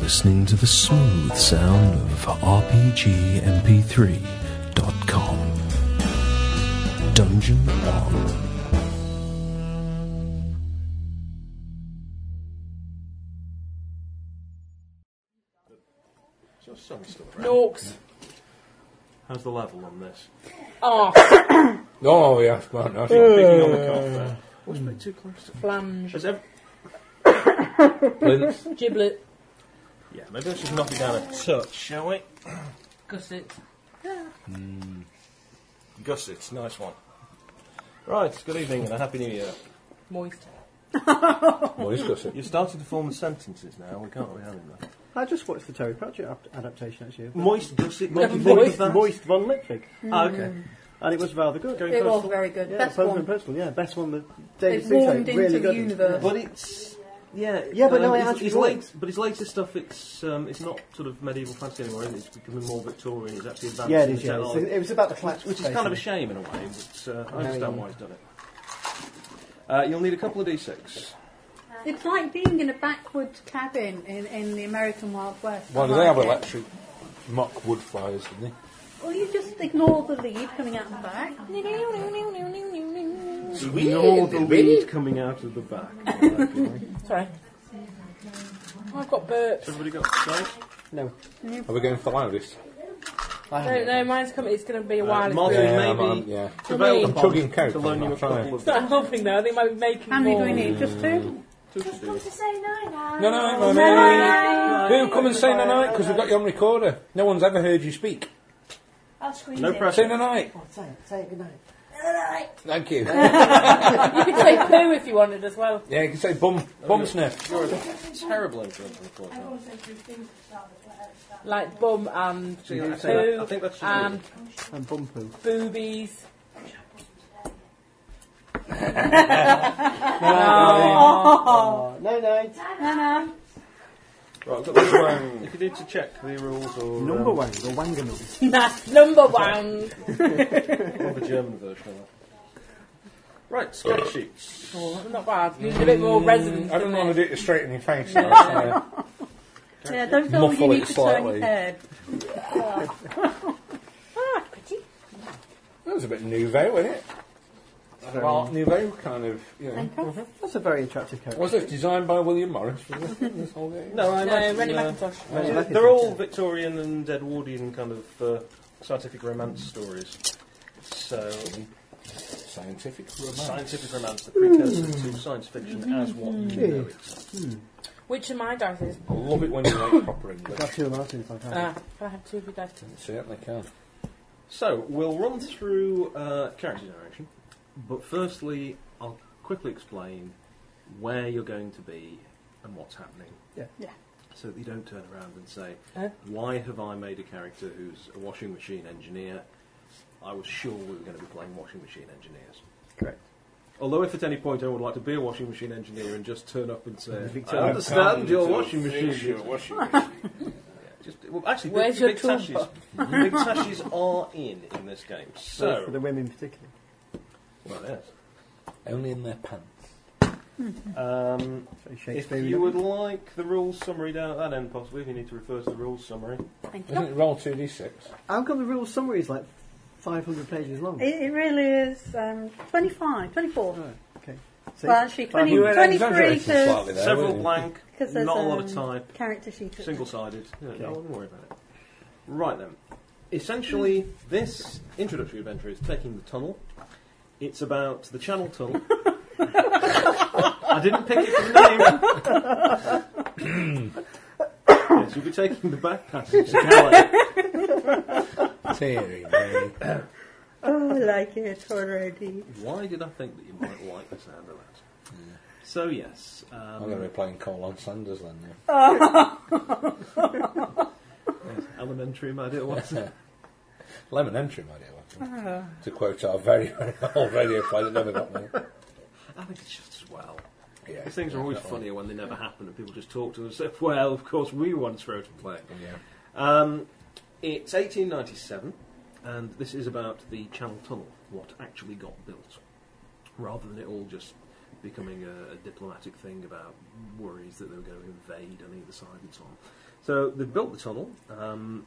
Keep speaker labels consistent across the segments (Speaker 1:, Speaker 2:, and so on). Speaker 1: listening to the smooth sound of RPGMP3.com. Dungeon On.
Speaker 2: Norks.
Speaker 3: How's the level on this?
Speaker 2: Ah,
Speaker 4: Oh, yeah, smart. That's
Speaker 3: Picking on the carpet. What's been too close to
Speaker 2: flange,
Speaker 3: Has ev-
Speaker 4: Plinth.
Speaker 2: giblet,
Speaker 3: Yeah, maybe let's just knock it down a touch, shall we?
Speaker 2: gusset.
Speaker 3: Gussets, nice one. Right, good evening and a happy new year.
Speaker 2: Moist.
Speaker 4: Well, he's got some.
Speaker 3: You're starting to form sentences now, we can't be having that.
Speaker 5: I just watched the Terry Pratchett ap- adaptation actually. of
Speaker 3: Moist gusset,
Speaker 2: Yeah,
Speaker 3: monkey
Speaker 2: moist.
Speaker 3: moist,
Speaker 5: the Moist Von Lipwig,
Speaker 3: Ah, okay.
Speaker 5: and it was rather good.
Speaker 3: Going
Speaker 6: It was
Speaker 3: personal?
Speaker 6: very good.
Speaker 5: yeah,
Speaker 6: Best
Speaker 5: Personal
Speaker 6: one.
Speaker 5: and Personal, yeah, best one. The
Speaker 6: It
Speaker 5: David
Speaker 6: warmed
Speaker 5: Suchet,
Speaker 6: into
Speaker 5: really
Speaker 6: the
Speaker 5: good.
Speaker 6: universe.
Speaker 3: But it's yeah,
Speaker 5: Yeah, but no, it
Speaker 3: his-
Speaker 5: actually
Speaker 3: his
Speaker 5: works.
Speaker 3: late- but his later stuff, it's um, it's not sort of medieval fantasy anymore. Is it? It's becoming more Victorian. It's actually advanced.
Speaker 5: Yeah, it
Speaker 3: in
Speaker 5: is.
Speaker 3: the
Speaker 5: Yeah, It's-
Speaker 3: technology,
Speaker 5: it was about the collapse,
Speaker 3: which is kind of a shame in a way. But uh, I understand
Speaker 5: yeah.
Speaker 3: why he's done it. Uh, you'll need a couple of d6.
Speaker 6: It's like being in a backwoods cabin in, in the American Wild West.
Speaker 4: Well,
Speaker 6: I
Speaker 4: they have
Speaker 6: like it.
Speaker 4: electric mock wood fires, didn't they?
Speaker 6: Well, you just ignore the lead coming out the back.
Speaker 3: Ignore the lead coming out of the back.
Speaker 2: Sorry. I've got burps.
Speaker 3: Everybody got size?
Speaker 5: no.
Speaker 4: Are we going for the loudest?
Speaker 5: I
Speaker 2: I don't
Speaker 5: haven't.
Speaker 2: know, mine's coming. It's going to be
Speaker 4: Uh,
Speaker 2: a while.
Speaker 3: Martin,
Speaker 2: it's
Speaker 4: Yeah,
Speaker 3: maybe.
Speaker 4: I'm- I'm- yeah.
Speaker 3: prevailed
Speaker 2: I'm
Speaker 3: upon
Speaker 4: chugging coke
Speaker 3: to loan
Speaker 4: on
Speaker 3: you a
Speaker 4: that, sorry.
Speaker 3: couple of.
Speaker 2: not helping though. They might be making
Speaker 6: How many do
Speaker 2: more.
Speaker 6: we need? Just two?
Speaker 3: two should do.
Speaker 4: No, no, no, no, no. Do come and say no night because we've got you on recorder. No one's ever heard you speak.
Speaker 3: No
Speaker 4: Say
Speaker 3: pressure.
Speaker 4: no night.
Speaker 5: Oh, Say it, say it, good night.
Speaker 4: Thank you.
Speaker 2: You could say poo if you wanted as well.
Speaker 4: yeah, you can say bum, bum sniff.
Speaker 3: You're a terrible influence on the podcast.
Speaker 2: Like bum and
Speaker 3: See, I say that- I think
Speaker 2: poo
Speaker 3: that's just
Speaker 2: and
Speaker 5: And bum poo.
Speaker 2: boobies.
Speaker 5: Oh, no, no.
Speaker 3: Right, I've got the wang. If you need to check the rules or
Speaker 5: Number
Speaker 3: um,
Speaker 5: one, the Wanganums.
Speaker 2: That's number one.
Speaker 3: or the German version of that. Right, spreadsheets. sheets.
Speaker 2: Oh, not bad. Needs a bit more resonance.
Speaker 4: Mm, I don't want to
Speaker 2: doesn't
Speaker 4: do it straight in your face. so it's, uh,
Speaker 6: Yeah, don't tell me you
Speaker 4: Muffle
Speaker 6: need
Speaker 4: it
Speaker 6: to turn
Speaker 4: slightly.
Speaker 6: your head.
Speaker 2: Ah, pretty.
Speaker 4: that was a bit nouveau, wasn't it? Art nouveau kind of. You know.
Speaker 5: That's a very attractive character.
Speaker 4: Was it designed by William Morris? Was it this whole game?
Speaker 3: No, I
Speaker 2: No, Rennie
Speaker 3: imagine, uh,
Speaker 2: McIntosh.
Speaker 5: Very lucky.
Speaker 3: They're all Victorian and Edwardian kind of uh, scientific romance stories. So,
Speaker 4: Scientific romance.
Speaker 3: scientific romance, the precursor to science fiction as what we know it.
Speaker 2: Which of my dice is?
Speaker 4: I love it when you make proper English.
Speaker 5: Got two of Martins, I can't.
Speaker 4: Uh,
Speaker 2: Ah, can I have two of you guys?
Speaker 4: Certainly can.
Speaker 3: So, we'll run through uh, character generation, but firstly, I'll quickly explain where you're going to be and what's happening.
Speaker 5: Yeah.
Speaker 6: Yeah.
Speaker 3: So that you don't turn around and say,
Speaker 2: Huh?
Speaker 3: why have I made a character who's a washing machine engineer? I was sure we were going to be playing washing machine engineers.
Speaker 5: Correct.
Speaker 3: Although, if at any point I would like to be a washing machine engineer and just turn up and say, I
Speaker 5: Victoria
Speaker 3: understand your washing machine. is-"
Speaker 4: washing machine.
Speaker 3: Just, well, actually,
Speaker 2: Where's
Speaker 3: big,
Speaker 2: your
Speaker 3: big
Speaker 2: toolbox?
Speaker 3: sashes, big sashes are in in this game.
Speaker 5: So, for
Speaker 3: So,
Speaker 5: the women particularly.
Speaker 3: well, yes.
Speaker 4: Only in their pants.
Speaker 3: Um,
Speaker 5: Very
Speaker 3: if
Speaker 5: Shakespearean.
Speaker 3: you would like the rules summary down at that end, possibly, if you need to refer to the rules summary.
Speaker 6: Thank
Speaker 4: Isn't
Speaker 6: you.
Speaker 4: it roll 2d6?
Speaker 5: How come the real summary is like 500 pages long?
Speaker 6: It, it really is um, 25, 24.
Speaker 5: Oh, okay. See?
Speaker 6: Well, actually, 20,
Speaker 4: You were
Speaker 6: 23
Speaker 4: exaggerating
Speaker 6: because
Speaker 4: slightly there.
Speaker 3: Several
Speaker 4: weren't you?
Speaker 3: blank,
Speaker 6: there's
Speaker 3: not a
Speaker 6: um,
Speaker 3: lot of type,
Speaker 6: character sheet. at-
Speaker 3: single sided. No,
Speaker 5: Okay.
Speaker 3: no, I wouldn't worry about it. Right then. Essentially, this introductory adventure is taking the tunnel. It's about the Channel Tunnel. I didn't pick it from the name. yes, you'll be taking the back passage. to Calais.
Speaker 4: Teary, mate.
Speaker 6: Oh, I like it already.
Speaker 3: Why did I think that you might like the sound of that? So yes,
Speaker 4: I'm going to
Speaker 3: um,
Speaker 4: be playing Cole on Sanders then. Yeah.
Speaker 3: elementary, my dear Watson.
Speaker 4: Lemon entry, my dear. Watson.
Speaker 3: Ah.
Speaker 4: To quote our very, very old radio play that never got me.
Speaker 3: I think it's just as well.
Speaker 4: Yeah,
Speaker 3: These things are always
Speaker 4: definitely.
Speaker 3: funnier when they never happen and people just talk to them and say, well, of course, we once wrote a play.
Speaker 4: Yeah.
Speaker 3: Um, it's 1897, and this is about the Channel Tunnel, what actually got built, rather than it all just becoming a, a diplomatic thing about worries that they were going to invade on either side and so on. So they've built the tunnel. Um,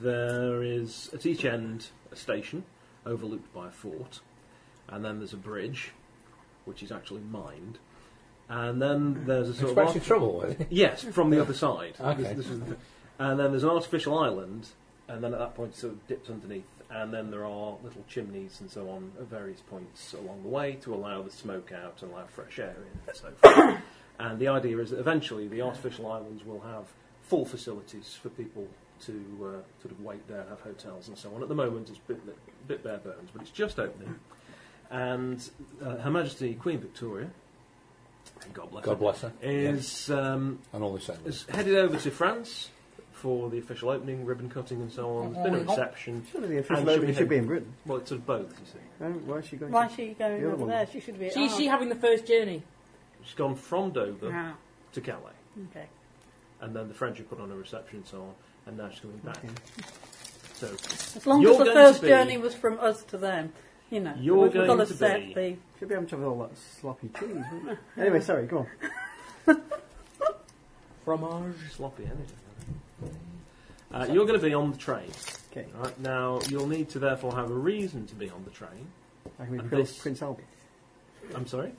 Speaker 3: there is at each end a station overlooked by a fort, and then there's a bridge, which is actually mined, and then there's a sort of
Speaker 4: Expected trouble, was it?
Speaker 3: Yes, from the other side.
Speaker 4: Okay.
Speaker 3: This- this is the- and then there's an artificial island, and then at that point it sort of dips underneath, and then there are little chimneys and so on at various points along the way to allow the smoke out and allow fresh air in and so forth. and the idea is that eventually the artificial islands will have full facilities for people to uh, sort of wait there, have hotels and so on. At the moment it's a bit, bit bare bones, but it's just opening. And uh, Her Majesty Queen Victoria, God bless
Speaker 4: God
Speaker 3: her,
Speaker 4: bless her.
Speaker 3: is um,
Speaker 4: And all the same.
Speaker 3: has headed over to France for the official opening, ribbon cutting, and so on. There's been a reception.
Speaker 5: Surely the
Speaker 3: And
Speaker 5: official
Speaker 3: should
Speaker 5: opening
Speaker 3: be
Speaker 5: should be in Britain.
Speaker 3: Well, it's sort of both, you see.
Speaker 5: Oh, why is she going?
Speaker 6: Why
Speaker 5: to-
Speaker 6: is she going
Speaker 5: The other
Speaker 6: over
Speaker 5: one.
Speaker 6: there? She should be. At
Speaker 2: She,
Speaker 6: Arles.
Speaker 2: she having the first journey.
Speaker 3: She's gone from Dover
Speaker 6: Ah,
Speaker 3: to Calais,
Speaker 6: okay.
Speaker 3: and then the French have put on a reception and so on, and now she's coming back.
Speaker 5: Okay.
Speaker 3: So
Speaker 6: As long
Speaker 3: You're
Speaker 6: as the
Speaker 3: going to
Speaker 6: first
Speaker 3: be-
Speaker 6: journey was from us to them, you know,
Speaker 3: You're
Speaker 6: we've
Speaker 3: going
Speaker 6: got to
Speaker 3: to
Speaker 6: set
Speaker 3: be-
Speaker 6: the.
Speaker 5: Should be having trouble with all that sloppy cheese. wouldn't it? anyway, sorry, go on.
Speaker 2: Fromage.
Speaker 3: sloppy energy. Uh, you're going to be on the train.
Speaker 5: Okay,
Speaker 3: Right? Now, you'll need to therefore have a reason to be on the train.
Speaker 5: I can be
Speaker 3: And
Speaker 5: Prince,
Speaker 3: this-
Speaker 5: Prince Albert.
Speaker 3: I'm sorry?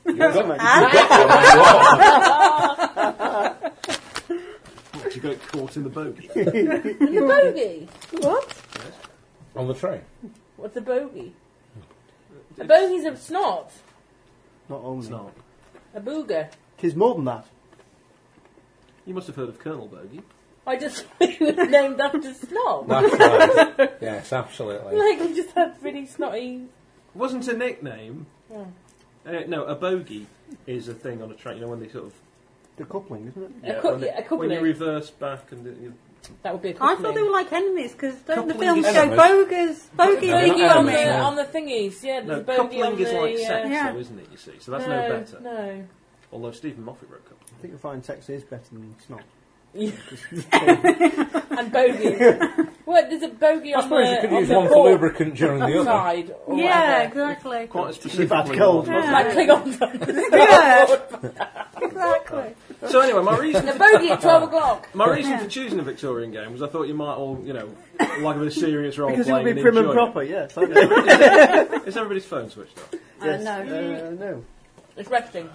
Speaker 3: What, you got caught in the bogey.
Speaker 2: The bogey.
Speaker 4: On the train.
Speaker 2: What's a bogey? A bogey's a snot.
Speaker 5: Not only.
Speaker 3: It's not.
Speaker 2: A booger.
Speaker 5: Tis more than that.
Speaker 3: You must have heard of Colonel Bogey.
Speaker 2: I just thought you were named after snot.
Speaker 4: That's right. yes, absolutely.
Speaker 2: Like, we just had really snotty.
Speaker 3: wasn't a nickname.
Speaker 2: Yeah.
Speaker 3: Uh, no, a bogey is a thing on a train. You know when they sort of
Speaker 5: The coupling, isn't it?
Speaker 3: yeah,
Speaker 2: cou-
Speaker 3: when, they-
Speaker 2: yeah, a coupling.
Speaker 3: when you reverse back and uh, you,
Speaker 2: That would be a
Speaker 6: I
Speaker 2: coupling.
Speaker 6: thought they were like enemies because don't the
Speaker 3: Coupling
Speaker 6: films
Speaker 4: is
Speaker 6: go
Speaker 4: enemies.
Speaker 6: bogus, bogey,
Speaker 4: They're not
Speaker 2: Bogey
Speaker 6: bogey
Speaker 2: on
Speaker 4: enemies.
Speaker 6: on
Speaker 2: the,
Speaker 4: Yeah.
Speaker 2: on the thingies, yeah. There's
Speaker 3: no
Speaker 2: a bogey on
Speaker 3: coupling
Speaker 2: the.
Speaker 3: is like sex,
Speaker 2: uh,
Speaker 6: Yeah.
Speaker 3: though, isn't it? You see, so that's no, better.
Speaker 2: No.
Speaker 3: Although Stephen Moffat wrote coupling.
Speaker 5: I think you'll find sex is better than snot.
Speaker 2: and bogeys. what? There's a bogey
Speaker 4: I
Speaker 2: on the.
Speaker 4: suppose you could
Speaker 2: on
Speaker 4: use
Speaker 2: the
Speaker 4: one for
Speaker 2: port
Speaker 4: lubricant during the other.
Speaker 2: side. Or
Speaker 6: Yeah,
Speaker 2: whatever.
Speaker 6: exactly.
Speaker 3: Quite a
Speaker 5: You've
Speaker 3: specific
Speaker 5: had cold.
Speaker 3: one, wasn't
Speaker 2: Like Klingons on
Speaker 6: Yeah, exactly.
Speaker 3: it? So anyway, my reason.
Speaker 2: The bogey at 12 o'clock.
Speaker 3: My reason
Speaker 6: Yeah.
Speaker 3: for choosing a Victorian game was I thought you might all, you know, like a bit of serious role
Speaker 5: Because it
Speaker 3: playing
Speaker 5: would be
Speaker 3: and
Speaker 5: prim and
Speaker 3: enjoy
Speaker 5: proper, yes. I know.
Speaker 3: It. Is everybody's phone switched off?
Speaker 6: I
Speaker 5: yes.
Speaker 6: know.
Speaker 5: Uh, no.
Speaker 2: It's resting.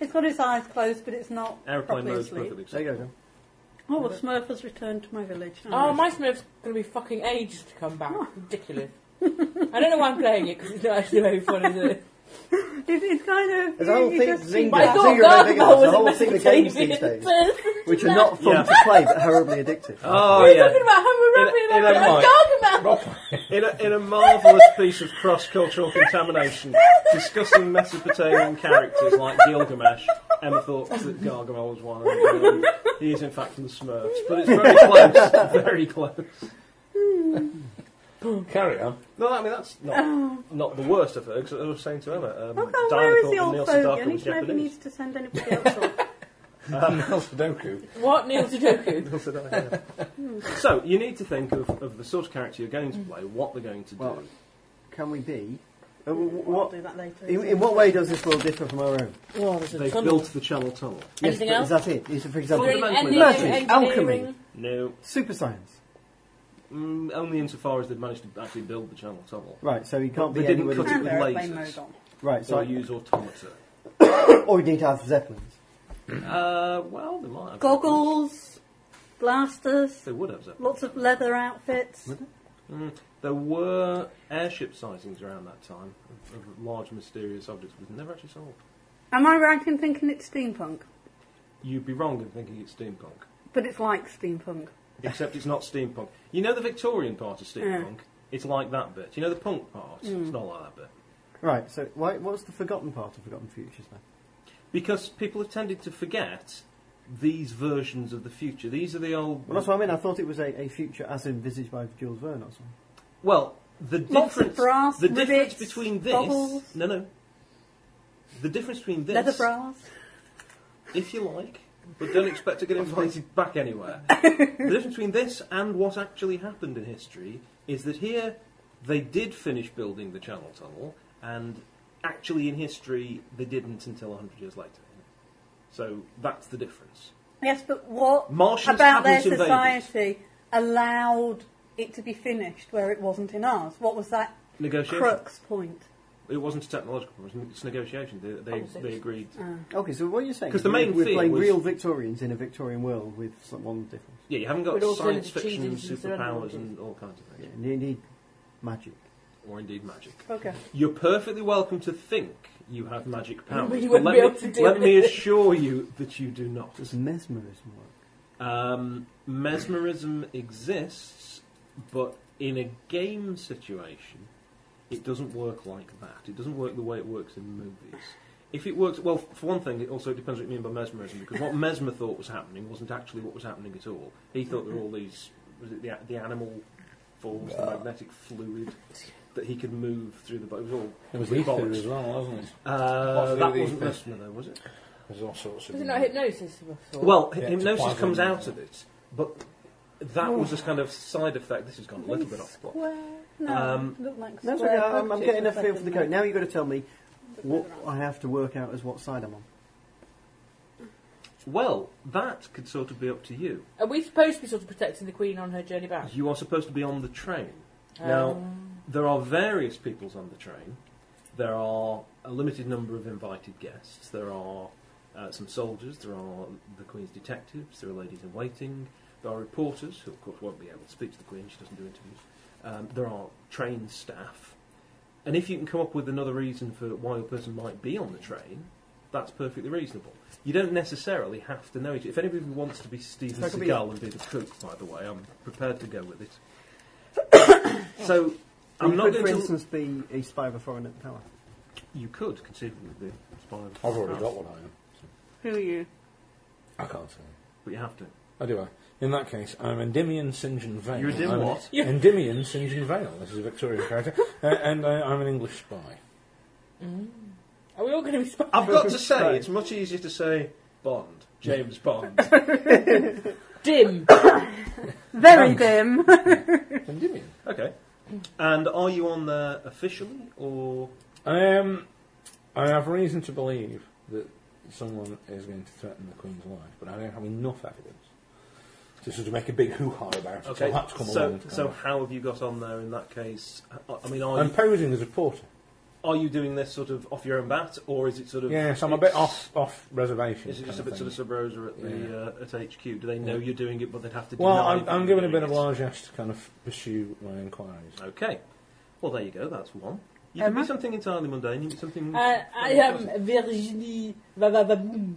Speaker 6: It's got its eyes closed, but it's not
Speaker 3: Airplane
Speaker 6: properly
Speaker 3: mode
Speaker 6: asleep.
Speaker 3: perfectly.
Speaker 5: There you go. John.
Speaker 6: Oh, the Smurf has returned to my village.
Speaker 2: Oh, my Smurf's going to be fucking aged to come back. Ridiculous. I don't know why I'm playing it because it's not actually very fun, is it?
Speaker 6: It, it's kind of.
Speaker 5: There's a whole
Speaker 6: it
Speaker 5: thing-
Speaker 6: just
Speaker 5: Zing-
Speaker 6: seems
Speaker 2: But I
Speaker 5: Yeah,
Speaker 6: like-
Speaker 5: so
Speaker 2: thought
Speaker 5: you're right,
Speaker 2: Gargoyle
Speaker 5: it's
Speaker 2: was
Speaker 5: a whole
Speaker 2: meant
Speaker 5: thing
Speaker 2: to
Speaker 5: the games
Speaker 2: be
Speaker 5: these days.
Speaker 2: first.
Speaker 5: Which are not fun
Speaker 3: Yeah.
Speaker 5: to play, but horribly addictive.
Speaker 3: Oh,
Speaker 2: We're
Speaker 3: yeah.
Speaker 2: talking about how we're
Speaker 3: In a-
Speaker 2: wrapping
Speaker 3: in a
Speaker 2: it up.
Speaker 3: mic.
Speaker 2: I'm talking about.
Speaker 3: In a, in a marvellous piece of cross cultural contamination, discussing Mesopotamian characters like Gilgamesh, Emma thought that Gargamel was one of them. He is, in fact, from the Smurfs, but it's very close. Very close.
Speaker 4: Carry on.
Speaker 3: No, I mean, that's not, not the worst of it, because I was saying to Emma, um,
Speaker 6: Oh, God,
Speaker 3: Diana
Speaker 6: where is the
Speaker 3: thought that Neil
Speaker 6: old
Speaker 3: Sedaka
Speaker 6: fogey? I
Speaker 3: was
Speaker 6: need to know if he
Speaker 3: Japanese.
Speaker 6: needs to send anybody else off.
Speaker 4: Nelson Sudoku.
Speaker 2: What, Neil Sudoku?
Speaker 3: Neil Sedaka, yeah. so, you need to think of, of the sort of character you're going to play, what they're going to do.
Speaker 5: Well, Can we be? uh, w- w-
Speaker 6: I'll
Speaker 5: what,
Speaker 6: do that later.
Speaker 5: in, in what way does this world differ from our own?
Speaker 2: Oh, there's a
Speaker 3: They've
Speaker 2: ton
Speaker 3: built the Channel Tunnel.
Speaker 2: Anything
Speaker 5: yes, but
Speaker 2: else?
Speaker 5: Is that it? Is it, for example,
Speaker 3: Very-
Speaker 2: Engineering,
Speaker 5: Magic,
Speaker 2: engineering.
Speaker 5: alchemy.
Speaker 3: No,
Speaker 5: super science?
Speaker 3: mm, only insofar as they've managed to actually build the Channel Tunnel.
Speaker 5: Right, so you can't
Speaker 3: They
Speaker 5: be
Speaker 3: didn't
Speaker 5: anybody.
Speaker 3: cut it
Speaker 6: and
Speaker 3: with
Speaker 6: aeroplane
Speaker 3: lasers.
Speaker 6: mode on.
Speaker 5: Right, so
Speaker 3: or
Speaker 5: I,
Speaker 3: use automata.
Speaker 5: or you need to have zeppelins.
Speaker 3: Uh, well, they might. Have
Speaker 6: Goggles, blasters,
Speaker 3: They would have zeppelins.
Speaker 6: lots of leather outfits.
Speaker 3: Mm, there were airship sightings around that time of, of large mysterious objects, was never actually solved.
Speaker 6: Am I right in thinking it's steampunk?
Speaker 3: You'd be wrong in thinking it's steampunk,
Speaker 6: But it's like steampunk.
Speaker 3: except it's not steampunk. You know the Victorian part of
Speaker 6: Uh-huh.
Speaker 3: steampunk. It's like that bit. You know the punk part.
Speaker 6: Hmm.
Speaker 3: It's not like that bit.
Speaker 5: Right, so why, what's the forgotten part of Forgotten Futures now?
Speaker 3: Because people have tended to forget these versions of the future. These are the old.
Speaker 5: Well, that's what I mean. I thought it was a, a future as envisaged by Jules Verne or something.
Speaker 3: Well, the
Speaker 6: Lots of
Speaker 3: difference,
Speaker 6: brass,
Speaker 3: the difference
Speaker 6: rivets,
Speaker 3: between this,
Speaker 6: bubbles.
Speaker 3: no, no, the difference between this,
Speaker 6: Leather bras.
Speaker 3: if you like, but don't expect to get invited back anywhere. the difference between this and what actually happened in history is that here they did finish building the Channel Tunnel, and actually in history they didn't until 100 years later. So that's the difference.
Speaker 6: Yes, but what
Speaker 3: Martians
Speaker 6: about their
Speaker 3: hadn't invaded.
Speaker 6: society allowed it to be finished where it wasn't in ours? What was that
Speaker 3: Negotiation.
Speaker 6: crux point?
Speaker 3: It wasn't a technological problem, it was negotiation. They, they,
Speaker 2: Opposite.
Speaker 3: they agreed.
Speaker 5: Okay, so what you're saying?
Speaker 3: 'Cause the
Speaker 5: is
Speaker 3: main
Speaker 5: we're
Speaker 3: thing
Speaker 5: playing
Speaker 3: was-
Speaker 5: real Victorians in a Victorian world with some- one difference.
Speaker 3: Yeah, you haven't
Speaker 2: We'd
Speaker 3: got
Speaker 2: also
Speaker 3: science
Speaker 2: into cheese
Speaker 3: fiction and
Speaker 2: engines and
Speaker 3: superpowers
Speaker 2: other
Speaker 3: and all kinds of things.
Speaker 5: Yeah, and you need magic.
Speaker 3: Or indeed magic.
Speaker 6: Okay.
Speaker 3: You're perfectly welcome to think you have magic powers.
Speaker 2: But you
Speaker 3: but
Speaker 2: wouldn't
Speaker 3: let,
Speaker 2: be
Speaker 3: me,
Speaker 2: able to do
Speaker 3: let
Speaker 2: it.
Speaker 3: me assure you that you do not.
Speaker 5: Does mesmerism work?
Speaker 3: Um, mesmerism exists, but in a game situation, it doesn't work like that. It doesn't work the way it works in movies. If it works, well, for one thing, it also depends what you mean by mesmerism, because what Mesmer thought was happening wasn't actually what was happening at all. He thought there were all these, was it the, the animal forms, the magnetic fluid that he could move through the body. It was all.
Speaker 4: There was
Speaker 3: bollocks.
Speaker 4: ether as well, wasn't it?
Speaker 3: Uh,
Speaker 4: What's
Speaker 3: that
Speaker 4: the
Speaker 3: wasn't
Speaker 4: ether?
Speaker 3: Mesmer, though, was it?
Speaker 4: There's all sorts of.
Speaker 2: Isn't that hypnosis? before?
Speaker 3: Well,
Speaker 4: Yeah, it's
Speaker 3: hypnosis
Speaker 4: quite
Speaker 3: comes
Speaker 4: a- Oh.
Speaker 3: out of it, but that was this kind of side effect. This has gone a little bit off plot.
Speaker 6: Square? No,
Speaker 3: Um,
Speaker 6: look like
Speaker 5: No, it's
Speaker 6: square
Speaker 5: okay, I'm, I'm
Speaker 6: packages
Speaker 5: getting a
Speaker 6: or
Speaker 5: feel for the
Speaker 6: something
Speaker 5: code. Now you've got to tell me
Speaker 6: like-
Speaker 5: what I have to work out as what side I'm on.
Speaker 3: Well, that could sort of be up to you.
Speaker 2: Are we supposed to be sort of protecting the Queen on her journey back? Um,
Speaker 3: You are supposed to be on the train. Now, there are various peoples on the train. There are a limited number of invited guests. There are uh, some soldiers. There are the Queen's detectives. There are ladies in waiting. There are reporters, who of course won't be able to speak to the Queen, she doesn't do interviews. Um, there are train staff. And if you can come up with another reason for why a person might be on the train, that's perfectly reasonable. You don't necessarily have to know it. If anybody wants to be Steven
Speaker 5: That could be-
Speaker 3: Seagal and be the cook, by the way, I'm prepared to go with it. so I'm
Speaker 5: you
Speaker 3: not
Speaker 5: could,
Speaker 3: going
Speaker 5: for
Speaker 3: to.
Speaker 5: instance, be a spy of a foreign power.
Speaker 3: You could conceivably be inspired.
Speaker 4: I've already got one I am.
Speaker 7: Who are you?
Speaker 4: I can't say.
Speaker 3: But you have to.
Speaker 4: Oh, do I? In that case, I'm Endymion St. John Vale.
Speaker 3: You're Endymion
Speaker 4: I'm
Speaker 3: what?
Speaker 2: Yeah.
Speaker 4: Endymion St. John Vale. This is a Victorian character. uh, and I, I'm an English spy.
Speaker 2: Are we all going to be spies?
Speaker 5: Uh,
Speaker 3: I've got to say, it's much easier to say Bond, James Bond.
Speaker 2: Dim. Uh,
Speaker 7: Very dim.
Speaker 4: Endymion.
Speaker 3: okay. And are you on there officially or?
Speaker 4: Um, I have reason to believe that someone is going to threaten the Queen's life, but I don't have enough evidence to sort of make a big hoo-ha about it. So
Speaker 3: Okay.
Speaker 4: that's come
Speaker 3: So,
Speaker 4: along.
Speaker 3: so how have you got on there in that case? Uh, I- I mean, are
Speaker 4: I'm
Speaker 3: you,
Speaker 4: posing as a porter.
Speaker 3: are you doing this sort of off your own bat, or is it sort of?
Speaker 4: Yes, I'm a bit
Speaker 3: it's-
Speaker 4: off off reservation.
Speaker 3: Is it
Speaker 4: kind
Speaker 3: just a
Speaker 4: of
Speaker 3: bit
Speaker 4: thing.
Speaker 3: sort of sub rosa at the uh, at HQ? Do they know
Speaker 4: Yeah.
Speaker 3: you're doing it, but they'd have to?
Speaker 4: Well,
Speaker 3: deny
Speaker 4: I'm,
Speaker 3: that
Speaker 4: I'm
Speaker 3: you're
Speaker 4: given a
Speaker 3: doing
Speaker 4: bit of
Speaker 3: it?
Speaker 4: largesse to kind of pursue my inquiries.
Speaker 3: Okay. Well, there you go. That's one. You can be
Speaker 7: Emma?
Speaker 3: something entirely mundane. You can be something.
Speaker 2: Uh, I am Virginie Vavababoum,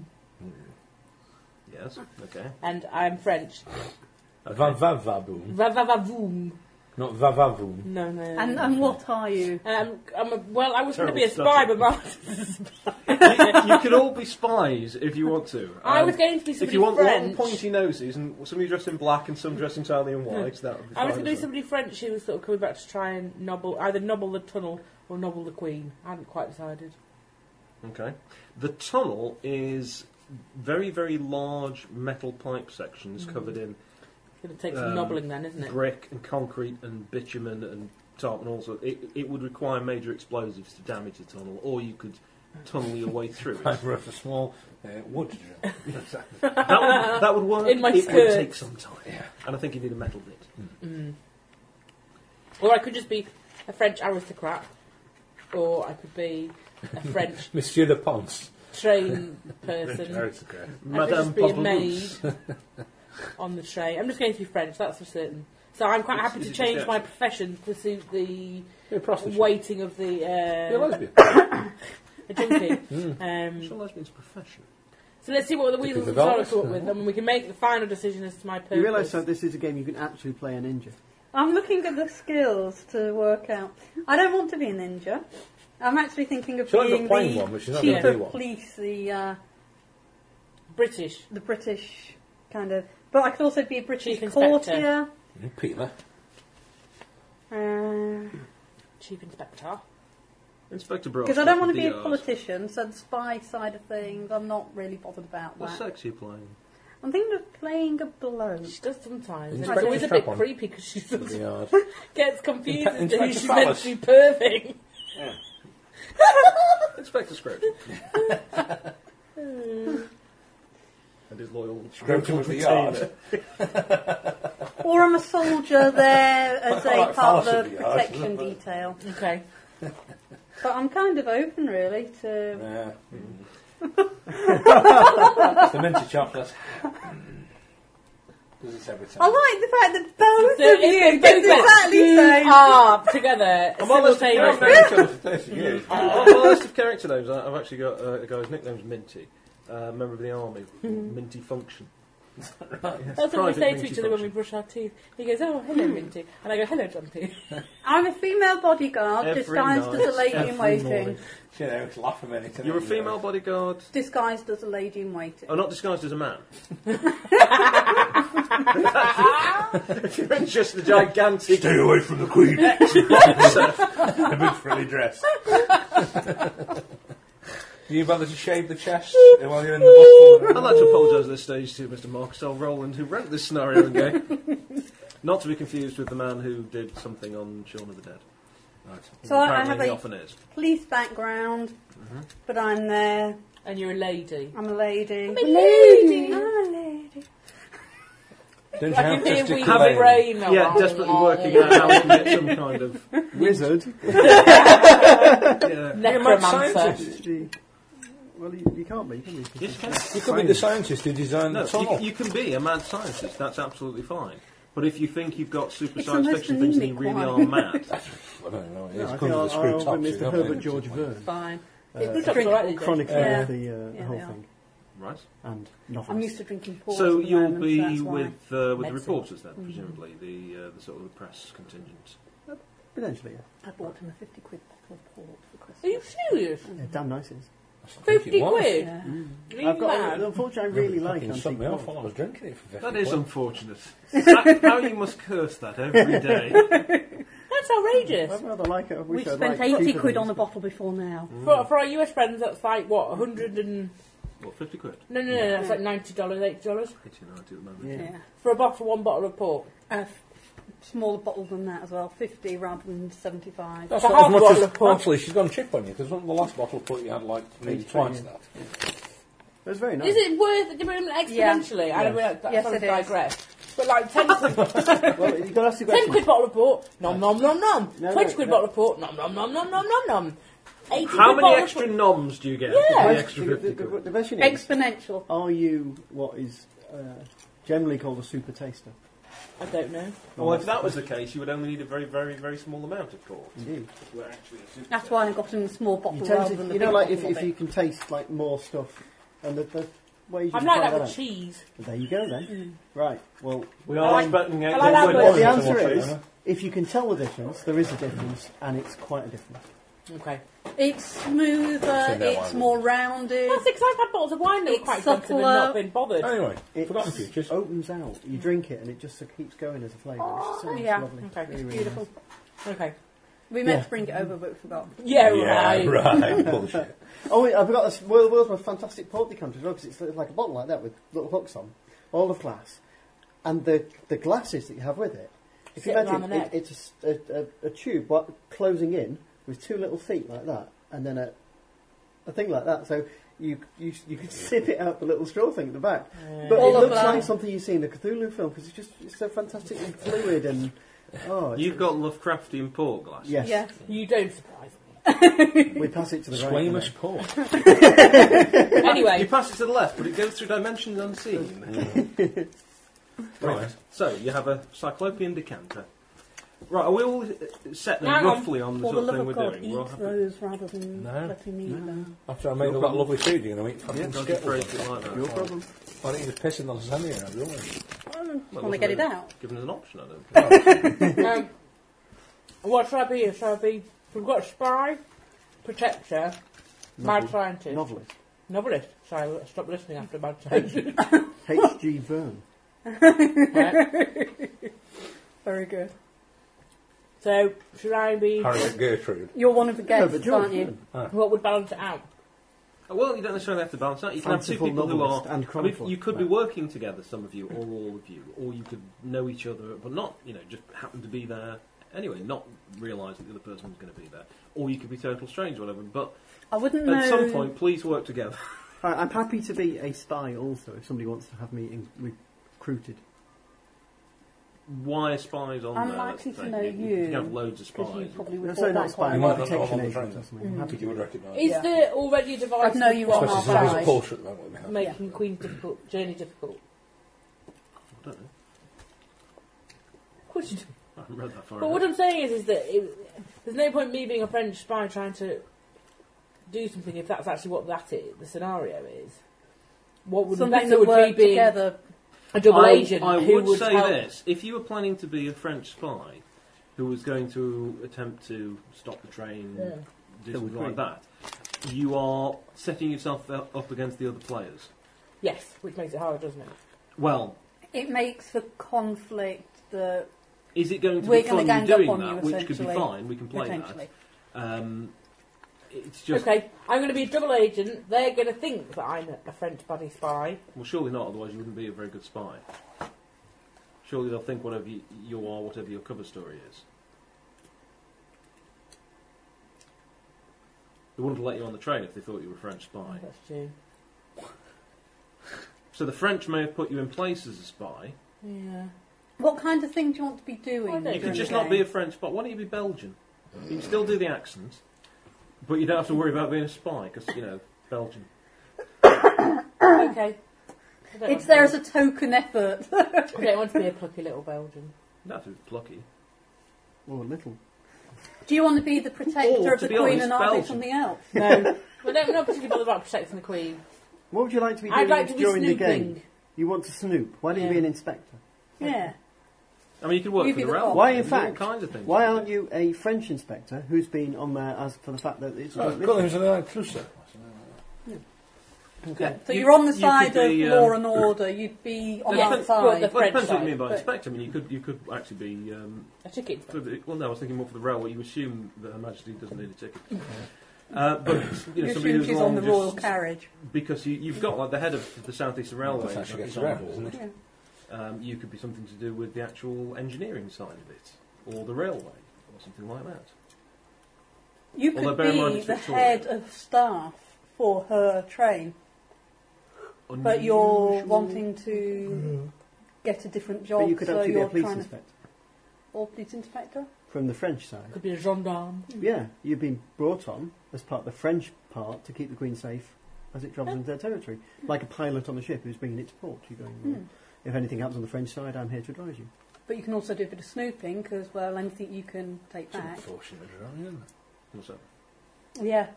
Speaker 3: Yes. Okay.
Speaker 2: and I'm French.
Speaker 5: Hmm.
Speaker 4: Vavavaboom,
Speaker 2: Vavavaboom.
Speaker 4: not vavavoom.
Speaker 2: No, no. no.
Speaker 6: And, and what are you?
Speaker 2: um, I'm a, well, I was going to
Speaker 3: Terrible
Speaker 2: be a spy,
Speaker 3: stutter.
Speaker 2: but my-
Speaker 3: you, you can all be spies if you want to.
Speaker 2: I
Speaker 3: Um,
Speaker 2: was going to be
Speaker 3: If
Speaker 2: somebody
Speaker 3: you want long
Speaker 2: French.
Speaker 3: pointy noses and somebody dressed in black and some dressed entirely in white, that would be
Speaker 2: I was
Speaker 3: fine as
Speaker 2: going to be
Speaker 3: well.
Speaker 2: somebody French who was sort of coming back to try and nobble, either nobble the tunnel or nobble the Queen. I hadn't quite decided.
Speaker 3: Okay. The tunnel is very, very large metal pipe sections
Speaker 2: Mm.
Speaker 3: covered in
Speaker 2: It's going to take some
Speaker 3: Um,
Speaker 2: nobbling then, isn't it?
Speaker 3: brick and concrete and bitumen and tarp and all sorts. It, it would require major explosives to damage the tunnel, or you could tunnel your way through it.
Speaker 4: I wrote a small uh, wood drill.
Speaker 3: That would, that would work.
Speaker 2: In my
Speaker 3: it would
Speaker 2: skirts.
Speaker 3: take some time. And I think you need a metal bit.
Speaker 2: Or I could just be a French aristocrat, or I could be a French
Speaker 4: Monsieur Le Ponce.
Speaker 2: train person.
Speaker 4: Aristocrat.
Speaker 2: I could
Speaker 3: Madame
Speaker 2: just be a
Speaker 3: Pavlouf.
Speaker 2: maid on the train. I'm just going to be French, that's for certain. So I'm quite
Speaker 3: It's-
Speaker 2: happy to
Speaker 3: it's
Speaker 2: change
Speaker 3: just-
Speaker 2: my profession to suit the
Speaker 4: You're a prostitute.
Speaker 2: weighting of the
Speaker 4: You're a
Speaker 2: uh,
Speaker 4: lesbian.
Speaker 2: a junkie.
Speaker 4: Mm.
Speaker 2: um,
Speaker 3: lesbian's profession.
Speaker 2: so let's see what the
Speaker 4: Could be
Speaker 2: weasels and
Speaker 4: developed.
Speaker 2: Sarah come up with, and we can make the final decision as to my purpose.
Speaker 5: You realise that this is a game you can actually play a ninja.
Speaker 6: I'm looking at the skills to work out. I don't want to be a ninja. I'm actually thinking of
Speaker 4: She only got
Speaker 6: being
Speaker 4: plain
Speaker 6: the
Speaker 4: one, but she's not
Speaker 6: chief
Speaker 4: gonna be
Speaker 6: of
Speaker 4: one.
Speaker 6: police, the uh,
Speaker 2: British.
Speaker 6: the British kind of. But I could also be a British
Speaker 2: Chief Inspector.
Speaker 6: courtier.
Speaker 4: Mm, Peeler.
Speaker 8: Uh,
Speaker 6: Because
Speaker 2: Chief Inspector.
Speaker 3: Inspector Brock.
Speaker 6: I don't want to be a politician, so the spy side of things, I'm not really bothered about
Speaker 3: What
Speaker 6: that.
Speaker 3: sex are you playing?
Speaker 6: I'm thinking of playing a bloke.
Speaker 2: She does sometimes. And it's
Speaker 4: Inspector
Speaker 2: always a bit
Speaker 4: Strap-on.
Speaker 2: creepy because she sort
Speaker 4: It'd
Speaker 2: of
Speaker 4: be hard.
Speaker 2: gets confused
Speaker 4: Inpe-
Speaker 2: as to who
Speaker 4: Inspector
Speaker 2: she's meant
Speaker 4: Fallas.
Speaker 2: to be perving.
Speaker 3: Inspector Scrooge. and his loyal
Speaker 4: Scrooge of the yard.
Speaker 8: Or I'm a soldier there as
Speaker 4: I
Speaker 8: a
Speaker 4: like
Speaker 8: part of
Speaker 4: philosophy,
Speaker 8: the
Speaker 4: I
Speaker 8: protection
Speaker 4: suppose.
Speaker 8: detail.
Speaker 2: Okay.
Speaker 8: But I'm kind of open, really, to.
Speaker 4: Yeah. the minty chocolate. Does this every time.
Speaker 8: I like the fact that both
Speaker 2: So
Speaker 8: of you
Speaker 2: if both
Speaker 8: did
Speaker 2: of us
Speaker 8: exactly the same.
Speaker 2: are together
Speaker 3: I'm almost
Speaker 2: simultaneously.
Speaker 3: there.
Speaker 4: you.
Speaker 3: On my list of character names, I- I've actually got uh, a guy whose nickname's Minty. Uh, member of the army, Minty Function. Yes,
Speaker 2: That's what we
Speaker 3: Private
Speaker 2: say to
Speaker 3: Minty
Speaker 2: each other when we
Speaker 3: Function.
Speaker 2: brush our teeth. He goes, "Oh, hello, Minty," and I go, "Hello, Dumpy."
Speaker 8: I'm a female bodyguard
Speaker 3: Every
Speaker 8: disguised
Speaker 3: night,
Speaker 8: as a lady
Speaker 3: every
Speaker 8: in waiting.
Speaker 3: morning.
Speaker 4: You know, it's laughing many times.
Speaker 3: You're a female bodyguard.
Speaker 8: Disguised as a lady in waiting.
Speaker 3: Oh, not disguised as a man. if you're in just the gigantic
Speaker 4: Stay away from the queen. I'm in frilly dress. Do you bother to shave the chest while you're in the bottle?
Speaker 3: I'd like to apologise at this stage to Mr. Marcus L. Rowland, who wrote this scenario and game. Not to be confused with the man who did something on Shaun of the Dead.
Speaker 4: Right.
Speaker 8: So I- I
Speaker 3: Apparently
Speaker 8: have
Speaker 3: he
Speaker 8: a-
Speaker 3: often is.
Speaker 8: Police background,
Speaker 3: Mm-hmm.
Speaker 8: but I'm there.
Speaker 2: And you're a lady.
Speaker 8: I'm a lady. I'm
Speaker 2: a lady.
Speaker 8: I'm a lady.
Speaker 4: Don't you
Speaker 2: I can
Speaker 4: have
Speaker 2: hear we
Speaker 3: Having-
Speaker 4: gesticulation?
Speaker 2: brain.
Speaker 8: Oh,
Speaker 3: yeah, desperately working out how we can get some kind of.
Speaker 5: Wizard.
Speaker 3: Yeah.
Speaker 2: Necromancer.
Speaker 4: scientist.
Speaker 5: Gee. Well, you, you can't be, can you?
Speaker 4: You could be the scientist who designed
Speaker 3: No,
Speaker 4: the tunnel.
Speaker 3: you, you can be a mad scientist, that's absolutely fine. But if you think you've got super
Speaker 8: It's
Speaker 3: science
Speaker 8: almost
Speaker 3: fiction
Speaker 8: an
Speaker 3: things and you
Speaker 8: enigma.
Speaker 3: really are mad,
Speaker 4: I don't know. It's
Speaker 5: No, I
Speaker 4: comes
Speaker 5: think
Speaker 4: with
Speaker 5: I'll,
Speaker 4: a screw
Speaker 5: I'll
Speaker 4: top,
Speaker 5: go with
Speaker 4: so
Speaker 5: Mr.
Speaker 4: you
Speaker 5: Herbert
Speaker 4: know,
Speaker 5: George
Speaker 4: it's-
Speaker 5: Verne.
Speaker 2: Fine.
Speaker 5: Uh,
Speaker 2: It's not right, is it?
Speaker 5: chronicler
Speaker 8: Yeah.
Speaker 5: of the, uh, the
Speaker 8: Yeah,
Speaker 5: whole
Speaker 8: they are.
Speaker 5: thing.
Speaker 3: right?
Speaker 5: And
Speaker 8: I'm used
Speaker 5: novels.
Speaker 8: to drinking port.
Speaker 3: so
Speaker 8: at the
Speaker 3: you'll
Speaker 8: moment, so
Speaker 3: be
Speaker 8: that's why. Mm-hmm.
Speaker 3: with uh, with the
Speaker 2: Medicine.
Speaker 3: reporters then, presumably, the, uh, the sort of the press contingent.
Speaker 5: Potentially, yeah.
Speaker 8: I bought him a 50 quid bottle of port for Christmas.
Speaker 2: Are you serious?
Speaker 5: yeah. Damn nice it is.
Speaker 4: I think it
Speaker 2: Fifty
Speaker 4: was.
Speaker 2: quid.
Speaker 8: Yeah.
Speaker 5: Mm,
Speaker 2: Are you
Speaker 5: I've got,
Speaker 2: mad?
Speaker 5: unfortunately, I really like
Speaker 4: Fucking
Speaker 5: antique
Speaker 4: shut me off
Speaker 5: port.
Speaker 4: while I was drinking it for 50
Speaker 3: That is
Speaker 4: quid.
Speaker 3: unfortunate. That- how you must curse that every day.
Speaker 2: That's
Speaker 5: I'd
Speaker 2: outrageous.
Speaker 5: rather like it. I wish
Speaker 8: We've
Speaker 5: I'd
Speaker 8: spent
Speaker 5: like
Speaker 8: 80
Speaker 5: cheaper Mm.
Speaker 8: quid
Speaker 5: things.
Speaker 8: on a bottle before now.
Speaker 2: For, for our US friends, that's like what, a hundred and
Speaker 3: What, 50 quid?
Speaker 2: no, no, no, that's like ninety dollars, eighty dollars
Speaker 3: 89 at the moment.
Speaker 5: Yeah.
Speaker 8: Yeah.
Speaker 2: for a bottle, one bottle of port.
Speaker 8: A f- smaller bottle than that as well, 50 rather than 75.
Speaker 2: That's
Speaker 4: So
Speaker 2: a half
Speaker 4: as much
Speaker 2: bottle
Speaker 4: as,
Speaker 2: of port.
Speaker 4: actually, she's gone cheap on you because wasn't the last bottle put you had like maybe
Speaker 5: Eighty
Speaker 4: twice
Speaker 5: quid,
Speaker 4: that.
Speaker 5: It was very nice.
Speaker 2: Is it worth it exponentially? I don't know, that's
Speaker 8: Yes,
Speaker 2: sort of
Speaker 8: it is.
Speaker 2: digress. But like 10, 10
Speaker 5: well, you've got to ask the question.
Speaker 2: quid bottle of port, nom nom nom nom.
Speaker 5: No, no,
Speaker 2: 20 quid
Speaker 5: no.
Speaker 2: bottle of port, nom nom nom nom nom nom nom. 80
Speaker 3: How
Speaker 2: quid
Speaker 3: many
Speaker 2: bottle of
Speaker 3: extra
Speaker 2: port.
Speaker 3: noms do you get?
Speaker 2: Yeah.
Speaker 3: for
Speaker 5: The
Speaker 3: The extra
Speaker 5: question- the,
Speaker 3: 50
Speaker 5: the,
Speaker 3: quid.
Speaker 5: the question is,
Speaker 8: Exponential.
Speaker 5: are you what is uh, generally called a super taster?
Speaker 2: I don't know.
Speaker 3: Well, if that was the case, you would only need a very, very, very small amount, of course.
Speaker 5: You,
Speaker 3: We're actually a super-
Speaker 8: That's why I got him the small bottle
Speaker 5: you
Speaker 8: rather
Speaker 5: tend
Speaker 8: than
Speaker 5: to,
Speaker 8: the
Speaker 5: you
Speaker 8: big
Speaker 5: know, like if,
Speaker 8: bottle of
Speaker 5: if
Speaker 8: it.
Speaker 5: you can taste like more stuff, and the, the way you
Speaker 2: I'm
Speaker 5: just
Speaker 2: like
Speaker 5: try
Speaker 2: that
Speaker 5: that
Speaker 2: with Mm.
Speaker 5: out.
Speaker 2: cheese.
Speaker 5: There you go then. Right. Well,
Speaker 3: We
Speaker 2: I
Speaker 3: are
Speaker 2: like-
Speaker 3: expecting
Speaker 2: I like that
Speaker 5: well,
Speaker 2: word.
Speaker 5: the
Speaker 4: wasn't
Speaker 5: answer
Speaker 4: someone
Speaker 5: is
Speaker 4: put
Speaker 5: if you can tell the difference, there is a difference, and it's quite a difference.
Speaker 2: Okay.
Speaker 8: It's smoother,
Speaker 4: Seen that
Speaker 8: it's
Speaker 4: one.
Speaker 8: more rounded.
Speaker 2: That's because I've had bottles of wine that were
Speaker 8: It's
Speaker 2: quite expensive and
Speaker 8: subtler.
Speaker 2: not been bothered.
Speaker 4: Anyway,
Speaker 5: It
Speaker 4: forgotten futures.
Speaker 5: opens out. You drink it, and it just so keeps going as a flavour. It's so
Speaker 8: Oh, yeah.
Speaker 5: lovely.
Speaker 2: Okay, it's
Speaker 5: Really, really
Speaker 8: Beautiful.
Speaker 2: Okay.
Speaker 8: We meant
Speaker 5: Yeah.
Speaker 8: to bring it over, but we forgot.
Speaker 2: Yeah,
Speaker 4: yeah,
Speaker 2: right.
Speaker 4: right. Bullshit.
Speaker 5: nice. Oh, wait, I forgot this. Well, the world's most fantastic port decanter as well, because it's li- like a bottle like that with little hooks on, all of glass, and the the glasses that you have with it. If you
Speaker 2: Sit around
Speaker 5: imagine,
Speaker 2: the
Speaker 5: it,
Speaker 2: neck.
Speaker 5: it's a s- a, a- a tube what, closing in with two little feet like that, and then a a thing like that. So. You, you you could sip it out the little straw thing at the back, but
Speaker 8: All
Speaker 5: it
Speaker 8: of
Speaker 5: looks
Speaker 8: that.
Speaker 5: like something you see in a Cthulhu film because it's just it's so fantastically fluid and oh it's-
Speaker 3: You've got Lovecraftian port glass.
Speaker 5: yes
Speaker 8: Yeah.
Speaker 2: You don't surprise
Speaker 5: we pass it to the right.
Speaker 4: Squamish port.
Speaker 2: me.
Speaker 3: You
Speaker 2: anyway,
Speaker 3: pass it to the left, but it goes through dimensions unseen. right. So you have a cyclopean decanter. Right. Are we all uh, set then
Speaker 2: Hang on.
Speaker 3: roughly on, the
Speaker 8: For the
Speaker 3: sort of
Speaker 8: love
Speaker 3: thing
Speaker 8: of
Speaker 3: we're
Speaker 8: God,
Speaker 3: doing?
Speaker 8: eat
Speaker 3: We're all happy.
Speaker 8: those rather than
Speaker 4: No.
Speaker 8: letting me eat them.
Speaker 4: After I made all that lovely food, you're going to eat
Speaker 3: Yeah,
Speaker 4: fucking
Speaker 3: don't be
Speaker 4: skittles.
Speaker 3: afraid to like that.
Speaker 5: Your problem.
Speaker 4: I think you're pissing the lasagna out, really.
Speaker 3: Well,
Speaker 8: Want to get it
Speaker 3: wasn't
Speaker 8: out?
Speaker 3: Given as an option, I don't think.
Speaker 2: um, what shall I be? Shall I be? We've got spy, protector, mad
Speaker 5: Novel-
Speaker 2: scientist,
Speaker 5: Novelist.
Speaker 2: novelist. Sorry, I stopped listening after mad scientist.
Speaker 5: H.G. Verne.
Speaker 2: Right.
Speaker 8: Very good.
Speaker 2: So should I be?
Speaker 4: Harriet Gertrude.
Speaker 8: You're one of the
Speaker 5: No,
Speaker 8: guests,
Speaker 5: but George
Speaker 8: aren't you?
Speaker 5: Verne.
Speaker 2: What would balance it out?
Speaker 3: Oh, well, you don't necessarily have to balance that. You can have two
Speaker 5: Fanciful
Speaker 3: people who
Speaker 5: novelist
Speaker 3: are.
Speaker 5: and
Speaker 3: I mean,
Speaker 5: chronicler.
Speaker 3: you could be working together, some of you, or all of you, or you could know each other, but not, you know, just happen to be there anyway, not realise that the other person was going to be there. Or you could be total strange, whatever. But
Speaker 6: I wouldn't know.
Speaker 3: at some point, please work together.
Speaker 5: Alright, I'm happy to be a spy also if somebody wants to have me in- recruited.
Speaker 3: Why are spies on
Speaker 6: I'm
Speaker 3: there? That's
Speaker 6: likely
Speaker 3: the
Speaker 6: to
Speaker 3: thing.
Speaker 6: know
Speaker 3: You can
Speaker 6: you,
Speaker 3: have loads of
Speaker 6: Because you
Speaker 3: spies.
Speaker 6: probably
Speaker 5: No,
Speaker 6: would
Speaker 5: sorry,
Speaker 6: thought
Speaker 5: not
Speaker 6: that
Speaker 5: spy,
Speaker 4: You
Speaker 6: one.
Speaker 4: might
Speaker 5: more
Speaker 4: not know
Speaker 5: protection
Speaker 4: I'm on the
Speaker 5: agent
Speaker 4: train.
Speaker 5: or something. I'm
Speaker 6: Mm.
Speaker 5: happy
Speaker 4: think you would recognise.
Speaker 2: Is
Speaker 6: Yeah.
Speaker 2: there already a device?
Speaker 6: I'd know
Speaker 2: with
Speaker 6: you on
Speaker 2: one
Speaker 6: our
Speaker 4: Especially
Speaker 2: half
Speaker 4: since
Speaker 6: side.
Speaker 4: it's
Speaker 2: eyes
Speaker 4: Porsche at the moment. we have.
Speaker 2: Making Queen difficult, journey difficult.
Speaker 3: I don't know.
Speaker 2: Of course you do.
Speaker 3: I haven't read that far.
Speaker 2: But
Speaker 3: ahead.
Speaker 2: what I'm saying is, is that it, there's no point me being a French spy trying to do something if that's actually what that i the scenario is. What would be
Speaker 6: Something
Speaker 2: better
Speaker 6: that
Speaker 2: would be
Speaker 6: worked
Speaker 2: being
Speaker 6: together.
Speaker 2: a double
Speaker 3: I,
Speaker 2: agent
Speaker 3: I
Speaker 2: who
Speaker 3: would,
Speaker 2: would
Speaker 3: say
Speaker 2: help.
Speaker 3: this: if you were planning to be a French spy who was going to attempt to stop the train,
Speaker 2: Yeah.
Speaker 3: do
Speaker 5: That would
Speaker 3: something like that, you are setting yourself up against the other players.
Speaker 2: Yes, which makes it harder, doesn't it?
Speaker 3: Well,
Speaker 6: It makes for conflict that
Speaker 3: is it going to
Speaker 6: We're
Speaker 3: be
Speaker 6: gonna
Speaker 3: fun
Speaker 6: gang up
Speaker 3: doing
Speaker 6: on
Speaker 3: that?
Speaker 6: you,
Speaker 3: which could be
Speaker 6: essentially.
Speaker 3: fine. We can play
Speaker 6: potentially.
Speaker 3: that. Um, it's just
Speaker 2: Okay, I'm going to be a double agent. They're going to think that I'm a French buddy spy.
Speaker 3: well, surely not. Otherwise, you wouldn't be a very good spy. Surely they'll think whatever you, you are, whatever your cover story is. They wouldn't have let you on the train if they thought you were a French spy.
Speaker 2: That's true.
Speaker 3: So the French may have put you in place as a spy.
Speaker 2: Yeah.
Speaker 6: What kind of thing do you want to be
Speaker 2: I
Speaker 6: doing?
Speaker 2: don't
Speaker 3: You
Speaker 2: During
Speaker 3: could
Speaker 6: during
Speaker 3: just
Speaker 6: the
Speaker 3: not be a
Speaker 6: game?
Speaker 3: French spy. Why don't you be Belgian? You can still do the accent, but you don't have to worry about being a spy because you know Belgian.
Speaker 2: okay. I don't
Speaker 6: It's
Speaker 2: want to
Speaker 6: there as
Speaker 2: be-
Speaker 6: a token effort.
Speaker 2: I don't want to be a plucky little Belgian.
Speaker 3: You don't have to be plucky.
Speaker 5: Or little.
Speaker 6: do you want to be the protector
Speaker 3: Or,
Speaker 6: of
Speaker 3: to
Speaker 6: the
Speaker 3: be
Speaker 6: Queen
Speaker 3: honest,
Speaker 6: and not
Speaker 3: Belgium.
Speaker 6: do something else?
Speaker 2: No, but I'm not particularly bothered about protecting the Queen.
Speaker 5: What would you like to be doing
Speaker 2: I'd like to be
Speaker 5: during the
Speaker 2: snooping.
Speaker 5: game? You want to snoop. Why don't
Speaker 2: Yeah.
Speaker 5: you be an inspector?
Speaker 6: Yeah.
Speaker 3: I mean, you could work
Speaker 6: You'd
Speaker 3: for
Speaker 6: be
Speaker 3: the,
Speaker 6: the
Speaker 3: railway.
Speaker 6: boss.
Speaker 5: Why, in
Speaker 3: You could do
Speaker 5: fact,
Speaker 3: all kinds of things.
Speaker 5: Why aren't you a French inspector who's been on there as for the fact that it's
Speaker 4: Oh, God, there's another cruiser.
Speaker 3: Okay.
Speaker 6: So you, are on the
Speaker 3: you
Speaker 6: side
Speaker 3: could
Speaker 6: of
Speaker 3: be,
Speaker 6: law
Speaker 3: um,
Speaker 6: and order. You'd be on
Speaker 2: Yeah,
Speaker 6: our
Speaker 2: but-
Speaker 6: side.
Speaker 2: but the-
Speaker 3: Well, it
Speaker 2: French
Speaker 3: depends what you
Speaker 2: side,
Speaker 3: mean by
Speaker 6: but-
Speaker 3: inspector. I mean, you could you could actually be. Um,
Speaker 2: A ticket.
Speaker 3: for the, well, no, I was thinking more for the railway. You assume that Her Majesty doesn't need a ticket. Uh, but you
Speaker 6: You
Speaker 3: know,
Speaker 6: assume
Speaker 3: somebody who's
Speaker 6: she's on the
Speaker 3: along
Speaker 6: royal
Speaker 3: just-
Speaker 6: carriage.
Speaker 3: because you, you've got like the head of the South Eastern Railway.
Speaker 4: That's actually
Speaker 3: is
Speaker 4: gets
Speaker 3: on
Speaker 4: around,
Speaker 3: board.
Speaker 4: isn't it?
Speaker 6: Yeah.
Speaker 3: um, you could be something to do with the actual engineering side of it, or the railway, or something like that.
Speaker 6: You
Speaker 3: Although
Speaker 6: could
Speaker 3: bear in mind
Speaker 6: be
Speaker 3: it's
Speaker 6: the
Speaker 3: Victoria.
Speaker 6: head of staff for her train, but you're
Speaker 3: Unusual-
Speaker 6: wanting to get a different job,
Speaker 5: But you could
Speaker 6: so
Speaker 5: actually be
Speaker 6: you're
Speaker 5: a police
Speaker 6: trying to.
Speaker 5: inspector
Speaker 6: Or police inspector?
Speaker 5: from the French side.
Speaker 2: Could be a gendarme.
Speaker 5: Yeah, you've been brought on as part of the French part to keep the Queen safe as it travels into their territory. Like a pilot on a ship who's bringing it to port. You're going, well,
Speaker 6: Hmm.
Speaker 5: if anything happens on the French side, I'm here to advise you.
Speaker 6: But you can also do a bit of snooping because, well, anything you can take
Speaker 4: It's
Speaker 6: back.
Speaker 4: unfortunate, really, isn't it?
Speaker 3: What's that?
Speaker 6: Yeah,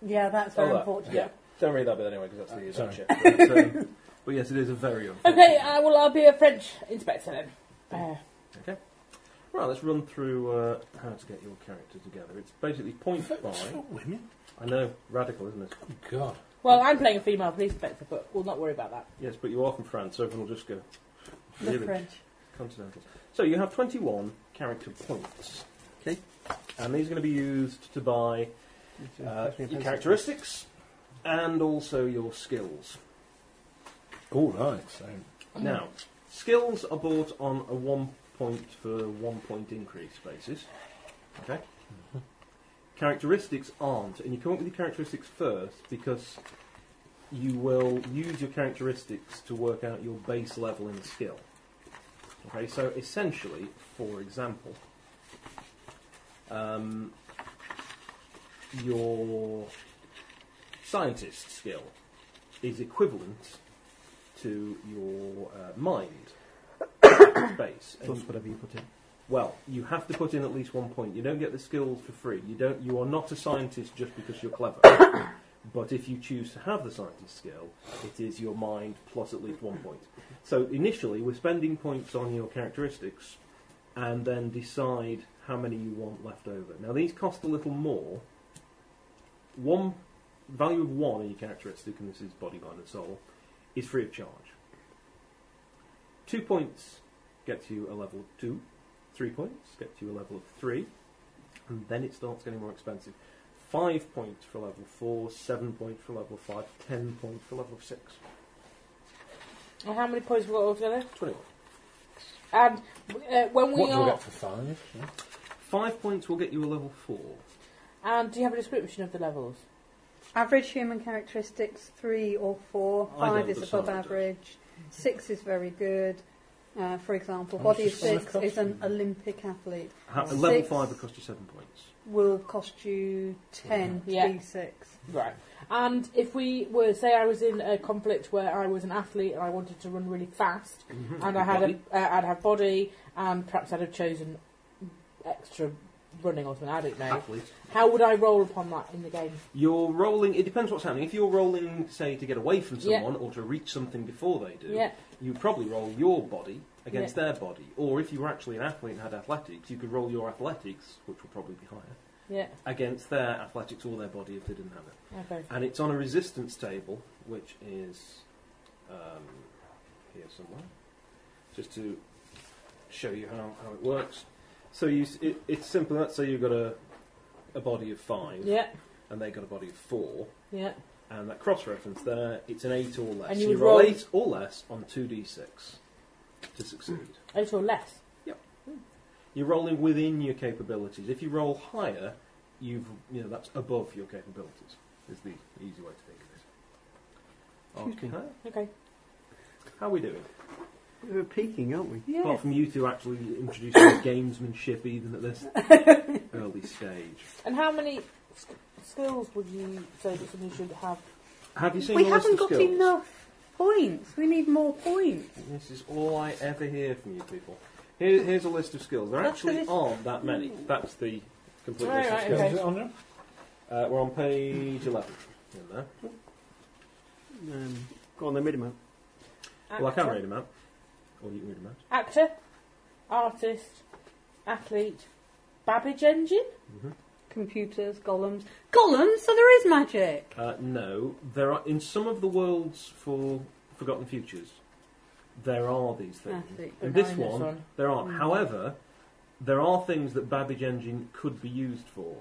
Speaker 6: yeah, that's very
Speaker 3: Oh, that.
Speaker 6: unfortunate.
Speaker 3: Yeah, don't read that bit anyway because that's the
Speaker 4: Uh,
Speaker 3: uh, But, um, but yes, it is a very unfortunate.
Speaker 2: Okay, uh, well, I'll be a French inspector then. Uh,
Speaker 3: Okay. Right, let's run through uh, how to get your character together. It's basically point by.
Speaker 4: It's for women.
Speaker 3: I know, radical, isn't it?
Speaker 4: Good God.
Speaker 2: well, I'm playing a female police inspector, but we'll not worry about that.
Speaker 3: Yes, but you are from France, so everyone will just go.
Speaker 6: The
Speaker 3: Really?
Speaker 6: French.
Speaker 3: Continentals. So you have 21 character points.
Speaker 5: Okay.
Speaker 3: And these are going to be used to buy uh, your characteristics and also your skills.
Speaker 4: All right. So,
Speaker 3: Now, skills are bought on a one point for one point increase basis. Okay?
Speaker 4: Mm-hmm.
Speaker 3: Characteristics aren't, and you come up with your characteristics first because you will use your characteristics to work out your base level in skill. Okay, so essentially, for example, um, your scientist skill is equivalent to your uh, mind space.
Speaker 5: Plus
Speaker 3: And-
Speaker 5: whatever you put in.
Speaker 3: well, you have to put in at least one point. You don't get the skills for free. You don't. You are not a scientist just because you're clever. but if you choose to have the scientist skill, it is your mind plus at least one point. So initially, we're spending points on your characteristics, and then decide how many you want left over. Now these cost a little more. One value of one in your characteristic, and this is body, mind, and soul, is free of charge. Two points gets you a level two three points, gets you a level of three, and then it starts getting more expensive. Five points for level four, seven points for level five, ten points for level six.
Speaker 2: And how many points we got altogether?
Speaker 3: Twenty-one.
Speaker 2: And uh, when we
Speaker 4: what do we
Speaker 2: are
Speaker 4: get for five? Yeah.
Speaker 3: Five points will get you a level four.
Speaker 2: And do you have a description of the levels?
Speaker 6: Average human characteristics three or four.
Speaker 3: I know
Speaker 6: Five is
Speaker 3: the
Speaker 6: above
Speaker 3: sound.
Speaker 6: average. Six is very good. Uh, for example,
Speaker 4: How much
Speaker 6: body of
Speaker 4: does that
Speaker 6: six
Speaker 4: cost?
Speaker 6: is an Olympic athlete.
Speaker 3: Ha-
Speaker 2: Six.
Speaker 3: level five will cost you seven points.
Speaker 6: Will cost you ten
Speaker 2: Yeah.
Speaker 6: d6.
Speaker 2: Right. And if we were, say, I was in a conflict where I was an athlete and I wanted to run really fast, and I had a,
Speaker 3: Body.
Speaker 2: uh, I'd have body, and perhaps I'd have chosen extra running or something. I don't know.
Speaker 3: athlete.
Speaker 2: How would I roll upon that in the game?
Speaker 3: You're rolling. It depends what's happening. If you're rolling, say, to get away from
Speaker 2: Yeah.
Speaker 3: someone or to reach something before they do,
Speaker 2: Yeah.
Speaker 3: you probably roll your body against their body. Or if you were actually an athlete and had athletics, you could roll your athletics, which would probably be higher,
Speaker 2: Yeah.
Speaker 3: against their athletics or their body if they didn't have it.
Speaker 2: Okay.
Speaker 3: And it's on a resistance table, which is um, here somewhere, just to show you how, how it works. So you, s- it, it's simple. Let's say you've got a, a body of five,
Speaker 2: Yeah.
Speaker 3: and they've got a body of four.
Speaker 2: Yeah.
Speaker 3: And that cross reference there, it's an 8 or less.
Speaker 2: And
Speaker 3: And
Speaker 2: you
Speaker 3: you,
Speaker 2: would
Speaker 3: roll
Speaker 2: roll-
Speaker 3: 8 or less on 2d6 to succeed.
Speaker 2: Eight or less.
Speaker 3: You're rolling within your capabilities. If you roll higher, you've you know that's above your capabilities. Is the easy way to think of it. Okay.
Speaker 2: Okay.
Speaker 3: How are we doing?
Speaker 5: We're peaking, aren't we?
Speaker 6: Yeah.
Speaker 3: Apart from you two actually introducing gamesmanship even at this early stage.
Speaker 2: And how many sk- skills would you say that somebody should have?
Speaker 3: Have you seen
Speaker 6: We
Speaker 3: the list
Speaker 6: haven't
Speaker 3: of
Speaker 6: got
Speaker 3: skills?
Speaker 6: enough points. We need more points.
Speaker 3: This is all I ever hear from you people. Here, here's a list of skills. There
Speaker 6: That's the
Speaker 3: actually
Speaker 6: list.
Speaker 3: aren't that many. That's the complete
Speaker 2: Right,
Speaker 3: list of
Speaker 2: right,
Speaker 3: skills.
Speaker 2: okay.
Speaker 4: Is it on there?
Speaker 3: Uh, we're on page 11. In there.
Speaker 5: Um, go on, then read 'em out.
Speaker 2: Actor,
Speaker 3: Well, I can read them out. Or you can read them out.
Speaker 2: Actor, artist, athlete, Babbage engine.
Speaker 3: Mm-hmm.
Speaker 6: Computers, golems. Golems? So there is magic.
Speaker 3: Uh, no, there are in some of the worlds for Forgotten Futures, there are these things.
Speaker 6: Athlete.
Speaker 3: In
Speaker 2: But
Speaker 3: this
Speaker 2: not in Ah, this
Speaker 3: one,
Speaker 2: one. Hmm.
Speaker 3: there aren't. However, there are things that Babbage Engine could be used for.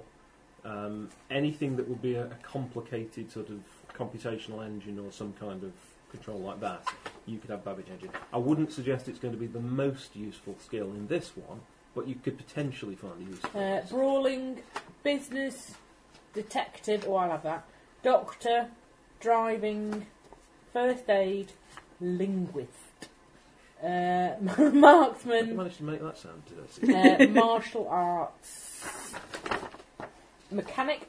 Speaker 3: Um, anything that would be a, a complicated sort of computational engine or some kind of control like that, you could have Babbage Engine. I wouldn't suggest it's going to be the most useful skill in this one, but you could potentially find a use for
Speaker 2: Uh,
Speaker 3: it.
Speaker 2: brawling, business, detective, oh, I'll have that. Doctor, driving, first aid, linguist, uh,
Speaker 3: I
Speaker 2: marksman,
Speaker 3: managed to make that sound today.
Speaker 2: uh, martial arts, mechanic,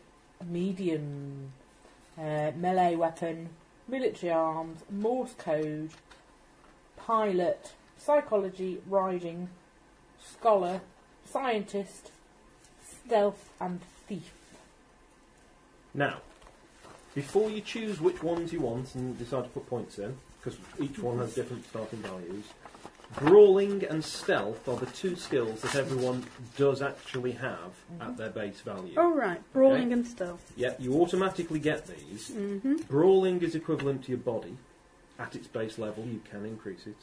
Speaker 2: medium, uh, melee weapon, military arms, Morse code, pilot, psychology, riding, scholar, scientist, stealth, and thief.
Speaker 3: Now, before you choose which ones you want and decide to put points in, because each one has different starting values, brawling and stealth are the two skills that everyone does actually have at their base value.
Speaker 8: Oh.
Speaker 6: All right. Brawling and stealth.
Speaker 3: Yep, you automatically get these.
Speaker 6: Mm-hmm.
Speaker 3: Brawling is equivalent to your body. At its base level, you can increase it.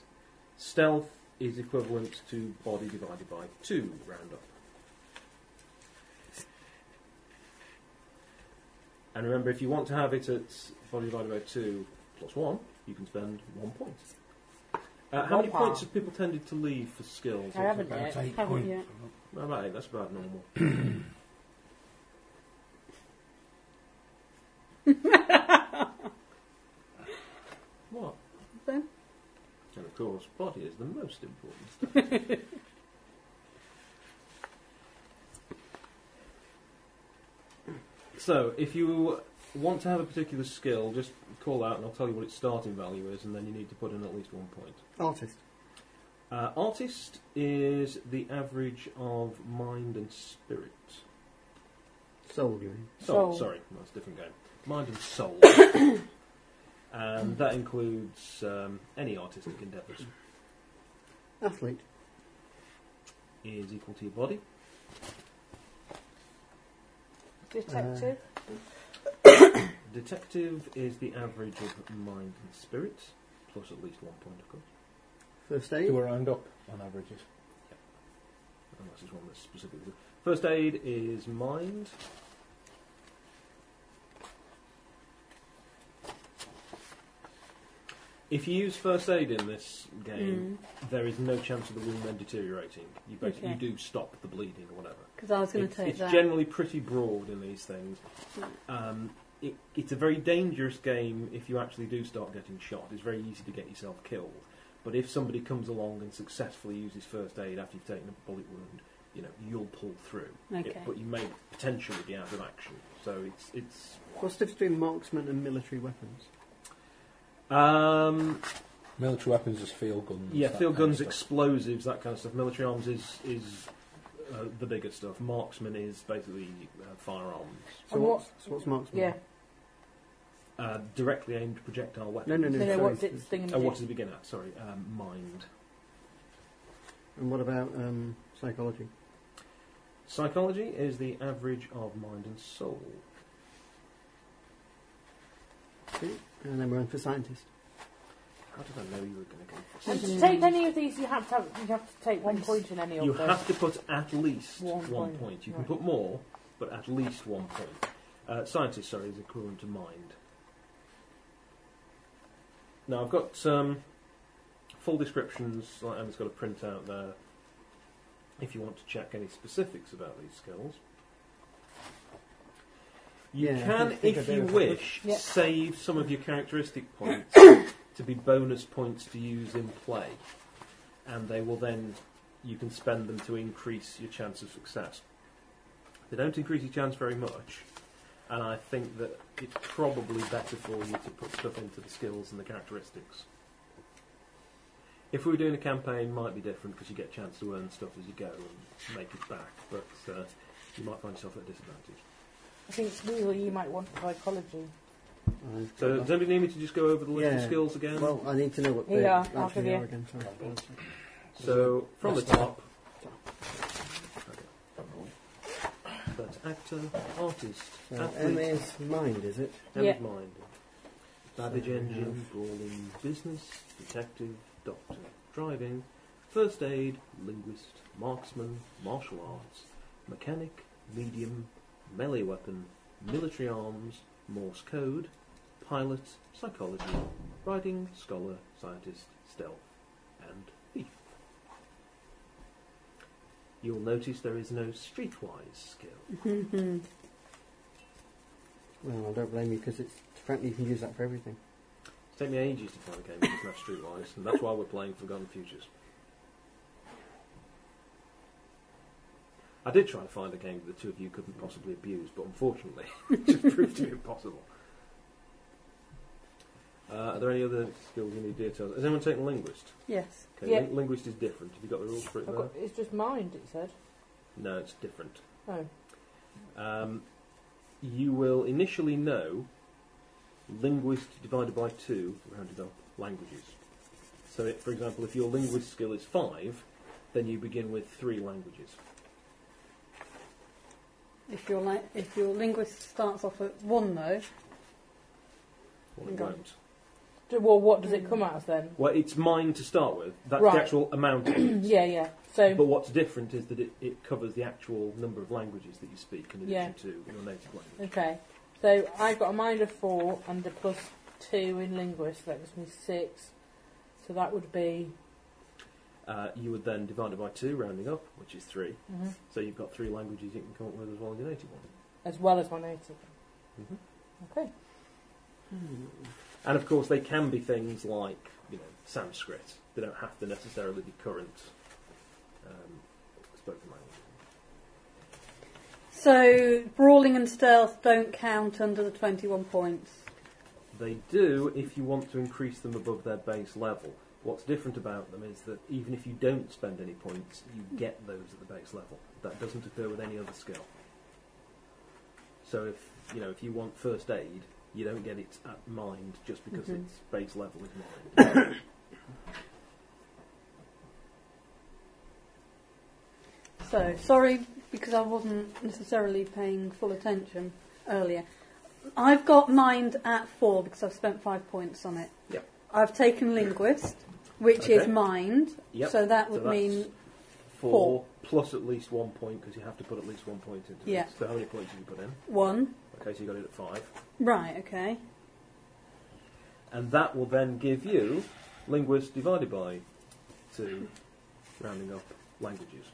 Speaker 3: Stealth is equivalent to body divided by 2, round up. And remember, if you want to have it at body divided by 2 plus 1, you can spend 1 point. Uh, how many
Speaker 2: Wow.
Speaker 3: points have people tended to leave for skills?
Speaker 2: I haven't
Speaker 4: About
Speaker 2: yet.
Speaker 4: eight
Speaker 6: Haven't
Speaker 4: points.
Speaker 6: yet.
Speaker 3: Well, about eight, that's about normal. what?
Speaker 6: Then?
Speaker 3: And of course, body is the most important. stuff. so, if you want to have a particular skill, just call out and I'll tell you what its starting value is, and then you need to put in at least one point.
Speaker 5: Artist.
Speaker 3: Uh, artist is the average of mind and spirit.
Speaker 5: Soul, you mean?
Speaker 3: Soul, eh?
Speaker 2: Soul.
Speaker 3: sorry, that's a different game. Mind and soul. and that includes um, any artistic endeavours.
Speaker 5: Athlete.
Speaker 3: Is equal to your body.
Speaker 2: Detective.
Speaker 3: Detective is the average of mind and spirit, plus at least one point, of course.
Speaker 5: First
Speaker 4: They
Speaker 5: aid.
Speaker 4: were round up on averages.
Speaker 3: Unless it's one that's specifically. First aid is mind. If you use first aid in this
Speaker 6: Mm.
Speaker 3: game, there is no chance of the wound then deteriorating. You basically
Speaker 6: Okay.
Speaker 3: you do stop the bleeding or whatever.
Speaker 6: Because I was going to
Speaker 3: it's
Speaker 6: take
Speaker 3: it's
Speaker 6: that.
Speaker 3: generally pretty broad in these things. Um, it, it's a very dangerous game if you actually do start getting shot. It's very easy to get yourself killed. But if somebody comes along and successfully uses first aid after you've taken a bullet wound, you know you'll pull through. It-
Speaker 6: Okay.
Speaker 3: but you may potentially be out of action. So it's it's
Speaker 5: What's the difference between marksman and military weapons?
Speaker 3: um,
Speaker 4: Military weapons is field guns.
Speaker 3: yeah,
Speaker 4: that
Speaker 3: field
Speaker 4: kind of
Speaker 3: guns,
Speaker 4: stuff.
Speaker 3: explosives, that kind of stuff. Military arms is is uh, the bigger stuff. Marksman is basically uh, firearms.
Speaker 5: So
Speaker 2: And what-
Speaker 5: what's, so what's marksman?
Speaker 2: Yeah.
Speaker 3: Uh, directly aimed projectile weapons.
Speaker 5: No, no, no.
Speaker 2: So,
Speaker 5: sorry.
Speaker 2: what's its thing? in
Speaker 3: Oh,
Speaker 2: the-
Speaker 3: what did we begin at? Sorry, um, mind.
Speaker 5: And what about um, psychology?
Speaker 3: Psychology is the average of mind and soul.
Speaker 5: See? And then we're on for scientist.
Speaker 3: How did I know you were going to go for
Speaker 2: And
Speaker 3: this?
Speaker 2: to take any of these, you have to have, you have to take one point in any
Speaker 3: You
Speaker 2: of them.
Speaker 3: have to put at least one,
Speaker 2: One
Speaker 3: point.
Speaker 2: point,
Speaker 3: You
Speaker 2: right.
Speaker 3: can put more, but at least one point. Uh, scientist, sorry, is equivalent to mind. Now I've got um, full descriptions. Like Emma's got a printout there. If you want to check any specifics about these skills, you
Speaker 5: Yeah, I
Speaker 3: can,
Speaker 5: think- think I
Speaker 3: if
Speaker 5: do
Speaker 3: you
Speaker 5: have a
Speaker 3: wish,
Speaker 2: Yeah.
Speaker 3: save some of your characteristic points to be bonus points to use in play, and they will then you can spend them to increase your chance of success. They don't increase your chance very much, and I think that it's probably better for you to put stuff into the skills and the characteristics. If we were doing a campaign, might be different because you get a chance to earn stuff as you go and make it back, but uh, you might find yourself at a disadvantage.
Speaker 2: I think Weasel, you might want psychology.
Speaker 5: I've
Speaker 3: So,
Speaker 5: got
Speaker 3: does anybody need me to just go over the list of
Speaker 5: Yeah.
Speaker 3: skills again?
Speaker 5: that. well, I need to know what they
Speaker 2: Yeah, I'll give
Speaker 5: actually
Speaker 2: you.
Speaker 5: are again. Sorry.
Speaker 3: so, from the
Speaker 4: Let's
Speaker 3: top. But actor, artist,
Speaker 5: So M
Speaker 3: athlete,
Speaker 5: is mind, is it?
Speaker 3: and
Speaker 2: Yeah.
Speaker 3: mind. Babbage
Speaker 5: So we
Speaker 3: engine, brawling, business, detective, doctor, driving, first aid, linguist, marksman, martial arts, mechanic, medium, melee weapon, military arms, Morse code, pilot, psychology, writing, scholar, scientist, stealth, and thief. You'll notice there is no streetwise skill.
Speaker 6: Mm-hmm.
Speaker 5: Well, I don't blame you because it's frankly you can use that for everything.
Speaker 3: It's taken me ages to find a game that doesn't have Streetwise, and that's why we're playing Forgotten Futures. I did try to find a game that the two of you couldn't possibly abuse, but unfortunately, it just proved to be impossible. Uh, are there any other skills you need details? Has anyone taken linguist?
Speaker 6: Yes.
Speaker 3: Okay,
Speaker 2: Yeah.
Speaker 3: lin- linguist is different. Have you got the rules for it
Speaker 2: I've
Speaker 3: there?
Speaker 2: got, it's just mind, it said.
Speaker 3: No, it's different.
Speaker 2: Oh,
Speaker 3: Um, you will initially know linguist divided by two, rounded up, languages. So, it, for example, if your linguist skill is five, then you begin with three languages.
Speaker 6: If your li- if your linguist starts off at one though,
Speaker 3: Well, it
Speaker 6: Okay.
Speaker 3: won't.
Speaker 2: Do- well, what does it come as then?
Speaker 3: Well, it's mine to start with. That's
Speaker 2: Right.
Speaker 3: the actual amount. Of it.
Speaker 2: yeah, yeah. So,
Speaker 3: But what's different is that it, it covers the actual number of languages that you speak in
Speaker 2: Yeah.
Speaker 3: addition to your native language.
Speaker 2: okay. So I've got a mind of four and a plus two in linguist. That gives me six. So that would be.
Speaker 3: Uh, you would then divide it by two, rounding up, which is three.
Speaker 2: mhm,
Speaker 3: So you've got three languages you can come up with as well as your native one.
Speaker 2: As well as my native.
Speaker 3: Mhm.
Speaker 2: Okay.
Speaker 3: And of course, they can be things like you know Sanskrit. They don't have to necessarily be current um, spoken language.
Speaker 6: so brawling and stealth don't count under the twenty-one points.
Speaker 3: They do if you want to increase them above their base level. What's different about them is that even if you don't spend any points, you get those at the base level. That doesn't occur with any other skill. So if you know if you want first aid, you don't get it at mind just because
Speaker 6: Mhm.
Speaker 3: its base level is mind.
Speaker 6: So sorry because I wasn't necessarily paying full attention earlier. I've got mind at four because I've spent five points on it.
Speaker 3: Yep.
Speaker 6: I've taken linguist, which is
Speaker 3: Okay.
Speaker 6: mind.
Speaker 3: Yep.
Speaker 6: So that would
Speaker 3: that's
Speaker 6: mean
Speaker 3: four,
Speaker 6: four.
Speaker 3: plus at least one point because you have to put at least one point into
Speaker 6: Yeah.
Speaker 3: it. So how many points did you put in?
Speaker 6: one.
Speaker 3: Okay, so you got it at five.
Speaker 6: Right. Okay.
Speaker 3: and that will then give you linguist divided by two, rounding up languages.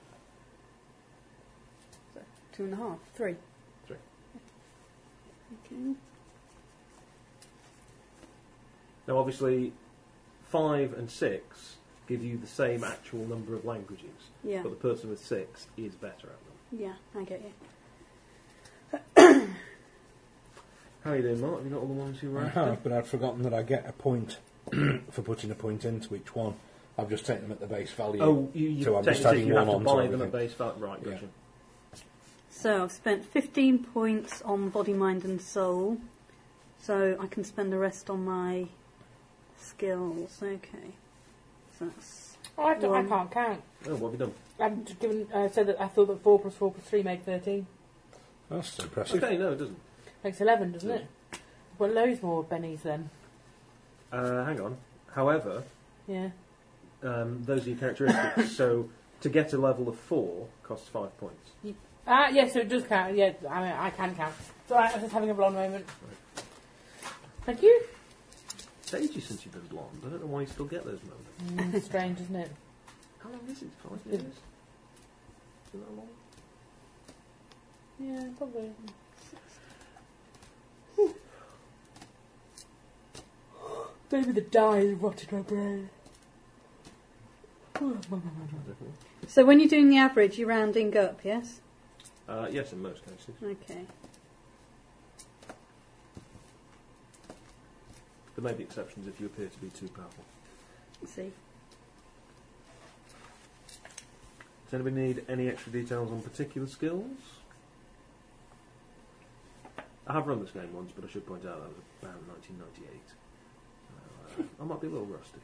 Speaker 8: Two and a half, three.
Speaker 3: Three.
Speaker 8: Okay.
Speaker 3: Now, obviously, five and six give you the same actual number of languages,
Speaker 8: Yeah,
Speaker 3: but the person with six is better at them.
Speaker 8: yeah, I get you.
Speaker 3: How are you doing, Mark? Have you got all the ones you were
Speaker 4: I
Speaker 3: after?
Speaker 4: have, but I'd forgotten that I get a point for putting a point into each one. I've just taken them at the base value.
Speaker 3: Oh, you, you,
Speaker 4: So I'm just
Speaker 3: technically
Speaker 4: adding
Speaker 3: you have
Speaker 4: one
Speaker 3: to
Speaker 4: on to
Speaker 3: buy them at
Speaker 4: everything.
Speaker 3: base value. Right,
Speaker 4: Yeah.
Speaker 3: gotcha.
Speaker 8: So I've spent 15 points on body, mind, and soul. So I can spend the rest on my skills. Okay. So that's.
Speaker 2: Oh, I, don't, I
Speaker 8: One.
Speaker 2: can't count.
Speaker 3: Oh, what have you done?
Speaker 2: I'm just given. I said that I thought that four plus four plus three made thirteen.
Speaker 4: That's impressive.
Speaker 3: Okay, no, it doesn't.
Speaker 2: Makes eleven, doesn't it? Well, loads more bennies then.
Speaker 3: Uh, hang on. However,
Speaker 2: Yeah.
Speaker 3: um, those are your characteristics. so to get a level of four costs five points.
Speaker 2: Ah, yeah. So it does count. Yeah, I mean, I can count. It's all right. I was just having a blonde moment. Thank you.
Speaker 3: It's ages since you've been blonde. I don't know why you still get those moments.
Speaker 2: Mm, strange, isn't it?
Speaker 3: How long is it? Five
Speaker 2: It's-
Speaker 3: years? Is that long?
Speaker 2: Yeah, probably. Maybe the dye rotted my brain.
Speaker 3: Definitely.
Speaker 8: So when you're doing the average, you're rounding up, yes?
Speaker 3: Uh, yes, in most cases.
Speaker 8: Okay.
Speaker 3: There may be exceptions if you appear to be too powerful.
Speaker 8: Let's see.
Speaker 3: Does anybody need any extra details on particular skills? I have run this game once, but I should point out that was about 1998. So, uh, I might be a little rusty.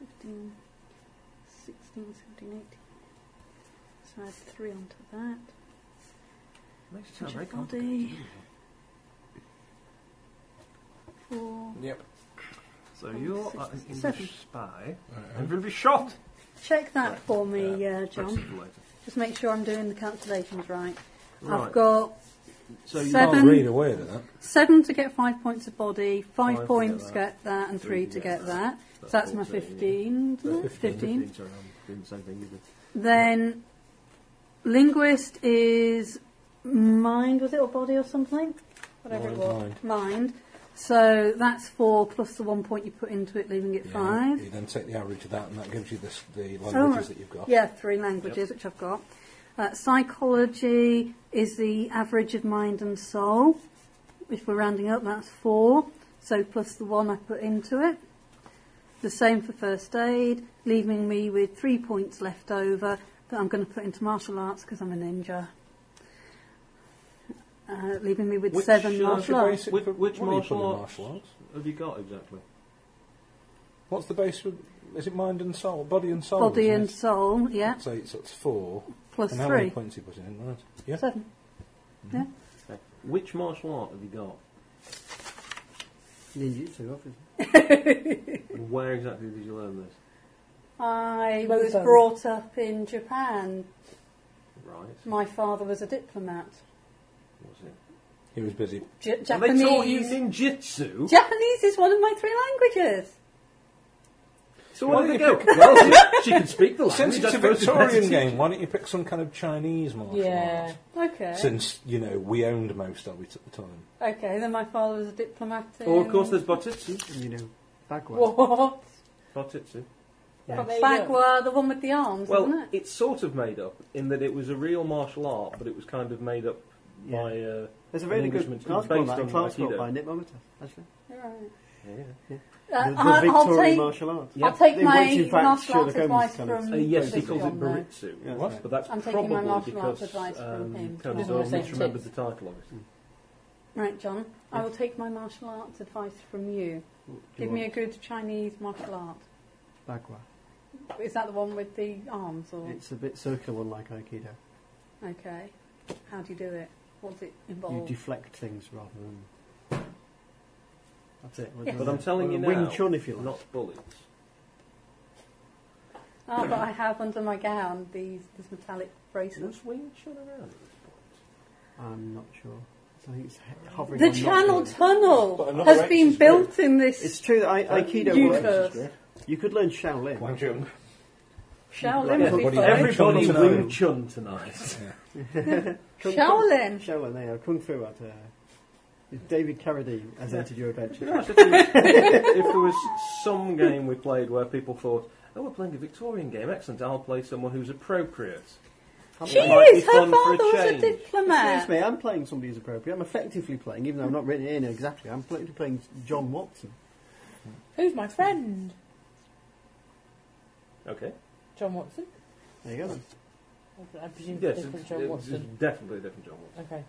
Speaker 8: It's 15, 16, 17, 18. So I add three onto that.
Speaker 3: Makes it sound
Speaker 8: Your
Speaker 3: very
Speaker 8: body.
Speaker 3: complicated. doesn't it?
Speaker 8: Four.
Speaker 4: Yep.
Speaker 3: So
Speaker 8: Um,
Speaker 3: you're
Speaker 8: six,
Speaker 3: uh, an
Speaker 8: six,
Speaker 3: English
Speaker 8: seven.
Speaker 3: spy.
Speaker 4: Uh-huh.
Speaker 3: I'm going to be shot!
Speaker 8: Check that for me, uh,
Speaker 3: Perhaps
Speaker 8: John.
Speaker 3: it's later.
Speaker 8: Just make sure I'm doing the calculations right.
Speaker 3: Right.
Speaker 8: I've got
Speaker 3: so you
Speaker 4: I'll
Speaker 8: seven.
Speaker 4: read away to that.
Speaker 8: Seven to get five points of body, five,
Speaker 3: Five to
Speaker 8: points
Speaker 3: get
Speaker 8: to
Speaker 3: that.
Speaker 8: get that, and
Speaker 3: Three
Speaker 8: three,
Speaker 3: to
Speaker 8: to
Speaker 3: get
Speaker 8: get that.
Speaker 3: That's
Speaker 8: So that's my
Speaker 3: 14, yeah.
Speaker 8: 15. isn't it? 15.
Speaker 3: 15, sorry, I'm doing the same thing you did.
Speaker 8: Then linguist is mind, was it, or body or something? Whatever it
Speaker 4: Mind,
Speaker 8: was. Mind. So that's four plus the one point you put into it, leaving it
Speaker 4: Yeah,
Speaker 8: five.
Speaker 4: You then take the average of that, and that gives you the, s- the languages
Speaker 8: right.
Speaker 4: that you've got.
Speaker 8: Yeah, three languages, which I've got. Uh, psychology is the average of mind and soul. If we're rounding up, that's four. So plus the one I put into it. The same for first aid, leaving me with three points left over that I'm going to put into martial arts because I'm a ninja. Uh, leaving me with
Speaker 3: Which,
Speaker 8: seven
Speaker 3: uh,
Speaker 8: martial arts.
Speaker 4: Basic-
Speaker 3: Which-
Speaker 4: what
Speaker 3: which
Speaker 4: do you put in
Speaker 3: martial arts?
Speaker 4: martial arts?
Speaker 3: Have you got exactly?
Speaker 4: What's the base? Of, is it mind and soul? Body and soul?
Speaker 8: Body
Speaker 4: isn't
Speaker 8: and
Speaker 4: it?
Speaker 8: soul, yeah,
Speaker 4: So it's, it's four.
Speaker 8: plus
Speaker 4: and how many
Speaker 8: three.
Speaker 4: points you put in, right? Yeah.
Speaker 8: Seven. Yeah.
Speaker 3: Okay. Which martial art have you got?
Speaker 5: Ninjutsu, obviously.
Speaker 3: And where exactly did you learn this?
Speaker 8: I
Speaker 2: Both
Speaker 8: was
Speaker 2: of 'em.
Speaker 8: brought up in Japan.
Speaker 3: Right.
Speaker 8: My father was a diplomat.
Speaker 3: What's it?
Speaker 4: He was busy.
Speaker 8: J-
Speaker 3: And They taught you
Speaker 8: Japanese.
Speaker 3: ninjutsu.
Speaker 8: Japanese is one of my three languages.
Speaker 3: so where
Speaker 4: Why
Speaker 3: did they
Speaker 4: don't
Speaker 3: go? well, she, she can speak the language.
Speaker 4: Since it's
Speaker 3: I
Speaker 4: a
Speaker 3: suppose it's better
Speaker 4: Victorian
Speaker 3: to-
Speaker 4: game, why don't you pick some kind of Chinese
Speaker 3: Oh,
Speaker 4: martial
Speaker 2: Yeah.
Speaker 4: art?
Speaker 8: Okay.
Speaker 4: Since, you know, we owned most of it at the time.
Speaker 8: Okay, then my father was a diplomat. in-
Speaker 3: Or Oh, of course, there's botetsu.
Speaker 5: You know, backward.
Speaker 2: What?
Speaker 3: Botetsu.
Speaker 5: Yeah.
Speaker 2: But there you go.
Speaker 8: Bagua, the one with the arms, isn't
Speaker 3: Well,
Speaker 8: it?
Speaker 3: it's sort of made up in that it was a real martial art, but it was kind of made up
Speaker 5: Yeah.
Speaker 3: by. Uh,
Speaker 5: There's a really
Speaker 3: An
Speaker 5: good
Speaker 3: Englishman's
Speaker 5: article
Speaker 3: based
Speaker 5: on that in
Speaker 3: on
Speaker 5: Clarksville
Speaker 3: Aikido.
Speaker 5: by Nick Momota, actually.
Speaker 8: Right.
Speaker 5: The,
Speaker 8: Uh,
Speaker 5: the
Speaker 8: I- I'll
Speaker 5: Victorian
Speaker 8: take,
Speaker 5: martial arts.
Speaker 3: Yeah.
Speaker 8: I'll take
Speaker 5: In
Speaker 8: my
Speaker 5: which, in fact,
Speaker 8: martial arts
Speaker 5: Sherlock Holmes
Speaker 8: advice
Speaker 5: kind of-
Speaker 8: from
Speaker 3: uh, yes, he
Speaker 8: Richard
Speaker 3: calls it
Speaker 8: Mm. on there.
Speaker 3: Baritsu,
Speaker 5: Yeah,
Speaker 4: What?
Speaker 3: but that's
Speaker 8: I'm taking
Speaker 3: probably
Speaker 8: my martial
Speaker 3: because
Speaker 8: arts advice from
Speaker 3: um,
Speaker 8: him.
Speaker 3: Cody
Speaker 2: He's
Speaker 3: Doyle
Speaker 2: on the same
Speaker 3: misremembered the
Speaker 2: tip.
Speaker 3: title of it.
Speaker 8: Right, John, I
Speaker 3: Yeah.
Speaker 8: will take my martial arts advice from you. Give me a good Chinese martial art.
Speaker 5: Bagua.
Speaker 8: Is that the one with the arms or?
Speaker 5: It's a bit circular one like Aikido.
Speaker 8: Okay. How do you do it? What does it
Speaker 5: You
Speaker 8: involve?
Speaker 5: deflect things rather than. That's it.
Speaker 8: Yes.
Speaker 3: But I'm telling you
Speaker 5: Wing
Speaker 3: now,
Speaker 5: Chun, if you like.
Speaker 3: Not bullets.
Speaker 8: Ah, but I have under my gown these this metallic bracelet.
Speaker 3: Was Wing Chun around?
Speaker 5: I'm not sure. So I think it's he- hovering
Speaker 8: The
Speaker 5: on not
Speaker 8: channel
Speaker 5: good.
Speaker 4: But
Speaker 8: tunnel
Speaker 4: another
Speaker 8: has
Speaker 4: X
Speaker 8: been
Speaker 4: is great.
Speaker 8: built in
Speaker 5: It's
Speaker 8: this
Speaker 5: true that I, Aikido
Speaker 2: You
Speaker 5: works.
Speaker 2: curse.
Speaker 5: You could learn Shaolin.
Speaker 4: Wang Chung.
Speaker 8: Shaolin
Speaker 5: Yeah,
Speaker 8: before.
Speaker 4: everybody- everybody- Chun
Speaker 3: Wing Chun tonight.
Speaker 5: Kung-
Speaker 8: Shaolin.
Speaker 5: Shaolin, they are Kung Fu at uh, David Carradine has entered your adventure.
Speaker 3: You know, if, there was, if there was some game we played where people thought, oh, we're playing a Victorian game, excellent, I'll play someone who's appropriate.
Speaker 8: She
Speaker 3: It might be
Speaker 8: is. Her
Speaker 3: fun for a
Speaker 8: father was a
Speaker 3: change.
Speaker 5: Excuse
Speaker 8: diplomat.
Speaker 5: me, I'm playing somebody who's appropriate. I'm effectively playing, even though I'm not written it in exactly. I'm playing, playing John Watson.
Speaker 2: Who's my friend?
Speaker 3: Okay.
Speaker 2: John Watson.
Speaker 5: There you go.
Speaker 2: I presume
Speaker 3: Yes,
Speaker 2: different
Speaker 3: it's-
Speaker 2: John
Speaker 3: it's
Speaker 2: Watson.
Speaker 3: definitely a different John Watson.
Speaker 2: Okay.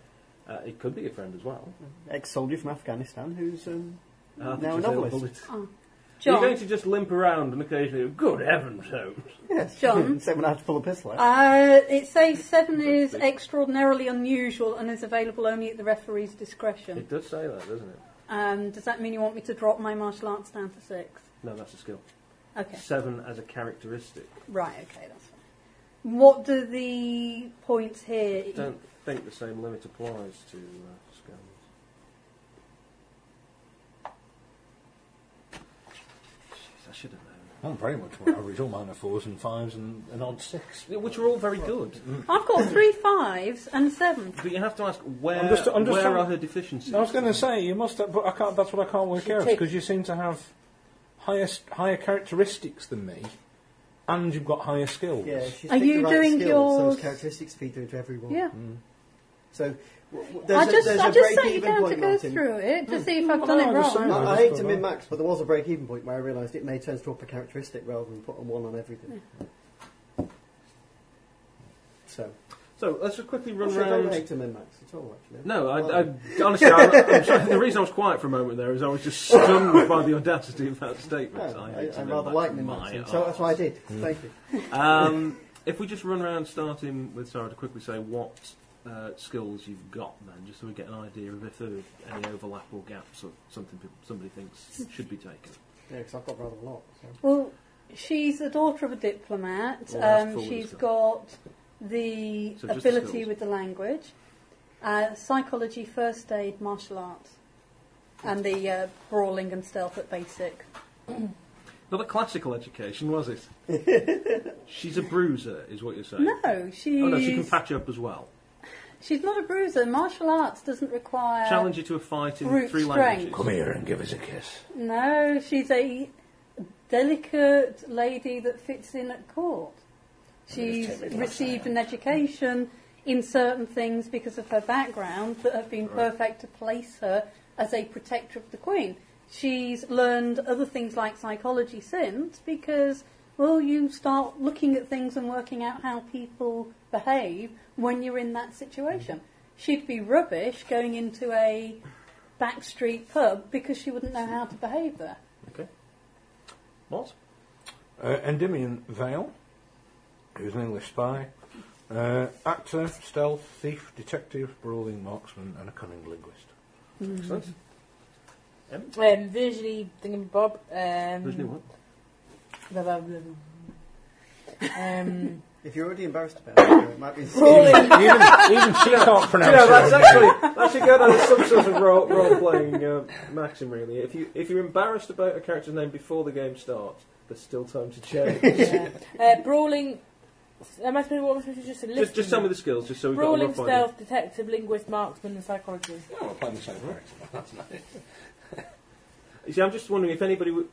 Speaker 3: Uh, it could be a friend as well.
Speaker 8: Mm.
Speaker 5: Ex-soldier from Afghanistan who's um,
Speaker 3: Uh, I think
Speaker 5: now a
Speaker 3: she's ill
Speaker 5: novelist.
Speaker 3: bullet. You're going
Speaker 8: John,
Speaker 3: to just limp around and occasionally, good heavens, Holmes.
Speaker 5: Yes,
Speaker 8: John.
Speaker 5: Someone had to pull a pistol out.
Speaker 8: uh, it says seven is extraordinarily unusual and is available only at the referee's discretion.
Speaker 3: It does say that, doesn't it?
Speaker 8: Um, does that mean you want me to drop my martial arts down to six?
Speaker 3: No, that's a skill.
Speaker 8: Okay,
Speaker 3: Seven as a characteristic.
Speaker 8: right, okay, that's fine. What do the points here?
Speaker 3: Don't think the same limit applies to uh, skills. Jeez, I should have known.
Speaker 4: I'm very much on average. All mine are fours and fives and an odd six.
Speaker 3: Yeah, Which are all very good,
Speaker 8: I've got three fives and seven.
Speaker 3: but you have to ask where
Speaker 4: I'm just- I'm just
Speaker 3: where
Speaker 4: trying-
Speaker 3: are her deficiencies?
Speaker 4: I was going to say you must, have, but I can't. That's what I can't work
Speaker 2: Should
Speaker 4: out
Speaker 2: take-
Speaker 4: because you seem to have higher higher characteristics than me, and you've got higher skills.
Speaker 5: Yeah, she's
Speaker 8: Are you
Speaker 5: the right
Speaker 8: doing
Speaker 5: skills,
Speaker 8: yours-
Speaker 5: Those characteristics feed through to everyone.
Speaker 8: Yeah.
Speaker 5: So w- w-
Speaker 8: I
Speaker 5: there's
Speaker 8: just,
Speaker 5: a, there's
Speaker 8: I
Speaker 5: a
Speaker 8: just sat you
Speaker 5: break-even
Speaker 8: down to
Speaker 5: point,
Speaker 8: go
Speaker 5: Martin.
Speaker 8: through it to
Speaker 3: Mm.
Speaker 8: see if I've done
Speaker 4: No,
Speaker 8: it
Speaker 4: I'm just
Speaker 8: wrong.
Speaker 4: saying.
Speaker 5: I,
Speaker 4: No,
Speaker 5: I
Speaker 4: just
Speaker 5: hate
Speaker 4: go
Speaker 5: to
Speaker 4: on.
Speaker 5: min max, but there was a break even point where I realised it may turn to up a characteristic rather than put a one on everything. So,
Speaker 3: So let's just quickly run
Speaker 5: so I don't hate
Speaker 3: around.
Speaker 5: to min max at all, actually.
Speaker 3: No, I,
Speaker 5: Well,
Speaker 3: I, honestly, I, I'm sorry, the reason I was quiet for a moment there is I was just stunned by the audacity of that statement.
Speaker 5: no,
Speaker 3: I
Speaker 5: I,
Speaker 3: hate to
Speaker 5: I,
Speaker 3: know
Speaker 5: rather
Speaker 3: that
Speaker 5: like min
Speaker 3: my
Speaker 5: maxing, so that's what I
Speaker 3: arse.
Speaker 5: did. Thank you.
Speaker 3: Um, if we just run around, starting with Sarah, to quickly say what uh, skills you've got, then, just so we get an idea of if there are any overlap or gaps or something peop- somebody thinks should be taken.
Speaker 5: Yeah, because I've got rather a lot. So.
Speaker 8: Well, she's the daughter of a diplomat.
Speaker 3: Well, that's
Speaker 8: um,
Speaker 3: forward
Speaker 8: she's
Speaker 3: stuff.
Speaker 8: got the
Speaker 3: So just the
Speaker 8: ability
Speaker 3: skills.
Speaker 8: with the language, uh, psychology, first aid, martial arts, and the uh, brawling and stealth at basic.
Speaker 3: Not a classical education, was it? She's a bruiser, is what you're saying.
Speaker 8: No, she's
Speaker 3: Oh no, she can patch up as well.
Speaker 8: she's not a bruiser. Martial arts doesn't require.
Speaker 3: Challenge you to a fight in
Speaker 8: uh, brute
Speaker 3: three
Speaker 8: strength.
Speaker 3: languages.
Speaker 9: Come here and give us a kiss.
Speaker 8: No, she's a delicate lady that fits in at court. She's received an education in certain things because of her background that have been perfect to place her as a protector of the Queen. She's learned other things like psychology since because, well, you start looking at things and working out how people behave when you're in that situation. She'd be rubbish going into a backstreet pub because she wouldn't know how to behave there.
Speaker 3: Okay. What?
Speaker 4: Uh, Endymion Vale, who's an English spy, uh, actor, stealth, thief, detective, brawling marksman, and a cunning linguist.
Speaker 3: Excellent. Em?
Speaker 2: Um, Virginie Thingamabob. Um,
Speaker 3: There's new one.
Speaker 2: blah, blah, blah, blah. Um,
Speaker 5: If you're already embarrassed about it, it might be.
Speaker 2: brawling.
Speaker 4: even, even she can't
Speaker 3: You
Speaker 4: pronounce
Speaker 3: know,
Speaker 4: it.
Speaker 3: that's actually that should go down as some sort of role, role playing uh, maxim, really. If you if you're embarrassed about a character's name before the game starts, there's still time to change.
Speaker 2: yeah. uh, brawling. Am I supposed to, what am I supposed to just say?
Speaker 3: just just
Speaker 2: Listening.
Speaker 3: some of the skills, just so we've got a
Speaker 2: Brawling,
Speaker 3: rough idea.
Speaker 2: stealth, detective, linguist, marksman, and psychologist.
Speaker 4: Oh, we're playing the same character. That's nice.
Speaker 3: You see, I'm just wondering if anybody. Would,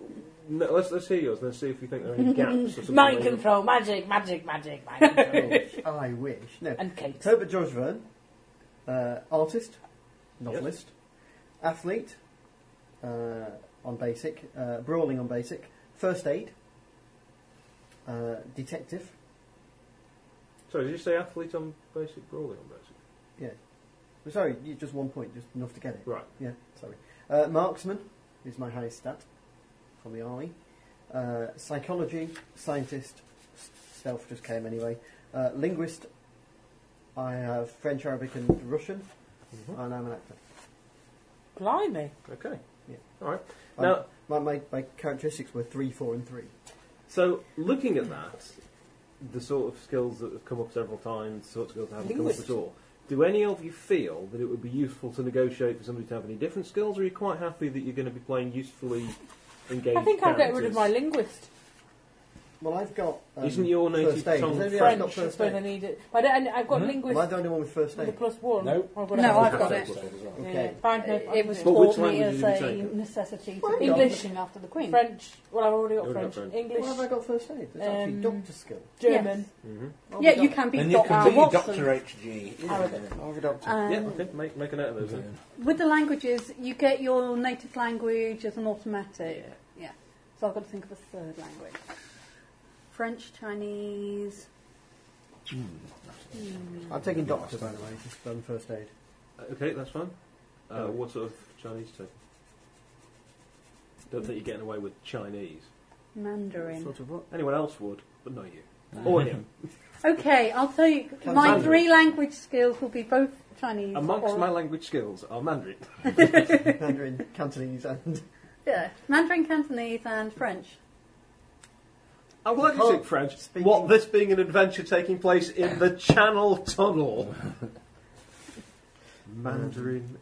Speaker 3: no, let's let's hear yours and let's see if we think there are any gaps. Or something
Speaker 2: Mind
Speaker 3: like
Speaker 2: control, magic, magic, magic, mind control.
Speaker 5: Oh, I wish. No.
Speaker 2: and Kate.
Speaker 5: Herbert George Verne, uh, artist, novelist, athlete uh, on basic, uh, brawling on basic, first aid, uh, detective.
Speaker 3: that. Sorry, did you say athlete on basic brawling on basic?
Speaker 5: Yeah. Well, Sorry, you, just one point, just enough to get it.
Speaker 3: Right.
Speaker 5: Yeah, sorry. Uh, marksman is my highest stat from the army. Uh, psychology, scientist, s- stealth just came anyway. Uh, linguist, I have French, Arabic, and Russian,
Speaker 4: Mm-hmm.
Speaker 3: Mhm.
Speaker 5: and I'm an actor.
Speaker 2: Blimey.
Speaker 3: Okay.
Speaker 5: Yeah.
Speaker 3: All right.
Speaker 5: I'm-
Speaker 3: Now,
Speaker 5: Um, My, my, my characteristics were three, four, and three.
Speaker 3: so looking at that, the sort of skills that have come up several times, the sort of skills that haven't come up
Speaker 2: Linguist.
Speaker 3: at all. Do any of you feel that it would be useful to negotiate for somebody to have any different skills, or are you quite happy that you're going to be playing usefully engaged
Speaker 2: I think I'll get rid of
Speaker 3: characters?
Speaker 2: my linguist.
Speaker 5: Well, I've got. Um,
Speaker 3: Isn't your native
Speaker 5: first aid.
Speaker 3: tongue
Speaker 5: Is anybody else
Speaker 2: French,
Speaker 5: got
Speaker 2: I
Speaker 5: first
Speaker 2: suppose I
Speaker 5: aid?
Speaker 2: need it. But I don't, I've got
Speaker 4: Hmm?
Speaker 2: linguist
Speaker 5: Am I the only one with first
Speaker 2: with a
Speaker 5: aid?
Speaker 2: plus one. Oh,
Speaker 4: No.
Speaker 2: I've got
Speaker 6: No,
Speaker 2: it.
Speaker 6: I've got it.
Speaker 2: Yeah,
Speaker 5: Okay.
Speaker 2: Fine, no,
Speaker 8: it was
Speaker 2: I've
Speaker 3: But
Speaker 2: got
Speaker 3: which
Speaker 8: taught me
Speaker 3: language
Speaker 8: as
Speaker 3: did you
Speaker 8: a
Speaker 3: take?
Speaker 8: necessity
Speaker 5: Well,
Speaker 8: to be
Speaker 2: English.
Speaker 8: looking after the Queen.
Speaker 2: French. Well, I've already got
Speaker 3: You've got
Speaker 2: French.
Speaker 3: French.
Speaker 2: English,
Speaker 5: What have I got first aid? There's actually
Speaker 2: Um,
Speaker 5: doctor skill.
Speaker 2: German.
Speaker 3: Mhm.
Speaker 5: Oh,
Speaker 8: Yeah,
Speaker 5: my
Speaker 8: you
Speaker 5: God.
Speaker 8: can be
Speaker 4: And you
Speaker 8: Dr.
Speaker 4: can be
Speaker 8: Watson.
Speaker 4: Dr. HG.
Speaker 8: Arabic.
Speaker 4: I'll be Dr.
Speaker 8: Um,
Speaker 3: yeah, okay, make, make a note of those. then.
Speaker 6: With the languages, you get your native language as an automatic. Yeah.
Speaker 8: So I've got to think of a third language.
Speaker 6: French, Chinese.
Speaker 3: Hmm.
Speaker 5: I'm taking doctor, by the way, just done first aid.
Speaker 3: Uh, Okay, that's fine. Uh,
Speaker 5: Oh.
Speaker 3: What sort of Chinese take? Don't think you're getting away with Chinese.
Speaker 6: Mandarin.
Speaker 5: Sort of what?
Speaker 3: Anyone else would, but not you. Or him.
Speaker 6: Okay, I'll tell you.
Speaker 5: Can
Speaker 6: My
Speaker 3: Mandarin.
Speaker 6: three language skills will be both Chinese.
Speaker 3: Amongst
Speaker 6: or-
Speaker 3: my language skills are Mandarin.
Speaker 5: Mandarin, Cantonese, and
Speaker 6: yeah, Mandarin, Cantonese, and French.
Speaker 3: I'm glad you
Speaker 5: Oh,
Speaker 3: took French.
Speaker 5: speaking-
Speaker 3: What, this being an adventure taking place in the Channel Tunnel? Mandarin.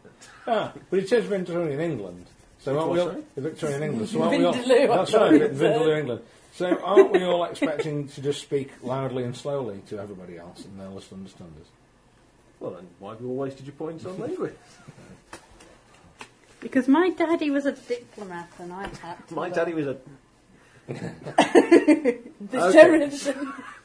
Speaker 4: Ah, but it says Vindaloo in England. So
Speaker 3: It's
Speaker 4: aren't
Speaker 3: what,
Speaker 4: we all
Speaker 3: sorry?
Speaker 4: Victorian England? So aren't we all,
Speaker 2: Vindaloo, I
Speaker 4: that's
Speaker 2: thought
Speaker 4: right,
Speaker 2: it was.
Speaker 4: Vindaloo England. So aren't we all expecting to just speak loudly and slowly to everybody else, and they'll just understand us?
Speaker 3: Well, then, why have you all wasted your points on language?
Speaker 6: Because my daddy was a diplomat and I had to
Speaker 3: My
Speaker 6: learn.
Speaker 3: daddy was a.
Speaker 2: The
Speaker 3: Okay.
Speaker 2: sheriff.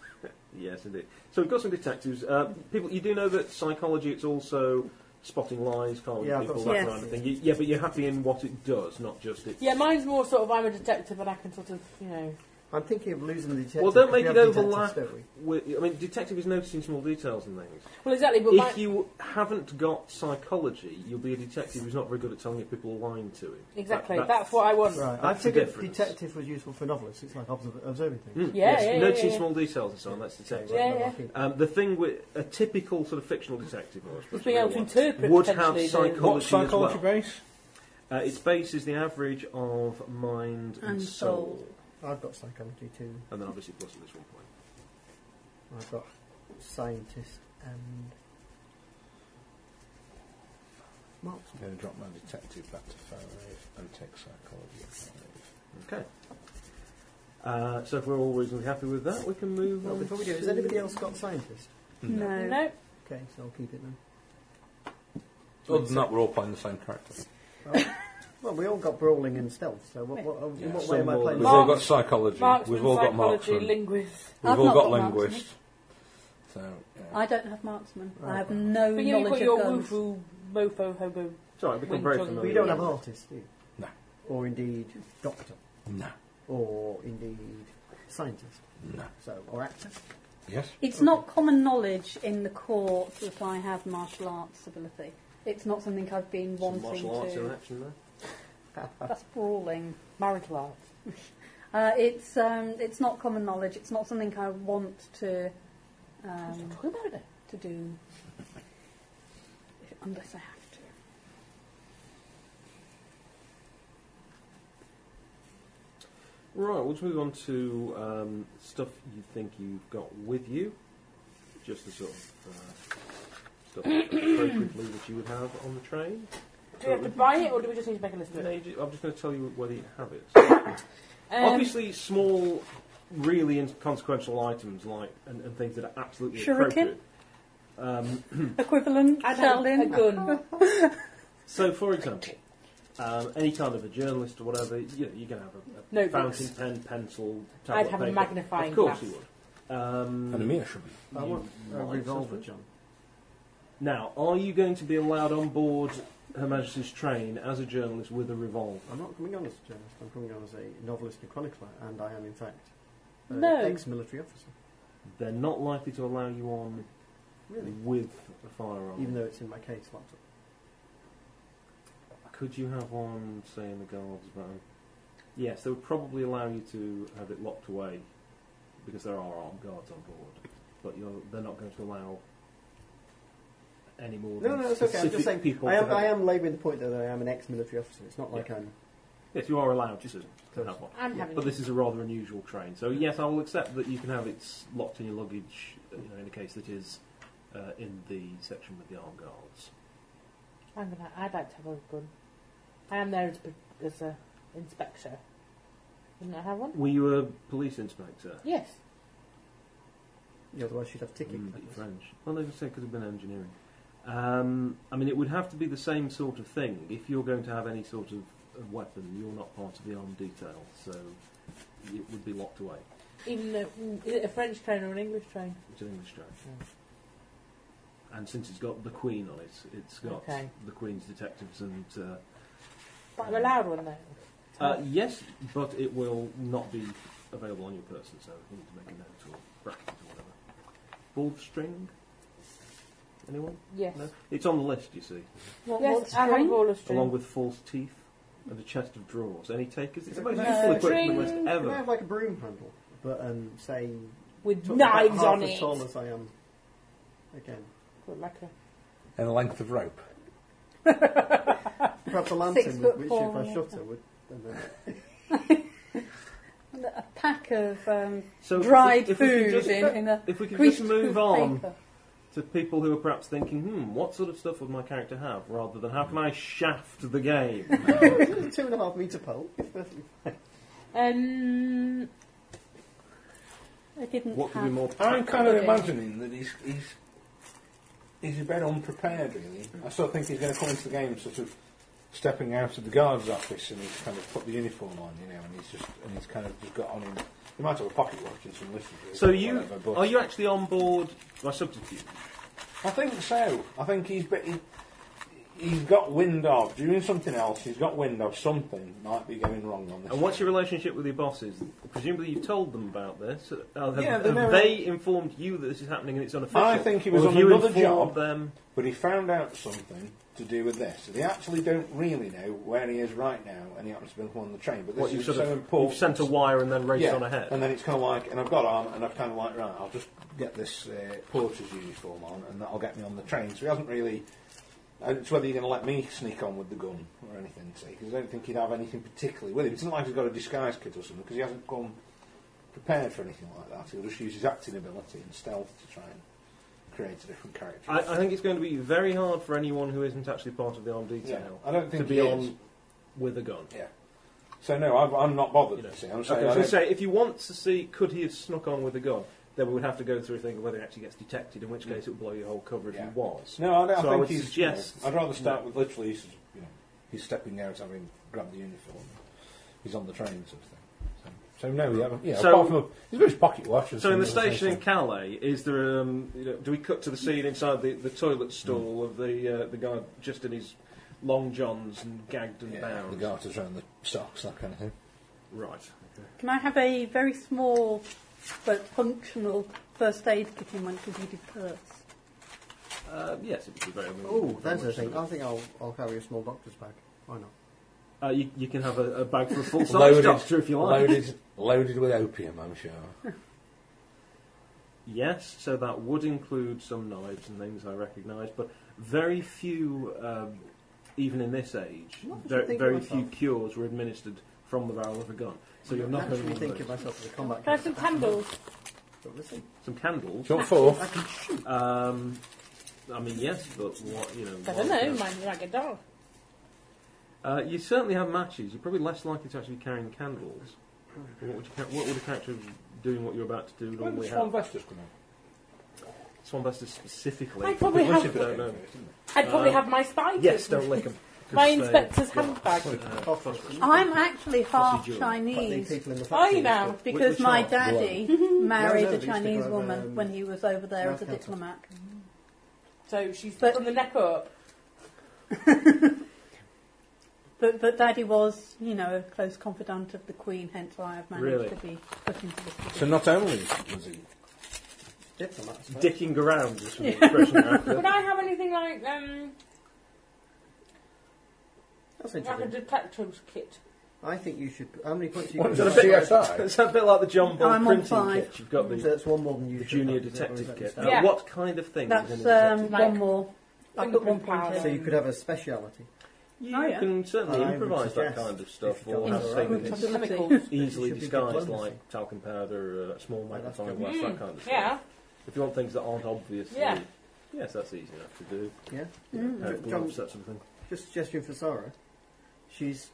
Speaker 3: Yes, indeed. So we've got some detectives. Uh, people, you do know that psychology, it's also spotting lies, calming
Speaker 5: Yeah, I've
Speaker 3: people,
Speaker 5: got
Speaker 3: that
Speaker 6: some-
Speaker 3: kind of thing. You, yeah, but you're happy in what it does, not just it's.
Speaker 2: yeah, mine's more sort of I'm a detective and I can sort of, you know.
Speaker 5: I'm thinking of losing the detective.
Speaker 3: Well, don't
Speaker 5: because
Speaker 3: make
Speaker 5: we
Speaker 3: it
Speaker 5: have detectives,
Speaker 3: overlap.
Speaker 5: don't we?
Speaker 3: With, I mean, detective is noticing small details and things.
Speaker 2: Well, exactly, but my,
Speaker 3: If you haven't got psychology, you'll be a detective who's not very good at telling if people are lying to him.
Speaker 2: exactly,
Speaker 3: That-
Speaker 2: that's, what I want.
Speaker 5: Right, I
Speaker 3: That's the
Speaker 5: figured
Speaker 3: difference.
Speaker 5: detective was useful for novelists. It's like observ- observing things.
Speaker 3: Mm,
Speaker 2: Yeah,
Speaker 3: yes,
Speaker 2: yeah, yeah,
Speaker 3: noticing
Speaker 2: yeah, yeah.
Speaker 3: small details and so on. That's detective.
Speaker 2: Yeah, yeah.
Speaker 3: Um, the thing with a typical sort of fictional detective, or I suppose
Speaker 2: Just being
Speaker 3: a
Speaker 2: able
Speaker 3: real
Speaker 2: to
Speaker 3: one,
Speaker 2: interpret
Speaker 3: would have
Speaker 2: potentially the-
Speaker 3: psychology,
Speaker 4: What psychology
Speaker 3: as well.
Speaker 4: base?
Speaker 3: Uh, its base is the average of mind and,
Speaker 6: And
Speaker 3: soul.
Speaker 6: soul.
Speaker 5: I've got psychology too.
Speaker 3: and then obviously plus at this one point.
Speaker 5: I've got scientist and
Speaker 4: I'm going to drop my detective back to five and take psychology at five.
Speaker 3: Okay. Uh, so if we're all reasonably happy with that, we can move
Speaker 5: Well,
Speaker 3: on.
Speaker 5: before we do,
Speaker 3: to-
Speaker 5: has anybody else got scientist?
Speaker 6: No.
Speaker 2: No,
Speaker 5: Okay, so I'll keep it then.
Speaker 4: Other than that, we're all playing the same character.
Speaker 5: Well, we all got brawling and stealth, so what, what, in what way am I playing?
Speaker 4: We've
Speaker 2: Mark-
Speaker 4: all got psychology.
Speaker 2: marksman,
Speaker 4: We've all got
Speaker 2: psychology,
Speaker 4: marksman.
Speaker 2: linguist.
Speaker 4: We've
Speaker 6: I've
Speaker 4: all
Speaker 6: not
Speaker 4: got
Speaker 6: got marksman.
Speaker 4: linguist. So, yeah.
Speaker 6: I don't have marksman.
Speaker 5: Right.
Speaker 6: I have no
Speaker 2: But yeah, you've
Speaker 6: knowledge
Speaker 2: got
Speaker 6: of
Speaker 2: your
Speaker 6: guns.
Speaker 2: woofoo, mofo, hobo.
Speaker 3: Sorry, I've become
Speaker 2: Wing
Speaker 3: very
Speaker 2: Chun.
Speaker 3: familiar.
Speaker 5: We don't
Speaker 3: with
Speaker 5: have
Speaker 3: that.
Speaker 5: artists, do you?
Speaker 4: No.
Speaker 5: Or indeed doctor,
Speaker 4: no,
Speaker 5: or indeed scientist,
Speaker 4: no.
Speaker 5: so or actor.
Speaker 4: Yes?
Speaker 6: It's not common knowledge in the court that I have martial arts ability. It's not something I've been
Speaker 3: Some
Speaker 6: wanting
Speaker 3: martial arts in
Speaker 6: to.
Speaker 3: action there.
Speaker 6: That's brawling.
Speaker 2: Marital arts.
Speaker 6: Uh, it's um, it's not common knowledge. It's not something I want to um,
Speaker 2: Talk about it.
Speaker 6: to do if- unless I have to.
Speaker 3: Right, we'll just move on to um, stuff you think you've got with you. Just the sort of uh, stuff appropriately that you would have on the train.
Speaker 2: Do we have to buy it or do we just need to make a list of
Speaker 3: No,
Speaker 2: it?
Speaker 3: you ju- I'm just going to tell you whether you have it.
Speaker 2: Um,
Speaker 3: Obviously, small, really inconsequential items like and, and things that are absolutely
Speaker 6: Shuriken?
Speaker 3: appropriate. Um,
Speaker 6: Equivalent,
Speaker 2: I'd have a
Speaker 6: Sheldon.
Speaker 2: gun.
Speaker 3: so, for example, um, any kind of a journalist or whatever, you know, you're going to have a, a
Speaker 2: Notebooks.
Speaker 3: fountain pen, pencil, tablet
Speaker 2: I'd have
Speaker 3: paper.
Speaker 2: a magnifying
Speaker 3: Of course
Speaker 2: glass.
Speaker 3: you would. Um,
Speaker 4: And a mirror should be.
Speaker 5: I
Speaker 3: you
Speaker 5: want a
Speaker 3: might,
Speaker 5: Uh, revolver,
Speaker 3: I suppose.
Speaker 5: John.
Speaker 3: Now, are you going to be allowed on board Her Majesty's train as a journalist with a revolver?
Speaker 5: I'm not coming on as a journalist. I'm coming on as a novelist and chronicler, and I am in fact an
Speaker 2: No.
Speaker 5: ex-military officer.
Speaker 3: They're not likely to allow you on
Speaker 5: Really,
Speaker 3: with a firearm.
Speaker 5: even though it's in my case laptop.
Speaker 3: Could you have one, say, in the um, guards van? Yes, they would probably allow you to have it locked away because there are armed guards on board, but you're, they're not going to allow any more.
Speaker 5: No,
Speaker 3: than
Speaker 5: no, it's okay. I'm
Speaker 3: specific
Speaker 5: just saying.
Speaker 3: people
Speaker 5: I
Speaker 3: to
Speaker 5: am,
Speaker 3: have
Speaker 5: I
Speaker 3: it.
Speaker 5: am labouring the point that I am an ex-military officer. It's not like I'm.
Speaker 3: Yes, you are allowed to to have one.
Speaker 2: I'm having
Speaker 3: But
Speaker 2: it.
Speaker 3: this is a rather unusual train, so yes, I will accept that you can have it s- locked in your luggage, uh, you know, in a case that is uh, in the section with the armed guards.
Speaker 2: I'm gonna. I'd like to have a gun. I am there as, a- as a inspector. Wouldn't I have one?
Speaker 3: Were you a police inspector?
Speaker 2: Yes.
Speaker 5: Yeah, otherwise she'd have ticket.
Speaker 3: Mm,
Speaker 5: claims.
Speaker 3: French. Well, they just say because I've been engineering. Um, I mean, it would have to be the same sort of thing. If you're going to have any sort of uh, weapon, you're not part of the armed detail, so it would be locked away.
Speaker 2: Even though, mm, is it a French train or an English train?
Speaker 3: It's an English track.
Speaker 2: Hmm.
Speaker 3: And since it's got the Queen on it, it's got
Speaker 2: Okay.
Speaker 3: the Queen's detectives and. Uh,
Speaker 2: But I'm allowed one though.
Speaker 3: uh, yes, but it will not be available on your person, so you need to make a note or bracket or whatever. Ball string? Anyone?
Speaker 2: Yes.
Speaker 3: No? It's on the list, you see.
Speaker 8: What,
Speaker 2: Yes, I have a roller string.
Speaker 3: along with false teeth and a chest of drawers. Any takers? It's the most
Speaker 5: No.
Speaker 3: useful equipment list
Speaker 2: String.
Speaker 5: Can I
Speaker 3: ever.
Speaker 5: have like a broom handle, but um, say
Speaker 2: with
Speaker 5: about
Speaker 2: knives
Speaker 5: half
Speaker 2: on
Speaker 5: as
Speaker 2: it.
Speaker 5: tall as I am. Again,
Speaker 2: Look Like a,
Speaker 4: And a length of rope.
Speaker 5: perhaps a lantern,
Speaker 8: Six
Speaker 5: with
Speaker 8: foot
Speaker 5: which
Speaker 8: four,
Speaker 5: if I
Speaker 8: yeah.
Speaker 5: shut her would. And then
Speaker 8: A pack of um,
Speaker 3: So if,
Speaker 8: dried
Speaker 3: if we
Speaker 8: food
Speaker 3: could just,
Speaker 8: in, in a
Speaker 3: if we could
Speaker 8: creased
Speaker 3: just move
Speaker 8: paper.
Speaker 3: on to people who are perhaps thinking, hmm, what sort of stuff would my character have, rather than how can I shaft the game?
Speaker 5: a two and a half meter pole. It's perfectly fine.
Speaker 2: um,
Speaker 8: I didn't
Speaker 3: what could
Speaker 8: have.
Speaker 3: be more?
Speaker 4: I'm kind of
Speaker 8: Okay.
Speaker 4: imagining that he's he's he's a bit unprepared really. I still think he's going to come into the game sort of stepping out of the guards office and he's kind of put the uniform on, you know, and he's just and he's kind of just got on him. He might have a pocket watch and some literature.
Speaker 3: So
Speaker 4: or
Speaker 3: you
Speaker 4: whatever, but
Speaker 3: are you actually on board my substitute?
Speaker 4: I think so. I think he's bit. He, He's got wind of doing something else. He's got wind of something might be going wrong on this.
Speaker 3: And what's your relationship with your bosses? Presumably you've told them about this. Uh, have
Speaker 4: Yeah,
Speaker 3: have
Speaker 4: they know-
Speaker 3: they informed you that this is happening and it's unofficial?
Speaker 4: I think he was
Speaker 3: or
Speaker 4: on
Speaker 3: have you
Speaker 4: another
Speaker 3: informed
Speaker 4: job.
Speaker 3: Them?
Speaker 4: But he found out something to do with this. They actually don't really know where he is right now, and he happens to be on the train. But this
Speaker 3: What you've
Speaker 4: is
Speaker 3: sort
Speaker 4: so
Speaker 3: of
Speaker 4: important.
Speaker 3: you've sent a wire and then raced on ahead.
Speaker 4: And then it's kind of like, and I've got on, and I've kind of like, right, I'll just get this uh, porter's uniform on, and that'll get me on the train. So he hasn't really. And it's whether you're going to let me sneak on with the gun or anything, see, because I don't think he'd have anything particularly with him. It's not like he's got a disguise kit or something, because he hasn't come prepared for anything like that. He'll just use his acting ability and stealth to try and create a different character.
Speaker 3: I, I think it's going to be very hard for anyone who isn't actually part of the armed
Speaker 4: yeah,
Speaker 3: detail
Speaker 4: I don't
Speaker 3: to
Speaker 4: think
Speaker 3: be
Speaker 4: he
Speaker 3: on
Speaker 4: is.
Speaker 3: with a gun.
Speaker 4: Yeah. So no, I've, I'm not bothered.
Speaker 3: You know.
Speaker 4: See, I'm
Speaker 3: Okay,
Speaker 4: saying
Speaker 3: I was going
Speaker 4: I don't-
Speaker 3: to say, if you want to see, could he have snuck on with a gun, then we would have to go through a thing of whether he actually gets detected, in which
Speaker 4: Mm.
Speaker 3: case it would blow your whole cover if
Speaker 4: Yeah.
Speaker 3: he was.
Speaker 4: No, I, don't- I
Speaker 3: So I
Speaker 4: think
Speaker 3: would
Speaker 4: he's.
Speaker 3: suggest-
Speaker 4: you know, I'd rather start with literally, he's, you know, he's stepping out, having grabbed the uniform. He's on the train, sort of thing. So, so no, we haven't. Yeah,
Speaker 3: So-
Speaker 4: apart from a, he's got his pocket watch. and
Speaker 3: So in the
Speaker 4: something,
Speaker 3: station in
Speaker 4: so-
Speaker 3: Calais, is there? Um, you know, do we cut to the scene inside the, the toilet
Speaker 4: Hmm.
Speaker 3: stall of the uh, the guy just in his long johns and gagged and
Speaker 4: yeah, the
Speaker 3: bound?
Speaker 4: garters around the socks, that kind of thing.
Speaker 3: Right. Okay.
Speaker 8: Can I have a very small but functional first aid kit in my little beaded purse?
Speaker 3: Uh, yes, it would be very.
Speaker 5: Oh,
Speaker 3: very
Speaker 5: that's
Speaker 3: much
Speaker 5: the thing.
Speaker 3: so.
Speaker 5: I think I'll, I'll carry a small doctor's bag. Why not?
Speaker 3: Uh, you, you can have a, a bag for a full size
Speaker 4: Loaded.
Speaker 3: doctor if you like.
Speaker 4: Loaded, loaded with opium, I'm sure.
Speaker 3: Yes, so that would include some knives and things I recognise, but very few, um, even in this age,
Speaker 5: What did you
Speaker 3: very,
Speaker 5: think
Speaker 3: very
Speaker 5: of
Speaker 3: few
Speaker 5: myself?
Speaker 3: cures were administered from the barrel of a gun. So you're not going
Speaker 5: actually
Speaker 3: to
Speaker 5: think of myself as a combat.
Speaker 2: can I have some
Speaker 5: character.
Speaker 2: candles?
Speaker 5: But listen,
Speaker 3: some candles.
Speaker 4: Do you want four?
Speaker 5: I can shoot.
Speaker 3: Um, I mean, yes, but what you know?
Speaker 2: I
Speaker 3: what-
Speaker 2: don't know. Mine might get dark.
Speaker 3: Uh, you certainly have matches. You're probably less likely to actually be carrying candles. What would, you, ca- what would a character doing what you're about to do
Speaker 4: When
Speaker 3: normally
Speaker 4: does Swan
Speaker 3: have?
Speaker 4: Vestas come out?
Speaker 3: Swanbuster specifically.
Speaker 2: I probably
Speaker 3: Unless you
Speaker 2: have.
Speaker 3: don't know.
Speaker 2: I'd probably
Speaker 3: Um,
Speaker 2: have my spiders.
Speaker 3: Yes, don't lick 'em. uh,
Speaker 2: My
Speaker 3: Because they-
Speaker 2: inspector's handbag.
Speaker 3: uh,
Speaker 8: I'm actually half
Speaker 3: Sausage roll.
Speaker 5: But the
Speaker 8: Chinese.
Speaker 5: people in the
Speaker 2: Are you
Speaker 5: factory.
Speaker 2: now?
Speaker 8: Because
Speaker 3: Which
Speaker 8: my
Speaker 3: one?
Speaker 8: daddy
Speaker 5: Yeah,
Speaker 8: married
Speaker 5: no,
Speaker 8: a
Speaker 5: they used to
Speaker 8: Chinese
Speaker 5: grow,
Speaker 8: woman
Speaker 5: um,
Speaker 8: when he was over there as a
Speaker 5: Rascalton.
Speaker 8: diplomat.
Speaker 2: So she's
Speaker 8: But-
Speaker 2: from the neck up.
Speaker 8: But, but daddy was, you know, a close confidant of the Queen, hence why I've managed
Speaker 3: Really?
Speaker 8: to be put into this position.
Speaker 4: So not only was he
Speaker 5: Diplomats. right?
Speaker 3: dicking around is the expression you're after.
Speaker 2: Would I have anything like um,
Speaker 5: That's
Speaker 2: like a
Speaker 5: interesting.
Speaker 2: detector's kit?
Speaker 5: I think you should. How many points do you
Speaker 4: What
Speaker 5: got?
Speaker 4: is that, CSI?
Speaker 3: It's a bit like the John Bond
Speaker 8: I'm on
Speaker 3: printing
Speaker 8: five.
Speaker 3: kit. You've got the,
Speaker 5: So That's one more than you.
Speaker 3: the
Speaker 5: should
Speaker 3: junior
Speaker 5: have, is that- or is
Speaker 3: detective
Speaker 5: that
Speaker 3: kit.
Speaker 5: just-
Speaker 3: Uh,
Speaker 2: Yeah.
Speaker 3: What kind of thing? is
Speaker 8: That's
Speaker 3: in a detective
Speaker 8: um,
Speaker 3: kit?
Speaker 2: Like-
Speaker 8: one more. I put one point
Speaker 2: Fingerprint
Speaker 5: So
Speaker 8: in.
Speaker 5: you could have a speciality.
Speaker 3: you
Speaker 8: Oh, yeah.
Speaker 3: can certainly
Speaker 5: I would
Speaker 3: improvise that
Speaker 5: suggest
Speaker 3: kind of stuff,
Speaker 5: if you've
Speaker 3: or
Speaker 5: got
Speaker 3: have
Speaker 5: the
Speaker 3: something
Speaker 5: right
Speaker 3: that's
Speaker 5: Improvise.
Speaker 8: Chemicals.
Speaker 3: easily
Speaker 5: Should be
Speaker 3: disguised,
Speaker 5: diplomacy.
Speaker 3: like talcum powder, uh, small
Speaker 5: Well, that's
Speaker 3: magnifying
Speaker 5: good.
Speaker 3: glass, that kind of stuff.
Speaker 2: Mm, Yeah.
Speaker 3: If you want things that aren't obviously
Speaker 2: Yeah.
Speaker 3: Yes, that's easy enough to do.
Speaker 5: Yeah.
Speaker 6: Mm.
Speaker 3: Uh,
Speaker 5: John-
Speaker 3: gloves, that sort of thing.
Speaker 5: Just a suggestion for Sarah. She's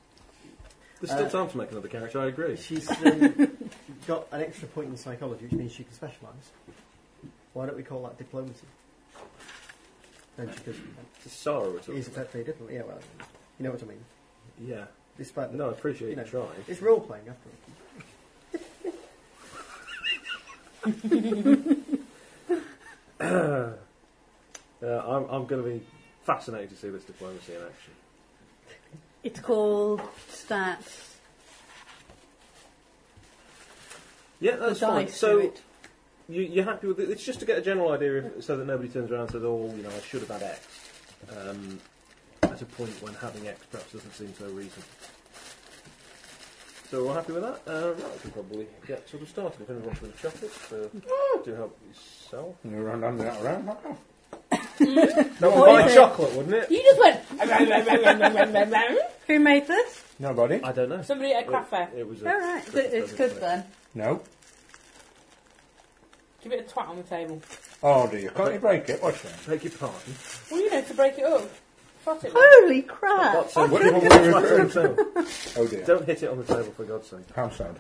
Speaker 3: There's still
Speaker 5: Uh,
Speaker 3: time to make another character, I agree.
Speaker 5: she's um, got an extra point in psychology, which means she can specialise. Why don't we call that diplomacy? Then she could.
Speaker 3: It's Sarah we're talking
Speaker 5: Is
Speaker 3: about.
Speaker 5: effectively different. Yeah, well, you know what I mean.
Speaker 3: Yeah.
Speaker 5: Despite the,
Speaker 3: No, I appreciate
Speaker 5: You
Speaker 3: you
Speaker 5: know.
Speaker 3: trying.
Speaker 5: it's role playing after all.
Speaker 3: Uh, I'm, I'm going to be fascinated to see this diplomacy in action.
Speaker 8: It's called stats.
Speaker 3: Yeah,
Speaker 8: The
Speaker 3: that's fine.
Speaker 8: dice do
Speaker 3: So
Speaker 8: it.
Speaker 3: you, you're happy with it? It's just to get a general idea, of, so that nobody turns around and says, "Oh, you know, I should have had X." Um, at a point when having X perhaps doesn't seem so reasonable. So we're all happy with that. Uh, right, we can probably get sort of started. If anyone wants a bit of chocolate, uh, do help yourself.
Speaker 4: You run round and out around. aren't you?
Speaker 3: That would
Speaker 2: What
Speaker 3: buy
Speaker 2: is it?
Speaker 3: chocolate, wouldn't it?
Speaker 2: You just went.
Speaker 8: Who made this?
Speaker 4: Nobody?
Speaker 3: I don't know.
Speaker 2: Somebody at a craft fair.
Speaker 3: It, it was a
Speaker 8: All right,
Speaker 3: Christmas
Speaker 8: it's
Speaker 3: present,
Speaker 8: good
Speaker 3: so-
Speaker 8: then.
Speaker 4: No.
Speaker 2: Give it a twat on the table.
Speaker 4: Oh, do you? Can't you break it? What's that?
Speaker 3: Beg your pardon.
Speaker 2: Well, you know, to break it up. Fart it.
Speaker 8: Holy crap!
Speaker 3: That's a-
Speaker 4: What do you want me to
Speaker 3: That's
Speaker 4: refer
Speaker 3: on the table.
Speaker 4: Oh, dear.
Speaker 3: Don't hit it on the table, for God's sake.
Speaker 4: How sad.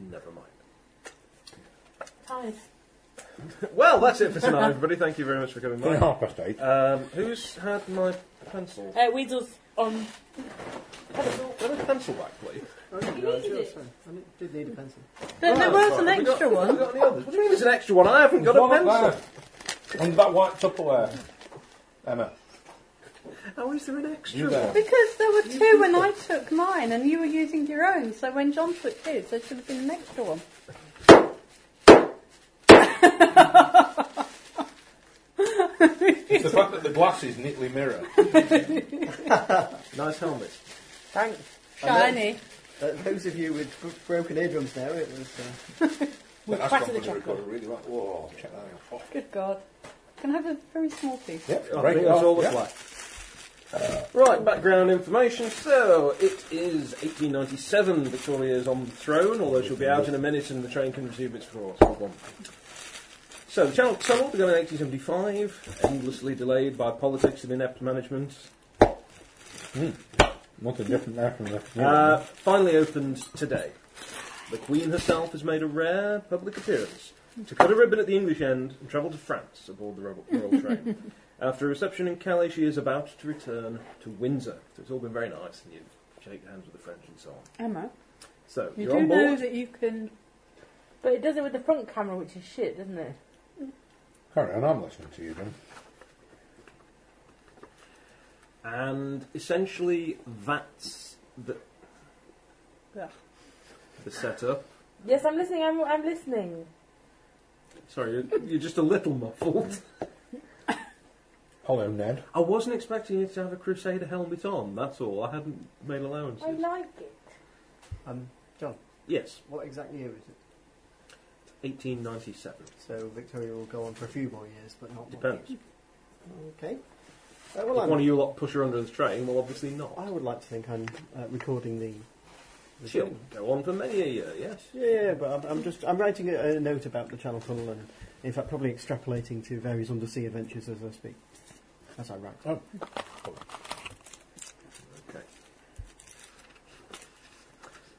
Speaker 3: Never mind.
Speaker 2: Time.
Speaker 3: Well, that's it for tonight, everybody. Thank you very much for coming
Speaker 4: Only
Speaker 3: by.
Speaker 4: half past eight.
Speaker 3: Um, who's had my pencil?
Speaker 2: Uh, Weedle's on.
Speaker 3: pencil? Get a pencil back, please.
Speaker 5: Oh, no, no, it's yours, sorry. I ne- did need a pencil.
Speaker 8: There, there
Speaker 3: Oh,
Speaker 8: was
Speaker 3: sorry.
Speaker 8: an
Speaker 3: Have we got-
Speaker 8: extra
Speaker 3: Have we
Speaker 8: one.
Speaker 3: got any others? What do you mean there's an extra one? I haven't got a
Speaker 4: One up
Speaker 3: pencil.
Speaker 4: there. Under that white Tupperware. Emma.
Speaker 3: How is there an extra
Speaker 4: You there.
Speaker 3: one?
Speaker 8: Because there were two when I took mine and you were using your own, so when John took his, there should have been an extra one.
Speaker 4: It's the fact that the glass is neatly mirror.
Speaker 3: Nice helmet.
Speaker 5: Thanks.
Speaker 8: Shiny.
Speaker 5: Uh, those of you with b- broken eardrums there, it was. Uh,
Speaker 4: But that's
Speaker 2: back to the
Speaker 4: gone
Speaker 2: chocolate.
Speaker 4: really, really well. Whoa, check that out. Oh.
Speaker 8: Good God. Can I have a very small piece?
Speaker 4: Yeah,
Speaker 3: I
Speaker 4: break
Speaker 3: think
Speaker 4: it
Speaker 3: that's
Speaker 4: off,
Speaker 3: all that's
Speaker 4: yeah.
Speaker 3: left. Right, background information. So, it is 1897. Victoria is on the throne, although she'll be out in a minute and the train can resume its course. Hold on. So, the Channel Tunnel began in 1875, endlessly delayed by politics and inept management.
Speaker 4: Nothing different there from the.
Speaker 3: Uh, finally opened today. The Queen herself has made a rare public appearance to cut a ribbon at the English end and travel to France aboard the ro- Royal Train. After a reception in Calais, she is about to return to Windsor. So it's all been very nice, and you shake hands with the French and so on.
Speaker 8: Emma,
Speaker 3: So
Speaker 8: you
Speaker 3: are
Speaker 8: do
Speaker 3: on
Speaker 8: know
Speaker 3: board.
Speaker 8: that you can.
Speaker 2: But it does it with the front camera, which is shit, doesn't it?
Speaker 4: Carry on, I'm listening to you, Jim.
Speaker 3: And essentially, that's the,
Speaker 8: Yeah.
Speaker 3: the setup.
Speaker 2: Yes, I'm listening. I'm, I'm listening.
Speaker 3: Sorry, you're, you're just a little muffled.
Speaker 4: Hello, Ned.
Speaker 3: I wasn't expecting you to have a Crusader helmet on, that's all. I hadn't made allowances.
Speaker 2: I like it.
Speaker 5: um, John,
Speaker 3: yes,
Speaker 5: what exact year is it?
Speaker 3: 1897.
Speaker 5: So Victoria will go on for a few more years, but not more.
Speaker 3: Depends.
Speaker 5: Okay. Uh, well,
Speaker 3: If one of
Speaker 5: I'm,
Speaker 3: you lot push her under the train, well, obviously
Speaker 5: I
Speaker 3: not.
Speaker 5: would like to think I'm uh, recording the. the
Speaker 3: She'll
Speaker 5: thing.
Speaker 3: go on for many a year, yes.
Speaker 5: Yeah, but I'm, I'm just I'm writing a, a note about the Channel Tunnel and, in fact, probably extrapolating to various undersea adventures as I speak. As I write.
Speaker 4: Oh.
Speaker 3: Okay.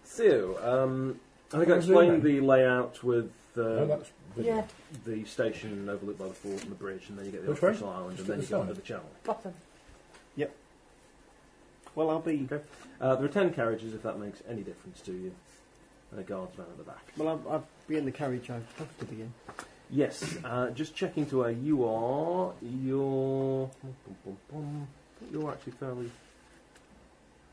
Speaker 3: So, um, I think I
Speaker 4: What was the
Speaker 3: explained
Speaker 4: name?
Speaker 3: the layout with
Speaker 4: no,
Speaker 3: uh,
Speaker 4: that's video.
Speaker 3: the station overlooked by the fort and the bridge, and then you get the
Speaker 4: Which way?
Speaker 3: artificial island, and
Speaker 4: Just
Speaker 3: then
Speaker 4: at
Speaker 3: you
Speaker 4: the
Speaker 3: go
Speaker 4: side.
Speaker 3: under the channel.
Speaker 2: Bottom.
Speaker 5: Well, I'll be.
Speaker 3: Okay. Uh, there are ten carriages, if that makes any difference to you, and a guardsman at the back.
Speaker 5: Well, I'll, I'll be in the carriage I have to be in.
Speaker 3: Yes, uh, just checking to where you are. You're. You're actually fairly.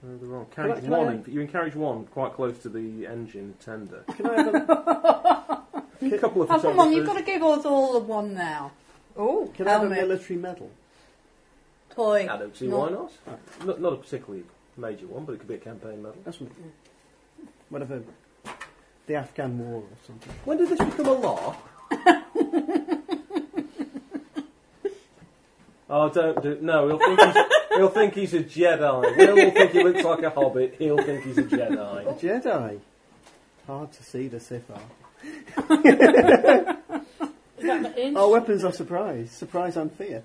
Speaker 3: Further on. Carriage
Speaker 5: Can I- can
Speaker 3: one.
Speaker 5: I-
Speaker 3: in- you're in carriage one, quite close to the engine tender.
Speaker 5: Can I have a,
Speaker 3: A couple of
Speaker 8: Oh, come on,
Speaker 3: photographers-
Speaker 8: you've got to give us all the one now. Oh,
Speaker 5: can I have a
Speaker 8: helmet,
Speaker 5: military medal?
Speaker 8: toy.
Speaker 3: I don't see
Speaker 8: No.
Speaker 3: why not. not. Not a particularly major one, but it could be a campaign medal.
Speaker 5: That's what, whatever. The Afghan War or something.
Speaker 3: When did this become a law? oh, don't do. No, he'll think he's, he'll think he's a Jedi. Will will think he looks like a hobbit. He'll think he's a Jedi.
Speaker 8: Oh.
Speaker 5: A Jedi. Hard to see the Sith are.
Speaker 2: Is that the inch?
Speaker 5: Our weapons are surprise, surprise and fear.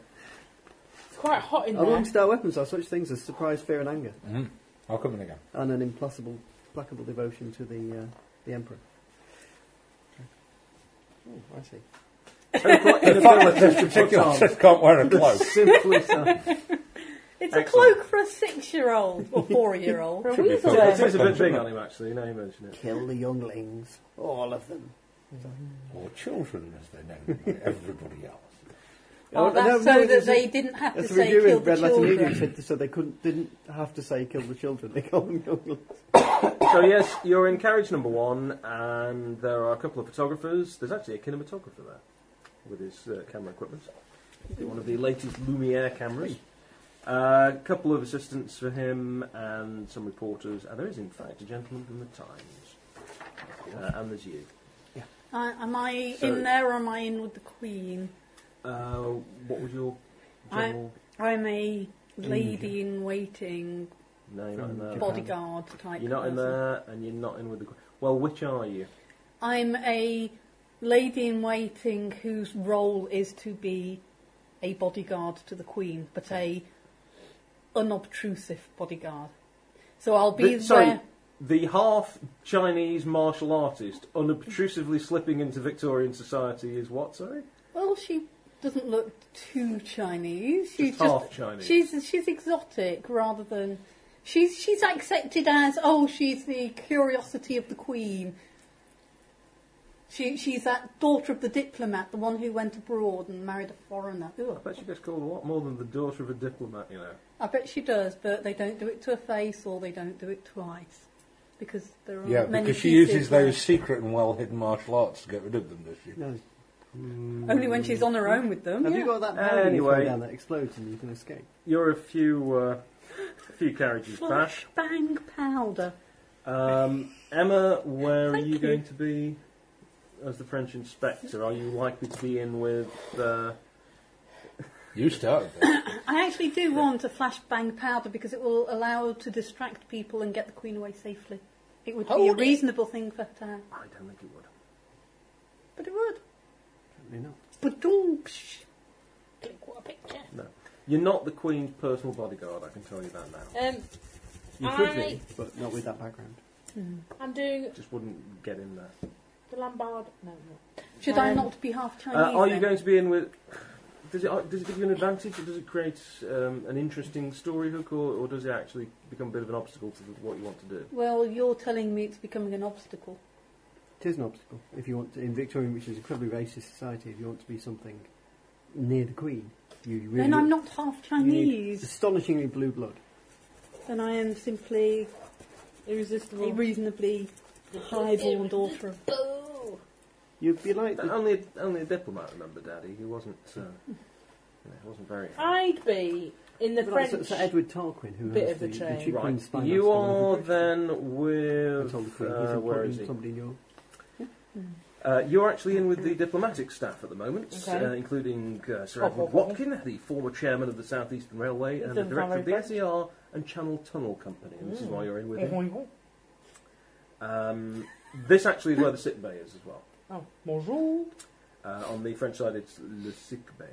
Speaker 2: It's quite hot in there.
Speaker 5: Amongst our weapons are such things as surprise, fear, and anger,
Speaker 4: Mm. I'll come in again.
Speaker 5: and an implacable, placable devotion to the uh, the emperor. Oh, I see.
Speaker 4: the fact that this particular stiff can't wear a cloak.
Speaker 5: Simply so.
Speaker 8: It's a
Speaker 3: Excellent.
Speaker 8: cloak for a six-year-old or four-year-old.
Speaker 2: For a
Speaker 4: Should be
Speaker 2: weasel
Speaker 4: fine.
Speaker 3: It
Speaker 2: there.
Speaker 3: is a bit big on him, actually, now you mention it.
Speaker 5: Kill the younglings, all of them.
Speaker 4: Or children, as they're known by everybody else.
Speaker 8: oh,
Speaker 5: no, no,
Speaker 8: that's so
Speaker 5: it
Speaker 8: that
Speaker 5: was-
Speaker 8: they didn't have to
Speaker 5: That's the
Speaker 8: say
Speaker 5: review
Speaker 8: kill
Speaker 5: in
Speaker 8: the
Speaker 5: Red Letter Media
Speaker 8: children.
Speaker 5: said, so they couldn't didn't have to say kill the children. They called them younglings.
Speaker 3: So, yes, you're in carriage number one, and there are a couple of photographers. There's actually a kinematographer there with his uh, camera equipment. One of the latest Lumiere cameras. A couple of assistants for him, and some reporters, and there is, in fact, a gentleman from the Times. Uh, and there's you.
Speaker 8: Uh, am I
Speaker 3: So-
Speaker 8: in there or am I in with the Queen?
Speaker 3: Uh, what was your
Speaker 8: I-
Speaker 3: general
Speaker 8: I'm a lady in waiting,
Speaker 3: No, you're not in there.
Speaker 8: bodyguard type.
Speaker 3: You're not in
Speaker 8: person.
Speaker 3: there, and you're not in with the. Well, which are you?
Speaker 8: I'm a lady in waiting whose role is to be a bodyguard to the Queen, but a unobtrusive bodyguard. So I'll be
Speaker 3: The-
Speaker 8: there.
Speaker 3: sorry, the half Chinese martial artist unobtrusively slipping into Victorian society is what? Sorry,
Speaker 8: Well, she doesn't look too Chinese. She's
Speaker 3: Just
Speaker 8: just,
Speaker 3: half Chinese.
Speaker 8: she's she's exotic rather than she's she's accepted as oh she's the curiosity of the queen. She she's that daughter of the diplomat, the one who went abroad and married a foreigner.
Speaker 3: Ooh, I bet she gets called a lot more than the daughter of a diplomat. You know,
Speaker 8: I bet she does, but they don't do it to her face or they don't do it twice because there are
Speaker 4: Yeah,
Speaker 8: many
Speaker 4: because she
Speaker 8: pieces
Speaker 4: uses
Speaker 8: where-
Speaker 4: those secret and well hidden martial arts to get rid of them, does she?
Speaker 5: No.
Speaker 8: only when she's on her own with them.
Speaker 5: Have
Speaker 8: yeah.
Speaker 5: you got that power you throw
Speaker 3: Anyway.
Speaker 5: down that explodes and you can escape?
Speaker 3: you're a few, uh, a few carriages back.
Speaker 8: Flash bang powder.
Speaker 3: Um, Emma, where are
Speaker 8: Thank
Speaker 3: you,
Speaker 8: you.
Speaker 3: going to be as the French inspector? Are you likely to be in with? Uh,
Speaker 4: You started that.
Speaker 8: I actually do want a flashbang powder because it will allow to distract people and get the queen away safely. It would
Speaker 3: Oh,
Speaker 8: be a
Speaker 4: Hold it.
Speaker 8: reasonable thing for uh, her to have.
Speaker 3: I don't think you would.
Speaker 8: But it would.
Speaker 5: Probably not.
Speaker 8: Badoomsh.
Speaker 2: Click, what a picture.
Speaker 3: No, you're not the Queen's personal bodyguard. I can tell you that now.
Speaker 2: Um,
Speaker 3: You could
Speaker 2: I-
Speaker 3: be,
Speaker 5: But not with that background.
Speaker 2: I'm doing
Speaker 3: just wouldn't get in there.
Speaker 2: the Lombard. No, no.
Speaker 8: Should I
Speaker 2: Um,
Speaker 8: not be half Chinese?
Speaker 3: Uh, are you
Speaker 8: then?
Speaker 3: going to be in with? Does it uh, does it give you an advantage, or does it create um, an interesting story hook, or, or does it actually become a bit of an obstacle to the, what you want to do?
Speaker 8: Well, you're telling me it's becoming an obstacle.
Speaker 5: It is an obstacle. If you want to, in Victorian, which is an incredibly racist society, if you want to be something near the Queen, you really
Speaker 8: then I'm not half
Speaker 5: you need
Speaker 8: Chinese.
Speaker 5: astonishingly blue blood.
Speaker 8: Then I am simply a
Speaker 2: Irresistible.
Speaker 8: reasonably highborn daughter of.
Speaker 2: Boo!
Speaker 5: You'd be like the,
Speaker 3: Only a, only a diplomat, remember, Daddy. He wasn't uh, you know, he wasn't very.
Speaker 2: I'd be in the
Speaker 5: you'd be like
Speaker 2: French.
Speaker 5: Sir, Sir Edward Tarquin, who
Speaker 2: bit
Speaker 5: has
Speaker 2: of
Speaker 5: the,
Speaker 2: a
Speaker 5: the
Speaker 2: train.
Speaker 5: chicken
Speaker 3: Right,
Speaker 5: spine
Speaker 3: you
Speaker 5: that's gone
Speaker 3: are
Speaker 5: in-
Speaker 3: then
Speaker 5: I told the
Speaker 3: with
Speaker 5: Queen, he's
Speaker 3: uh,
Speaker 5: in
Speaker 3: where is
Speaker 5: Poland,
Speaker 3: he?
Speaker 5: somebody in Europe.
Speaker 3: Uh, you're actually in with the diplomatic staff at the moment,
Speaker 2: Okay.
Speaker 3: uh, including uh, Sir
Speaker 2: Oh,
Speaker 3: Edward
Speaker 2: oh, oh.
Speaker 3: Watkin, the former chairman of the South Eastern Railway and the
Speaker 2: Doesn't sound
Speaker 3: director of the
Speaker 2: very
Speaker 3: SER and Channel Tunnel Company, and this is why you're in with him.
Speaker 2: Oh,
Speaker 3: Um, this actually is where the sick bay is as well.
Speaker 2: bonjour.
Speaker 3: Uh, on the French side, it's Le Sick Bay.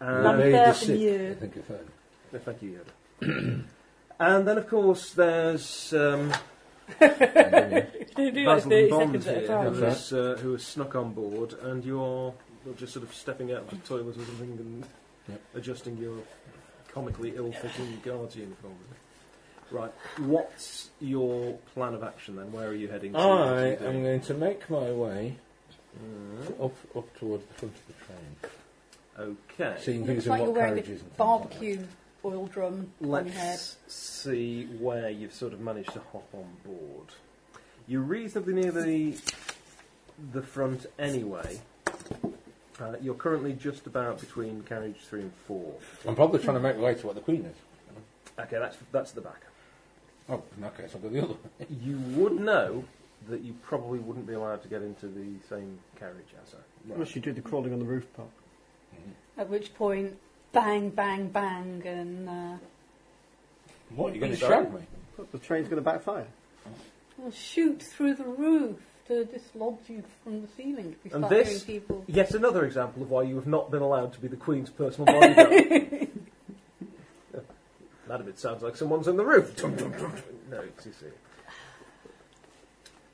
Speaker 4: Love
Speaker 3: And,
Speaker 4: it.
Speaker 2: Lambert
Speaker 4: sick. I
Speaker 2: you.
Speaker 4: think I've heard.
Speaker 3: Uh, thank you, Yoda. and then, of course, there's um,
Speaker 2: Do do that
Speaker 3: Basil
Speaker 2: 30
Speaker 3: Bond
Speaker 2: seconds at a
Speaker 3: here,
Speaker 2: time.
Speaker 3: who has, uh, who has snuck on board, and you're just sort of stepping out of the toilet or something and
Speaker 4: Yep.
Speaker 3: adjusting your comically ill-fitting guards uniform. Right, what's your plan of action then? Where are you heading? to? What
Speaker 4: I
Speaker 3: are you
Speaker 4: am
Speaker 3: doing?
Speaker 4: going to make my way uh,
Speaker 3: Mm,
Speaker 4: up, up towards the front of the train,
Speaker 3: Okay.
Speaker 4: seeing
Speaker 8: Looks
Speaker 4: who's
Speaker 8: like
Speaker 4: in
Speaker 8: you're
Speaker 4: what
Speaker 8: wearing
Speaker 4: carriages
Speaker 8: a
Speaker 4: and things like that.
Speaker 8: barbecue oil drum on your head.
Speaker 3: Let's see where you've sort of managed to hop on board. You're reasonably near the the front anyway. Uh, you're currently just about between carriage three and four.
Speaker 4: I'm probably trying to make my way to what the Queen is.
Speaker 3: Okay, that's that's the back.
Speaker 4: Oh, in that case, I'll go the other way.
Speaker 3: You would know that you probably wouldn't be allowed to get into the same carriage as her.
Speaker 5: Unless you do the crawling on the roof part.
Speaker 8: At which point, bang, bang, bang, and uh,
Speaker 4: What, you're going to
Speaker 3: Sorry?
Speaker 4: shag me?
Speaker 5: The train's going to backfire.
Speaker 8: we'll shoot through the roof. to dislodge you from the ceiling if you
Speaker 3: And
Speaker 8: start
Speaker 3: this-
Speaker 8: hearing people.
Speaker 3: Yet another example of why you have not been allowed to be the Queen's personal bodyguard. that a bit sounds like someone's on the roof. Dum, dum, dum, dum. No, it's you see.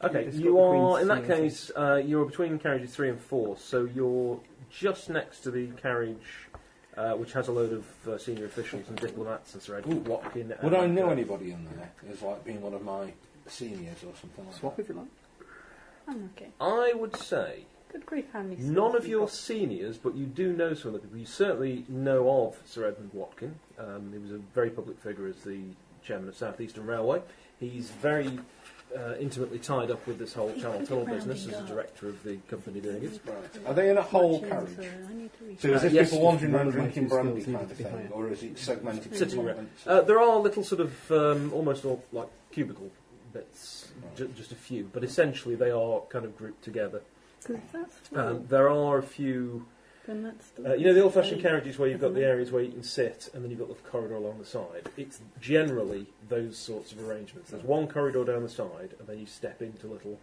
Speaker 3: Okay,
Speaker 5: It's
Speaker 3: you
Speaker 5: got the
Speaker 3: are,
Speaker 5: Queen's
Speaker 3: in that
Speaker 5: seal, I think.
Speaker 3: case, uh, you're between carriages three and four, so you're just next to the carriage uh, which has a load of uh, senior officials and diplomats and Sir Edward
Speaker 4: Ooh.
Speaker 3: Watkin.
Speaker 4: Would
Speaker 3: and,
Speaker 4: I know
Speaker 3: uh,
Speaker 4: anybody in there as like being one of my seniors or something like
Speaker 5: Swap
Speaker 4: that?
Speaker 5: if you like.
Speaker 8: I'm okay.
Speaker 3: I would say
Speaker 8: Good grief, how many
Speaker 3: None
Speaker 8: scenes
Speaker 3: of
Speaker 8: you
Speaker 3: your
Speaker 8: got?
Speaker 3: seniors, but you do know some of the people. You certainly know of Sir Edmund Watkin. Um, he was a very public figure as the chairman of South Eastern Railway. He's very uh, intimately tied up with this whole
Speaker 8: He
Speaker 3: Channel
Speaker 8: put it
Speaker 3: Tunnel
Speaker 8: round
Speaker 3: business
Speaker 8: the
Speaker 3: as a
Speaker 8: yard.
Speaker 3: director of the company doing it.
Speaker 4: Right. Are they in a whole
Speaker 8: Much
Speaker 4: carriage?
Speaker 8: answer, I need to read.
Speaker 4: So is
Speaker 3: Uh,
Speaker 4: this
Speaker 3: yes,
Speaker 4: people wandering
Speaker 5: one
Speaker 4: around
Speaker 5: of my
Speaker 4: drinking
Speaker 5: two
Speaker 4: brandy
Speaker 5: skills
Speaker 4: kind
Speaker 5: needed
Speaker 4: of
Speaker 5: to be
Speaker 4: thing,
Speaker 5: higher.
Speaker 4: or is it segmented?
Speaker 3: Sitting
Speaker 4: into
Speaker 3: around.
Speaker 4: convents?
Speaker 3: Uh, there are little sort of um, almost all, like cubicle bits, ju- just a few, but essentially they are kind of grouped together.
Speaker 8: 'Cause if that's full,
Speaker 3: Um, there are a few
Speaker 8: then that's the
Speaker 3: Uh, you know the old-fashioned carriages where you've got the areas where you can sit and then you've got the corridor along the side? It's generally those sorts of arrangements. There's one corridor down the side and then you step into little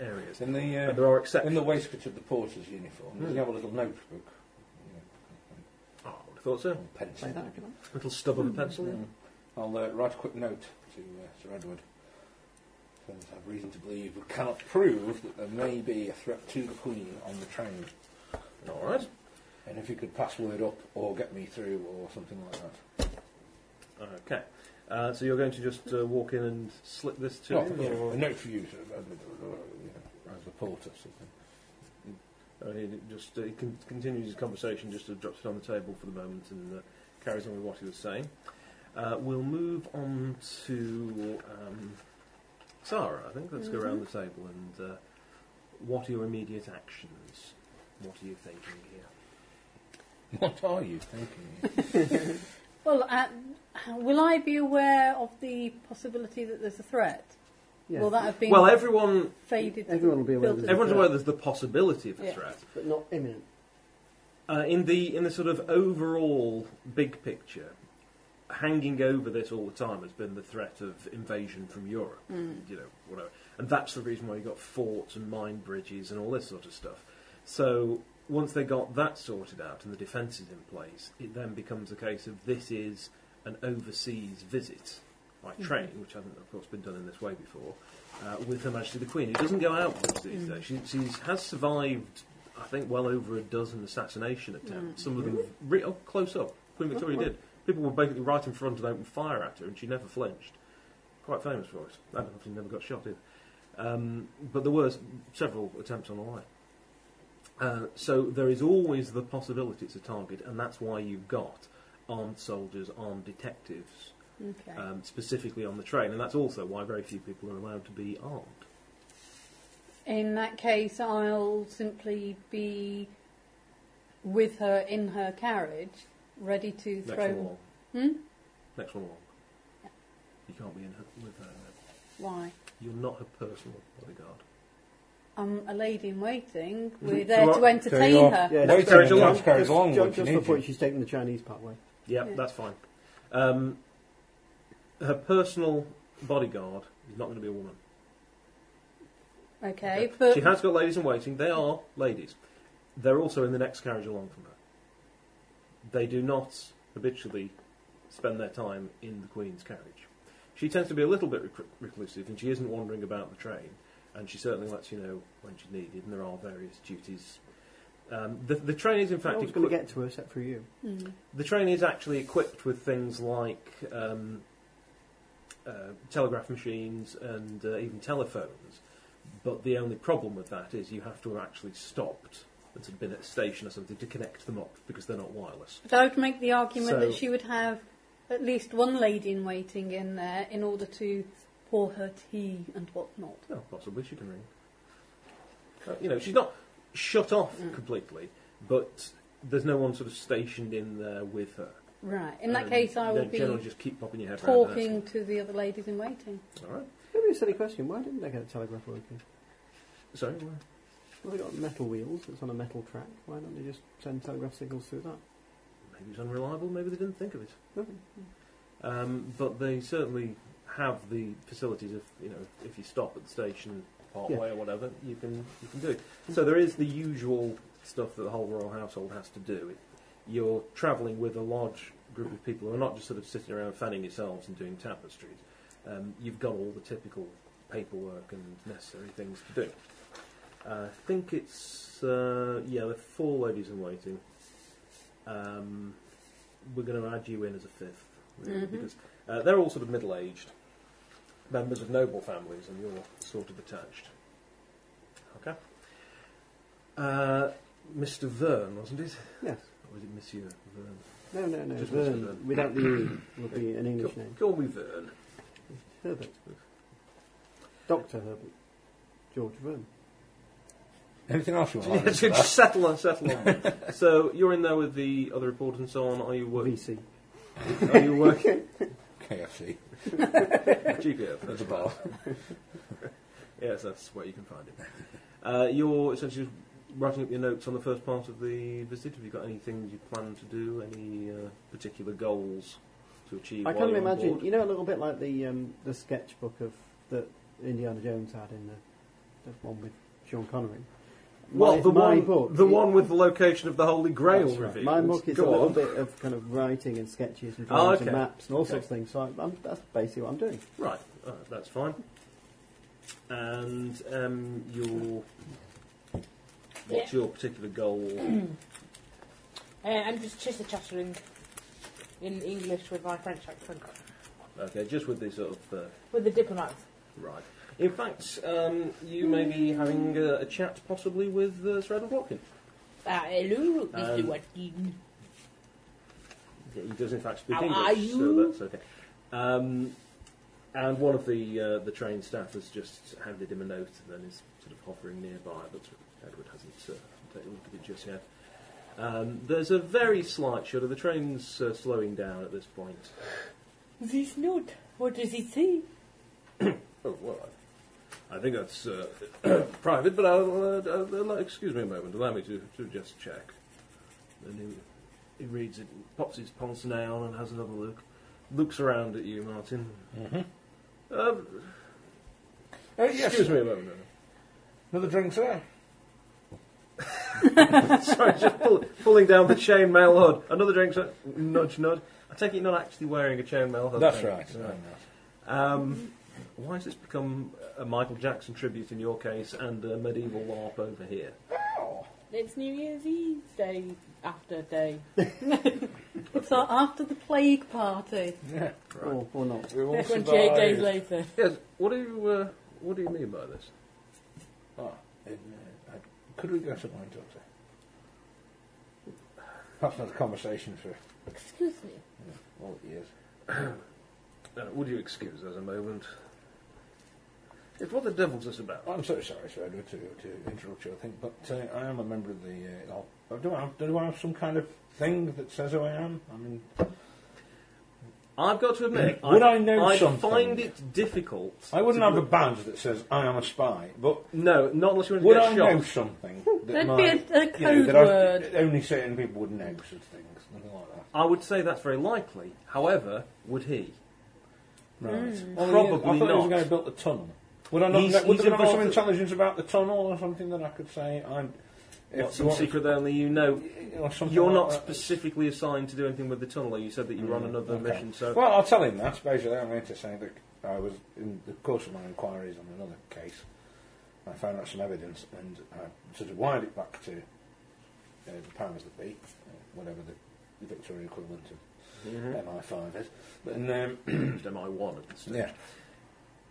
Speaker 3: areas.
Speaker 4: In the Hmm.
Speaker 3: And
Speaker 4: uh,
Speaker 3: there are
Speaker 4: in
Speaker 3: exceptions.
Speaker 4: the waistcoat of the porter's uniform, does he have a little notebook? You
Speaker 3: Oh, I would have thought so.
Speaker 4: know, or pencil.
Speaker 5: Play that if you like.
Speaker 3: Little stub of a pencil.
Speaker 4: Mm. I'll uh, write a quick note to uh, Sir Edward. Since I have reason to believe we cannot prove that there may be a threat to the Queen on the train.
Speaker 3: All right.
Speaker 4: And if you could pass word up or get me through or something like that.
Speaker 3: Okay. Uh, so you're going to just uh, walk in and slip this to
Speaker 4: Well,
Speaker 3: him?
Speaker 4: Oh, yeah,
Speaker 3: or-
Speaker 4: a note for you, Sir Edward, or, you know, as the porter, something.
Speaker 3: Uh, he just uh, he con- continues his conversation, just uh, drops it on the table for the moment, and uh, carries on with what he was saying. Uh, we'll move on to um, Sarah. I think let's go around the table and uh, what are your immediate actions? What are you thinking here?
Speaker 4: What are you thinking?
Speaker 8: Well, uh, will I be aware of the possibility that there's a threat?
Speaker 5: Yeah.
Speaker 8: Will that have been
Speaker 3: Well, everyone
Speaker 8: faded?
Speaker 5: Everyone will be aware
Speaker 8: filtered?
Speaker 5: there's a
Speaker 3: everyone's
Speaker 5: threat.
Speaker 3: aware there's the possibility of a
Speaker 8: Yeah.
Speaker 3: threat.
Speaker 5: But not imminent.
Speaker 3: Uh, in the in the sort of overall big picture, hanging over this all the time has been the threat of invasion from Europe. You know, whatever, and that's the reason why you got forts and mine bridges and all this sort of stuff. So once they got that sorted out and the defences in place, it then becomes a case of this is an overseas visit by train, which hasn't, of course, been done in this way before, uh, with Her Majesty the Queen, who doesn't go out much these days. She she's, has survived, I think, well over a dozen assassination attempts. Some of them re- oh, close up. Queen Victoria did. People were basically right in front and opened fire at her, and she never flinched. Quite famous for it. And obviously never got shot either. Um, but there were s- several attempts on the way. Uh, so there is always the possibility it's a target, and that's why you've got armed soldiers, armed detectives,
Speaker 8: Okay.
Speaker 3: um, specifically on the train, and that's also why very few people are allowed to be armed.
Speaker 8: In that case, I'll simply be with her in her carriage, ready to
Speaker 3: Next one
Speaker 8: throw.
Speaker 3: along.
Speaker 8: Hmm?
Speaker 3: Next one along. You can't be in her, with her. no.
Speaker 8: Why?
Speaker 3: You're not her personal bodyguard.
Speaker 8: I'm um, a lady in waiting. We're
Speaker 3: Mhm.
Speaker 8: there
Speaker 3: So
Speaker 8: to
Speaker 3: I-
Speaker 8: entertain
Speaker 4: so you're-
Speaker 8: her.
Speaker 5: Yeah,
Speaker 4: Waiting
Speaker 5: just-
Speaker 3: carriage
Speaker 5: just-
Speaker 3: along,
Speaker 5: just-
Speaker 4: carriage along,
Speaker 5: Just,
Speaker 4: what you
Speaker 5: just
Speaker 4: need
Speaker 5: the point
Speaker 4: to.
Speaker 5: she's taking the Chinese part way.
Speaker 3: Yeah,
Speaker 8: Yeah.
Speaker 3: that's fine. Um, her personal bodyguard is not going to be a woman.
Speaker 8: Okay,
Speaker 3: Okay.
Speaker 8: but
Speaker 3: she has got ladies in waiting. They are ladies. They're also in the next carriage along from her. They do not habitually spend their time in the Queen's carriage. She tends to be a little bit rec- reclusive, and she isn't wandering about the train. And she certainly lets you know when she's needed, and there are various duties. Um, the, the train is, in fact,
Speaker 5: no one's going
Speaker 3: equipped-
Speaker 5: to get to her except for you.
Speaker 8: Mm.
Speaker 3: the train is actually equipped with things like um, uh, telegraph machines and uh, even telephones. But the only problem with that is you have to have actually stopped and sort of been at a station or something to connect them up because they're not wireless.
Speaker 8: But I would make the argument
Speaker 3: So-
Speaker 8: that she would have at least one lady in waiting in there in order to pour her tea and whatnot.
Speaker 3: Well, possibly she can ring. Uh, you know, she's not shut off
Speaker 8: Mm.
Speaker 3: completely, but there's no one sort of stationed in there with her.
Speaker 8: Right. In that
Speaker 3: Um,
Speaker 8: case, I
Speaker 3: you
Speaker 8: will
Speaker 3: don't generally
Speaker 8: be
Speaker 3: just keep popping your head around and
Speaker 8: talking to the other ladies in waiting.
Speaker 3: asking. All right.
Speaker 5: Maybe a silly question. Why didn't they get a telegraph working?
Speaker 3: Sorry. well,
Speaker 5: Well, they got metal wheels. It's on a metal track. Why don't they just send telegraph signals through that?
Speaker 3: Maybe it's unreliable. Maybe they didn't think of it.
Speaker 5: Okay.
Speaker 3: Um, but they certainly have the facilities of, you know, if you stop at the station, part
Speaker 4: Yeah.
Speaker 3: way or whatever, you can you can do. So there is the usual stuff that the whole royal household has to do. It, you're travelling with a large group of people who are not just sort of sitting around fanning yourselves and doing tapestries. Um, you've got all the typical paperwork and necessary things to do. Uh, I think it's uh, yeah, there are four ladies in waiting. Um, we're going to add you in as a fifth, really,
Speaker 8: Mhm.
Speaker 3: because uh, they're all sort of middle-aged members of noble families, and you're sort of attached. Okay. Uh, Mr. Verne, wasn't it?
Speaker 5: Yes.
Speaker 3: Or was it Monsieur Verne?
Speaker 5: No, no, no.
Speaker 3: Just
Speaker 5: Vern,
Speaker 3: Mr. Vern.
Speaker 5: without the E, would be an English
Speaker 3: Call,
Speaker 5: name.
Speaker 3: call me Verne.
Speaker 5: Herbert. Dr. Herbert. George Vern.
Speaker 4: Anything else
Speaker 5: Oh,
Speaker 4: you want? to add to that?
Speaker 3: settle on, settle on. so you're in there with the other reporters and so on. Are you working?
Speaker 5: VC.
Speaker 3: Are you working?
Speaker 4: KFC.
Speaker 3: GPO.
Speaker 4: There's a bar.
Speaker 3: Yes, that's where you can find it. Uh, you're essentially just writing up your notes on the first part of the visit. Have you got anything you plan to do? Any uh, particular goals to achieve?
Speaker 5: I
Speaker 3: while
Speaker 5: can
Speaker 3: you're on
Speaker 5: imagine,
Speaker 3: board?
Speaker 5: you know, a little bit like the um, the sketchbook of that Indiana Jones had in the, the one with Sean Connery.
Speaker 3: Well,
Speaker 5: My-
Speaker 3: the
Speaker 5: my
Speaker 3: one,
Speaker 5: book,
Speaker 3: the
Speaker 5: it-
Speaker 3: one with the location of the Holy Grail
Speaker 5: That's right.
Speaker 3: revealed.
Speaker 5: My book is
Speaker 3: Go
Speaker 5: a little
Speaker 3: on.
Speaker 5: bit of kind of writing and sketches and
Speaker 3: Oh,
Speaker 5: drawings and
Speaker 3: okay.
Speaker 5: maps and all
Speaker 3: Okay.
Speaker 5: sorts of things. So I'm, I'm, that's basically what I'm doing.
Speaker 3: Right, uh, that's fine. And um, your, what's your particular goal?
Speaker 2: Uh, I'm just chitter chattering in English with my French accent.
Speaker 3: okay, just with this sort of uh,
Speaker 2: With the diplomats.
Speaker 3: Right. In fact, um, you may be having uh, a chat possibly with uh, Sir Edward Watkin.
Speaker 2: Uh, hello, Mr.
Speaker 3: Um,
Speaker 2: Watkin.
Speaker 3: Yeah, he does in fact speak
Speaker 2: How
Speaker 3: English,
Speaker 2: are
Speaker 3: so
Speaker 2: you?
Speaker 3: that's okay. Um, and one of the uh, the trained staff has just handed him a note and then is sort of hovering nearby, but Edward hasn't uh, taken a look at it just yet. Um, there's a very slight shudder. The train's uh, slowing down at this point.
Speaker 2: This note, what does it say?
Speaker 3: Oh, well, I, I think that's uh, private, but I'll, uh, I'll, I'll- excuse me a moment. Allow me to, to just check. And he, he reads it, pops his pince nez on, and has another look. Looks around at you, Martin.
Speaker 4: Mhm.
Speaker 3: Uh,
Speaker 4: Uh, yes.
Speaker 3: excuse me a moment.
Speaker 4: Another drink, sir.
Speaker 3: Sorry, just pull, pulling down the chainmail hood. Another drink, sir. Nudge, nudge. I take it you're not actually wearing a chainmail hood.
Speaker 4: That's
Speaker 3: then.
Speaker 4: right.
Speaker 3: Um, why has this become a Michael Jackson tribute in your case and a medieval LARP over here?
Speaker 2: It's New Year's Eve day after day.
Speaker 8: It's a- after the plague party.
Speaker 4: Yeah.
Speaker 5: Or, or
Speaker 3: Mm-hmm.
Speaker 5: not.
Speaker 4: We all
Speaker 2: 28 days
Speaker 4: survived.
Speaker 2: later.
Speaker 3: Yes. What do you uh, What do you mean by this?
Speaker 4: Oh, and, uh, I- could we go to mine, Doctor? Perhaps not a conversation for
Speaker 2: Excuse me.
Speaker 4: you know, all the years.
Speaker 3: Uh, would you excuse us a moment? It's what the devil's this about?
Speaker 4: I'm so sorry, sir, Edward, to, to interrupt you, I think, but uh, I am a member of the. Uh, oh, do, I have, do I have some kind of thing that says who I am? I mean,
Speaker 3: I've got to admit,
Speaker 4: Would I know
Speaker 3: I
Speaker 4: something?
Speaker 3: find it difficult.
Speaker 4: I wouldn't
Speaker 3: to
Speaker 4: have a
Speaker 3: look-
Speaker 4: badge that says I am a spy, but
Speaker 3: No, not unless you want to
Speaker 4: would
Speaker 3: get
Speaker 4: I
Speaker 3: shot.
Speaker 4: know something? That
Speaker 8: There'd be a,
Speaker 4: might-
Speaker 8: a
Speaker 4: you know,
Speaker 8: code
Speaker 4: that I-
Speaker 8: word.
Speaker 4: only certain people would know such things, nothing like that.
Speaker 3: I would say that's very likely. However, would he?
Speaker 4: Right.
Speaker 8: Hmm.
Speaker 3: Probably
Speaker 4: I thought he
Speaker 3: not.
Speaker 4: was going to build the tunnel. Would I not
Speaker 3: He's-
Speaker 4: know, would
Speaker 3: he's
Speaker 4: there not be some
Speaker 3: involved-
Speaker 4: intelligence about the tunnel or something that I could say? I'm. if
Speaker 3: What's
Speaker 4: you
Speaker 3: some
Speaker 4: want-
Speaker 3: secret that only you know?
Speaker 4: Or something
Speaker 3: You're
Speaker 4: like
Speaker 3: not
Speaker 4: that.
Speaker 3: specifically assigned to do anything with the tunnel. You said that you were on another
Speaker 4: okay.
Speaker 3: mission, so
Speaker 4: Well, I'll tell him that. Basically, I'm going to say that I was in the course of my inquiries on another case. I found out some evidence, and I sort of wired it back to uh, the powers that be, uh, whatever the, the Victorian equivalent of
Speaker 3: Mhm.
Speaker 4: MI5 is. But and, um,
Speaker 3: Just MI1 at this stage.
Speaker 4: yeah,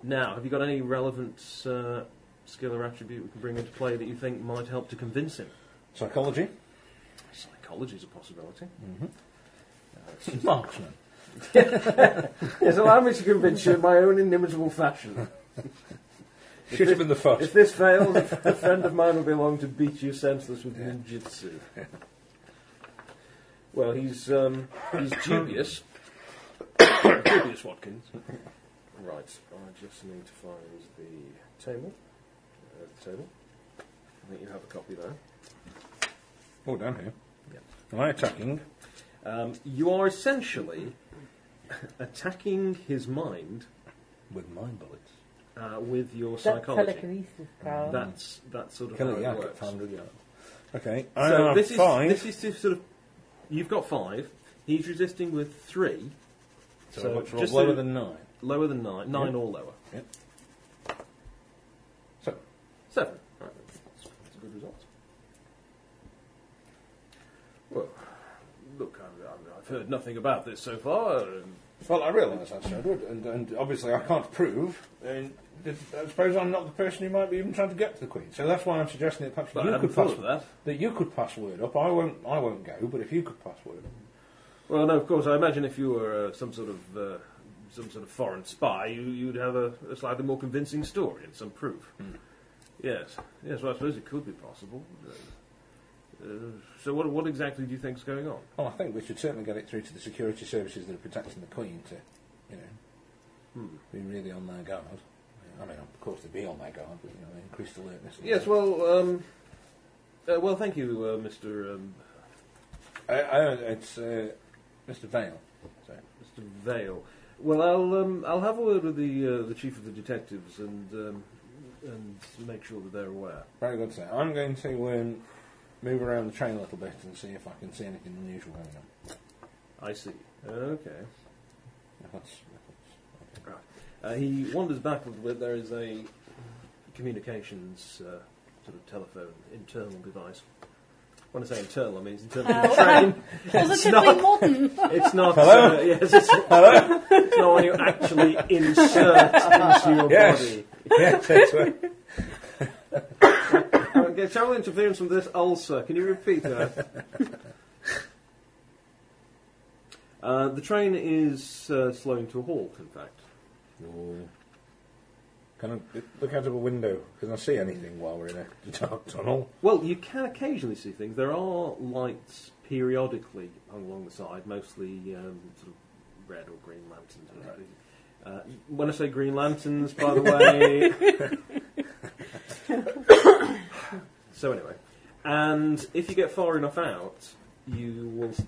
Speaker 3: Now, have you got any relevant uh, skill or attribute we can bring into play that you think might help to convince him?
Speaker 4: psychology,
Speaker 3: Psychology is a possibility.
Speaker 4: Uh, marksman.
Speaker 3: Yes, allow me to convince you in my own inimitable fashion.
Speaker 4: Should have been the first.
Speaker 3: If this fails, a friend of mine will be along to beat you senseless with
Speaker 4: Yeah.
Speaker 3: ninjutsu. Well, he's um, he's dubious. dubious, Watkins. Right, I just need to find the table. Uh, the table. I think you have a copy there.
Speaker 4: Oh, down here.
Speaker 3: Yep.
Speaker 4: Am I attacking?
Speaker 3: Um, you are essentially attacking his mind
Speaker 4: With mine bullets.
Speaker 3: uh, with your
Speaker 2: That's
Speaker 3: psychology.
Speaker 2: telekinesis, Carl.
Speaker 3: That's that sort of
Speaker 4: Kill
Speaker 3: how
Speaker 4: a
Speaker 3: it
Speaker 4: yak at
Speaker 3: works.
Speaker 4: 500 yards. Okay.
Speaker 3: So
Speaker 4: I'm
Speaker 3: this is
Speaker 4: fine.
Speaker 3: this is to sort of you've got five. He's resisting with three,
Speaker 4: so,
Speaker 3: so
Speaker 4: much
Speaker 3: just
Speaker 4: lower
Speaker 3: to-
Speaker 4: than 9.
Speaker 3: lower than nine, nine
Speaker 4: Yeah.
Speaker 3: or lower.
Speaker 4: Yep. So,
Speaker 3: Seven. Right, that's, that's a good result. Well, look, I'm, I'm, I've heard nothing about this so far. Um,
Speaker 4: well, I realise that's Edward, and, and obviously I can't prove. And th- I suppose I'm not the person who might be even trying to get to the Queen. So that's why I'm suggesting that perhaps
Speaker 3: but I
Speaker 4: you
Speaker 3: haven't
Speaker 4: could
Speaker 3: thought
Speaker 4: pass
Speaker 3: of that.
Speaker 4: that you could pass word up. I won't. I won't go. But if you could pass word up,
Speaker 3: Well, no, of course. I imagine if you were uh, some sort of uh, some sort of foreign spy, you, you'd have a, a slightly more convincing story and some proof. Yes, yes. Well, I suppose it could be possible. Uh, uh, so, what, what exactly do you think's going on?
Speaker 4: well, I think we should certainly get it through to the security services that are protecting the Queen to, you know,
Speaker 3: Hmm.
Speaker 4: be really on their guard. I mean, of course they'd be on their guard, but you know, increased alertness. and
Speaker 3: Yes. Well, um, uh, well. Thank you, uh, Mister um,
Speaker 4: I, I, it's uh, Mr. Vale.
Speaker 3: Mr. Vale. Well, I'll um, I'll have a word with the uh, the chief of the detectives and um, and make sure that they're aware.
Speaker 4: Very good, sir. I'm going to um, move around the train a little bit and see if I can see anything unusual going on.
Speaker 3: I see. Okay.
Speaker 4: If that's, if that's okay.
Speaker 3: Uh, he wanders backward where there is a communications uh, sort of telephone internal device. When I say internal, I mean it's internal to the train. It's
Speaker 8: Positively
Speaker 3: not.
Speaker 8: modern.
Speaker 3: It's not. Uh, yes, it's, Hello. It's not when you actually insert into your
Speaker 4: Yes.
Speaker 3: body.
Speaker 4: yeah, that's right.
Speaker 3: Uh, Okay, channel interference from this ulcer. Can you repeat that? Uh, the train is uh, slowing to a halt, in fact.
Speaker 4: Ooh. Can I look out of a window? Can I see anything while we're in a dark tunnel?
Speaker 3: Well, you can occasionally see things. There are lights periodically hung along the side, mostly um, sort of red or green lanterns. or something. Uh, when I say green lanterns, by the way. so, anyway. And if you get far enough out, you will s-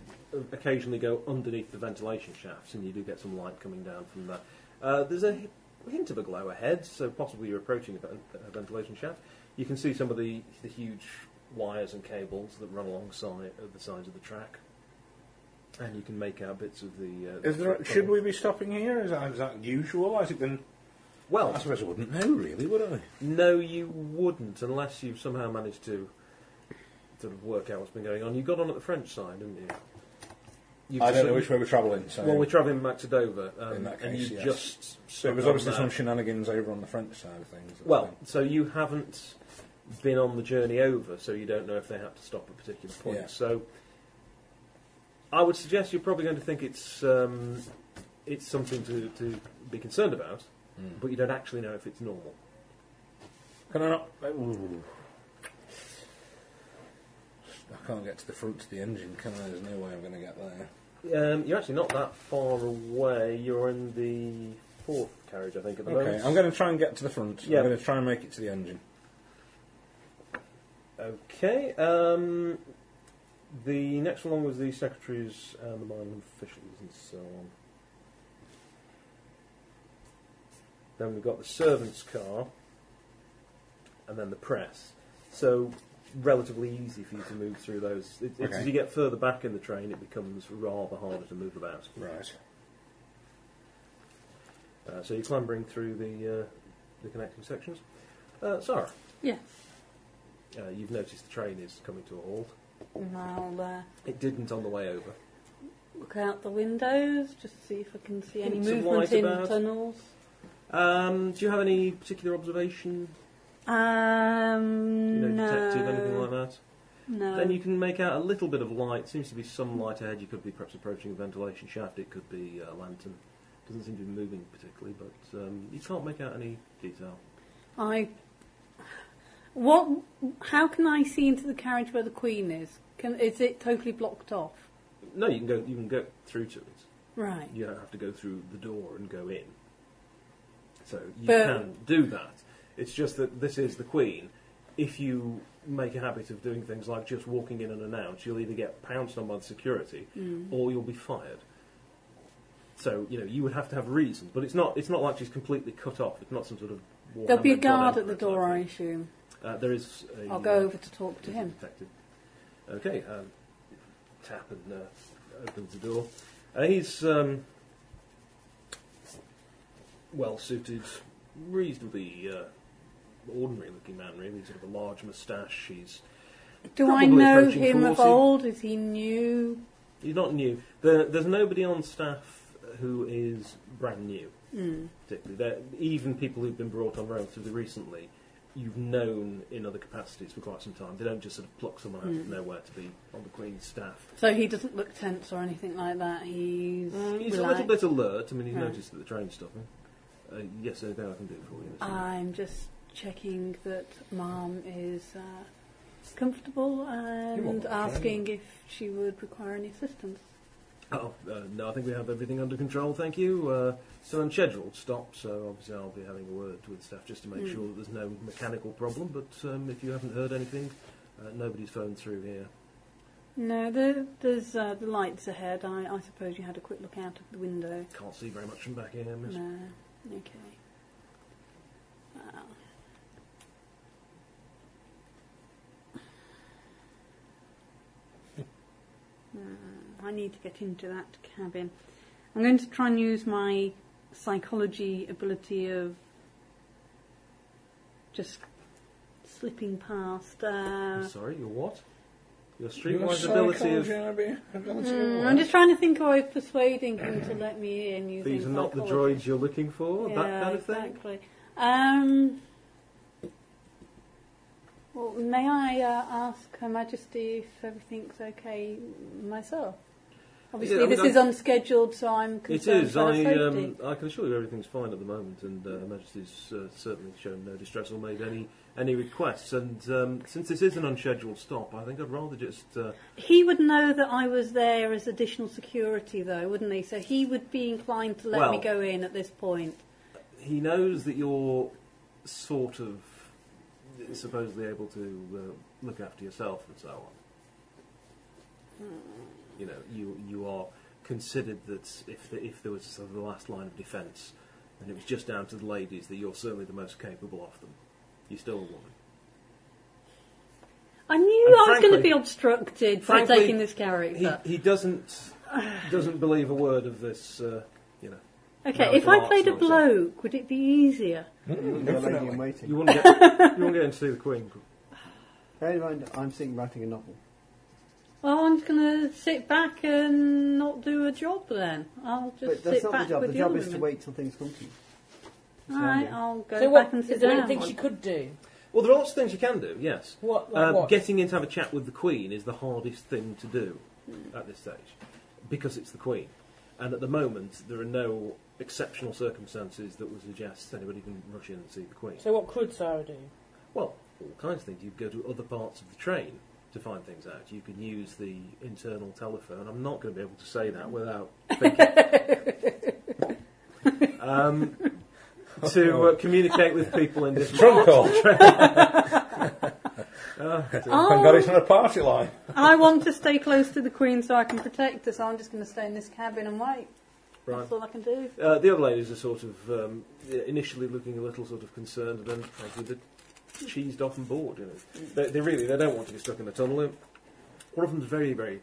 Speaker 3: occasionally go underneath the ventilation shafts, and you do get some light coming down from there. Uh, there's a hi- hint of a glow ahead, so possibly you're approaching a, ven- a ventilation shaft. You can see some of the, the huge wires and cables that run alongside at the sides of the track, and you can make out bits of the. Uh,
Speaker 4: Is there, should we be stopping here? Is that, is that usual? I think then. I
Speaker 3: Well,
Speaker 4: suppose I wouldn't know, really, would I?
Speaker 3: no, you wouldn't unless you've somehow managed to sort of work out what's been going on. You got on at the French side, didn't you? You've
Speaker 4: I don't
Speaker 3: sort
Speaker 4: know
Speaker 3: of-
Speaker 4: which way we're travelling. So
Speaker 3: Well, we're travelling back to Dover, um,
Speaker 4: In that
Speaker 3: and
Speaker 4: case,
Speaker 3: you
Speaker 4: yes.
Speaker 3: just.
Speaker 4: so there was
Speaker 3: stuck on
Speaker 4: obviously
Speaker 3: that.
Speaker 4: some shenanigans over on the French side of things. I
Speaker 3: Well,
Speaker 4: think.
Speaker 3: so you haven't been on the journey over, so you don't know if they had to stop at particular points.
Speaker 4: Yeah.
Speaker 3: So I would suggest you're probably going to think it's um, it's something to, to be concerned about,
Speaker 4: Mm.
Speaker 3: but you don't actually know if it's normal.
Speaker 4: Can I not? Ooh. I can't get to the front of the engine, can I? There's no way I'm going to get there.
Speaker 3: Um, you're actually not that far away. You're in the fourth carriage, I think, at the
Speaker 4: Okay,
Speaker 3: moment.
Speaker 4: I'm going to try and get to the front.
Speaker 3: Yeah.
Speaker 4: I'm going to try and make it to the engine.
Speaker 3: Okay. Um, the next one was the secretaries and the mine officials and so on. Then we've got the servants' car, and then the press. So relatively easy for you to move through those. It, it's As
Speaker 4: Okay.
Speaker 3: you get further back in the train, it becomes rather harder to move about.
Speaker 4: Right.
Speaker 3: Uh, so you're clambering through the uh, the connecting sections. Uh, Sarah,
Speaker 8: Yes.
Speaker 3: uh, you've noticed the train is coming to a halt.
Speaker 8: And I'll uh,
Speaker 3: It didn't on the way over.
Speaker 8: look out the windows just to see if I can see any
Speaker 3: Hints of
Speaker 8: movement
Speaker 3: light
Speaker 8: in
Speaker 3: about.
Speaker 8: tunnels.
Speaker 3: Um, do you have any particular observation?
Speaker 8: Um,
Speaker 3: You know,
Speaker 8: no.
Speaker 3: detective, anything like that?
Speaker 8: No.
Speaker 3: Then you can make out a little bit of light. Seems to be some light ahead. You could be perhaps approaching a ventilation shaft. It could be a lantern. Doesn't seem to be moving particularly, but um, you can't make out any detail.
Speaker 8: I. What? How can I see into the carriage where the Queen is? Can is it totally blocked off?
Speaker 3: No, you can go. You can go through to it.
Speaker 8: Right.
Speaker 3: You don't have to go through the door and go in. So you
Speaker 8: But-
Speaker 3: can do that. It's just that this is the Queen. If you make a habit of doing things like just walking in unannounced, you'll either get pounced on by the security
Speaker 8: Mm.
Speaker 3: or you'll be fired. So you know you would have to have reasons, but it's not it's not like she's completely cut off. It's not some sort of warhammer
Speaker 8: There'll be a
Speaker 3: god
Speaker 8: guard at
Speaker 3: emperor
Speaker 8: the door, I
Speaker 3: type
Speaker 8: assume.
Speaker 3: thing. Uh, there is. A,
Speaker 8: I'll go over to talk to
Speaker 3: is
Speaker 8: him.
Speaker 3: infected. Okay, um, tap and uh, opens the door. Uh, he's um, well suited, reasonably uh, ordinary looking man, really. Sort of a large moustache. He's
Speaker 8: Do I
Speaker 3: Probably
Speaker 8: know
Speaker 3: approaching
Speaker 8: him of
Speaker 3: 40.
Speaker 8: old? Is he new?
Speaker 3: he's not new. There, there's nobody on staff who is brand new.
Speaker 8: Mm.
Speaker 3: particularly. They're, even people who've been brought on relatively recently, you've known in other capacities for quite some time. They don't just sort of pluck someone out of
Speaker 8: Mm.
Speaker 3: nowhere to be on the Queen's staff.
Speaker 8: So he doesn't look tense or anything like that. He's,
Speaker 3: Um, he's a
Speaker 8: relaxed.
Speaker 3: little bit alert. I mean, he's
Speaker 8: Right.
Speaker 3: noticed that the train's stopping. Uh, yes, anything I can do for you?
Speaker 8: I'm just checking that Mom is uh, comfortable and
Speaker 3: the
Speaker 8: asking if she would require any assistance.
Speaker 3: Oh, uh, no, I think we have everything under control, thank you. Uh, still on scheduled stop, so obviously I'll be having a word with staff just to make
Speaker 8: Mm.
Speaker 3: sure that there's no mechanical problem. But um, if you haven't heard anything, uh, nobody's phoned through here.
Speaker 8: No, there, there's uh, the lights ahead. I, I suppose you had a quick look out of the window.
Speaker 3: Can't see very much from back here, miss.
Speaker 8: No. Okay. Well. Hmm, I need to get into that cabin. I'm going to try and use my psychology ability of just slipping past. Uh,
Speaker 3: I'm sorry, your what? Your
Speaker 4: Your
Speaker 3: streetwise ability of
Speaker 4: psychology abi- ability
Speaker 8: mm,
Speaker 4: of
Speaker 8: I'm just trying to think of a way of persuading him to let me in using
Speaker 3: these are not the
Speaker 8: psychology.
Speaker 3: droids you're looking for, that kind of thing.
Speaker 8: Exactly. Um, well, may I uh, ask Her Majesty if everything's okay myself? Obviously,
Speaker 3: Yeah, I mean,
Speaker 8: this is unscheduled, so I'm
Speaker 3: It
Speaker 8: concerned
Speaker 3: is.
Speaker 8: for her
Speaker 3: I, um,
Speaker 8: safety.
Speaker 3: I can assure you everything's fine at the moment, and uh, Her Majesty's uh, certainly shown no distress or made any any requests. And um, since this is an unscheduled stop, I think I'd rather just. Uh,
Speaker 8: He would know that I was there as additional security, though, wouldn't he? So he would be inclined to let me
Speaker 3: Well-
Speaker 8: go in at this point.
Speaker 3: he knows that you're sort of supposedly able to uh, look after yourself and so on. You know, you you are considered that if the, if there was sort of the last line of defence, and it was just down to the ladies, that you're certainly the most capable of them. You're still a woman.
Speaker 8: I knew
Speaker 3: And
Speaker 8: I was going to
Speaker 3: frankly-
Speaker 8: be obstructed by
Speaker 3: frankly,
Speaker 8: taking this character.
Speaker 3: He he doesn't doesn't believe a word of this. Uh, you know,
Speaker 8: okay,
Speaker 3: No,
Speaker 8: if I
Speaker 3: Mark's
Speaker 8: played a
Speaker 3: not, is it?
Speaker 8: bloke, would it be easier?
Speaker 5: You're the lady in
Speaker 4: Definitely.
Speaker 5: waiting.
Speaker 3: you want to get you want to get in to see the Queen.
Speaker 5: Bear in mind, I'm sitting writing a novel.
Speaker 8: Well, I'm just going to sit back and not do a job then. I'll just
Speaker 5: but that's not
Speaker 8: sit back
Speaker 5: the job.
Speaker 8: with
Speaker 5: The
Speaker 8: the
Speaker 5: job
Speaker 8: other
Speaker 5: is to
Speaker 8: women.
Speaker 5: wait till things come to you.
Speaker 8: All right, I'll go
Speaker 2: So
Speaker 8: back
Speaker 2: what?
Speaker 8: and
Speaker 2: Is
Speaker 8: sit
Speaker 2: there
Speaker 8: down.
Speaker 2: anything she could do?
Speaker 3: Well, there are lots of things you can do. Yes.
Speaker 2: What? Like
Speaker 3: Um,
Speaker 2: what?
Speaker 3: Getting in to have a chat with the Queen is the hardest thing to do at this stage because it's the Queen. And at the moment, there are no exceptional circumstances that would suggest anybody can rush in and see the Queen.
Speaker 2: so what could Sarah do?
Speaker 3: Well, all kinds of things. You could go to other parts of the train to find things out. You can use the internal telephone. I'm not going to be able to say that without thinking. um, to uh, communicate with people in
Speaker 4: It's
Speaker 3: different
Speaker 4: trunk call. Thank God
Speaker 8: Oh,
Speaker 4: it's not a party line.
Speaker 8: I want to stay close to the Queen so I can protect her, so I'm just going to stay in this cabin and wait.
Speaker 3: Right.
Speaker 8: That's all I can do.
Speaker 3: Uh, the other ladies are sort of um, initially looking a little sort of concerned, and then frankly, they're cheesed off and bored. You know, they, they really they don't want to be stuck in a tunnel. And One of them's very very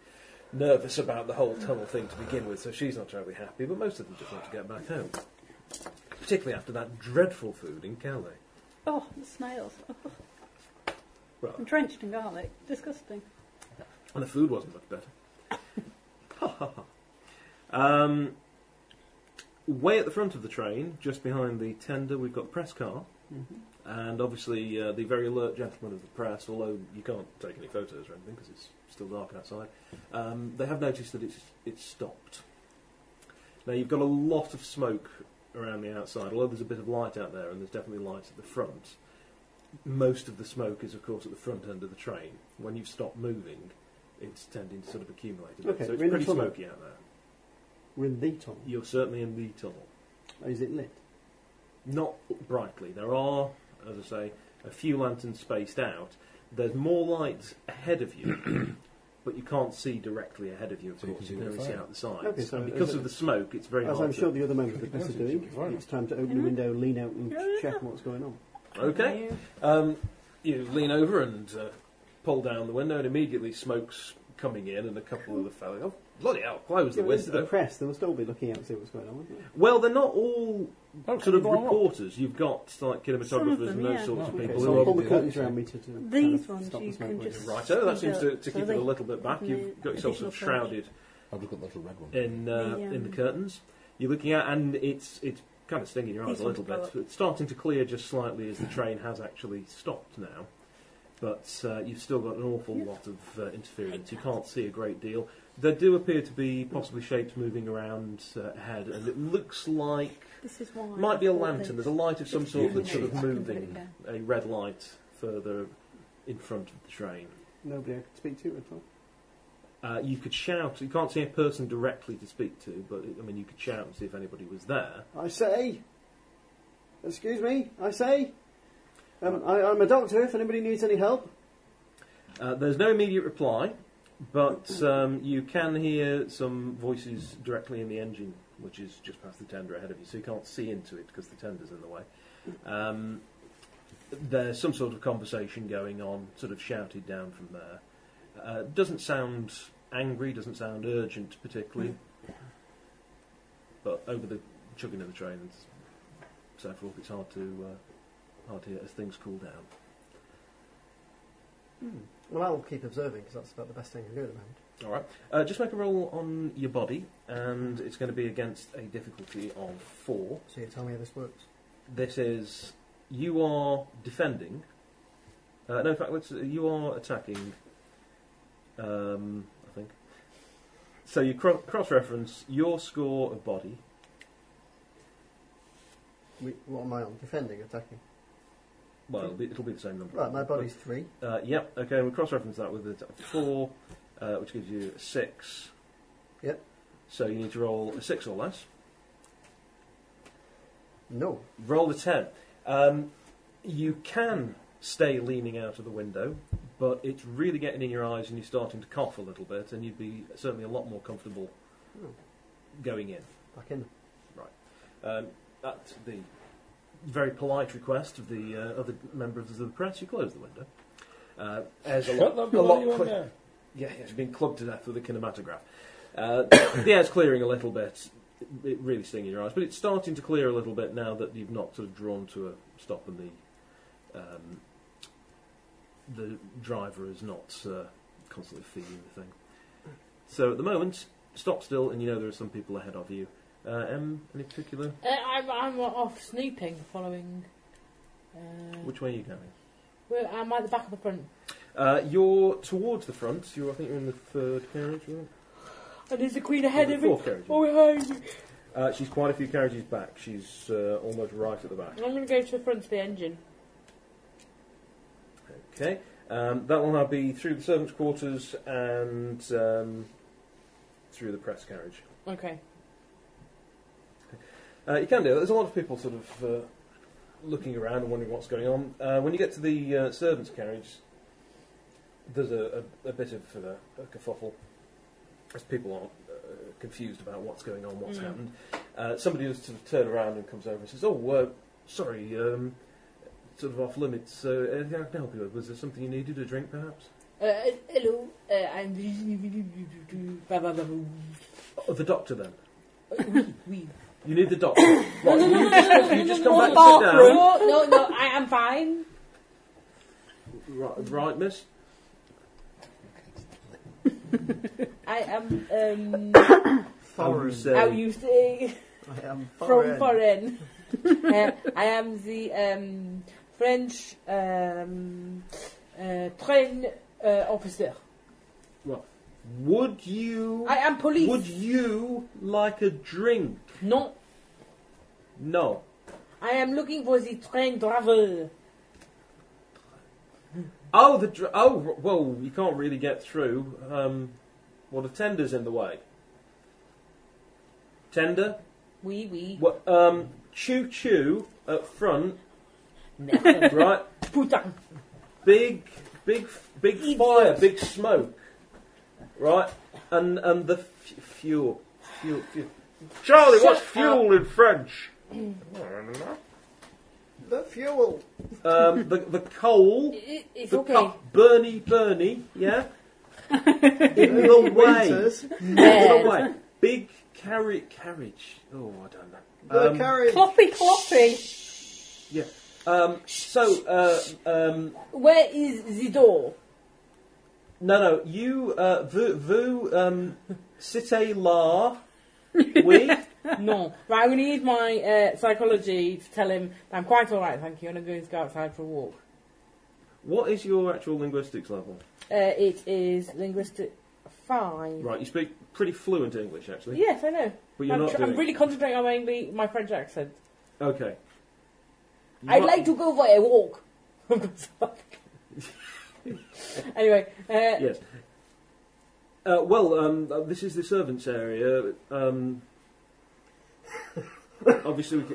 Speaker 3: nervous about the whole tunnel thing to begin with, so she's not terribly happy. But most of them just want to get back home, particularly after that dreadful food in Calais.
Speaker 8: Oh, the snails.
Speaker 3: Right.
Speaker 8: I'm drenched in garlic. Disgusting.
Speaker 3: And the food wasn't much better. um, way at the front of the train, just behind the tender, we've got press car.
Speaker 5: Mm-hmm.
Speaker 3: And obviously, uh, the very alert gentlemen of the press, although you can't take any photos or anything because it's still dark outside, um, they have noticed that it's, it's stopped. Now, you've got a lot of smoke around the outside, although there's a bit of light out there, and there's definitely light at the front. Most of the smoke is, of course, at the front end of the train. When you've stopped moving, it's tending to sort of accumulate a bit.
Speaker 5: Okay,
Speaker 3: so it's
Speaker 5: we're in the
Speaker 3: pretty
Speaker 5: tunnel.
Speaker 3: smoky out there.
Speaker 5: We're in the tunnel.
Speaker 3: You're certainly in the tunnel.
Speaker 5: Is it lit?
Speaker 3: not brightly. There are, as I say, a few lanterns spaced out. There's more light ahead of you, but you can't see directly ahead of you, of
Speaker 1: So you
Speaker 3: course.
Speaker 1: can
Speaker 3: You
Speaker 1: see
Speaker 3: can only
Speaker 1: the
Speaker 3: see
Speaker 1: fire.
Speaker 3: out the sides.
Speaker 5: Okay, so
Speaker 3: and because
Speaker 5: as
Speaker 3: of the smoke, it's very
Speaker 5: uh, As
Speaker 3: hard
Speaker 5: I'm sure
Speaker 3: to...
Speaker 5: the other members of the class are
Speaker 4: Thank you.
Speaker 5: doing,
Speaker 4: Thank you.
Speaker 5: it's time to open the window, lean out, and check what's going on.
Speaker 3: Okay. Um, you lean over and uh, pull down the window, and immediately smoke's coming in, and a couple of the fellows... Oh, bloody hell, close the
Speaker 5: Yeah, this is the
Speaker 3: window.
Speaker 5: press, they must all be looking out to see what's going on, wouldn't they?
Speaker 3: Well, they're not all
Speaker 10: Oh,
Speaker 3: sort of
Speaker 10: come on, what?
Speaker 3: reporters. You've got like
Speaker 7: Some of
Speaker 3: cinematographers
Speaker 7: them,
Speaker 3: and those
Speaker 7: yeah.
Speaker 3: sorts of
Speaker 5: Okay,
Speaker 3: people
Speaker 5: so
Speaker 3: who
Speaker 5: I'll
Speaker 3: are
Speaker 5: pull the
Speaker 4: do
Speaker 5: curtains
Speaker 4: that.
Speaker 5: around me to, to kind
Speaker 6: These
Speaker 5: of
Speaker 6: ones
Speaker 5: stop
Speaker 6: you
Speaker 5: the smoke
Speaker 6: can
Speaker 5: release.
Speaker 6: just-
Speaker 3: Righto, that
Speaker 6: So
Speaker 3: seems to, to
Speaker 6: so
Speaker 3: keep it
Speaker 6: they-
Speaker 3: a little bit back.
Speaker 6: they-
Speaker 3: You've got
Speaker 6: they just
Speaker 3: yourself sort of
Speaker 6: look like-
Speaker 3: shrouded
Speaker 1: I've just got the little red one.
Speaker 3: in uh,
Speaker 6: The,
Speaker 3: in the
Speaker 6: um,
Speaker 3: curtains. You're looking at, and it's it's kind of stinging your eyes
Speaker 6: These
Speaker 3: a little
Speaker 6: ones go
Speaker 3: bit.
Speaker 6: up.
Speaker 3: It's starting to clear just slightly as the train has actually stopped now, but uh, you've still got an awful lot of uh, interference. You can't see a great deal. There do appear to be possibly shapes moving around uh, ahead, and it looks like
Speaker 6: This is why.
Speaker 3: might be a lantern. There's a light of some sort that's sort of
Speaker 6: Yeah.
Speaker 3: moving, a red light further in front of the train.
Speaker 5: Nobody I could speak to at all.
Speaker 3: Uh, you could shout. You can't see a person directly to speak to, but I mean, you could shout and see if anybody was there.
Speaker 5: I say, excuse me, I say, um, I, I'm a doctor. If anybody needs any help,
Speaker 3: Uh, there's no immediate reply, but um, you can hear some voices directly in the engine, which is just past the tender ahead of you, so you can't see into it because the tender's in the way. Um, there's some sort of conversation going on, sort of shouted down from there. Uh, doesn't sound angry, doesn't sound urgent particularly, but over the chugging of the train and so forth, it's hard to uh, hard to hear as things cool down.
Speaker 5: well, I'll keep observing because that's about the best thing I can do at the moment.
Speaker 3: All right. Uh, just make a roll on your body, and it's going to be against a difficulty of four.
Speaker 5: So you tell me how this works.
Speaker 3: This is you are defending. Uh, no, in fact, let's, you are attacking. Um, I think. So you cro- cross-reference your score of body.
Speaker 5: We, what am I on? Defending, attacking.
Speaker 3: Well, it'll be, it'll be the same number.
Speaker 5: Right, my body's three.
Speaker 3: Uh, yep. Okay. And we cross-reference that with a t- four, uh, which gives you a six.
Speaker 5: Yep.
Speaker 3: So you need to roll a six or less.
Speaker 5: No,
Speaker 3: Roll a 10. Um, you can stay leaning out of the window, but it's really getting in your eyes and you're starting to cough a little bit, and you'd be certainly a lot more comfortable
Speaker 5: Hmm.
Speaker 3: going in.
Speaker 5: back in.
Speaker 3: Um, at the very polite request of the uh, other members of the press, you close the window. Uh, air's a lot,
Speaker 10: Shut the
Speaker 3: a lot
Speaker 10: bloody
Speaker 3: quick-
Speaker 10: window.
Speaker 3: yeah, yeah, it's been clubbed to death with a kinematograph. Uh, the air's clearing a little bit. It it really stinging your eyes, but it's starting to clear a little bit now that you've not sort of drawn to a stop and the um, the driver is not uh, constantly feeding the thing. So at the moment, stop still, and you know there are some people ahead of you. Uh, M, any particular?
Speaker 2: Uh, I'm, I'm off snooping, following. Uh,
Speaker 3: Which way are you going?
Speaker 2: where, am I the back of the front?
Speaker 3: Uh, you're towards the front. You're, I think you're in the third carriage. Right?
Speaker 2: And is the queen ahead
Speaker 3: the
Speaker 2: of me
Speaker 3: fourth carriage.
Speaker 2: or behind me?
Speaker 3: Uh, she's quite a few carriages back. She's uh, almost right at the back.
Speaker 2: I'm going to go to the front of the engine.
Speaker 3: Okay, um, that will now be through the servants' quarters and um, through the press carriage.
Speaker 2: Okay.
Speaker 3: Uh, you can do. it. There's a lot of people sort of uh, looking around and wondering what's going on. Uh, when you get to the uh, servants' carriage, there's a, a, a bit of uh, a kerfuffle as people are uh, confused about what's going on, what's
Speaker 2: Mm.
Speaker 3: happened. Uh, somebody just sort of turned around and comes over and says, "Oh, uh, sorry, um, sort of off limits. Uh, anything I can help you with? Was there something you needed? A drink, perhaps?"
Speaker 2: Uh, uh, hello, uh, I'm. Bah, bah, bah, bah.
Speaker 3: Oh, the doctor then.
Speaker 2: Oui.
Speaker 3: You need the doctor. What, you just, you just come back
Speaker 2: no,
Speaker 3: and sit down.
Speaker 2: no, no, I am fine.
Speaker 3: Right, right, miss.
Speaker 2: I am. Um,
Speaker 3: How you
Speaker 5: Foreign.
Speaker 3: say?
Speaker 2: how you say?
Speaker 5: Um, I am
Speaker 2: From
Speaker 5: foreign.
Speaker 2: foreign. uh, I am the um, French um, uh, train uh, officer.
Speaker 3: Would you?
Speaker 2: I am police.
Speaker 3: Would you like a drink?
Speaker 2: No,
Speaker 3: No.
Speaker 2: I am looking for the train driver.
Speaker 3: Oh, the dr- oh. r- Well, you can't really get through. Um, well, the tender's in the way. Tender.
Speaker 2: Oui, oui.
Speaker 3: What? Um, choo choo up front.
Speaker 2: Merde.
Speaker 3: Right.
Speaker 2: Putain.
Speaker 3: Big, big, big fire. Big smoke. right? And and the f- fuel. Fuel, fuel. Charlie, what's fuel in French?
Speaker 5: The fuel.
Speaker 3: Um, the, the coal,
Speaker 2: It, it's
Speaker 3: the
Speaker 2: okay.
Speaker 3: cu- Bernie, Bernie, yeah? in the way.
Speaker 5: Winters.
Speaker 3: In
Speaker 2: Uh,
Speaker 3: the way. Big carri- carriage. Oh, I don't know.
Speaker 5: The
Speaker 3: Um,
Speaker 5: carriage.
Speaker 8: Cloppy, cloppy.
Speaker 3: Yeah. Um, so, uh, um,
Speaker 2: Where is the door?
Speaker 3: no, no, you, uh, vous, vous um, citez la, oui,
Speaker 2: no. Right, I'm going to use my uh, psychology to tell him I'm quite alright, thank you, and I'm going to go outside for a walk.
Speaker 3: what is your actual linguistics level?
Speaker 2: Uh, it is linguistic five.
Speaker 3: Right, you speak pretty fluent English, actually,
Speaker 2: Yes, I know.
Speaker 3: but you're
Speaker 2: I'm,
Speaker 3: not
Speaker 2: tr-
Speaker 3: doing
Speaker 2: I'm really concentrating on my, Engli- my French accent.
Speaker 3: Okay.
Speaker 2: I'd like to go for a walk. I've got stuck. anyway, uh,
Speaker 3: Yes. Uh, well, um, uh, this is the servants' area. Um, obviously, we c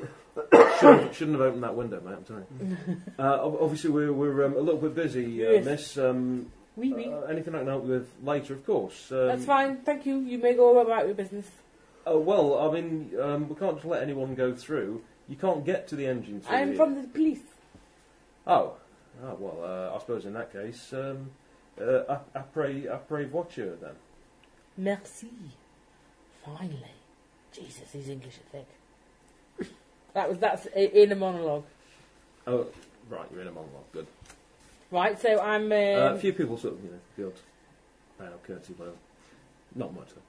Speaker 3: shouldn't, shouldn't have opened that window, mate. I'm sorry. Uh, ob- obviously, we're, we're um, a little bit busy, uh,
Speaker 2: Yes.
Speaker 3: Miss. Um,
Speaker 2: oui, oui.
Speaker 3: uh, anything I can help you with later, of course. Um,
Speaker 2: That's fine, thank you. You may go about your business.
Speaker 3: Uh, well, I mean, um, we can't just let anyone go through. You can't get to the engine. through
Speaker 2: I'm
Speaker 3: here.
Speaker 2: from the police.
Speaker 3: Oh, oh well, uh, I suppose in that case, um, uh, a- après après voiture then.
Speaker 2: Merci. Finally. Jesus, his English is thick. that was that's i- in a monologue,
Speaker 3: Oh, right, you're in a monologue. Good.
Speaker 2: right? So I'm. Um,
Speaker 3: Uh, a few people sort of, you know, the odd bow, courtesy bow. Not much, though.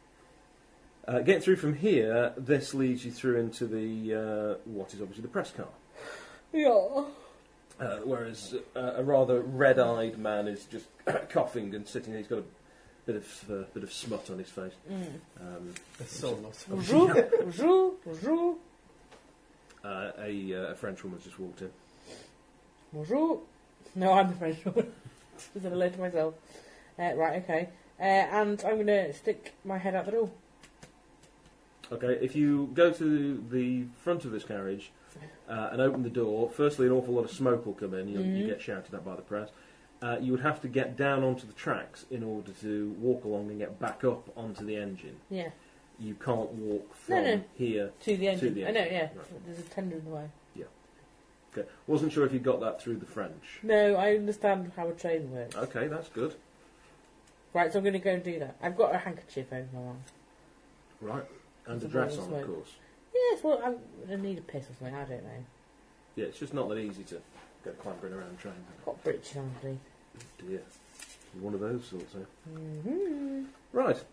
Speaker 3: Uh, get through from here, this leads you through into the, uh, what is obviously the press car.
Speaker 2: yeah.
Speaker 3: Uh, whereas uh, a rather red-eyed man is just coughing and sitting there. He's got a bit of uh, bit of smut on his face.
Speaker 2: Mm.
Speaker 3: Um,
Speaker 10: It's so not.
Speaker 3: Oh,
Speaker 2: Bonjour, bonjour, bonjour,
Speaker 3: uh, a, uh, a French woman's just walked in.
Speaker 2: bonjour. No, I'm the French one. Is it a load to myself? Uh, right, okay. Uh, and I'm gonna stick my head out the door.
Speaker 3: Okay, if you go to the front of this carriage uh, and open the door, firstly, an awful lot of smoke will come in. You'll, You
Speaker 2: Mhm.
Speaker 3: get shouted at by the press. Uh, you would have to get down onto the tracks in order to walk along and get back up onto the engine.
Speaker 2: Yeah,
Speaker 3: You can't walk from
Speaker 2: No, no.
Speaker 3: here.
Speaker 2: to the engine.
Speaker 3: the
Speaker 2: I know.
Speaker 3: engine,
Speaker 2: Yeah,
Speaker 3: right.
Speaker 2: there's a tender in the way.
Speaker 3: Okay, wasn't sure if you got that through the French.
Speaker 2: No, I understand how a train works.
Speaker 3: Okay, that's good.
Speaker 2: Right, so I'm gonna go and do that. I've got a handkerchief over my arm.
Speaker 3: Right, and
Speaker 2: It's
Speaker 3: the
Speaker 2: a
Speaker 3: dress
Speaker 2: ball
Speaker 3: on,
Speaker 2: of
Speaker 3: of
Speaker 2: smoke.
Speaker 3: course.
Speaker 2: Yes, well, I'm, I need a piss or something. I don't know.
Speaker 3: Yeah, it's just not that easy to go clambering around trains.
Speaker 2: Got breeches on, please.
Speaker 3: Dear, you're one of those sorts, eh?
Speaker 2: Mm-hmm.
Speaker 3: Right.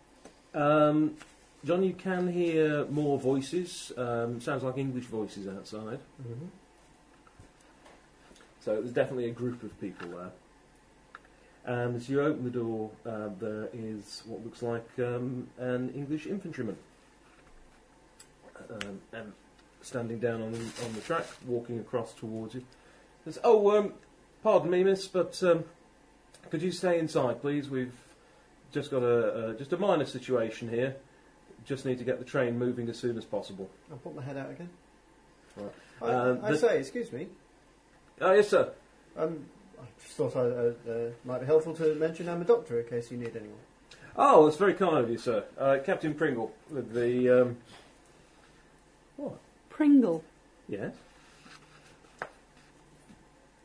Speaker 3: Um, John, you can hear more voices. Um, sounds like English voices outside.
Speaker 6: Mm-hmm.
Speaker 5: Mm-hmm.
Speaker 10: Mhm.
Speaker 3: So there's definitely a group of people there. And as you open the door, uh, there is what looks like um, an English infantryman. Um, and standing down on, on the track, walking across towards you. Says, oh, um, pardon me, miss, but um, could you stay inside, please? We've just got a, a just a minor situation here. Just need to get the train moving as soon as possible.
Speaker 5: I'll put my head out again.
Speaker 3: Right.
Speaker 5: I,
Speaker 3: Um,
Speaker 5: I
Speaker 3: the-
Speaker 5: say, excuse me.
Speaker 3: Oh, yes, sir.
Speaker 5: Um, I just thought I uh, uh, might be helpful to mention I'm a doctor in case you need anyone.
Speaker 3: Oh, that's very kind of you, sir. Uh, Captain Pringle with the um, what?
Speaker 6: Pringle.
Speaker 3: Yes.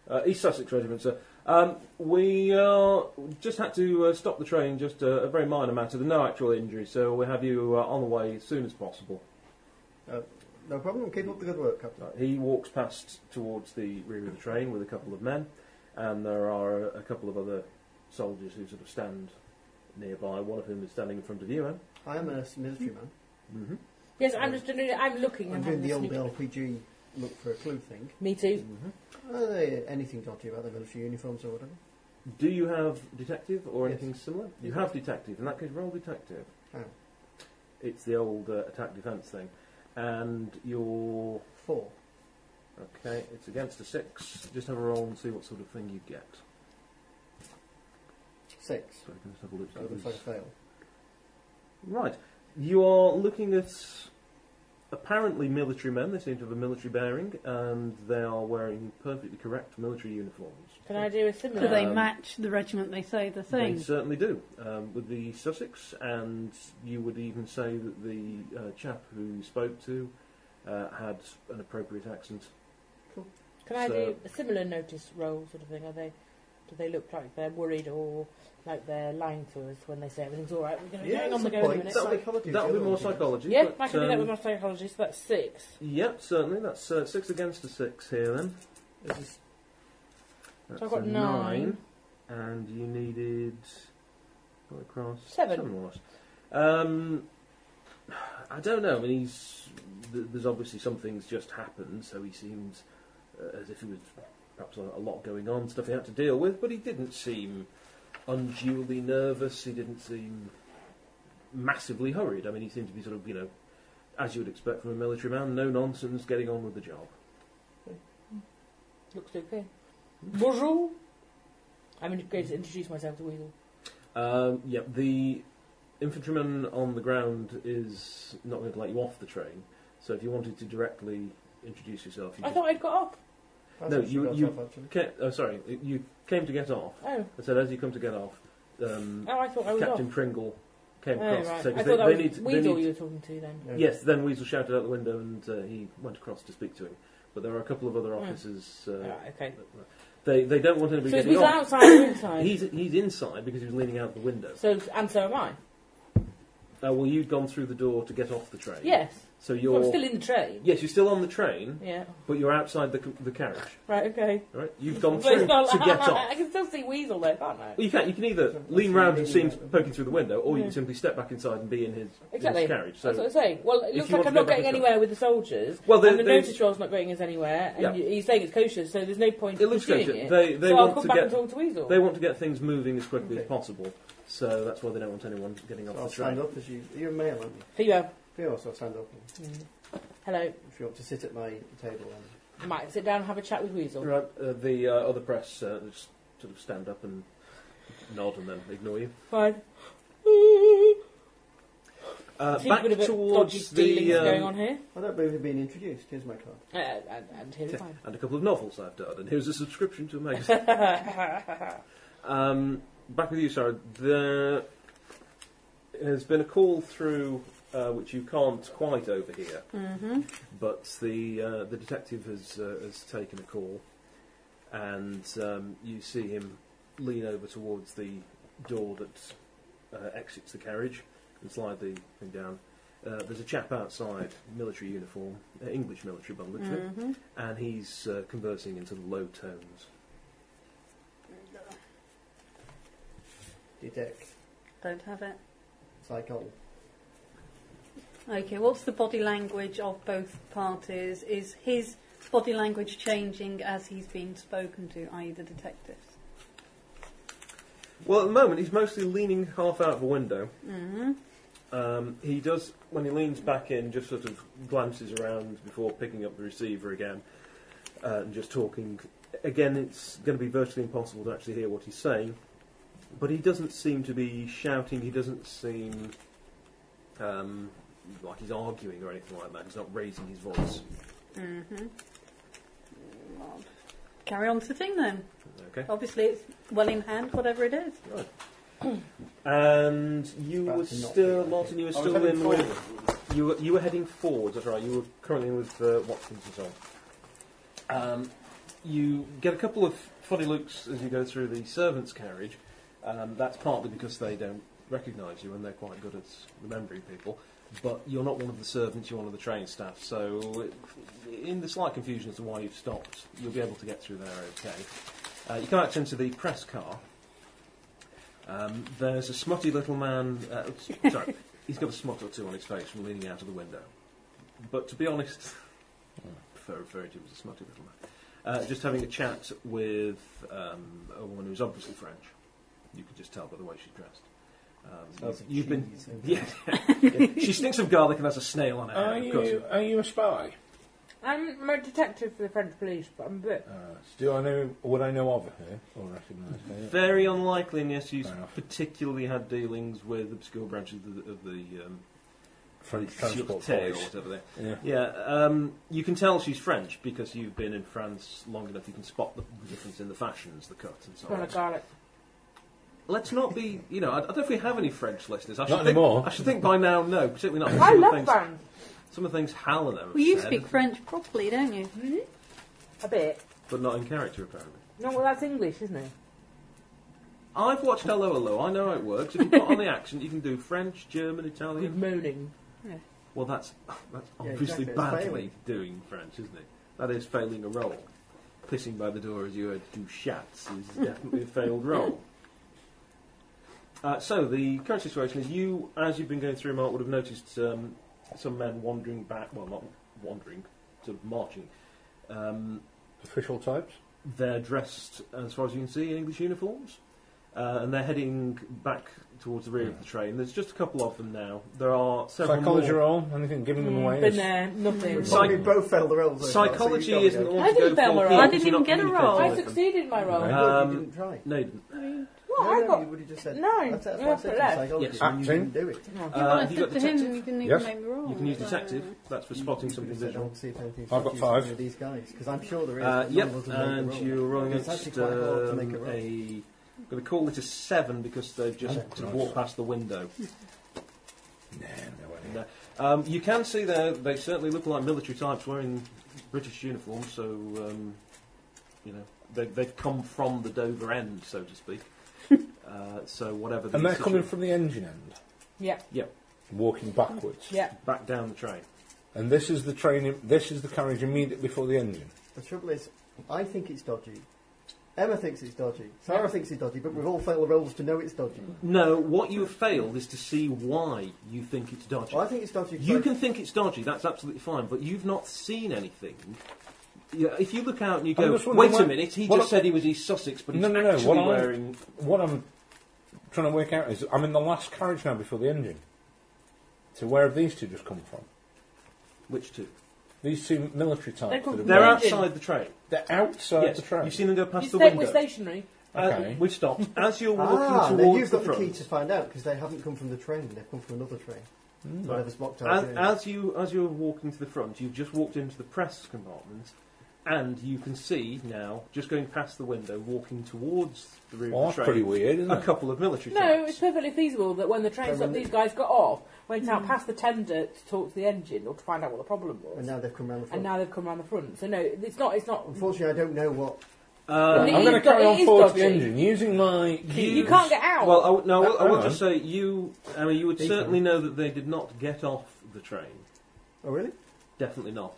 Speaker 3: Uh, East Sussex Regiment, sir. Um, we uh, just had to uh, stop the train, just uh, a very minor matter. There's no actual injury, so we'll have you uh, on the way as soon as possible.
Speaker 5: No problem. Keep up the good work, Captain.
Speaker 3: Uh, He walks past towards the rear of the train with a couple of men, and there are a, a couple of other soldiers who sort of stand nearby. One of whom is standing in front of you, eh? Anne.
Speaker 5: I am a military man.
Speaker 3: Mm-hmm.
Speaker 2: Yes, I'm just doing. I'm looking.
Speaker 5: I'm doing
Speaker 2: having
Speaker 5: the
Speaker 2: a
Speaker 5: old
Speaker 2: sneak-
Speaker 5: LPG look for a clue thing.
Speaker 2: Me too.
Speaker 3: Mm-hmm.
Speaker 5: Are they anything dodgy about the military uniforms or whatever?
Speaker 3: Do you have detective or
Speaker 5: Yes.
Speaker 3: anything similar? You have detective. In that case, roll detective.
Speaker 5: Oh,
Speaker 3: It's the old uh, attack defense thing, and your
Speaker 5: four.
Speaker 3: okay. It's against a six. Just have a roll and see what sort of thing you get.
Speaker 5: Six.
Speaker 3: So I can just have a look.
Speaker 5: So it looks like a fail.
Speaker 3: Right. You are looking at apparently military men. They seem to have a military bearing, and they are wearing perfectly correct military uniforms.
Speaker 2: Can I do a similar?
Speaker 6: Do they
Speaker 3: Um,
Speaker 6: match the regiment they say the
Speaker 3: They
Speaker 6: thing?
Speaker 3: certainly do. Um, with the Sussex, and you would even say that the uh, chap who you spoke to uh, had an appropriate accent.
Speaker 2: Can I
Speaker 3: So-
Speaker 2: do a similar notice roll sort of thing? Are they? Do they look like they're worried or like they're lying to us when they say everything's all right? We're going to
Speaker 4: Yeah,
Speaker 2: hang on
Speaker 4: that's
Speaker 2: the
Speaker 4: a
Speaker 2: go in a
Speaker 4: point.
Speaker 2: minute.
Speaker 3: That'll be-
Speaker 4: Psychology is
Speaker 3: That'll
Speaker 4: the
Speaker 3: be
Speaker 4: other
Speaker 3: more
Speaker 4: one, yeah.
Speaker 3: psychology.
Speaker 2: yeah,
Speaker 3: but,
Speaker 2: I can do that
Speaker 3: um,
Speaker 2: with my psychologist. That's six.
Speaker 3: Yep, certainly. That's uh, six against a six here then. This is- That's
Speaker 2: So I've got
Speaker 3: a
Speaker 2: nine.
Speaker 3: and you needed got across
Speaker 2: Seven.
Speaker 3: was. Um, I don't know. I mean, he's th- there's obviously something's just happened, so he seems uh, as if he was perhaps a, a lot going on, stuff he had to deal with. But he didn't seem unduly nervous. He didn't seem massively hurried. I mean, he seemed to be sort of you know, as you would expect from a military man, no nonsense, getting on with the job.
Speaker 2: Looks okay. Bonjour. I'm going to introduce myself to Weasel.
Speaker 3: Um, yeah, the infantryman on the ground is not going to let you off the train. So if you wanted to directly introduce yourself, you
Speaker 2: I
Speaker 3: just-
Speaker 2: thought I'd got up.
Speaker 3: No, you- you- Ca- oh, sorry, you came to get off.
Speaker 2: Oh,
Speaker 3: I said as you come to get off, um,
Speaker 2: oh I thought I was
Speaker 3: Captain
Speaker 2: off.
Speaker 3: Pringle came
Speaker 2: oh,
Speaker 3: across.
Speaker 2: right.
Speaker 3: So
Speaker 2: I
Speaker 3: 'cause
Speaker 2: thought
Speaker 3: they,
Speaker 2: that
Speaker 3: they
Speaker 2: was
Speaker 3: need, they
Speaker 2: Weasel
Speaker 3: need-
Speaker 2: you were talking to then.
Speaker 3: Yes, then Weasel shouted out the window and uh, he went across to speak to him. But there are a couple of other
Speaker 2: Hmm.
Speaker 3: officers. Uh,
Speaker 2: Right, okay.
Speaker 3: They they don't want
Speaker 2: So
Speaker 3: anybody
Speaker 2: is
Speaker 3: getting
Speaker 2: Weasel
Speaker 3: off.
Speaker 2: outside or inside?
Speaker 3: He's he's inside because he was leaning out the window.
Speaker 2: So and so am I.
Speaker 3: Uh, well, you'd gone through the door to get off the train.
Speaker 2: Yes.
Speaker 3: So
Speaker 2: Well,
Speaker 3: you're
Speaker 2: I'm still in the train.
Speaker 3: Yes, you're still on the train,
Speaker 2: Yeah.
Speaker 3: but you're outside the, c- the carriage.
Speaker 2: Right. Okay.
Speaker 3: all Right? You've gone
Speaker 2: But it's
Speaker 3: through
Speaker 2: not-
Speaker 3: to get
Speaker 2: I
Speaker 3: off.
Speaker 2: can still see Weasel though, can't I?
Speaker 3: Well, you can you can either lean round and see him poking through the window, or you can simply step back inside and be in his, in his
Speaker 2: Exactly.
Speaker 3: carriage.
Speaker 2: That's what
Speaker 3: So,
Speaker 2: I'm saying. Well, it
Speaker 3: if
Speaker 2: looks
Speaker 3: you
Speaker 2: like
Speaker 3: want
Speaker 2: I'm
Speaker 3: to
Speaker 2: not
Speaker 3: go back
Speaker 2: getting
Speaker 3: and-
Speaker 2: anywhere with the soldiers.
Speaker 3: well, they,
Speaker 2: and the
Speaker 3: they,
Speaker 2: notice roll's not getting us anywhere. And
Speaker 3: Yeah.
Speaker 2: you, you're saying it's kosher, so there's no point
Speaker 3: it looks
Speaker 2: pursuing
Speaker 3: kosher.
Speaker 2: it.
Speaker 3: They they
Speaker 2: so I'll
Speaker 3: want
Speaker 2: come
Speaker 3: to
Speaker 2: back and
Speaker 3: get
Speaker 2: talk to Weasel.
Speaker 3: they want to get things moving as quickly as
Speaker 5: Okay.
Speaker 3: possible. So that's why they don't want anyone getting off
Speaker 5: I'll
Speaker 3: the train.
Speaker 5: stand up as you. You're a male, aren't you?
Speaker 2: Theo.
Speaker 5: If you also stand up,
Speaker 2: Mm. Hello.
Speaker 5: if you want to sit at my table, and
Speaker 2: Mike, sit down and have a chat with Weasel.
Speaker 3: Right, uh, the uh, other press uh, just sort of stand up and nod and then ignore you.
Speaker 2: Fine.
Speaker 3: Uh,
Speaker 2: Seems
Speaker 3: back
Speaker 2: a bit of dodgy
Speaker 3: towards
Speaker 2: dealings
Speaker 3: the um,
Speaker 2: going on here.
Speaker 5: I don't believe you've been introduced. Here's my card.
Speaker 2: Uh, and, and here we
Speaker 3: and a couple of novels I've done, and here's a subscription to a magazine. um, back with you, Sarah. There has been a call through, uh, which you can't quite overhear,
Speaker 8: Mm-hmm,
Speaker 6: hmm
Speaker 3: but the uh, the detective has uh, has taken a call, and um, you see him lean over towards the door that uh, exits the carriage and slide the thing down. Uh, there's a chap outside, military uniform, uh, English military by the looks of it
Speaker 6: hmm
Speaker 8: mm-hmm.
Speaker 3: and he's uh, conversing into low tones.
Speaker 5: Detect
Speaker 8: Don't have it.
Speaker 5: psychol.
Speaker 8: Okay, what's the body language of both parties? Is his body language changing as he's being spoken to, i.e., the detectives?
Speaker 3: Well, at the moment, he's mostly leaning half out of a window.
Speaker 8: hmm
Speaker 3: Um, he does, when he leans back in, just sort of glances around before picking up the receiver again uh, and just talking. Again, it's going to be virtually impossible to actually hear what he's saying, but he doesn't seem to be shouting, he doesn't seem um, like he's arguing or anything like that. He's not raising his voice.
Speaker 8: hmm Carry on sitting then.
Speaker 3: Okay?
Speaker 4: Oh.
Speaker 8: Obviously, it's well in hand, whatever it is.
Speaker 3: And you
Speaker 5: That's
Speaker 3: were
Speaker 5: not
Speaker 3: still,
Speaker 5: good.
Speaker 3: Martin, you were
Speaker 4: I was
Speaker 3: still
Speaker 4: heading
Speaker 3: in
Speaker 4: forward.
Speaker 3: with. You were, you were heading forwards, that's right. You were currently with uh, Watkins and so on. Um, you get a couple of funny looks as you go through the servants' carriage. Um, that's partly because they don't recognise you and they're quite good at remembering people. But you're not one of the servants, you're one of the train staff. So, in the slight confusion as to why you've stopped, you'll be able to get through there okay. Uh, you come out into the press car. Um, there's a smutty little man. Uh, s- sorry, he's got a smut or two on his face from leaning out of the window. But to be honest, I prefer referring to him as a smutty little man. Uh, just having a chat with um, a woman who's obviously French. You can just tell by the way she's dressed. Um,
Speaker 5: Smells of
Speaker 3: you've been.
Speaker 5: cheese.
Speaker 3: Yeah, yeah. she stinks of garlic and has a snail on her
Speaker 4: Are
Speaker 3: head, of course.
Speaker 4: you, are you a spy?
Speaker 2: I'm a detective for the French police, but I'm a bit.
Speaker 4: Uh, do I know? Would I know of her or recognise her?
Speaker 3: Very unlikely unless you
Speaker 4: Fair enough.
Speaker 3: particularly had dealings with obscure branches of the, of the um,
Speaker 4: French transport
Speaker 3: Sûreté or
Speaker 4: police.
Speaker 3: whatever they
Speaker 4: Yeah.
Speaker 3: Yeah, um, you can tell she's French because you've been in France long enough. You can spot the difference in the fashions, the cut, and so
Speaker 2: Smell
Speaker 3: on.
Speaker 2: of garlic.
Speaker 3: Let's not be, you know, I, I don't know if we have any French listeners. I
Speaker 4: Not
Speaker 3: should think,
Speaker 4: anymore.
Speaker 3: I should think by now, no, particularly not.
Speaker 2: I
Speaker 3: some
Speaker 2: love
Speaker 3: of the things,
Speaker 2: bands.
Speaker 3: some of the things Hal and them have
Speaker 8: Well, you
Speaker 3: said,
Speaker 8: speak French properly, don't Mm-hmm. you?
Speaker 2: A bit.
Speaker 3: but not in character apparently.
Speaker 2: No, well, that's English, isn't it?
Speaker 3: I've watched Hello Hello. I know how it works. If you put on the accent, you can do French, German,
Speaker 2: Good
Speaker 3: Italian.
Speaker 2: moaning.
Speaker 3: Well, that's that's
Speaker 5: Yeah,
Speaker 3: obviously
Speaker 5: exactly, it's
Speaker 3: badly
Speaker 5: failing.
Speaker 3: doing French, isn't it? That is failing a role. Pissing by the door as you heard do shats is definitely a failed role. Uh, so the current situation is you, as you've been going through, Mark would have noticed um, some men wandering back. Well, not wandering, sort of marching. Um,
Speaker 4: Official types.
Speaker 3: they're dressed, as far as you can see, in English uniforms, uh, and they're heading back towards the rear of the train. There's just a couple of them now. There are several
Speaker 4: Psychology
Speaker 3: more.
Speaker 4: role. Anything giving
Speaker 5: Mm,
Speaker 3: Mm,
Speaker 4: them away.
Speaker 2: Mm, Been
Speaker 4: is-
Speaker 2: there, nothing.
Speaker 3: Psych-
Speaker 5: we both failed the roles. over, so you
Speaker 3: Psychology
Speaker 5: gotta
Speaker 3: isn't the
Speaker 5: go.
Speaker 3: one
Speaker 2: I
Speaker 3: to go
Speaker 2: didn't fail
Speaker 3: for
Speaker 2: my
Speaker 3: people
Speaker 2: role. I
Speaker 7: didn't
Speaker 3: to not
Speaker 7: even get a
Speaker 3: communicate
Speaker 7: role.
Speaker 2: I
Speaker 3: with them.
Speaker 2: succeeded in my role.
Speaker 5: Good,
Speaker 4: Right.
Speaker 5: you
Speaker 3: Um,
Speaker 5: didn't try.
Speaker 3: No, you didn't.
Speaker 2: What?
Speaker 5: no,
Speaker 2: I
Speaker 5: no,
Speaker 2: got.
Speaker 5: you would have just said.
Speaker 2: No,
Speaker 5: That's, that's
Speaker 2: you
Speaker 5: why I
Speaker 2: have
Speaker 5: said
Speaker 2: to
Speaker 5: from
Speaker 2: left.
Speaker 5: psychology.
Speaker 3: Yes.
Speaker 5: when you didn't do it.
Speaker 8: Yeah,
Speaker 3: Uh,
Speaker 8: well, I
Speaker 3: have you
Speaker 8: said
Speaker 3: got
Speaker 8: to him,
Speaker 3: detective?
Speaker 8: you didn't
Speaker 4: Yes.
Speaker 8: even make me wrong.
Speaker 3: You can use
Speaker 8: so-
Speaker 3: detective. That's for
Speaker 5: You-
Speaker 3: spotting
Speaker 5: you
Speaker 3: something
Speaker 5: could've said,
Speaker 3: visual.
Speaker 5: "I'll see if anything's
Speaker 4: I've got
Speaker 5: confusing
Speaker 4: five.
Speaker 5: with These guys, because I'm sure there is.
Speaker 3: Uh,
Speaker 5: but none
Speaker 3: yep,
Speaker 5: of us have made the
Speaker 3: and
Speaker 5: roll.
Speaker 3: you're rolling
Speaker 5: It's
Speaker 3: against
Speaker 5: actually quite hard to
Speaker 3: um,
Speaker 5: make a roll.
Speaker 3: a. I'm going to call it a seven because they've just
Speaker 4: Oh,
Speaker 3: sort of
Speaker 4: Christ.
Speaker 3: walked past the window.
Speaker 4: Nah, no way.
Speaker 3: No. Um, you can see there; they certainly look like military types wearing British uniforms. So um, you know they, they've come from the Dover end, so to speak. uh, so whatever. the
Speaker 4: And they're
Speaker 3: situa-
Speaker 4: coming from the engine end,
Speaker 2: Yeah,
Speaker 4: walking backwards.
Speaker 2: yeah.
Speaker 3: back down the train.
Speaker 4: And this is the train. This is the carriage immediately before the engine.
Speaker 5: The trouble is, I think it's dodgy. Emma thinks it's dodgy. Sarah thinks it's dodgy, but we've all failed the roles to know it's dodgy.
Speaker 3: No, what you have failed is to see why you think it's dodgy.
Speaker 5: Well, I think it's dodgy.
Speaker 3: You
Speaker 5: but-
Speaker 3: can think it's dodgy, that's absolutely fine, but you've not seen anything. Yeah, if you look out and you
Speaker 4: I'm
Speaker 3: go,
Speaker 4: just wondering
Speaker 3: wait a
Speaker 4: why-
Speaker 3: minute, he
Speaker 4: what
Speaker 3: just
Speaker 4: I-
Speaker 3: said he was East Sussex, but he's
Speaker 4: No, no, no,
Speaker 3: actually
Speaker 4: what I-
Speaker 3: wearing.
Speaker 4: What I'm trying to work out is I'm in the last carriage now before the engine. So where have these two just come from?
Speaker 3: Which two?
Speaker 4: These two military
Speaker 2: They've
Speaker 4: types.
Speaker 2: come
Speaker 4: that have
Speaker 2: from
Speaker 3: They're
Speaker 2: Virgin.
Speaker 4: arrived.
Speaker 3: outside the train.
Speaker 4: They're outside
Speaker 3: yes,
Speaker 4: the train.
Speaker 3: you've seen them go past
Speaker 2: You
Speaker 3: the
Speaker 2: stay
Speaker 3: window.
Speaker 2: with stationary.
Speaker 4: Okay.
Speaker 3: Uh, we stopped. As you're walking
Speaker 5: Ah, then
Speaker 3: towards
Speaker 5: you've
Speaker 3: the
Speaker 5: got the,
Speaker 3: front,
Speaker 5: key to find out because they haven't come from the train; they've come from another train.
Speaker 3: Hmm.
Speaker 5: Whatever's blocked
Speaker 3: as,
Speaker 5: out. here.
Speaker 3: as you as you're walking to the front, you've just walked into the press compartment, and you can see now, just going past the window, walking towards the rear
Speaker 4: Well,
Speaker 3: of
Speaker 4: Oh, that's
Speaker 3: the
Speaker 4: pretty
Speaker 3: train,
Speaker 4: weird, isn't
Speaker 3: a
Speaker 4: it?
Speaker 3: couple of military
Speaker 2: No,
Speaker 3: types.
Speaker 2: it's perfectly feasible that when the train stopped, these guys got off, went out past the tender to talk to the engine or to find out what the problem was,
Speaker 5: Mm. and now they've come round the front.
Speaker 2: and now they've come around the front. So no, it's not. It's not.
Speaker 5: Unfortunately, I don't know what.
Speaker 3: Uh,
Speaker 4: Right,
Speaker 2: It
Speaker 4: I'm going to
Speaker 2: is do-
Speaker 4: carry
Speaker 2: it
Speaker 4: on
Speaker 2: is
Speaker 4: forward to the
Speaker 2: dodgy.
Speaker 4: engine using my keys.
Speaker 2: You can't get out.
Speaker 3: Well, I, w- no, I will- I
Speaker 4: Hang
Speaker 3: will
Speaker 4: on.
Speaker 3: just say you. I mean, you would
Speaker 5: Ethan.
Speaker 3: certainly know that they did not get off the train.
Speaker 5: Oh, really?
Speaker 3: Definitely not,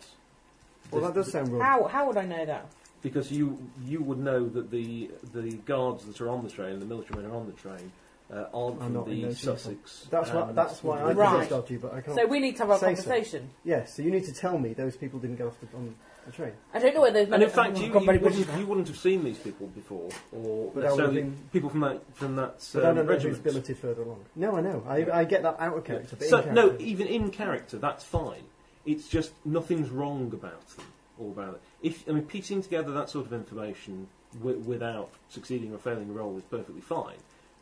Speaker 5: Well, that does sound wrong.
Speaker 2: how how would I know that?
Speaker 3: because you you would know that the the guards that are on the train, the military men are on the train, uh, aren't
Speaker 5: Are
Speaker 3: from
Speaker 5: not
Speaker 3: the
Speaker 5: in those uniforms.
Speaker 3: Sussex. um,
Speaker 5: That's why.
Speaker 3: and-
Speaker 5: That's why I think
Speaker 2: Right.
Speaker 5: it's dodgy, but I can't.
Speaker 2: So we need to have our
Speaker 5: Say so.
Speaker 2: conversation.
Speaker 5: yes. So you need to tell me those people didn't get off the, on the train.
Speaker 2: I don't know whether.
Speaker 3: And in fact, you, you,
Speaker 2: Company
Speaker 3: wouldn't,
Speaker 2: British-
Speaker 3: you wouldn't have seen these people before, or
Speaker 5: But I would have
Speaker 3: necessarily
Speaker 5: been-
Speaker 3: people from that from that
Speaker 5: But I
Speaker 3: um,
Speaker 5: don't know if it's
Speaker 3: regiment.
Speaker 5: billeted further along. No, I know. I, I get that out of character. But
Speaker 3: So
Speaker 5: in
Speaker 3: no, e-
Speaker 5: character-
Speaker 3: even in character, that's fine. It's just nothing's wrong about them or about it. If I mean piecing together that sort of information w- without succeeding or failing a role is perfectly fine,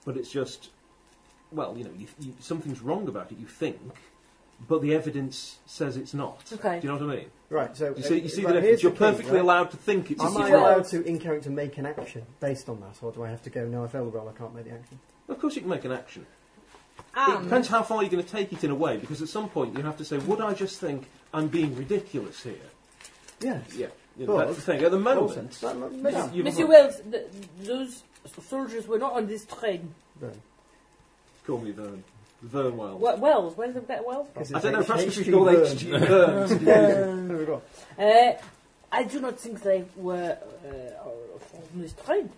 Speaker 3: but it's just well, you know, you, you, something's wrong about it. You think, but the evidence says it's not.
Speaker 2: Okay.
Speaker 3: Do you know what I mean?
Speaker 5: right. So
Speaker 3: You see, you see
Speaker 5: right,
Speaker 3: the
Speaker 5: Uh, here's
Speaker 3: difference. You're
Speaker 5: the key,
Speaker 3: perfectly
Speaker 5: right?
Speaker 3: allowed to think it's
Speaker 5: Am
Speaker 2: This
Speaker 5: I
Speaker 2: is where-
Speaker 5: allowed to, in character, make an action based on that, or do I have to go? No, I failed the roll. I can't make the action.
Speaker 3: Of course, you can make an action. it
Speaker 2: and
Speaker 3: depends how far you're going to take it in a way, because at some point you have to say, "Would I just think I'm being ridiculous here?"
Speaker 5: Yes.
Speaker 3: Yeah, you know,
Speaker 5: But-
Speaker 3: that's the thing. At the moment,
Speaker 5: Also, that- that-
Speaker 3: you-
Speaker 5: that-
Speaker 3: you've-
Speaker 2: Monsieur Wells, th those soldiers were not on this train.
Speaker 5: Then,
Speaker 3: Call me Vern. Vern Wells.
Speaker 2: What, Wells, where's the better Wells?
Speaker 5: 'cause
Speaker 3: I
Speaker 5: it's
Speaker 3: don't know,
Speaker 5: H-
Speaker 3: perhaps we
Speaker 5: HG
Speaker 3: should call
Speaker 5: Verne.
Speaker 3: HG Vern.
Speaker 5: There we go.
Speaker 2: Uh, I do not think they were uh, from this train.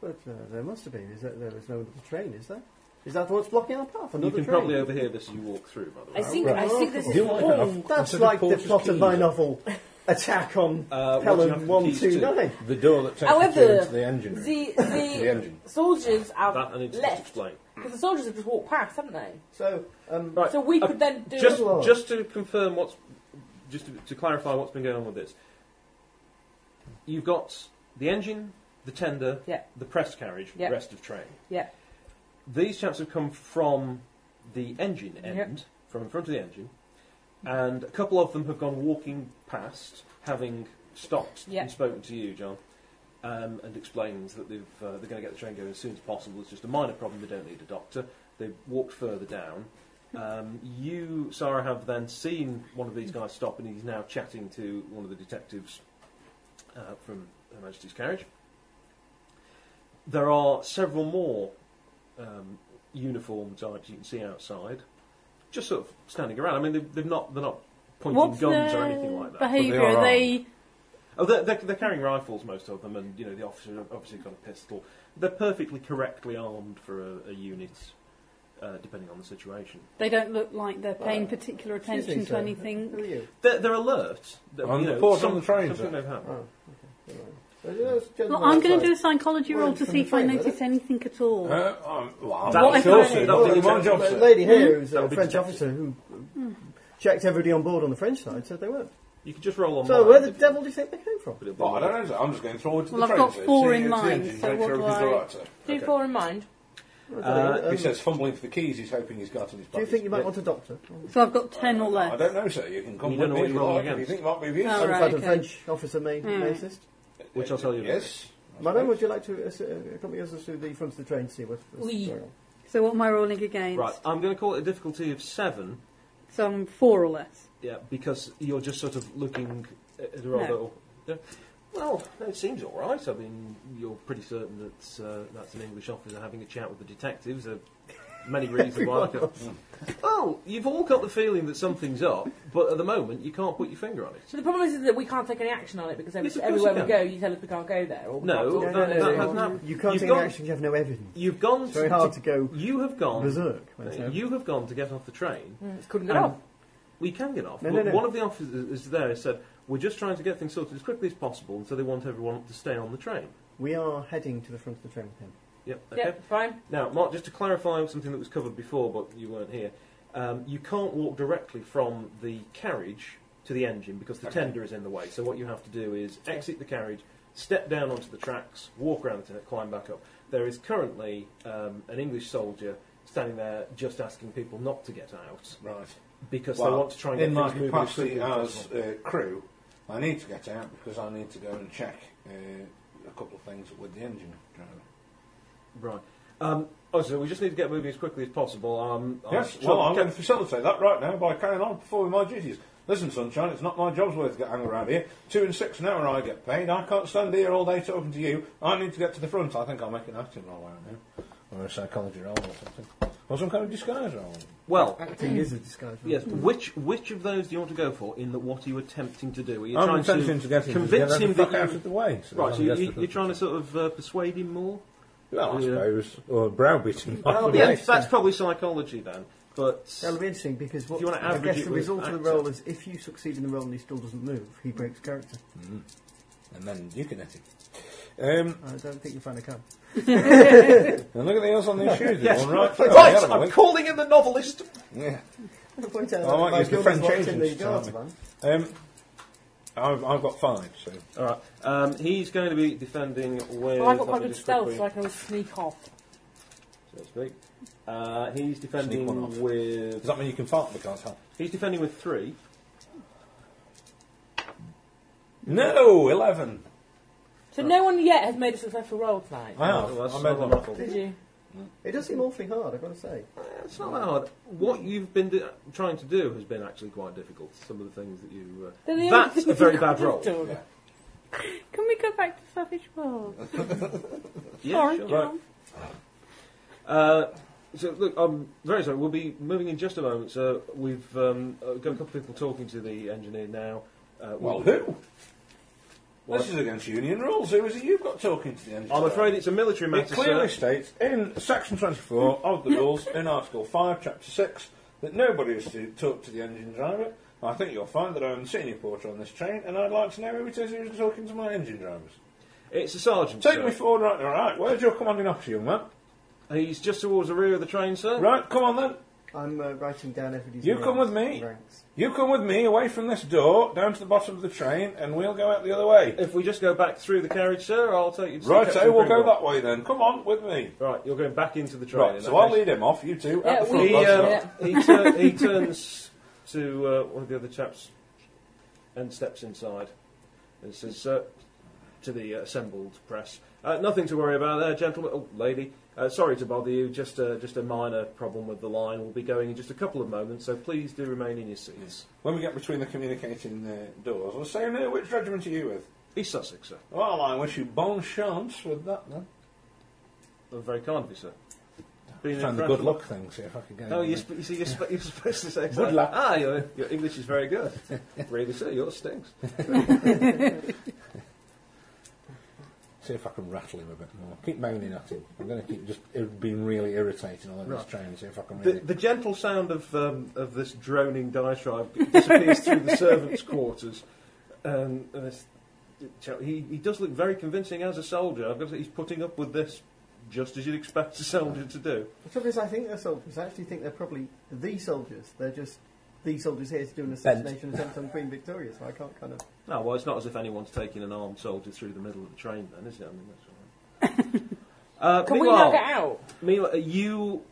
Speaker 5: But uh, there must have been. Is that there was no other train? Is there? Is that what's blocking our path? Another
Speaker 3: you can
Speaker 5: train.
Speaker 3: probably uh, overhear this as you walk through, by the way.
Speaker 2: I think I think this is
Speaker 4: Do I
Speaker 2: wrong.
Speaker 4: have-
Speaker 5: That's
Speaker 4: Consider
Speaker 5: like the
Speaker 4: Porter's
Speaker 5: plot of my
Speaker 4: keys.
Speaker 5: novel, Attack on
Speaker 3: Uh, what do you have
Speaker 5: Pelham
Speaker 3: the
Speaker 5: One
Speaker 3: keys
Speaker 5: Two
Speaker 3: to?
Speaker 5: Nine.
Speaker 4: The door that takes
Speaker 2: However,
Speaker 4: you into the engine. room.
Speaker 2: The
Speaker 4: The
Speaker 2: the
Speaker 4: engine.
Speaker 2: soldiers
Speaker 3: That I
Speaker 2: have
Speaker 3: need to just
Speaker 2: left
Speaker 3: explain.
Speaker 2: because the soldiers have just walked past, haven't they?
Speaker 5: So, um,
Speaker 3: Right.
Speaker 2: So we
Speaker 3: uh,
Speaker 2: could then do
Speaker 3: Just,
Speaker 5: Lord.
Speaker 3: just to confirm what's, just to, to clarify what's been going on with this. You've got the engine, the tender,
Speaker 2: Yeah.
Speaker 3: the press carriage,
Speaker 2: Yeah.
Speaker 3: the rest of train.
Speaker 2: Yeah.
Speaker 3: These chaps have come from the engine end,
Speaker 2: Yeah.
Speaker 3: from from in front of the engine, and a couple of them have gone walking past, having stopped
Speaker 2: Yeah.
Speaker 3: and spoken to you, John, um, and explained that they've, uh, they're going to get the train going as soon as possible. It's just a minor problem, they don't need a doctor. They've walked further down. Um, you, Sarah, have then seen one of these guys stop, and he's now chatting to one of the detectives uh, from Her Majesty's carriage. There are several more um, uniform types you can see outside, just sort of standing around. I mean, they've, they've not they're not pointing
Speaker 7: What's
Speaker 3: guns
Speaker 7: their
Speaker 3: or anything like that.
Speaker 7: behaviour?
Speaker 4: But they are
Speaker 7: Are they
Speaker 3: Oh, they're, they're, they're carrying rifles, most of them, and you know the officer obviously got a pistol. They're perfectly correctly armed for a, a unit, uh, depending on the situation.
Speaker 7: they don't look like
Speaker 3: Oh,
Speaker 7: they're paying
Speaker 5: Well,
Speaker 7: particular
Speaker 5: excuse
Speaker 7: attention
Speaker 5: me,
Speaker 7: to
Speaker 5: sir.
Speaker 7: anything.
Speaker 5: Who are you?
Speaker 3: They're, they're alert. They're,
Speaker 4: On
Speaker 3: you
Speaker 4: the
Speaker 3: know,
Speaker 4: board,
Speaker 3: some-
Speaker 4: on the trains,
Speaker 3: something
Speaker 4: eh?
Speaker 3: they've had.
Speaker 5: Oh, okay. Uh, All right.
Speaker 6: Well, I'm going to do a
Speaker 5: Outside.
Speaker 6: psychology
Speaker 5: Well,
Speaker 6: roll to
Speaker 5: from
Speaker 6: see
Speaker 5: the
Speaker 6: if I
Speaker 5: frame,
Speaker 6: notice anything at all.
Speaker 4: Uh, um, well,
Speaker 3: That
Speaker 4: that's
Speaker 3: was
Speaker 4: your
Speaker 3: fine.
Speaker 4: shit.
Speaker 3: That was
Speaker 4: That's my
Speaker 3: detective.
Speaker 4: job,
Speaker 5: Oh, The
Speaker 4: sir.
Speaker 5: lady here is
Speaker 3: That
Speaker 5: a
Speaker 3: would Hmm? be
Speaker 5: French
Speaker 3: detective.
Speaker 5: officer who uh, checked everybody on board on the French side, said they weren't.
Speaker 3: You could just roll on.
Speaker 5: So where the devil do you think they came from?
Speaker 4: Well, I don't know. sir. I'm just going forward to
Speaker 7: Well,
Speaker 4: the
Speaker 7: I've
Speaker 4: train.
Speaker 7: got
Speaker 4: sir.
Speaker 7: four
Speaker 4: See if
Speaker 7: in
Speaker 4: the
Speaker 7: mind,
Speaker 4: engine,
Speaker 7: so
Speaker 4: make
Speaker 7: what
Speaker 4: sure
Speaker 7: do
Speaker 4: everything's all
Speaker 7: I-
Speaker 4: right, sir.
Speaker 2: Do you four in mind?
Speaker 5: I don't
Speaker 3: Uh,
Speaker 5: know, um,
Speaker 4: He says, fumbling for the keys, he's hoping he's got in his
Speaker 5: do you
Speaker 4: pocket.
Speaker 5: think you might want a doctor?
Speaker 7: So I've got ten or
Speaker 4: I
Speaker 7: less.
Speaker 4: don't know, sir. You can come
Speaker 3: You don't
Speaker 4: with
Speaker 3: know
Speaker 4: me
Speaker 3: what
Speaker 4: if
Speaker 3: you're
Speaker 4: you
Speaker 3: rolling
Speaker 4: like. If you
Speaker 3: against.
Speaker 4: think it might be of use.
Speaker 7: Oh,
Speaker 5: I'm
Speaker 7: right,
Speaker 5: afraid the
Speaker 7: okay.
Speaker 5: French officer may
Speaker 7: Hmm.
Speaker 5: may assist.
Speaker 3: Which I'll tell you. later.
Speaker 4: Yes.
Speaker 5: Madam, would you like to ass- uh, accompany us through the front of the train to see what's what's
Speaker 2: Oui.
Speaker 5: going on?
Speaker 7: So what am I rolling against?
Speaker 3: Right, I'm going to call it a difficulty of seven.
Speaker 7: So I'm four or less.
Speaker 3: Yeah, because you're just sort of looking at a rather. Yeah. Well, no, it seems all right. I mean, you're pretty certain that uh, that's an English officer having a chat with the detectives. There are many reasons why. I could- Well, you've all got the feeling that something's up, but at the moment you can't put your finger on it.
Speaker 2: So the problem is, is that we can't take any action on it because every,
Speaker 3: Yes, of course
Speaker 2: everywhere
Speaker 3: you
Speaker 2: we
Speaker 3: can.
Speaker 2: go, you tell us we can't go there. Or we
Speaker 3: No,
Speaker 2: can't talk
Speaker 3: that-
Speaker 2: to them.
Speaker 3: that has not-
Speaker 5: You can't
Speaker 3: You've
Speaker 5: take
Speaker 3: got-
Speaker 5: action if you have no evidence.
Speaker 3: You've gone.
Speaker 5: It's very hard to go
Speaker 3: You have gone.
Speaker 5: berserk. when it's
Speaker 3: uh,
Speaker 5: over.
Speaker 3: You have gone to get off the train.
Speaker 2: Mm, it couldn't get
Speaker 3: And
Speaker 2: off.
Speaker 3: We can get off.
Speaker 5: No,
Speaker 3: but
Speaker 5: no, no.
Speaker 3: One of the officers is there has said, "We're just trying to get things sorted as quickly as possible, and so they want everyone to stay on the train."
Speaker 5: We are heading to the front of the train with him.
Speaker 3: Yep. Okay.
Speaker 2: Yep, fine.
Speaker 3: Now, Mark, just to clarify something that was covered before, but you weren't here. Um, you can't walk directly from the carriage to the engine because the
Speaker 4: Okay.
Speaker 3: tender is in the way. So what you have to do is exit the carriage, step down onto the tracks, walk around the tender, climb back up. There is currently um, an English soldier standing there just asking people not to get out
Speaker 4: Right.
Speaker 3: because they
Speaker 4: Well,
Speaker 3: want to try and get
Speaker 4: In my
Speaker 3: things moving as
Speaker 4: capacity
Speaker 3: quickly as
Speaker 4: as
Speaker 3: possible.
Speaker 4: uh, crew, I need to get out because I need to go and check uh, a couple of things with the engine driver.
Speaker 3: Right. Um, oh, so we just need to get moving as quickly as possible. Um, I'm
Speaker 4: Yes,
Speaker 3: sure-
Speaker 4: well, I'm going to facilitate that right now by carrying on performing my duties. Listen, sunshine, it's not my job's worth to get hanging around here. Two and six an hour I get paid. I can't stand here all day talking to you. I need to get to the front. I think I'll make an acting role out now. Or a psychology role or something. Or some kind of disguise role.
Speaker 3: well,
Speaker 5: Acting is a disguise.
Speaker 3: Yes, but which which of those do you want to go for? In that, what are you attempting to do? Are you
Speaker 4: I'm
Speaker 3: trying
Speaker 4: attempting to, get him
Speaker 3: convince
Speaker 4: to get
Speaker 3: him
Speaker 4: the fuck
Speaker 3: that you,
Speaker 4: out of the way. So
Speaker 3: right? So
Speaker 4: he
Speaker 3: you,
Speaker 4: gets
Speaker 3: you,
Speaker 4: the-
Speaker 3: you're trying to sort of uh, persuade him more.
Speaker 4: Well, I
Speaker 3: Yeah.
Speaker 4: suppose. Or browbeat him.
Speaker 5: That'll be
Speaker 3: Yeah,
Speaker 5: interesting.
Speaker 3: that's probably psychology then. But
Speaker 5: That'll be interesting because what,
Speaker 3: If you wanna
Speaker 5: I
Speaker 3: average
Speaker 5: guess
Speaker 3: it
Speaker 5: the
Speaker 3: with
Speaker 5: result of the
Speaker 3: actor.
Speaker 5: role is if you succeed in the role and he still doesn't move, he breaks character.
Speaker 4: And then you can hit him. Um,
Speaker 5: I don't think you find a can.
Speaker 4: and look at the else on these shoes.
Speaker 3: yes,
Speaker 4: All right,
Speaker 3: right.
Speaker 4: fair, the other
Speaker 3: I'm
Speaker 4: one.
Speaker 3: calling in the novelist.
Speaker 4: Yeah.
Speaker 5: point out
Speaker 4: I might
Speaker 5: that
Speaker 4: use the
Speaker 5: Gilda's
Speaker 4: French
Speaker 5: locked in
Speaker 4: agents
Speaker 5: the
Speaker 4: to
Speaker 5: guards
Speaker 4: tell me.
Speaker 5: van.
Speaker 4: Um, I've, I've got five, so.
Speaker 3: All right. Um, he's going to be defending with.
Speaker 2: Well, I've
Speaker 3: let
Speaker 2: got quite
Speaker 3: me
Speaker 2: good
Speaker 3: just
Speaker 2: stealth,
Speaker 3: quickly-
Speaker 2: so I can always sneak off.
Speaker 3: so to speak. Uh, he's
Speaker 4: one off.
Speaker 3: defending with.
Speaker 4: Does that mean you can fart but can't tell?
Speaker 3: He's defending with three.
Speaker 4: No, 11.
Speaker 2: So no one yet has made a successful roll tonight.
Speaker 4: I have.
Speaker 3: Well, that's not
Speaker 4: I made them
Speaker 3: a
Speaker 4: up.
Speaker 3: lot.
Speaker 2: Did you?
Speaker 5: It does seem awfully hard, I've got to say.
Speaker 3: It's not that hard. What you've been do- trying to do has been actually quite difficult. Some of the things that you. Uh,
Speaker 2: They're the only
Speaker 3: that's
Speaker 2: things
Speaker 3: a very
Speaker 2: I've
Speaker 3: bad roll.
Speaker 2: done.
Speaker 4: Yeah.
Speaker 7: Can we go back to Savage World?
Speaker 3: Yeah,
Speaker 7: Sorry,
Speaker 3: sure.
Speaker 7: John.
Speaker 3: Uh, so look, I'm very sorry. We'll be moving in just a moment. So we've um, uh, got a couple of people talking to the engineer now. Uh,
Speaker 4: Well,
Speaker 3: we-
Speaker 4: who?
Speaker 3: Well,
Speaker 4: this is against union rules. Who is it you've got talking to the engine?
Speaker 3: I'm afraid it's a military
Speaker 4: It
Speaker 3: matter,
Speaker 4: clearly
Speaker 3: sir.
Speaker 4: states in section 24 of the rules in Article 5, Chapter 6, that nobody is to talk to the engine driver. I think you'll find that I'm the senior porter on this train, and I'd like to know who it is who's talking to my engine drivers.
Speaker 3: It's a sergeant.
Speaker 4: Take
Speaker 3: sir.
Speaker 4: me forward right now. Right, where's your commanding officer, young man?
Speaker 3: He's just towards the rear of the train, sir.
Speaker 4: Right, come on then.
Speaker 5: I'm uh, writing down everybody's
Speaker 10: You
Speaker 5: names
Speaker 10: come with me.
Speaker 5: Ranks.
Speaker 10: You come with me away from this door, down to the bottom of the train, and we'll go out the other way.
Speaker 3: If we just go back through the carriage, sir, I'll take you to
Speaker 10: Right,
Speaker 3: Captain
Speaker 10: so we'll go
Speaker 3: Pringle.
Speaker 10: that way then. Come on, with me.
Speaker 3: Right, you're going back into the train. in
Speaker 10: Right, so
Speaker 3: that
Speaker 10: I'll
Speaker 3: case.
Speaker 10: lead him off, you two,
Speaker 2: Yeah,
Speaker 10: out the
Speaker 2: we-
Speaker 10: front.
Speaker 3: He,
Speaker 10: that's
Speaker 3: um,
Speaker 10: right.
Speaker 2: Yeah.
Speaker 3: he, tur- he turns to uh, one of the other chaps and steps inside and says uh, to the uh, assembled press, uh, "Nothing to worry about there, gentlemen. Oh, lady, uh, sorry to bother you. Just uh, just a minor problem with the line. We'll be going in just a couple of moments, so please do remain in your seats."
Speaker 4: When we get between the communicating uh, doors, I'll say,
Speaker 10: Saying, uh, which regiment are you with?
Speaker 3: East Sussex, sir.
Speaker 4: well, I wish you bon chance with that then.
Speaker 3: Oh, very kind of you, sir. Been
Speaker 4: Trying the
Speaker 3: impressive.
Speaker 4: good luck thing, see if I can get
Speaker 3: Oh,
Speaker 4: it.
Speaker 3: you, sp- you see, you're, sp- you're supposed to say
Speaker 4: Good luck.
Speaker 3: Ah, your, your English is very good. really, sir, yours stinks.
Speaker 4: See if I can rattle him a bit more. Keep moaning at him. I'm going to keep just ir- being really irritating on this
Speaker 3: Right.
Speaker 4: train. See if I can
Speaker 3: The,
Speaker 4: really.
Speaker 3: the gentle sound of um, of this droning diatribe disappears through the servants' quarters, um, and this, he he does look very convincing as a soldier. I've got to say, he's putting up with this just as you'd expect a soldier to do.
Speaker 5: The trouble is, I think they're soldiers. I actually think they're probably the soldiers. They're just the soldiers here to do an assassination attempt on Queen Victoria, so I can't kind of.
Speaker 3: No, well, it's not as if anyone's taking an armed soldier through the middle of the train, then, is it? I mean, that's all right. Uh,
Speaker 2: Can we
Speaker 3: meanwhile-
Speaker 2: knock it out?
Speaker 3: Meanwhile, uh, you,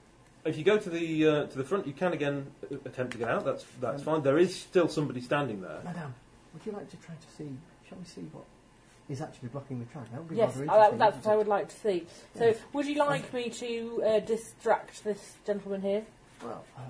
Speaker 3: if you go to the uh, to the front, you can again uh, attempt to get out. That's that's fine. There is still somebody standing there.
Speaker 5: Madame, would you like to try to see? Shall we see what is actually blocking the track? That would be
Speaker 2: Yes,
Speaker 5: rather
Speaker 2: I, that,
Speaker 5: interesting,
Speaker 2: that's
Speaker 5: wouldn't
Speaker 2: what I
Speaker 5: it?
Speaker 2: would like to see. So, would you like me to uh, distract this gentleman here?
Speaker 5: Well, uh,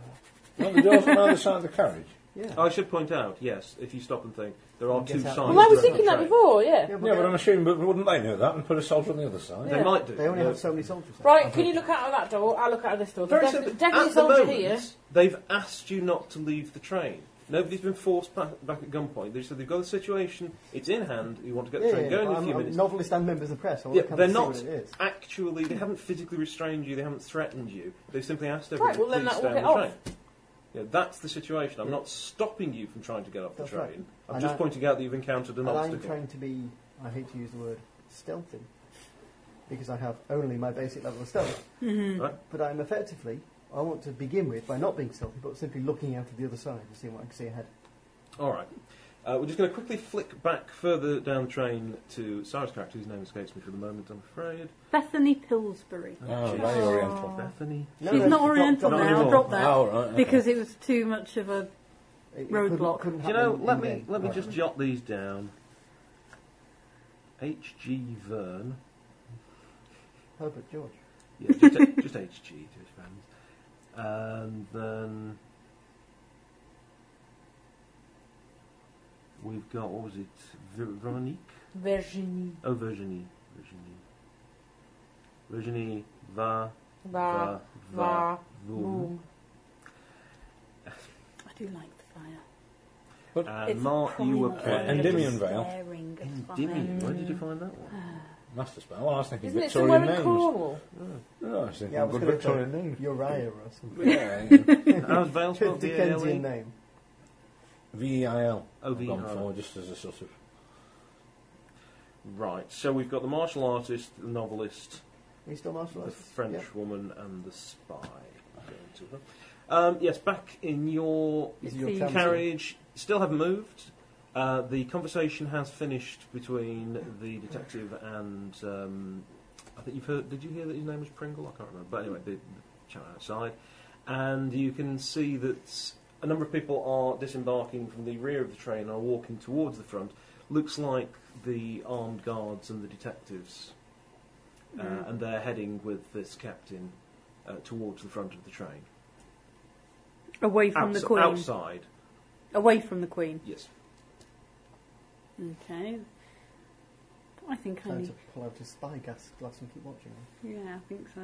Speaker 4: You want the doors on the other side of the carriage?
Speaker 5: yeah.
Speaker 3: I should point out, yes, if you stop and think, there are
Speaker 5: Get
Speaker 3: two
Speaker 5: out.
Speaker 3: sides.
Speaker 2: Well, I was
Speaker 3: to the
Speaker 2: thinking that
Speaker 3: train.
Speaker 2: before, yeah.
Speaker 5: Yeah,
Speaker 4: Yeah,
Speaker 5: they-
Speaker 4: but I'm assuming, but wouldn't they know that and put a soldier on the other side?
Speaker 3: They might do.
Speaker 5: They only
Speaker 3: yeah.
Speaker 5: have so many soldiers. there.
Speaker 2: Right, can you look out of that door? I'll look out of this door.
Speaker 3: Very
Speaker 2: There's
Speaker 3: simple.
Speaker 2: def- definitely
Speaker 3: At the
Speaker 2: soldier
Speaker 3: moment,
Speaker 2: here.
Speaker 3: they've asked you not to leave the train. Nobody's been forced back, back at gunpoint. They said they've got the situation, it's in hand, you want to get the
Speaker 5: Yeah, yeah,
Speaker 3: train
Speaker 5: yeah,
Speaker 3: going
Speaker 5: but
Speaker 3: in a
Speaker 5: I'm-
Speaker 3: few
Speaker 5: I'm
Speaker 3: minutes.
Speaker 5: Novelist and members of the press. I want
Speaker 3: Yeah,
Speaker 5: to come
Speaker 3: they're
Speaker 5: and see
Speaker 3: not
Speaker 5: what it is.
Speaker 3: actually, they haven't physically restrained you, they haven't threatened you. They've simply asked
Speaker 2: Right,
Speaker 3: everyone
Speaker 2: well, then
Speaker 3: please
Speaker 2: that
Speaker 3: stay
Speaker 2: will
Speaker 3: on
Speaker 2: get
Speaker 3: the
Speaker 2: off.
Speaker 3: train. Yeah, that's the situation. I'm not stopping you from trying to get off the
Speaker 5: That's
Speaker 3: train.
Speaker 5: right.
Speaker 3: I'm
Speaker 5: And
Speaker 3: just
Speaker 5: I-
Speaker 3: pointing out that you've encountered an
Speaker 5: And I'm
Speaker 3: obstacle.
Speaker 5: trying to be, I hate to use the word, stealthy. Because I have only my basic level of stealth.
Speaker 7: Mm-hmm.
Speaker 3: Right.
Speaker 5: But I'm effectively, I want to begin with by not being stealthy, but simply looking out of the other side and seeing what I can see ahead.
Speaker 3: All right. Uh, we're just going to quickly flick back further down the train to Sarah's character, whose name escapes me for the moment, I'm afraid.
Speaker 7: Bethany Pillsbury.
Speaker 4: Oh, very oriental.
Speaker 3: Bethany.
Speaker 7: She's not oriental
Speaker 3: not
Speaker 7: now.
Speaker 3: anymore.
Speaker 7: I dropped that
Speaker 4: Oh, right. okay.
Speaker 7: because it was too much of a. Roadblock.
Speaker 3: Do you know, let me let me just jot these down. H.G. Verne.
Speaker 5: Herbert George.
Speaker 3: Yeah, just, just H.G. to his friends. And then we've got, what was it? Ver- Veronique?
Speaker 2: Virginie.
Speaker 3: Oh, Virginie. Virginie. Virginie Va.
Speaker 2: Va. Va.
Speaker 3: Voom.
Speaker 2: Boom.
Speaker 7: I do like the fire.
Speaker 3: And
Speaker 7: It's
Speaker 3: Uh, Mark, you were
Speaker 7: prominent.
Speaker 3: playing.
Speaker 4: Endymion Vale.
Speaker 7: Staring at fire.
Speaker 3: Endymion. Where did you find that one?
Speaker 4: Master spell. Well, I was thinking
Speaker 2: Isn't it
Speaker 4: Victorian
Speaker 2: somewhere in
Speaker 4: names.
Speaker 2: Cornwall?
Speaker 3: Oh.
Speaker 4: Yeah, I was thinking
Speaker 5: Yeah, I was
Speaker 4: good
Speaker 5: gonna say-
Speaker 4: Victorian names.
Speaker 5: Uriah or something.
Speaker 4: Yeah, yeah.
Speaker 3: How's Vale spelled?
Speaker 5: Dickensian
Speaker 3: V-A-L-E?
Speaker 5: name.
Speaker 4: V E I L.
Speaker 3: Oh,
Speaker 4: I've gone
Speaker 3: V.I.L..
Speaker 4: for just as a sort of.
Speaker 3: Right, so we've got the martial artist, the novelist,
Speaker 5: Are you still martial
Speaker 3: the
Speaker 5: arts?
Speaker 3: French woman, and the spy. Going to her. Um, yes, back in your
Speaker 5: Is
Speaker 7: It's
Speaker 5: your
Speaker 7: the-
Speaker 5: council?
Speaker 3: carriage, still haven't moved. Uh, the conversation has finished between the detective and um, I think you've heard. Did you hear that his name was Pringle? I can't remember. But anyway, the, the chat outside, and you can see that a number of people are disembarking from the rear of the train and are walking towards the front. Looks like the armed guards and the detectives,
Speaker 7: Mm.
Speaker 3: uh, and they're heading with this captain uh, towards the front of the train.
Speaker 7: Away from
Speaker 3: Outs-
Speaker 7: the Queen.
Speaker 3: outside,
Speaker 7: Away from the Queen.
Speaker 3: yes.
Speaker 7: Okay. I think I
Speaker 5: Time
Speaker 7: need.
Speaker 5: to pull out a spy gas glass and keep watching. them.
Speaker 7: Yeah, I think so.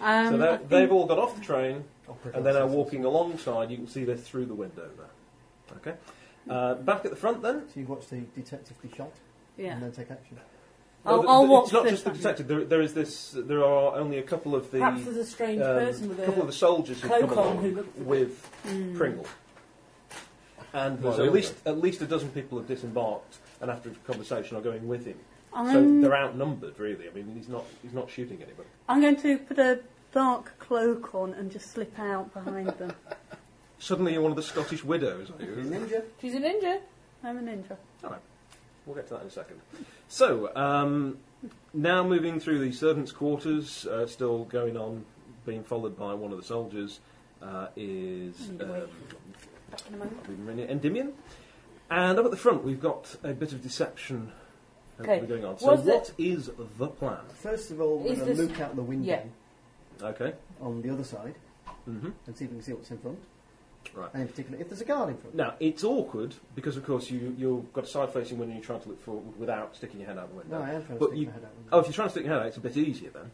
Speaker 7: Um,
Speaker 3: So
Speaker 7: I
Speaker 3: they're-
Speaker 7: think-
Speaker 3: they've all got off the train
Speaker 5: Opera
Speaker 3: and then are
Speaker 5: glasses.
Speaker 3: walking alongside. You can see they're through the window there. Okay. Uh, back at the front then.
Speaker 5: So you watch the detective be shot
Speaker 7: Yeah.
Speaker 5: and then take action.
Speaker 7: I'll,
Speaker 3: Uh, the-
Speaker 7: I'll
Speaker 3: the-
Speaker 7: watch
Speaker 3: it's not
Speaker 7: this
Speaker 3: just the
Speaker 7: one.
Speaker 3: detective. There, there is this. There are only a couple of the
Speaker 2: Perhaps there's a strange
Speaker 3: um,
Speaker 2: person with
Speaker 3: couple of the
Speaker 2: a.
Speaker 3: soldiers who've come
Speaker 2: cloak on
Speaker 3: along
Speaker 2: who looks Hmm. a bit-
Speaker 3: with Pringle. And there's
Speaker 4: Well,
Speaker 3: at
Speaker 4: they
Speaker 3: least at least a dozen people have disembarked, and after a conversation, are going with him. So
Speaker 7: I'm,
Speaker 2: Um,
Speaker 3: they're outnumbered, really. I mean, he's not he's not shooting anybody.
Speaker 7: I'm going to put a
Speaker 6: dark cloak on and just slip out behind them.
Speaker 3: Suddenly you're one of the Scottish widows, are you?
Speaker 5: Ninja?
Speaker 2: She's a ninja.
Speaker 7: I'm a ninja.
Speaker 3: We'll get to that in a second. So, um, now moving through the servants' quarters, uh, still going on, being followed by one of the soldiers, uh, is
Speaker 7: Need to
Speaker 3: um,
Speaker 7: wait. Back in a moment.
Speaker 3: we've been in Endymion. And up at the front, we've got a bit of deception uh,
Speaker 2: Okay.
Speaker 3: going on. So,
Speaker 2: Was
Speaker 3: what is the plan?
Speaker 5: First of all, we're
Speaker 2: Is
Speaker 5: going
Speaker 2: this-
Speaker 5: to look out the window
Speaker 2: Yeah.
Speaker 3: Okay.
Speaker 5: on the other side
Speaker 3: hmm
Speaker 5: and see if we can see what's in front.
Speaker 3: Right.
Speaker 5: And in particular, if there's a guard in front.
Speaker 3: Now, it's awkward because, of course, you, you've got a side facing window and you're trying to look forward without sticking your head out the window.
Speaker 5: No, I am trying to
Speaker 3: But
Speaker 5: stick
Speaker 3: you-
Speaker 5: my head out. the
Speaker 3: Oh,
Speaker 5: window.
Speaker 3: if you're trying to stick your head out, it's a bit easier then.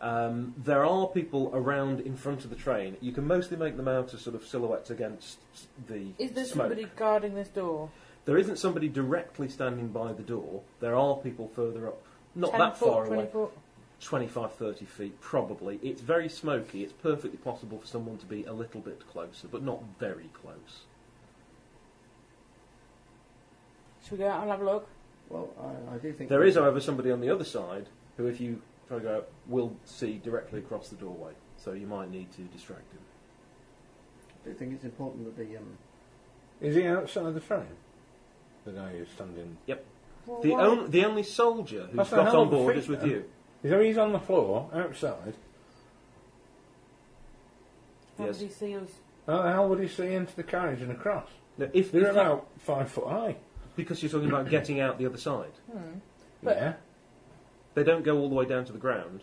Speaker 3: Um, there are people around in front of the train. You can mostly make them out as sort of silhouettes against s- the
Speaker 2: Is there
Speaker 3: smoke.
Speaker 2: somebody guarding this door?
Speaker 3: There isn't somebody directly standing by the door. There are people further up, not
Speaker 2: 10
Speaker 3: that
Speaker 2: foot,
Speaker 3: far
Speaker 2: 20
Speaker 3: away,
Speaker 2: Foot.
Speaker 3: 25, 30 feet probably. It's very smoky. It's perfectly possible for someone to be a little bit closer, but not very close.
Speaker 2: Should we go out and have a look?
Speaker 5: Well, I, I do think.
Speaker 3: There is, however, somebody on the other side who, if you try to go out, will see directly across the doorway. So you might need to distract him.
Speaker 5: I do think it's important that the. Um,
Speaker 10: Is he outside the train? The guy who's standing.
Speaker 3: The, on, the only soldier who's
Speaker 10: That's a
Speaker 3: got
Speaker 10: hell
Speaker 3: on
Speaker 10: of a
Speaker 3: board
Speaker 10: feat,
Speaker 3: is with
Speaker 10: then.
Speaker 3: you.
Speaker 10: So he's on the floor outside.
Speaker 2: How
Speaker 3: Yes.
Speaker 2: did he see us?
Speaker 10: How the hell would he see into the carriage and across?
Speaker 3: Now, if,
Speaker 10: They're
Speaker 3: if you-
Speaker 10: about five foot high.
Speaker 3: because you're talking about getting out the other side,
Speaker 2: But-
Speaker 10: yeah.
Speaker 3: they don't go all the way down to the ground.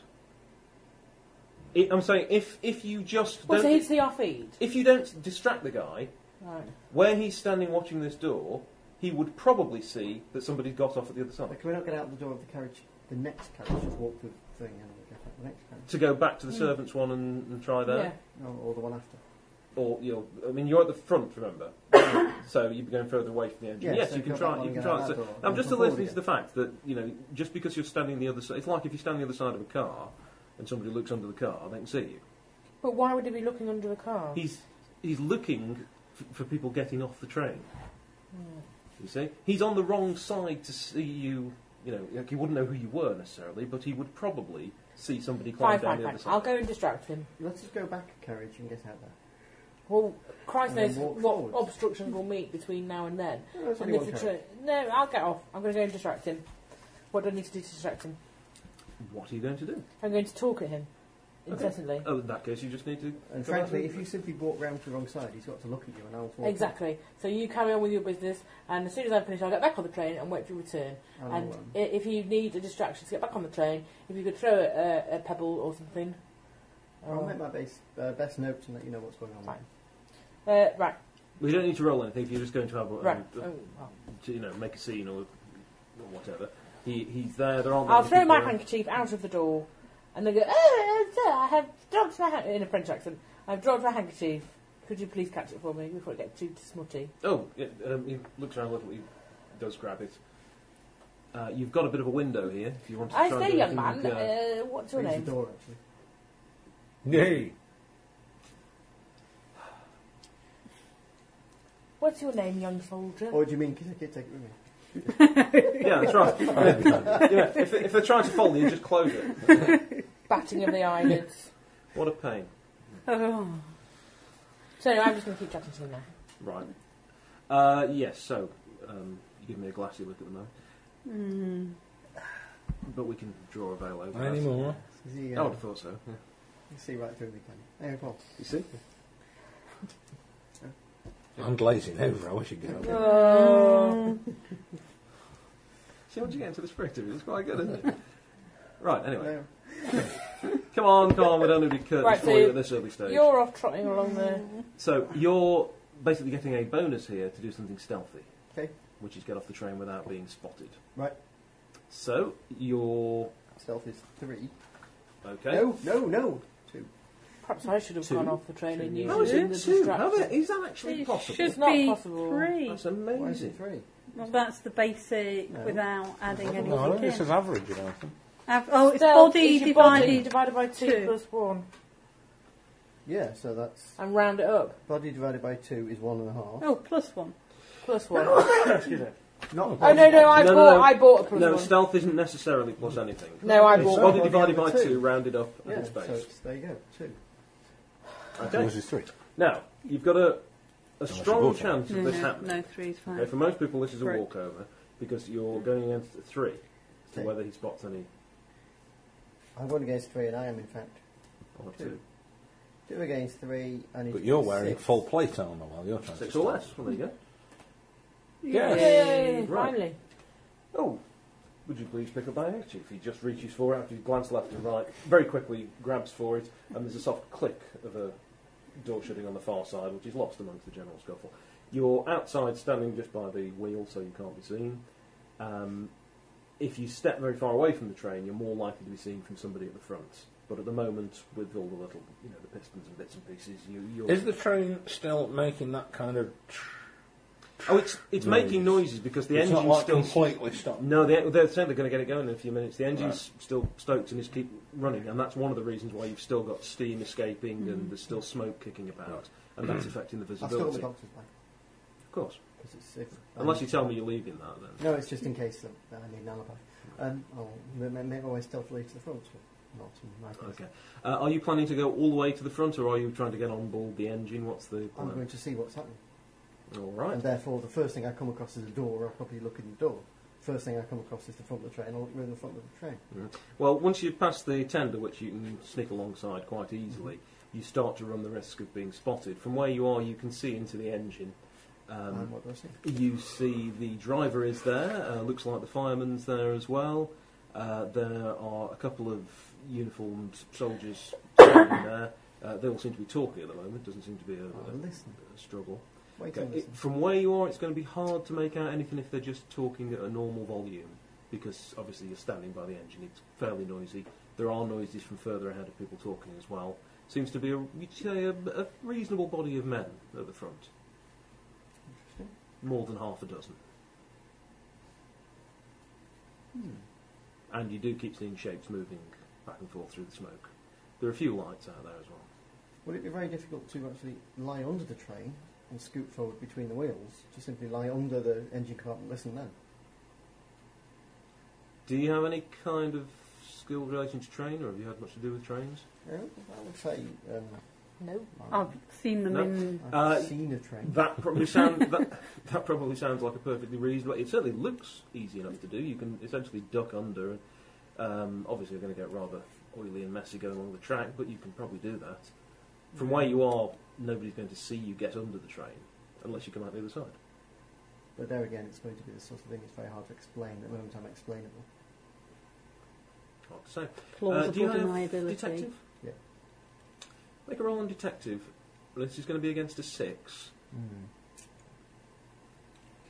Speaker 3: I I'm saying if if you just
Speaker 2: Well,
Speaker 3: don't,
Speaker 2: so he'd see our feed.
Speaker 3: if you don't distract the guy
Speaker 2: Right.
Speaker 3: where he's standing watching this door, he would probably see that somebody got off at the other side
Speaker 5: can we not get out the door of the carriage, the next carriage, just walk through the thing and get out the next carriage?
Speaker 3: to go back to
Speaker 2: Hmm.
Speaker 3: the servants' one and, and try there.
Speaker 2: Yeah.
Speaker 5: Or, or the one after?
Speaker 3: Or you know, I mean, you're at the front, remember? so you'd be going further away from the engine.
Speaker 5: Yeah,
Speaker 3: yes,
Speaker 5: so
Speaker 3: you can
Speaker 5: go back
Speaker 3: try.
Speaker 5: one
Speaker 3: You
Speaker 5: and
Speaker 3: can
Speaker 5: go out
Speaker 3: try.
Speaker 5: that
Speaker 3: So,
Speaker 5: door
Speaker 3: I'm
Speaker 5: and
Speaker 3: just
Speaker 5: come forward
Speaker 3: alluding to
Speaker 5: again.
Speaker 3: the fact that you know, just because you're standing the other side, it's like if you stand the other side of a car and somebody looks under the car, they can see you.
Speaker 2: But why would he be looking under the car?
Speaker 3: He's he's looking f- for people getting off the train. You see, he's on the wrong side to see you. You know, like he wouldn't know who you were necessarily, but he would probably see somebody climb
Speaker 2: Fine,
Speaker 3: down
Speaker 2: fine,
Speaker 3: the
Speaker 2: fine.
Speaker 3: other side.
Speaker 2: I'll go and distract him.
Speaker 5: Let's just go back a carriage and get out there.
Speaker 2: Well, Christ
Speaker 5: And then
Speaker 2: knows
Speaker 5: walk
Speaker 2: what
Speaker 5: forwards.
Speaker 2: obstructions we'll meet between now and then.
Speaker 5: No, there's
Speaker 2: And
Speaker 5: only
Speaker 2: if
Speaker 5: one
Speaker 2: the
Speaker 5: carriage.
Speaker 2: tra- no, I'll get off. I'm going to go and distract him. What do I need to do to distract him?
Speaker 3: What are you going to do?
Speaker 2: I'm going to talk at him incessantly.
Speaker 3: Oh, in that case, you just need to.
Speaker 5: And
Speaker 3: go out
Speaker 5: frankly,
Speaker 3: and-
Speaker 5: if you simply walk round to the wrong side, he's got to look at you and I'll walk.
Speaker 2: Exactly. So you carry on with your business, and as soon as I finish, I'll get back on the train and wait for your return.
Speaker 5: I'll,
Speaker 2: and
Speaker 5: um,
Speaker 2: i if you need a distraction to get back on the train, if you could throw a, a, a pebble or something.
Speaker 5: I'll
Speaker 2: Or-
Speaker 5: make my base, uh, best notes and let you know what's going on.
Speaker 2: Fine. uh, right,
Speaker 3: We don't need to roll anything. If you're just going to have a,
Speaker 2: right.
Speaker 3: a-
Speaker 2: Oh, well.
Speaker 3: to, you know, make a scene or, or whatever. He, he's there. There aren't.
Speaker 2: Oh, I'll
Speaker 3: many
Speaker 2: throw my
Speaker 3: people around.
Speaker 2: handkerchief out of the door, and they go, "Oh, uh, sir, I have dropped my hand in a French accent. I've dropped my handkerchief. Could you please catch it for me before it gets too smutty?"
Speaker 3: Oh, yeah, um, he looks around a little. He does grab it. Uh, you've got a bit of a window here. If you want to
Speaker 2: I
Speaker 3: try and
Speaker 2: say,
Speaker 3: do
Speaker 2: young man,
Speaker 3: anything, uh,
Speaker 2: uh, what's your
Speaker 5: Leaves
Speaker 2: name?
Speaker 5: the door, actually.
Speaker 10: Nay.
Speaker 2: What's your name, young soldier?
Speaker 3: Oh.
Speaker 5: Or do you mean, can I take it with me?
Speaker 3: yeah, that's right. Yeah, yeah, if, if they're trying to fold you, just close it.
Speaker 2: Batting of the eyelids.
Speaker 3: What a pain.
Speaker 7: Oh.
Speaker 2: So anyway, I'm just going to keep chatting to him now.
Speaker 3: Right. Uh, yes. So um, you give me a glassy look at the moment,
Speaker 8: Hmm.
Speaker 7: Mm.
Speaker 3: but we can draw a veil over.
Speaker 10: Not
Speaker 3: that.
Speaker 10: anymore.
Speaker 5: Is he,
Speaker 3: I
Speaker 5: uh,
Speaker 3: would have thought so. yeah.
Speaker 5: you see right through me, can you? Hey, Paul.
Speaker 3: You see.
Speaker 10: I'm glazing over. I wish you'd get
Speaker 2: Uh,
Speaker 10: up.
Speaker 3: See, once you get into the spirit of it, it's quite good, isn't it? right. Anyway.
Speaker 5: No.
Speaker 3: Come on, come on, we don't need to be curtains
Speaker 2: Right,
Speaker 3: for
Speaker 2: so
Speaker 3: you at this early stage.
Speaker 2: You're off trotting along there.
Speaker 3: So you're basically getting a bonus here to do something stealthy,
Speaker 5: Okay,
Speaker 3: which is get off the train without being spotted.
Speaker 5: right.
Speaker 3: So you're
Speaker 5: Stealth is three.
Speaker 3: okay.
Speaker 5: No, no, no. Two.
Speaker 2: Perhaps I should have
Speaker 3: Two.
Speaker 2: gone off the train and
Speaker 5: Two.
Speaker 2: used
Speaker 3: How is
Speaker 2: it in
Speaker 3: it
Speaker 2: the
Speaker 3: two? How
Speaker 2: distraction.
Speaker 3: the- is that actually
Speaker 7: It
Speaker 3: possible?
Speaker 7: should
Speaker 2: It's not
Speaker 7: be
Speaker 2: possible.
Speaker 7: three.
Speaker 3: That's
Speaker 5: Why is
Speaker 3: amazing.
Speaker 5: it three?
Speaker 7: Well, that's the basic
Speaker 5: No.
Speaker 7: without adding
Speaker 10: I don't
Speaker 7: anything
Speaker 10: know, I think
Speaker 7: in.
Speaker 10: this is average, you know.
Speaker 7: Av- oh, it's
Speaker 2: Stealth
Speaker 7: body
Speaker 2: is your
Speaker 7: divided.
Speaker 2: body divided by two,
Speaker 7: two.
Speaker 2: plus one.
Speaker 5: Yeah, so that's
Speaker 2: And round it up.
Speaker 8: Oh.
Speaker 5: body divided by two is one and a half.
Speaker 7: Oh, plus one.
Speaker 2: Plus one.
Speaker 5: Excuse me. Not
Speaker 2: Oh no no! I
Speaker 3: No, no,
Speaker 2: bought
Speaker 3: no.
Speaker 2: I bought a plus
Speaker 3: No,
Speaker 2: one.
Speaker 3: stealth isn't necessarily plus anything.
Speaker 2: no, I
Speaker 5: It's
Speaker 3: It's
Speaker 2: bought.
Speaker 5: not.
Speaker 3: body divided by
Speaker 5: Two.
Speaker 3: two, rounded up
Speaker 5: Yeah,
Speaker 3: and
Speaker 5: so
Speaker 3: space.
Speaker 5: it's, there you go. Two.
Speaker 3: Okay.
Speaker 4: Yours is three.
Speaker 3: Now you've got a a
Speaker 4: you
Speaker 3: strong
Speaker 4: bought it.
Speaker 3: chance of
Speaker 7: No,
Speaker 3: this
Speaker 7: no,
Speaker 3: happening.
Speaker 7: no, three is fine.
Speaker 3: Okay, for most people, this is a
Speaker 7: Correct.
Speaker 3: walkover because you're going against a three. as to
Speaker 5: Three.
Speaker 3: Whether he spots any
Speaker 5: I'm going against three, and I am in fact
Speaker 3: or
Speaker 5: Two.
Speaker 3: two,
Speaker 5: two against three. I need
Speaker 4: But
Speaker 5: to
Speaker 4: you're
Speaker 5: get
Speaker 4: wearing
Speaker 5: six.
Speaker 4: full plate armour while you're trying
Speaker 3: six
Speaker 4: to
Speaker 3: or less. Well, there you go.
Speaker 2: Yay!
Speaker 3: Right.
Speaker 2: Finally,
Speaker 3: Oh, would you please pick up my handkerchief? He just reaches for it after you glance left and right, very quickly grabs for it, and there's a soft click of a door shutting on the far side, which is lost amongst the general scuffle. You're outside, standing just by the wheel, so you can't be seen. Um, if you step very far away from the train, you're more likely to be seen from somebody at the front. But at the moment, with all the little, you know, the pistons and bits and pieces, you, you're.
Speaker 10: Is the train still making that kind of?
Speaker 3: oh, it's it's making noises because the
Speaker 4: it's
Speaker 3: engine's
Speaker 4: not like
Speaker 3: still
Speaker 4: completely stopped.
Speaker 3: No, they, they're saying they're going to get it going in a few minutes. The engine's still stoked and it's keep running, and that's one of the reasons why you've still got steam escaping and there's still smoke kicking about, and that's affecting the
Speaker 5: I've Mm-hmm. still got
Speaker 3: visibility.
Speaker 5: the doctor's bag
Speaker 3: Of course,
Speaker 5: 'cause it's if I
Speaker 3: unless
Speaker 5: need
Speaker 3: you
Speaker 5: to-
Speaker 3: tell me you're leaving that, then
Speaker 5: No, it's just in case that that I need an alibi. Um, I'll m- m- make my way stealthily to the front. Well, not in my case.
Speaker 3: okay. Uh, are you planning to go all the way to the front, or are you trying to get on board the engine? What's the
Speaker 5: I'm
Speaker 3: plan?
Speaker 5: going to see what's happening.
Speaker 3: All right.
Speaker 5: And therefore, the first thing I come across is a door. I'll probably look in the door. First thing I come across is the front of the train. I'll look through the front of the train.
Speaker 3: Well, once you pass the tender, which you can sneak alongside quite easily,
Speaker 5: Mm-hmm.
Speaker 3: you start to run the risk of being spotted. From where you are, you can see into the engine. Um,
Speaker 5: and what do I see?
Speaker 3: You see the driver is there, uh, looks like the fireman's there as well. Uh, there are a couple of uniformed soldiers standing there. Uh, they all seem to be talking at the moment, doesn't seem to be a,
Speaker 5: I'll
Speaker 3: a,
Speaker 5: Ah, listen.
Speaker 3: a struggle.
Speaker 5: Wait
Speaker 3: Uh,
Speaker 5: and
Speaker 3: it-
Speaker 5: listen.
Speaker 3: from where you are, it's going to be hard to make out anything if they're just talking at a normal volume, because obviously you're standing by the engine, it's fairly noisy. There are noises from further ahead of people talking as well. Seems to be a, you'd say a, a reasonable body of men at the front,
Speaker 5: Interesting.
Speaker 3: more than half a dozen.
Speaker 5: Hmm.
Speaker 3: and you do keep seeing shapes moving back and forth through the smoke. There are a few lights out there as well.
Speaker 5: Would it be very difficult to actually lie under the train and scoot forward between the wheels to simply lie under the engine compartment? Listen then.
Speaker 3: Do you have any kind of skill relating to train, or have you had much to do with trains?
Speaker 5: Yeah, Uh, I would say um,
Speaker 2: no.
Speaker 5: I've,
Speaker 8: Oh.
Speaker 7: I've seen them
Speaker 3: No.
Speaker 7: in.
Speaker 5: I've
Speaker 3: Uh,
Speaker 5: seen a train.
Speaker 3: That probably sound that, that probably sounds like a perfectly reasonable. It certainly looks easy enough to do. You can essentially duck under, and um, obviously you're going to get rather oily and messy going along the track, but you can probably do that. From where you are, nobody's going to see you get under the train unless you come out the other side.
Speaker 5: But there again, it's going to be the sort of thing that's very hard to explain at the moment. I'm explainable.
Speaker 3: Hard to say.
Speaker 7: Plausible
Speaker 3: Uh, do you have
Speaker 7: deniability.
Speaker 3: Detective?
Speaker 5: Yeah.
Speaker 3: Make a roll on detective. This is going to be against a six.
Speaker 5: Hmm.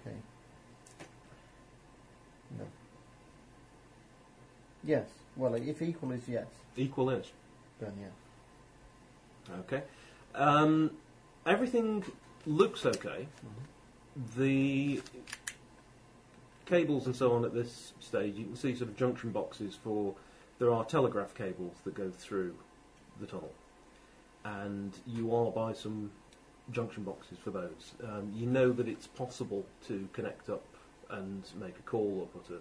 Speaker 5: Okay. No. Yes. Well, if equal is yes,
Speaker 3: Equal is.
Speaker 5: then yeah.
Speaker 3: Okay. Um, everything looks okay. The cables and so on at this stage, you can see sort of junction boxes for. There are telegraph cables that go through the tunnel, and you are by some junction boxes for those. Um, you know that it's possible to connect up and make a call or put a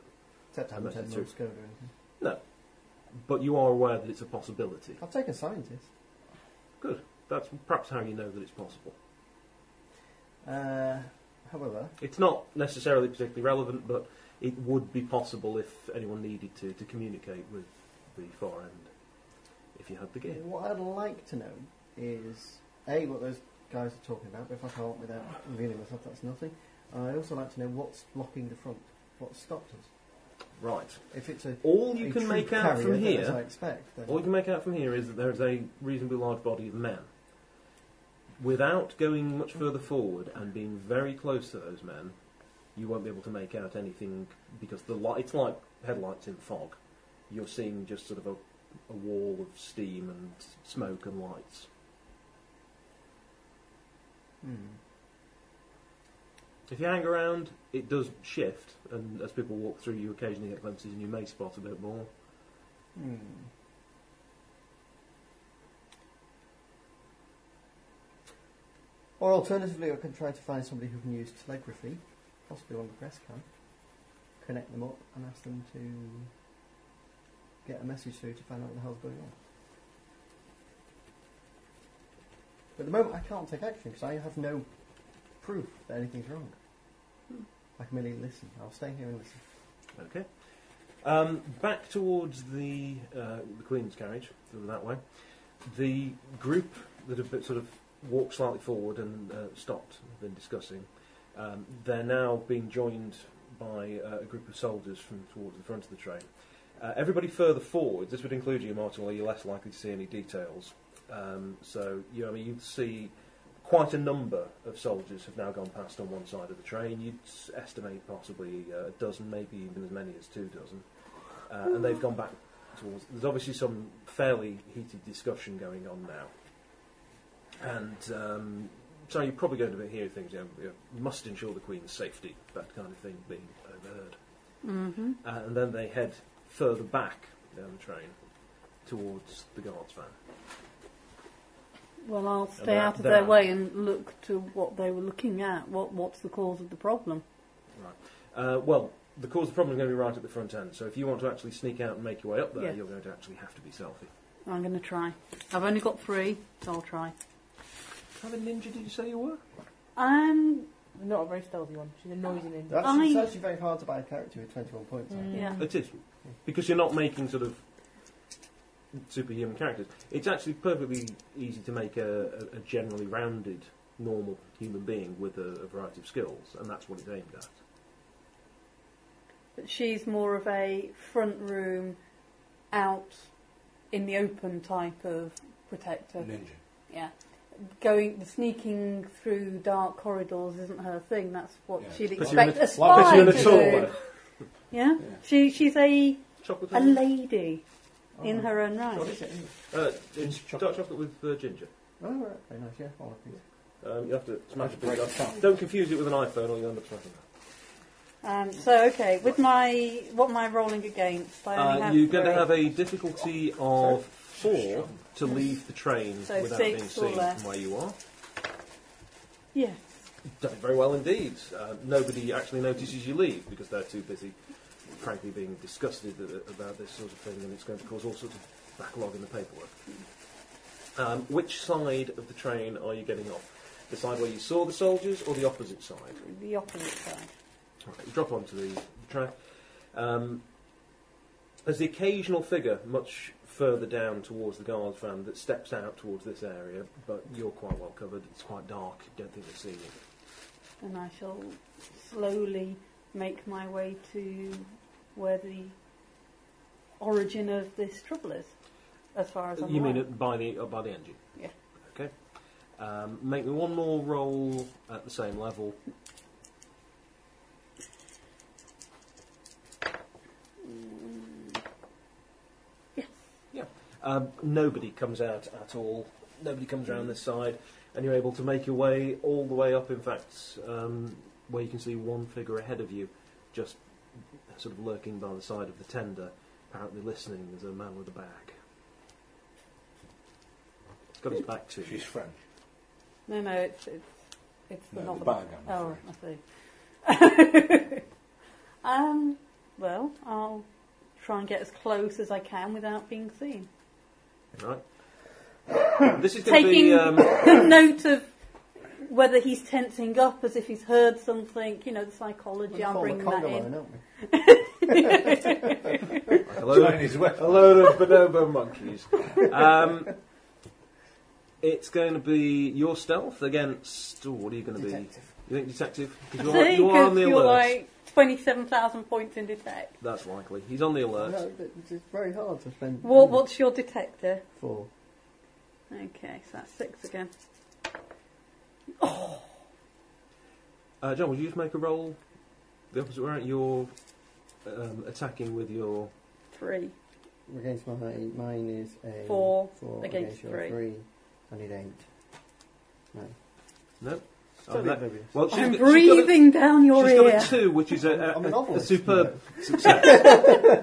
Speaker 5: Except I haven't
Speaker 3: Unless
Speaker 5: taken
Speaker 3: it's
Speaker 5: Morse code or anything.
Speaker 3: But you are aware that it's a possibility.
Speaker 5: I've taken scientist.
Speaker 3: That's perhaps how you know that it's possible.
Speaker 5: Uh, however,
Speaker 3: It's not necessarily particularly relevant, but it would be possible if anyone needed to, to communicate with the far end if you had the gear.
Speaker 5: what I'd like to know is a what those guys are talking about. But if I can't without revealing myself, that's nothing. And I'd also like to know what's blocking the front. What stopped us?
Speaker 3: Right.
Speaker 5: If it's a
Speaker 3: All you
Speaker 5: a
Speaker 3: can
Speaker 5: troop
Speaker 3: make out
Speaker 5: carrier,
Speaker 3: from
Speaker 5: then as I
Speaker 3: here,
Speaker 5: expect. Then
Speaker 3: all you can make out from here is that there is a reasonably large body of men. Without going much further forward and being very close to those men, you won't be able to make out anything because the light, it's like headlights in fog. You're seeing just sort of a, a wall of steam and smoke and lights.
Speaker 5: Hmm.
Speaker 3: If you hang around, it does shift, and as people walk through, you occasionally get glimpses and you may spot a bit more.
Speaker 5: Hmm. Or alternatively, I can try to find somebody who can use telegraphy, possibly one of the press can. connect them up and ask them to get a message through to find out what the hell's going on. But at the moment, I can't take action because I have no proof that anything's wrong.
Speaker 8: Hmm.
Speaker 5: I can merely listen. I'll stay here and listen.
Speaker 3: Okay. Um, back towards the uh, the Queen's carriage, sort of that way. The group that have been- sort of walked slightly forward and uh, stopped, have been discussing. Um, they're now being joined by uh, a group of soldiers from towards the front of the train. Uh, everybody further forward, this would include you, Martin, where you're less likely to see any details. Um, so, you know, I mean, you'd see quite a number of soldiers have now gone past on one side of the train. You'd s- estimate possibly uh, a dozen, maybe even as many as two dozen. Uh, and they've gone back towards. There's obviously some fairly heated discussion going on now. And um, so you're probably going to be hearing things, you, know, you know, "You must ensure the Queen's safety, that kind of thing being overheard.
Speaker 11: Mm-hmm.
Speaker 3: Uh, and then they head further back down the train towards the guards van.
Speaker 8: Well, I'll
Speaker 3: they're-
Speaker 8: stay out of
Speaker 3: they're
Speaker 8: their
Speaker 3: out.
Speaker 8: way and look to what they were looking at. What What's the cause of the problem?
Speaker 3: Uh, well, the cause of the problem is going to be right at the front end. So if you want to actually sneak out and make your way up there,
Speaker 8: Yes.
Speaker 3: you're going to actually have to be stealthy.
Speaker 8: I'm going to try. I've only got three, so I'll try.
Speaker 3: How many ninja did you say you were?
Speaker 8: Um,
Speaker 2: Not a very stealthy one. She's a noisy ninja.
Speaker 5: That's,
Speaker 8: I- Hmm.
Speaker 5: it's actually very hard to buy a character with 21 points. I think.
Speaker 8: yeah.
Speaker 3: It is because you're not making sort of superhuman characters. It's actually perfectly easy to make a, a, a generally rounded, normal human being with a, a variety of skills, and that's what it's aimed at.
Speaker 8: But she's more of a front room, out in the open type of protector.
Speaker 4: Ninja.
Speaker 8: Yeah. Going sneaking through dark corridors isn't her thing. That's what
Speaker 4: Yeah.
Speaker 8: she'd
Speaker 3: Puts you in
Speaker 8: expect a
Speaker 4: a- well,
Speaker 8: spy
Speaker 4: puts
Speaker 3: Put you in a
Speaker 8: to
Speaker 3: tool.
Speaker 8: do. Yeah.
Speaker 4: Yeah.
Speaker 8: She she's a
Speaker 3: Chocolate.
Speaker 8: a lady
Speaker 5: Oh,
Speaker 8: in her own
Speaker 5: right. What
Speaker 8: right.
Speaker 5: is it? anyway?
Speaker 3: Uh, it's
Speaker 4: Ginger
Speaker 3: dark
Speaker 4: chocolate.
Speaker 3: chocolate with uh, ginger.
Speaker 5: Oh, right. Very nice, yeah. All of these.
Speaker 3: Um, you have to smash
Speaker 4: Break
Speaker 3: it.
Speaker 4: the top.
Speaker 3: Don't confuse it with an iPhone, or you'll end up smashing it.
Speaker 8: Um, so okay, with my what am I rolling against? I only
Speaker 3: Uh,
Speaker 8: have
Speaker 3: you're going to
Speaker 8: three.
Speaker 3: have a difficulty of four to leave the train
Speaker 8: So
Speaker 3: without
Speaker 8: six
Speaker 3: being
Speaker 8: or
Speaker 3: seen
Speaker 8: less.
Speaker 3: from where you are.
Speaker 8: Yes.
Speaker 3: Done it very well indeed. Uh, nobody actually notices you leave because they're too busy, frankly, being disgusted a- about this sort of thing, and it's going to cause all sorts of backlog in the paperwork. Um, which side of the train are you getting off? The side where you saw the soldiers, or the opposite side?
Speaker 8: The opposite side.
Speaker 3: Right, you drop onto the track. Um, there's the occasional figure much further down towards the guards van that steps out towards this area, but you're quite well covered. It's quite dark. Don't think they see you.
Speaker 8: And I shall slowly make my way to where the origin of this trouble is, as far as I'm
Speaker 3: You mean
Speaker 8: aware.
Speaker 3: it by the uh, by the engine?
Speaker 8: Yeah.
Speaker 3: Okay. Um, make me one more roll at the same level.
Speaker 8: Mm.
Speaker 3: Um, nobody comes out at all. Nobody comes around this side, and you're able to make your way all the way up. In fact, um, where you can see one figure ahead of you, just sort of lurking by the side of the tender, apparently listening. There's a man with a bag. It's got his back to you.
Speaker 4: She's French.
Speaker 8: No, no, it's it's it's the
Speaker 4: No,
Speaker 8: novel.
Speaker 4: the bag, I'm
Speaker 8: oh,
Speaker 4: afraid.
Speaker 8: I see. um, well, I'll try and get as close as I can without being seen.
Speaker 3: Right. this is going to be
Speaker 8: Taking-
Speaker 3: um,
Speaker 8: Note of whether he's tensing up as if he's heard something. You know, the psychology.
Speaker 5: Well,
Speaker 8: I'll
Speaker 5: we're
Speaker 8: bring that
Speaker 5: Congo
Speaker 8: in.
Speaker 5: line, Oh, aren't we?
Speaker 3: a load of
Speaker 4: Chinese weapon.
Speaker 3: A load of bonobo monkeys. Um, it's going to be your stealth against. Oh, what are you going to be?
Speaker 5: Detective.
Speaker 3: You think detective? Because you
Speaker 8: See,
Speaker 3: are, you are on the
Speaker 8: 'cause you're
Speaker 3: alert.
Speaker 8: like twenty-seven thousand points in detect.
Speaker 3: That's likely. He's on the alert.
Speaker 5: No, it- it's it's very hard to spend.
Speaker 8: What, what's your detector?
Speaker 5: Four.
Speaker 8: Okay, so that's six again.
Speaker 3: Uh, John, would you just make a roll? The opposite way. around? You're um, attacking with your.
Speaker 8: Three.
Speaker 5: Against my mine is a
Speaker 8: Four
Speaker 5: four
Speaker 8: against
Speaker 5: your
Speaker 8: three.
Speaker 5: three. I need eight. No.
Speaker 3: No.
Speaker 5: Still
Speaker 3: Oh, that-
Speaker 5: oblivious.
Speaker 3: well, she's
Speaker 8: I'm
Speaker 3: got-
Speaker 8: breathing down
Speaker 3: She's got
Speaker 8: your
Speaker 3: a, she's got
Speaker 8: ear.
Speaker 3: a two, which is a, a, uh, a-
Speaker 5: I'm a
Speaker 3: a
Speaker 5: novelist,
Speaker 3: superb success.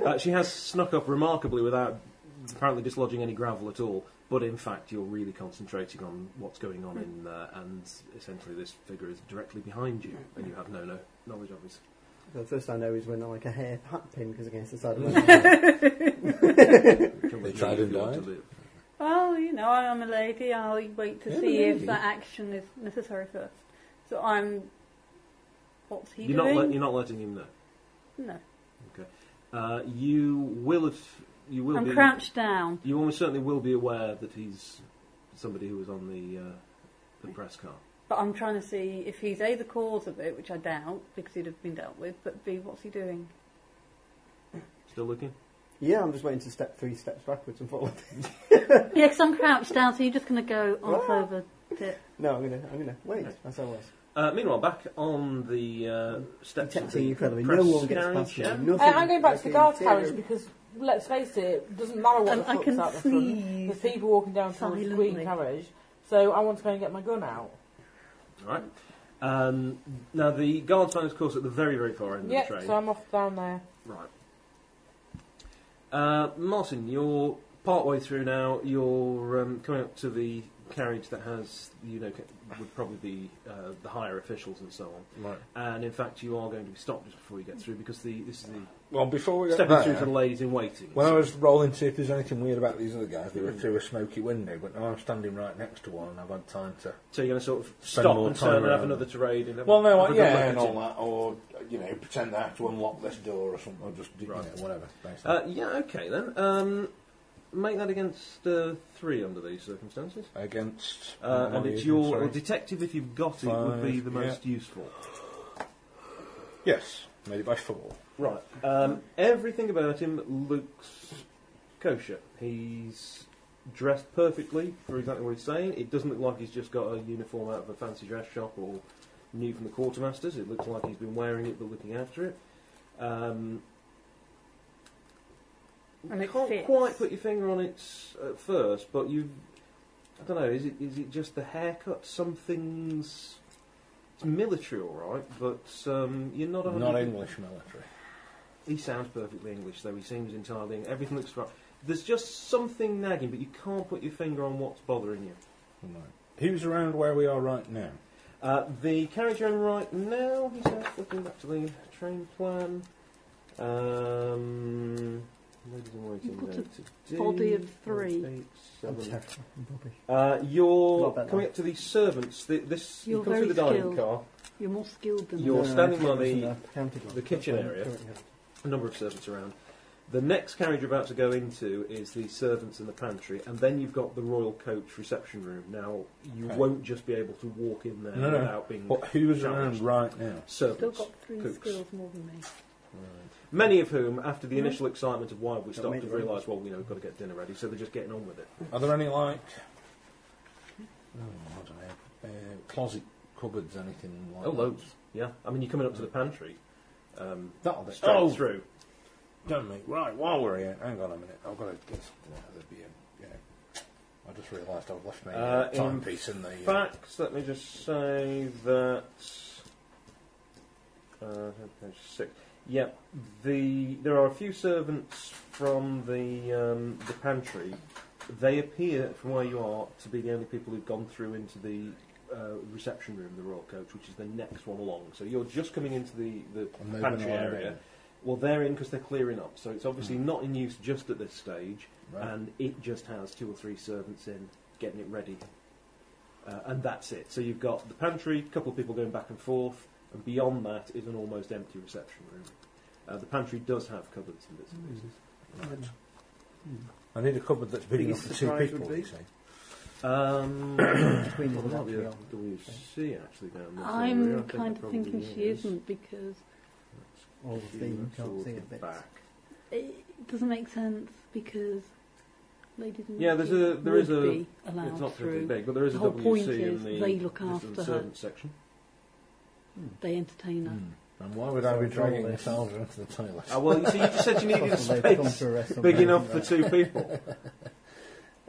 Speaker 3: uh, she has snuck up remarkably without apparently dislodging any gravel at all. But in fact, you're really concentrating on what's going on in there, and essentially this figure is directly behind you, and you have no, no knowledge of it.
Speaker 5: The first I know is when like a hair hat pin goes against the side of my head.
Speaker 3: Probably
Speaker 12: tried
Speaker 3: if
Speaker 12: and
Speaker 3: you want
Speaker 12: died.
Speaker 3: to live.
Speaker 8: Well, you know, I'm a lady. I'll wait to
Speaker 12: Yeah,
Speaker 8: see if
Speaker 12: maybe.
Speaker 8: that action is necessary first. So I'm. What's he
Speaker 3: You're not,
Speaker 8: doing?
Speaker 3: let, you're not letting him know.
Speaker 8: no,
Speaker 3: Uh, you will have. You will
Speaker 8: I'm
Speaker 3: be.
Speaker 8: crouched down.
Speaker 3: You almost certainly will be aware that he's somebody who was on the uh, the press car.
Speaker 8: But I'm trying to see if he's A, the cause of it, which I doubt, because he'd have been dealt with, but B, what's he doing?
Speaker 3: Still looking.
Speaker 5: yeah, I'm just waiting to step three steps backwards and forward.
Speaker 8: Yeah, because I'm crouched down, so you're just going to go on over to it.
Speaker 5: No, I'm gonna, I'm gonna wait. That's how I was.
Speaker 3: Uh, meanwhile, back on the uh, steps of
Speaker 5: Detecting
Speaker 3: the
Speaker 5: you cleverly.
Speaker 3: press
Speaker 5: No one gets
Speaker 3: carriage,
Speaker 5: past me.
Speaker 3: yeah?
Speaker 5: Nothing.
Speaker 2: I, I'm going back to the
Speaker 5: nothing
Speaker 2: guard
Speaker 5: zero.
Speaker 2: carriage because, let's face it, doesn't matter what
Speaker 8: Um,
Speaker 2: the
Speaker 8: I
Speaker 2: fuck's
Speaker 8: can
Speaker 2: out the front. There's
Speaker 8: sneeze.
Speaker 2: people walking down towards the Queen
Speaker 8: Silently.
Speaker 2: carriage, so I want to go and get my gun out.
Speaker 3: All right. Um, now the guard's van is, of course, at the very, very far end
Speaker 2: Yeah,
Speaker 3: of the train.
Speaker 2: so I'm off down there.
Speaker 3: Right. Uh, Martin, you're part way through now. You're um, coming up to the carriage that has, you know, ca- would probably be uh, the higher officials and so on.
Speaker 4: Right.
Speaker 3: And in fact, you are going to be stopped just before you get through because the this is the
Speaker 4: Well, before we get
Speaker 3: stepping
Speaker 4: there,
Speaker 3: through to the ladies in waiting.
Speaker 4: when I was rolling to see if there's anything weird about these other guys, they were through a smoky window, but now I'm standing right next to one and I've had time to.
Speaker 3: so you're going to sort of
Speaker 4: Spend
Speaker 3: stop
Speaker 4: more
Speaker 3: and
Speaker 4: time
Speaker 3: turn and have
Speaker 4: around.
Speaker 3: another tirade. And have
Speaker 4: Well, no,
Speaker 3: have a good
Speaker 4: yeah,
Speaker 3: look
Speaker 13: and
Speaker 3: at it.
Speaker 13: all that, or you know, pretend I have to unlock this door or something, or just do,
Speaker 3: Right.
Speaker 13: you know, whatever. basically.
Speaker 3: Uh, yeah, okay then. Um, make that against uh, three under these circumstances.
Speaker 4: Against.
Speaker 3: Uh,
Speaker 4: what
Speaker 3: and
Speaker 4: are
Speaker 3: it's
Speaker 4: you-
Speaker 3: your
Speaker 4: sorry.
Speaker 3: or detective, if you've got it, would be
Speaker 4: Five,
Speaker 3: the most useful.
Speaker 4: Yes, made it by four.
Speaker 3: Right. Um, everything about him looks kosher. He's dressed perfectly for exactly what he's saying. It doesn't look like he's just got a uniform out of a fancy dress shop or new from the quartermasters. It looks like he's been wearing it but looking after it. Um,
Speaker 8: And it
Speaker 3: can't
Speaker 8: fits.
Speaker 3: quite put your finger on it s- at first, but you. I don't know. Is it is it just the haircut? Something's it's military, all right, but um, you're not. a hundred
Speaker 4: Not
Speaker 3: per-
Speaker 4: English military.
Speaker 3: he sounds perfectly English, though he seems entirely. Everything looks right. There's just something nagging, but you can't put your finger on what's bothering you.
Speaker 4: Right. Who's around where we are right now?
Speaker 3: Uh, the carriage you're in right now, he's out looking back to the train plan. Um, ladies in waiting.
Speaker 8: You've got a
Speaker 3: there to
Speaker 8: body
Speaker 3: do.
Speaker 8: of three.
Speaker 3: Eight,
Speaker 5: I'm
Speaker 3: seven.
Speaker 5: terrified. Rubbish.
Speaker 3: Uh,
Speaker 5: Not
Speaker 3: you're
Speaker 5: bad,
Speaker 3: coming
Speaker 5: no.
Speaker 3: up to the servants. The, this you
Speaker 8: You're
Speaker 3: come through the
Speaker 8: very
Speaker 3: dining
Speaker 8: skilled.
Speaker 3: car.
Speaker 8: You're more skilled than
Speaker 3: You're
Speaker 5: No, no,
Speaker 3: standing
Speaker 5: no,
Speaker 3: by the-
Speaker 5: it's in county line.
Speaker 3: the kitchen
Speaker 5: That's
Speaker 3: area.
Speaker 5: where I'm currently
Speaker 3: a number of servants around. The next carriage you're about to go into is the servants in the pantry, and then you've got the royal coach reception room. Now, you
Speaker 4: Okay.
Speaker 3: won't just be able to walk in there
Speaker 4: No, no.
Speaker 3: without being
Speaker 4: What, who's
Speaker 3: challenged.
Speaker 4: around right now?
Speaker 8: Still
Speaker 3: servants.
Speaker 8: got three
Speaker 3: Cooks.
Speaker 8: skills more than me.
Speaker 3: Many of whom, after the
Speaker 8: Mhm.
Speaker 3: initial excitement of why have we
Speaker 5: Got
Speaker 3: stopped,
Speaker 5: made
Speaker 3: have
Speaker 5: ready.
Speaker 3: realised, well, you know, we've got to get dinner ready, so they're just getting on with it.
Speaker 4: Are there any like oh, I don't know, uh, closet cupboards, anything like?
Speaker 3: Oh,
Speaker 4: that?
Speaker 3: loads. Yeah, I mean, you're coming up to the pantry. Um,
Speaker 4: That'll be
Speaker 3: straight
Speaker 4: oh,
Speaker 3: through.
Speaker 4: Damn me! Right, while we're here, hang on a minute. I've got to get something out of the beer. Yeah. I just realised I've left my
Speaker 3: Uh,
Speaker 4: uh,
Speaker 3: in
Speaker 4: timepiece in the. uh,
Speaker 3: Facts, let me just say that. Uh, page six. Yep, the there are a few servants from the um, the pantry. They appear, from where you are, to be the only people who've gone through into the uh, reception room, the royal coach, which is the next one along. So you're just coming into the, the
Speaker 4: I'm moving
Speaker 3: pantry
Speaker 4: along
Speaker 3: area.
Speaker 4: again.
Speaker 3: Well, they're in because they're clearing up, so it's obviously not in use just at this stage,
Speaker 4: Right.
Speaker 3: and it just has two or three servants in getting it ready, uh, and that's it. So you've got the pantry, a couple of people going back and forth, and beyond that is an almost empty reception room. Uh, the pantry does have cupboards and bits and pieces.
Speaker 5: at.
Speaker 4: I need a cupboard that's big enough
Speaker 5: Biggest
Speaker 4: for two
Speaker 5: surprise
Speaker 4: people.
Speaker 5: would be-
Speaker 4: you see.
Speaker 3: Um,
Speaker 5: Queen
Speaker 3: well,
Speaker 5: is
Speaker 3: there might be a
Speaker 5: actually
Speaker 3: WC actually down this area. I
Speaker 8: I'm
Speaker 3: think
Speaker 8: kind
Speaker 3: there
Speaker 8: of thinking
Speaker 3: probably
Speaker 8: she
Speaker 3: is.
Speaker 8: isn't because
Speaker 5: All the theme, can't see a bit.
Speaker 3: Back.
Speaker 8: it doesn't make sense because ladies and
Speaker 3: Yeah, there's a-
Speaker 8: gentlemen
Speaker 3: there is
Speaker 8: would
Speaker 3: a-
Speaker 8: be allowed
Speaker 3: It's not
Speaker 8: through.
Speaker 3: particularly big, but there is
Speaker 8: The
Speaker 3: a
Speaker 8: whole
Speaker 3: WC
Speaker 8: point
Speaker 3: in
Speaker 8: is
Speaker 3: the,
Speaker 8: they look
Speaker 3: in the
Speaker 8: after her.
Speaker 3: servants section.
Speaker 8: They entertain us.
Speaker 4: Hmm. And why would I
Speaker 5: So
Speaker 4: be
Speaker 5: it's
Speaker 4: dragging
Speaker 5: all this.
Speaker 4: myself into the toilet?
Speaker 3: Oh, well, you see, you just said you needed a
Speaker 5: Possibly they've come
Speaker 3: space
Speaker 5: to arrest
Speaker 3: big
Speaker 5: somebody,
Speaker 3: enough for
Speaker 5: haven't
Speaker 3: two people.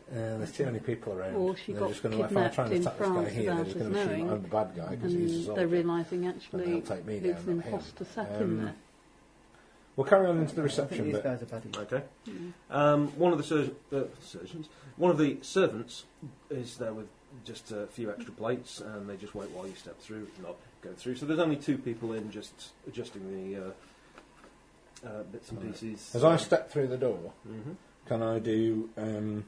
Speaker 4: Uh, there's too many people around.
Speaker 8: Or she
Speaker 4: they're
Speaker 8: got
Speaker 4: just gonna, if I try
Speaker 8: kidnapped
Speaker 4: and
Speaker 8: in
Speaker 4: attack this guy
Speaker 8: France
Speaker 4: here, they're
Speaker 8: without
Speaker 4: just
Speaker 8: us
Speaker 4: going to assume
Speaker 8: knowing,
Speaker 4: I'm the bad guy because he's a
Speaker 8: And they're
Speaker 4: soldier.
Speaker 8: realising actually
Speaker 4: they'll take me
Speaker 8: it's an
Speaker 4: down, not him.
Speaker 8: imposter sack
Speaker 4: Um,
Speaker 8: in there.
Speaker 4: We'll carry on into the
Speaker 5: they? I think
Speaker 4: reception
Speaker 5: these
Speaker 4: bit.
Speaker 5: guys are baddies.
Speaker 3: Okay.
Speaker 8: Hmm.
Speaker 3: Um, one of the sur- uh, surgeons, one of the servants, is there with just a few extra plates, and they just wait while you step through, not go through. So there's only two people in, just adjusting the uh, uh, bits and
Speaker 4: Right.
Speaker 3: pieces.
Speaker 4: As I step through the door,
Speaker 3: hmm
Speaker 4: can I do? Um,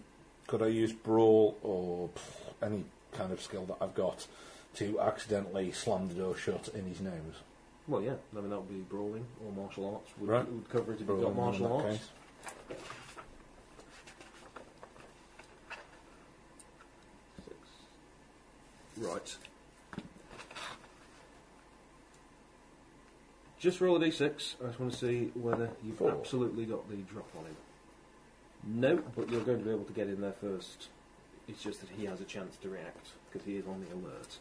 Speaker 4: could I use brawl or pff, any kind of skill that I've got to accidentally slam the door shut in his nose?
Speaker 3: Well, yeah, I mean that would be brawling or martial arts. Would,
Speaker 4: Right.
Speaker 3: would cover it if you've
Speaker 4: Brawling
Speaker 3: got
Speaker 4: in
Speaker 3: martial
Speaker 4: that
Speaker 3: arts.
Speaker 4: case.
Speaker 3: Six. Right. Just roll a d6. I just want to see whether you've
Speaker 4: Four.
Speaker 3: absolutely got the drop on him. No, but you're going to be able to get in there first. It's just that he has a chance to react because he is on the alert.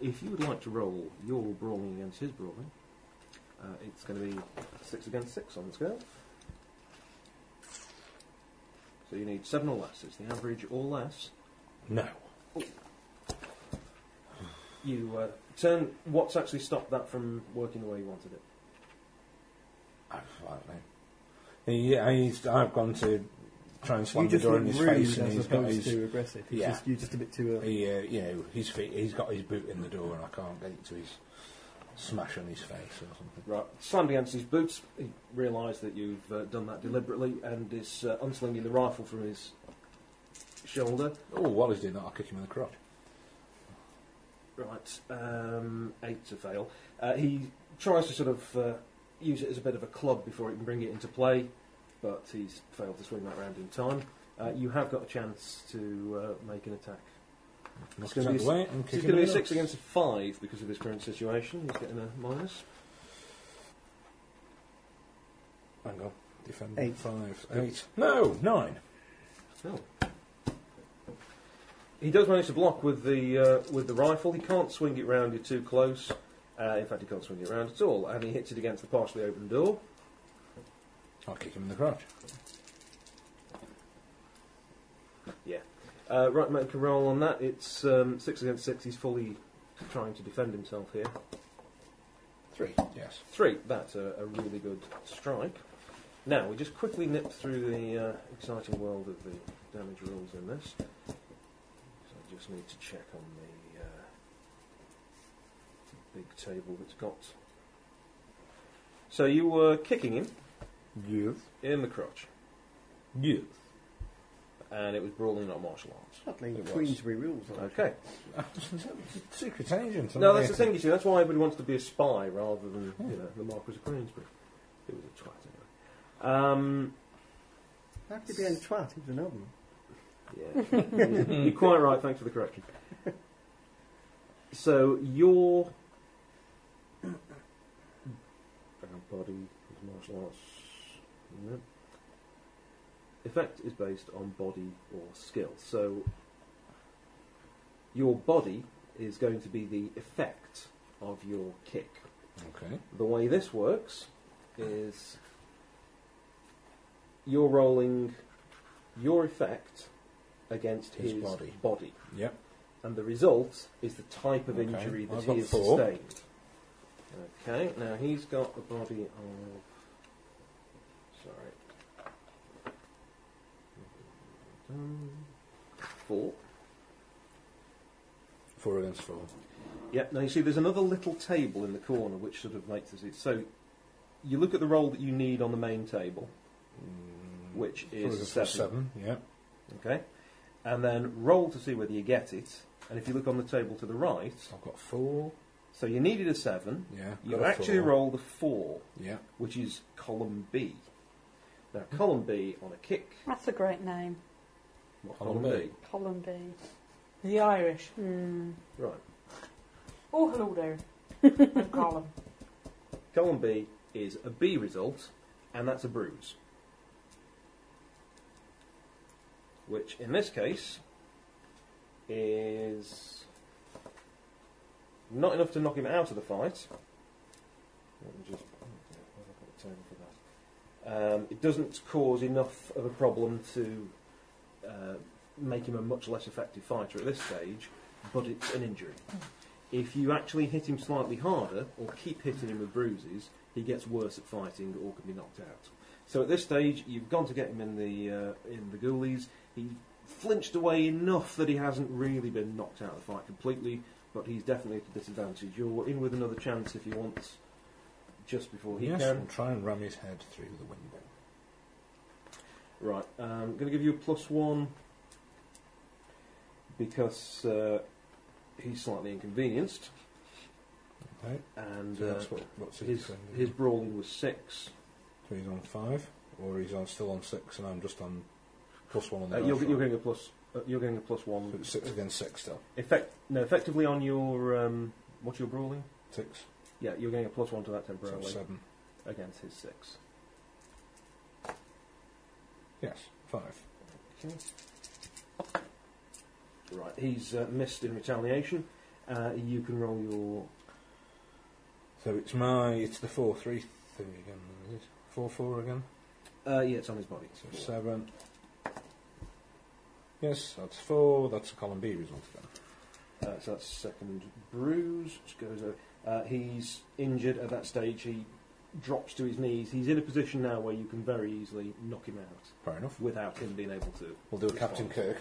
Speaker 3: If you would like to roll your brawling against his brawling, uh, it's going to be six against six on the scale. So you need seven or less. It's the average or less.
Speaker 4: No.
Speaker 3: You uh, turn. What's actually stopped that from working the way you wanted it?
Speaker 4: I don't know. He, he's, I've gone to try and slam
Speaker 5: you
Speaker 4: the
Speaker 5: just
Speaker 4: door
Speaker 5: look
Speaker 4: in his
Speaker 5: rude
Speaker 4: face, and
Speaker 5: as
Speaker 4: he's got
Speaker 5: opposed
Speaker 4: his.
Speaker 5: to aggressive. It's
Speaker 4: Yeah.
Speaker 5: just, you're just a bit too early.
Speaker 4: He, uh, you know, his feet, he's got his boot in the door, and I can't get it to his smash on his face or something.
Speaker 3: Right, slammed against his boots. He realised that you've uh, done that deliberately and is uh, unslinging the rifle from his shoulder.
Speaker 4: Oh, while he's doing that, I'll kick him in the crotch.
Speaker 3: Right, um, eight to fail. Uh, he tries to sort of uh, use it as a bit of a club before he can bring it into play, but he's failed to swing that round in time. Uh, you have got a chance to uh, make an attack.
Speaker 4: Knock
Speaker 3: gonna
Speaker 4: him out
Speaker 3: be
Speaker 4: the
Speaker 3: a-
Speaker 4: way and
Speaker 3: So
Speaker 4: kick
Speaker 3: he's
Speaker 4: him
Speaker 3: going to
Speaker 4: in
Speaker 3: be a
Speaker 4: the
Speaker 3: six
Speaker 4: nuts.
Speaker 3: against a five because of his current situation. He's getting a minus.
Speaker 4: Hang on. Defend
Speaker 5: Eight.
Speaker 4: five. Eight. No, nine.
Speaker 3: No. He does manage to block with the uh, with the rifle. He can't swing it round you too close. Uh, in fact, he can't swing it round at all, and he hits it against the partially open door.
Speaker 4: I'll kick him in the crotch.
Speaker 3: Uh, right, make a roll on that. It's um, six against six. He's fully trying to defend himself here.
Speaker 4: Three. Yes.
Speaker 3: Three. That's a, a really good strike. Now we just quickly nip through the uh, exciting world of the damage rules in this. So I just need to check on the uh, big table that's got. So you were kicking him
Speaker 4: Yes.
Speaker 3: in the crotch,
Speaker 4: Yes.
Speaker 3: and it was brawling, not martial arts.
Speaker 5: Suddenly,
Speaker 4: It was.
Speaker 5: Queensbury rules. on it.
Speaker 3: Okay.
Speaker 4: Secret agent.
Speaker 3: No, that's the thing, you see. That's why everybody wants to be a spy rather than you know the Marquis of Queensbury. It was a twat anyway. Um,
Speaker 5: How could he be a twat? He was an album.
Speaker 3: Yeah. You're quite right, thanks for the correction. So your Bound body is martial arts. no. Effect is based on body or skill. So your body is going to be the effect of your kick.
Speaker 4: Okay.
Speaker 3: The way this works is you're rolling your effect against his,
Speaker 4: His body. Yep.
Speaker 3: and the result is the type of
Speaker 4: Okay,
Speaker 3: injury that
Speaker 4: I've got
Speaker 3: he has
Speaker 4: four.
Speaker 3: sustained. Okay, now he's got a body of. Sorry. Um, Four.
Speaker 4: Four against four.
Speaker 3: Yeah, now you see there's another little table in the corner which sort of makes this. So you look at the roll that you need on the main table,
Speaker 4: Mm,
Speaker 3: which
Speaker 4: four
Speaker 3: is
Speaker 4: against four,
Speaker 3: seven.
Speaker 4: seven. Yep.
Speaker 3: Okay? And then roll to see whether you get it. And if you look on the table to the right,
Speaker 4: I've got four.
Speaker 3: so you needed a seven.
Speaker 4: Yeah.
Speaker 3: You
Speaker 4: got a
Speaker 3: actually
Speaker 4: four.
Speaker 3: rolled a four,
Speaker 4: Yeah.
Speaker 3: which is column B. Now, column B on a kick.
Speaker 8: That's a great name.
Speaker 3: What
Speaker 4: Column B.
Speaker 8: Column B.
Speaker 2: The Irish.
Speaker 8: Mm.
Speaker 3: Right.
Speaker 2: Oh, hello there. I'm Colin.
Speaker 3: Column B is a B result, and that's a bruise. Which, in this case, is not enough to knock him out of the fight. Let me just. where have I got the table for that? Um, it doesn't cause enough of a problem to uh, make him a much less effective fighter at this stage, but it's an injury. If you actually hit him slightly harder or keep hitting him with bruises, he gets worse at fighting or can be knocked out. So at this stage, you've gone to get him in the uh, in the ghoulies. He flinched away enough that he hasn't really been knocked out of the fight completely, but he's definitely at a disadvantage. You're in with another chance if he wants, just before he
Speaker 4: yes,
Speaker 3: can.
Speaker 4: we'll try and ram his head through the window.
Speaker 3: Right, I'm um, going to give you a plus one because uh, he's slightly inconvenienced,
Speaker 4: Okay,
Speaker 3: and
Speaker 4: so
Speaker 3: uh,
Speaker 4: that's what, what's his,
Speaker 3: his his brawling was six.
Speaker 4: So he's on five, or he's on still on six, and I'm just on plus one on the
Speaker 3: Uh,
Speaker 4: dice
Speaker 3: you're,
Speaker 4: roll.
Speaker 3: you're getting a plus. Uh, you're getting a plus
Speaker 4: So
Speaker 3: one.
Speaker 4: it's six against six still.
Speaker 3: Effect no, effectively on your um, what's your brawling?
Speaker 4: Six,
Speaker 3: Yeah, you're getting a plus one to that
Speaker 4: so
Speaker 3: temporarily
Speaker 4: seven.
Speaker 3: against his six.
Speaker 4: Yes, five.
Speaker 3: Okay. Right, he's uh, missed in retaliation. Uh, you can roll your
Speaker 4: So it's my, it's the four three thing again. Is it four four again?
Speaker 3: Uh, yeah, it's on his body.
Speaker 4: So seven. Yes, that's four. That's a column B result again.
Speaker 3: Uh, so that's second bruise. Just goes over. Uh, he's injured at that stage. He drops to his knees. He's in a position now where you can very easily knock him out
Speaker 4: Fair enough.
Speaker 3: without him being able to.
Speaker 4: We'll do a Captain Kirk.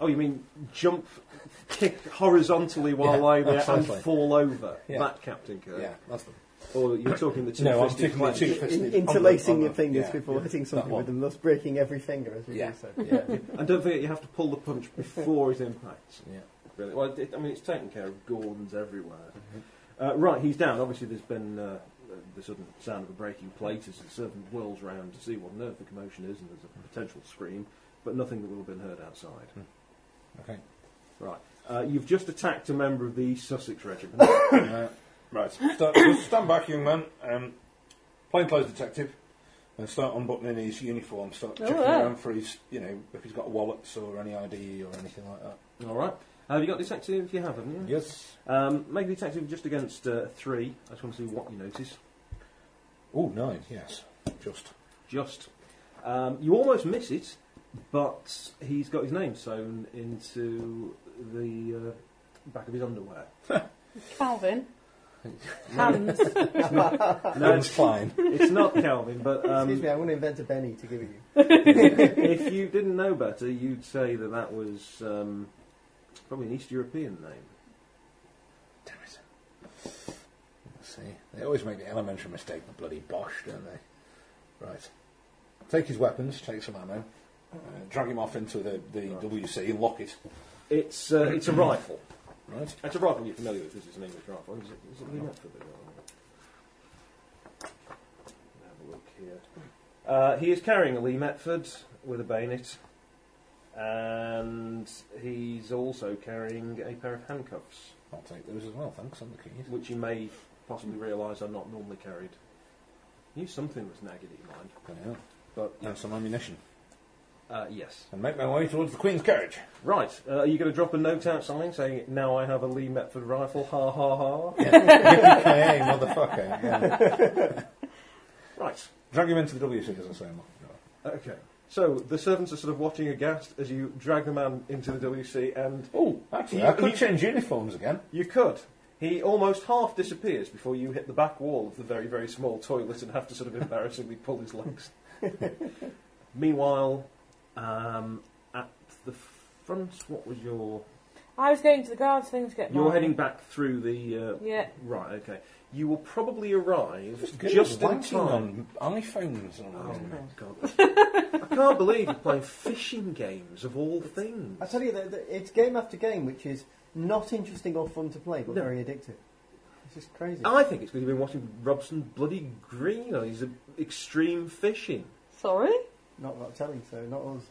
Speaker 3: Oh, you mean jump, kick horizontally while
Speaker 4: Yeah,
Speaker 3: lying there
Speaker 4: absolutely.
Speaker 3: and fall over?
Speaker 4: Yeah.
Speaker 3: That Captain Kirk.
Speaker 4: Yeah, that's the
Speaker 3: Or you're talking the two
Speaker 4: No, I'm
Speaker 3: fisted
Speaker 4: thinking the two
Speaker 5: In-
Speaker 4: fisted.
Speaker 5: interlacing your fingers
Speaker 4: yeah,
Speaker 5: before
Speaker 4: yeah,
Speaker 5: hitting
Speaker 4: that
Speaker 5: something
Speaker 4: one.
Speaker 5: with them, thus breaking every finger as we
Speaker 4: Yeah.
Speaker 5: do so.
Speaker 4: Yeah,
Speaker 3: And don't forget, you have to pull the punch before it impacts.
Speaker 4: yeah.
Speaker 3: Really? Well, it, I mean, it's taken care of. Gordon's everywhere. Uh, right, he's down. Obviously, there's been uh, the sudden sound of a breaking plate as the servant whirls round to see what on earth the commotion is, and there's a potential scream, but nothing that will have been heard outside.
Speaker 4: Okay.
Speaker 3: Right. Uh, you've just attacked a member of the Sussex Regiment.
Speaker 4: Uh, right. Start, just stand back, young man. Um, plainclothes detective. And start unbuttoning his uniform. Start
Speaker 8: Oh,
Speaker 4: checking
Speaker 8: wow.
Speaker 4: around for his, you know, if he's got wallets or any ID or anything like that.
Speaker 3: All right. Have you got detective? You have,
Speaker 4: Hmm.
Speaker 3: haven't you?
Speaker 4: Yes.
Speaker 3: Um, make a detective just against uh, three. I just want to see what you notice.
Speaker 4: Oh, nine. Yes. Just.
Speaker 3: Just. Um, you almost miss it, but he's got his name sewn into the uh, back of his underwear.
Speaker 7: Calvin.
Speaker 8: Hands.
Speaker 3: No,
Speaker 4: Hans Klein.
Speaker 3: It's not Calvin, but
Speaker 5: Excuse
Speaker 3: um,
Speaker 5: me, I want to invent a Benny to give you.
Speaker 3: if you didn't know better, you'd say that that was um, probably an East European name.
Speaker 4: Damn it. Let's see. They always make the elementary mistake, the bloody Bosch, don't they? Right. Take his weapons, take some ammo, uh, drag him off into the, the
Speaker 3: Right.
Speaker 4: WC and lock it.
Speaker 3: It's uh, it's a rifle.
Speaker 4: Right?
Speaker 3: It's a rifle you're familiar with. This is an English rifle. Is it, is it not for the rifle? Have a look here. Uh, he is carrying a Lee Metford with a bayonet, and he's also carrying a pair of handcuffs,
Speaker 4: I'll take those as well, thanks. I'm the keys.
Speaker 3: which you may possibly realise are not normally carried. Knew something was nagging at your mind,
Speaker 4: Bloody hell.
Speaker 3: but
Speaker 4: And some ammunition.
Speaker 3: Uh, yes.
Speaker 4: And make my way towards the Queen's carriage.
Speaker 3: Right. Uh, are you going to drop a note out something saying, now I have a Lee Metford rifle, ha ha ha?
Speaker 4: Yippee-ki-yay, motherfucker. Yeah.
Speaker 3: right.
Speaker 4: Drag him into the WC, as I say. lock the door.
Speaker 3: Okay. So the servants are sort of watching aghast as you drag the man into the WC, and
Speaker 4: Oh, actually, I could change uniforms again.
Speaker 3: you could. He almost half disappears before you hit the back wall of the very, very small toilet and have to sort of embarrassingly pull his legs. Meanwhile, um, at the front, what was your.
Speaker 2: I was going to the guards thing to get
Speaker 3: You're
Speaker 2: mine.
Speaker 3: heading back through the. Uh,
Speaker 2: Yeah.
Speaker 3: Right, okay. You will probably arrive just,
Speaker 4: Get
Speaker 3: in
Speaker 4: wanking
Speaker 3: time.
Speaker 4: on iPhones. and all
Speaker 3: Oh
Speaker 4: that.
Speaker 3: my god. I can't believe you're playing fishing games of all things.
Speaker 5: I tell you, that that it's game after game, which is not interesting or fun to play, but
Speaker 3: No.
Speaker 5: very addictive. It's just crazy.
Speaker 3: I think it's because you've been watching Robson Bloody Green on his uh, extreme fishing.
Speaker 8: Sorry?
Speaker 5: Not got telling, so not us.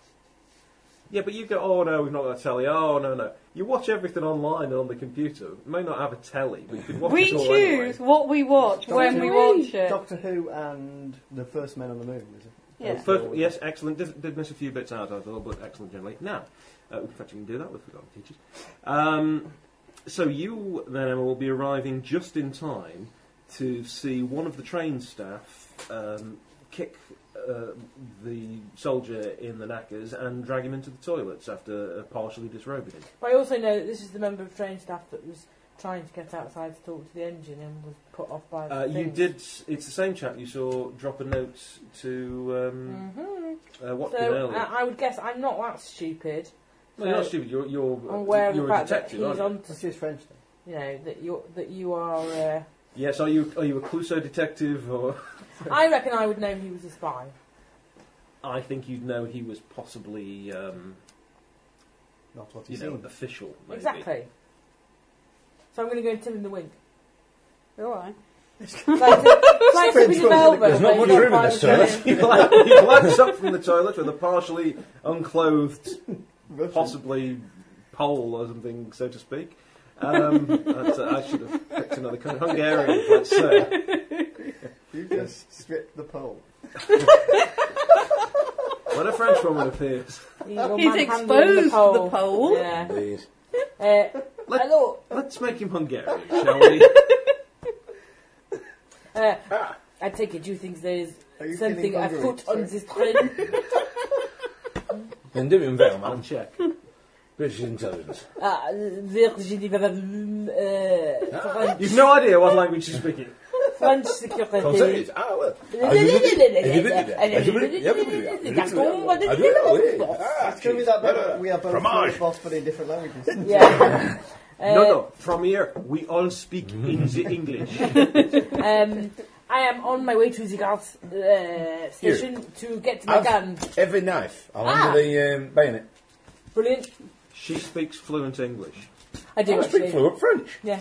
Speaker 3: Yeah, but you go, oh no, we've not got a telly. Oh no, no. You watch everything online and on the computer. You may not have a telly, but you can watch
Speaker 8: we
Speaker 3: it all
Speaker 8: choose
Speaker 3: anyway.
Speaker 8: what we watch
Speaker 5: Doctor
Speaker 8: when we
Speaker 5: Who.
Speaker 8: watch it.
Speaker 5: Doctor Who and the First Men on the Moon was it?
Speaker 8: Yeah.
Speaker 3: First, yes, excellent. Did, did miss a few bits out, I thought, but excellent generally. Now, uh, in fact, you can do that with forgotten teachers. Um, so you then Emma, will be arriving just in time to see one of the train staff um, kick uh, the soldier in the knackers and drag him into the toilets after uh, partially disrobing him.
Speaker 2: But I also know that this is the member of train staff that was trying to get outside to talk to the engine and was put off by the
Speaker 3: Uh, you
Speaker 2: thing.
Speaker 3: did. It's the same chap you saw drop a note to um,
Speaker 2: Mhm.
Speaker 3: Uh, what did
Speaker 2: So
Speaker 3: earlier?
Speaker 2: I, I would guess I'm not that stupid.
Speaker 3: no, you're not
Speaker 2: so-
Speaker 3: stupid. You're you're,
Speaker 2: I'm aware of
Speaker 3: you're
Speaker 2: the
Speaker 3: a
Speaker 2: fact that
Speaker 3: detective,
Speaker 2: he's
Speaker 3: aren't
Speaker 2: on.
Speaker 5: Let's use French then.
Speaker 2: You know that you that you are. Uh,
Speaker 3: you? Yes. Are you are you a Clouseau detective or?
Speaker 2: I reckon I would know he was a spy.
Speaker 3: I think you'd know he was possibly um,
Speaker 5: Not what
Speaker 3: you
Speaker 5: you
Speaker 3: know
Speaker 5: seem.
Speaker 3: official. Maybe.
Speaker 2: Exactly. So I'm going to go Tim in the Wink.
Speaker 8: All right.
Speaker 2: Like, like Tim in the Velvet.
Speaker 4: There's not much
Speaker 2: maybe
Speaker 4: room in this
Speaker 2: if I was
Speaker 4: toilet.
Speaker 3: he gla- he glanced up from the toilet with a partially unclothed, possibly pole or something, so to speak. Um, that's, uh, I should have picked another country. Hungarian, let's say.
Speaker 5: You just strip the pole.
Speaker 3: When a French woman appears.
Speaker 2: will
Speaker 14: He's
Speaker 2: manhandle
Speaker 14: exposed
Speaker 2: the
Speaker 14: the
Speaker 2: pole.
Speaker 14: pole.
Speaker 2: Yeah.
Speaker 4: Please.
Speaker 2: Uh,
Speaker 3: Let-
Speaker 2: hello.
Speaker 3: Let's make him Hungarian, shall we?
Speaker 2: Uh, I take it you think there's
Speaker 5: Are you
Speaker 2: something
Speaker 5: feeling hungry?
Speaker 2: afoot
Speaker 5: Sorry.
Speaker 2: on this train.
Speaker 4: Then do it in Vale,
Speaker 3: I'll
Speaker 4: man.
Speaker 3: check.
Speaker 4: British intelligence.
Speaker 2: Ah, Virginie Valum, uh, French,
Speaker 3: You've no idea what language she's speaking.
Speaker 2: French
Speaker 4: Consent
Speaker 2: security.
Speaker 4: is- ah, well. I do know, eh?
Speaker 2: Yeah.
Speaker 4: Ah,
Speaker 5: It's going to be that bit where we are both
Speaker 4: Fromage.
Speaker 5: French boss, but in different languages.
Speaker 2: Uh,
Speaker 3: no, no, from here, we all speak in the English.
Speaker 2: Um, I am on my way to the guards uh, station to get my
Speaker 4: I've-
Speaker 2: gun.
Speaker 4: uh, Every knife. I'm
Speaker 2: Ah.
Speaker 4: under the um, bayonet.
Speaker 2: Brilliant.
Speaker 3: She speaks fluent English.
Speaker 2: I do
Speaker 4: I speak
Speaker 2: actually.
Speaker 4: fluent French.
Speaker 2: Yeah.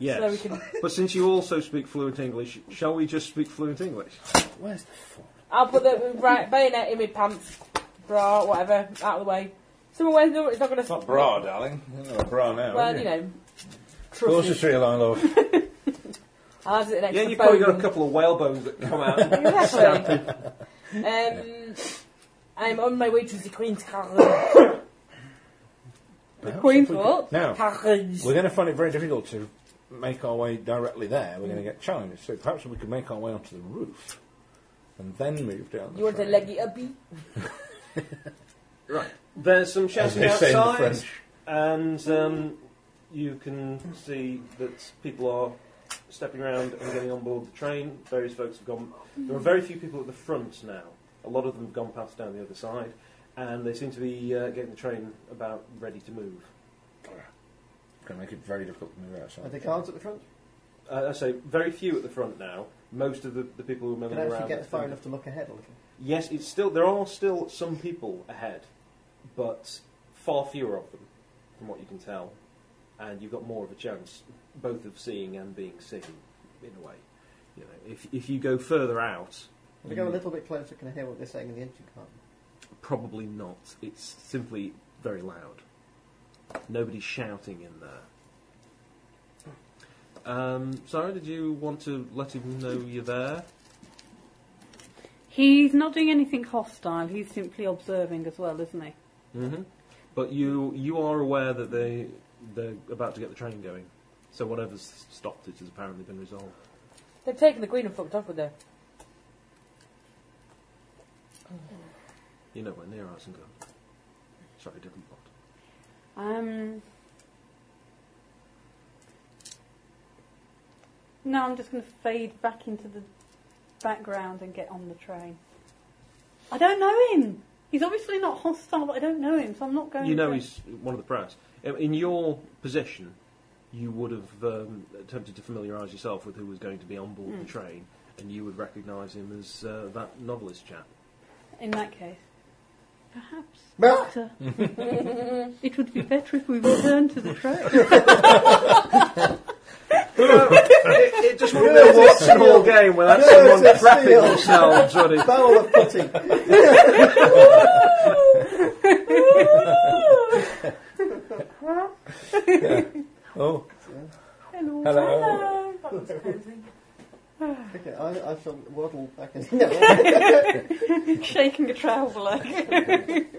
Speaker 3: Yes.
Speaker 2: So we can.
Speaker 3: But since you also speak fluent English, shall we just speak fluent English?
Speaker 4: Where's the phone?
Speaker 2: I'll put the right bayonet in my pants, bra, whatever, out of the way. Someone wears no, it's not gonna.
Speaker 4: It's not bra, darling. You know a bra now.
Speaker 2: Well,
Speaker 4: have
Speaker 2: you
Speaker 4: you?
Speaker 2: know.
Speaker 4: Close
Speaker 2: Trust
Speaker 4: the
Speaker 2: me.
Speaker 4: tree line, love.
Speaker 2: I'll have it next
Speaker 3: Yeah,
Speaker 2: to
Speaker 3: you've probably got
Speaker 2: Bowden.
Speaker 3: a couple of whalebones that come out.
Speaker 2: Exactly. um, I'm on my way to the Queen's carriage.
Speaker 4: Perhaps
Speaker 14: Queen's
Speaker 4: if we
Speaker 14: what?
Speaker 4: could- Now,
Speaker 2: carriage.
Speaker 4: we're going to find it very difficult to make our way directly there. We're going to get challenged. So perhaps we could make our way onto the roof and then move down the
Speaker 2: You want a
Speaker 4: train.
Speaker 2: leggy uppy?
Speaker 3: Right. There's some
Speaker 4: As
Speaker 3: shouting
Speaker 4: they say in the
Speaker 3: outside,
Speaker 4: French.
Speaker 3: and um, you can see that people are stepping around and getting on board the train. Various folks have gone. There are very few people at the front now. A lot of them have gone past down the other side, and they seem to be uh, getting the train about ready to move.
Speaker 4: Can make it very difficult to move outside.
Speaker 5: Are there cards at the front?
Speaker 3: Uh, I say very few at the front now. Most of the, the people who are milling
Speaker 5: Can I actually
Speaker 3: around.
Speaker 5: get far enough to look ahead a little?
Speaker 3: Yes, it's still there are still some people ahead, but far fewer of them, from what you can tell, and you've got more of a chance both of seeing and being seen, in a way. You know, if if you go further out,
Speaker 5: If I go a little bit closer, can I hear what they're saying in the engine car?
Speaker 3: probably not. It's simply very loud. Nobody's shouting in there. Um, Sarah, did you want to let him know you're there?
Speaker 8: He's not doing anything hostile. He's simply observing as well, isn't he?
Speaker 3: hmm But you you are aware that they they're about to get the train going, so whatever's stopped it has apparently been resolved.
Speaker 2: They've taken the Queen and fucked off with her.
Speaker 3: You know, we're near Arts and Gun. Sorry, different plot.
Speaker 8: Um. No, I'm just going to fade back into the background and get on the train. I don't know him. He's obviously not hostile, but I don't know him, so I'm not going.
Speaker 3: You know,
Speaker 8: to-
Speaker 3: he's one of the press. In- In your position, you would have um, attempted to familiarise yourself with who was going to be on board the train, and you would recognise him as uh, that novelist chap.
Speaker 8: In that case, perhaps
Speaker 4: Well-
Speaker 8: better. it would be better if we returned to the train.
Speaker 3: it, it just wouldn't be a what small game without
Speaker 5: Nerves
Speaker 3: someone
Speaker 5: of
Speaker 3: crapping
Speaker 5: steel.
Speaker 3: themselves, would it?
Speaker 5: Barrel of putty.
Speaker 4: Oh,
Speaker 8: Hello.
Speaker 4: hello.
Speaker 5: okay, I, I shall waddle back in.
Speaker 8: Shaking a trouser leg.
Speaker 4: Nice.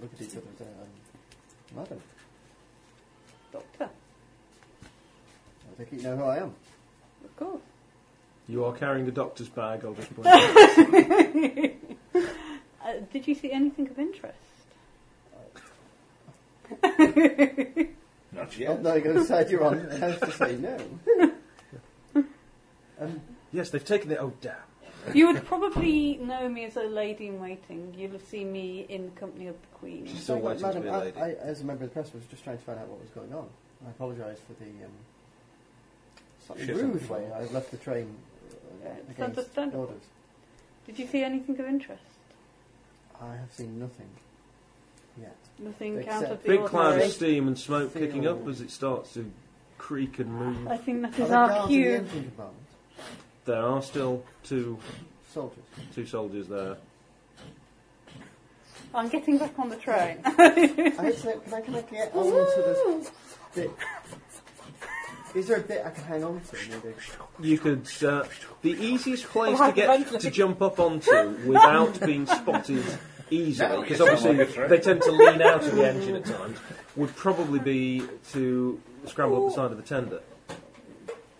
Speaker 5: Look at each other and say, um, Madam,
Speaker 8: Doctor,
Speaker 5: I think you know who I am.
Speaker 8: of course.
Speaker 3: You are carrying a doctor's bag, I'll just point out.
Speaker 8: Uh, did you see anything of interest?
Speaker 4: Not
Speaker 5: Not
Speaker 4: yet.
Speaker 5: knowing whose side you're on, how to say no. um,
Speaker 3: Yes, they've taken it. Oh, damn.
Speaker 8: You would probably know me as a lady in waiting. You'll have seen me in the company of the Queen.
Speaker 3: She's still waiting to
Speaker 5: Madam,
Speaker 3: be a
Speaker 5: I-
Speaker 3: lady.
Speaker 5: I, as a member of the press, was just trying to find out what was going on. I apologise for the um, slightly
Speaker 4: Shit on the
Speaker 5: rude
Speaker 4: floor.
Speaker 5: way I left the train uh,
Speaker 8: Yeah, it's
Speaker 5: against
Speaker 8: understandable.
Speaker 5: orders.
Speaker 8: Did you see anything of interest?
Speaker 5: I have seen nothing yet.
Speaker 8: Nothing
Speaker 5: Except-
Speaker 8: out of the
Speaker 3: Big cloud
Speaker 8: ordinary.
Speaker 3: of steam and smoke
Speaker 5: Feel-
Speaker 3: kicking up as it starts to creak and move.
Speaker 8: I think that
Speaker 5: Are there
Speaker 8: is
Speaker 5: guards
Speaker 8: our
Speaker 5: in The
Speaker 8: cue.
Speaker 5: engine compartment?
Speaker 3: There are still two
Speaker 5: Soldiers.
Speaker 3: two soldiers there.
Speaker 8: I'm getting back on the train.
Speaker 5: I so can I, can I get on to this bit? Is there a bit I can hang on to? Maybe?
Speaker 3: You could. Uh, the easiest place to
Speaker 2: Right,
Speaker 3: get
Speaker 2: eventually.
Speaker 3: to jump up onto without being spotted easily,
Speaker 4: No,
Speaker 3: because
Speaker 4: you sound
Speaker 3: obviously
Speaker 4: like a threat.
Speaker 3: they tend to lean out of the engine at times, would probably be to scramble up the side of the tender.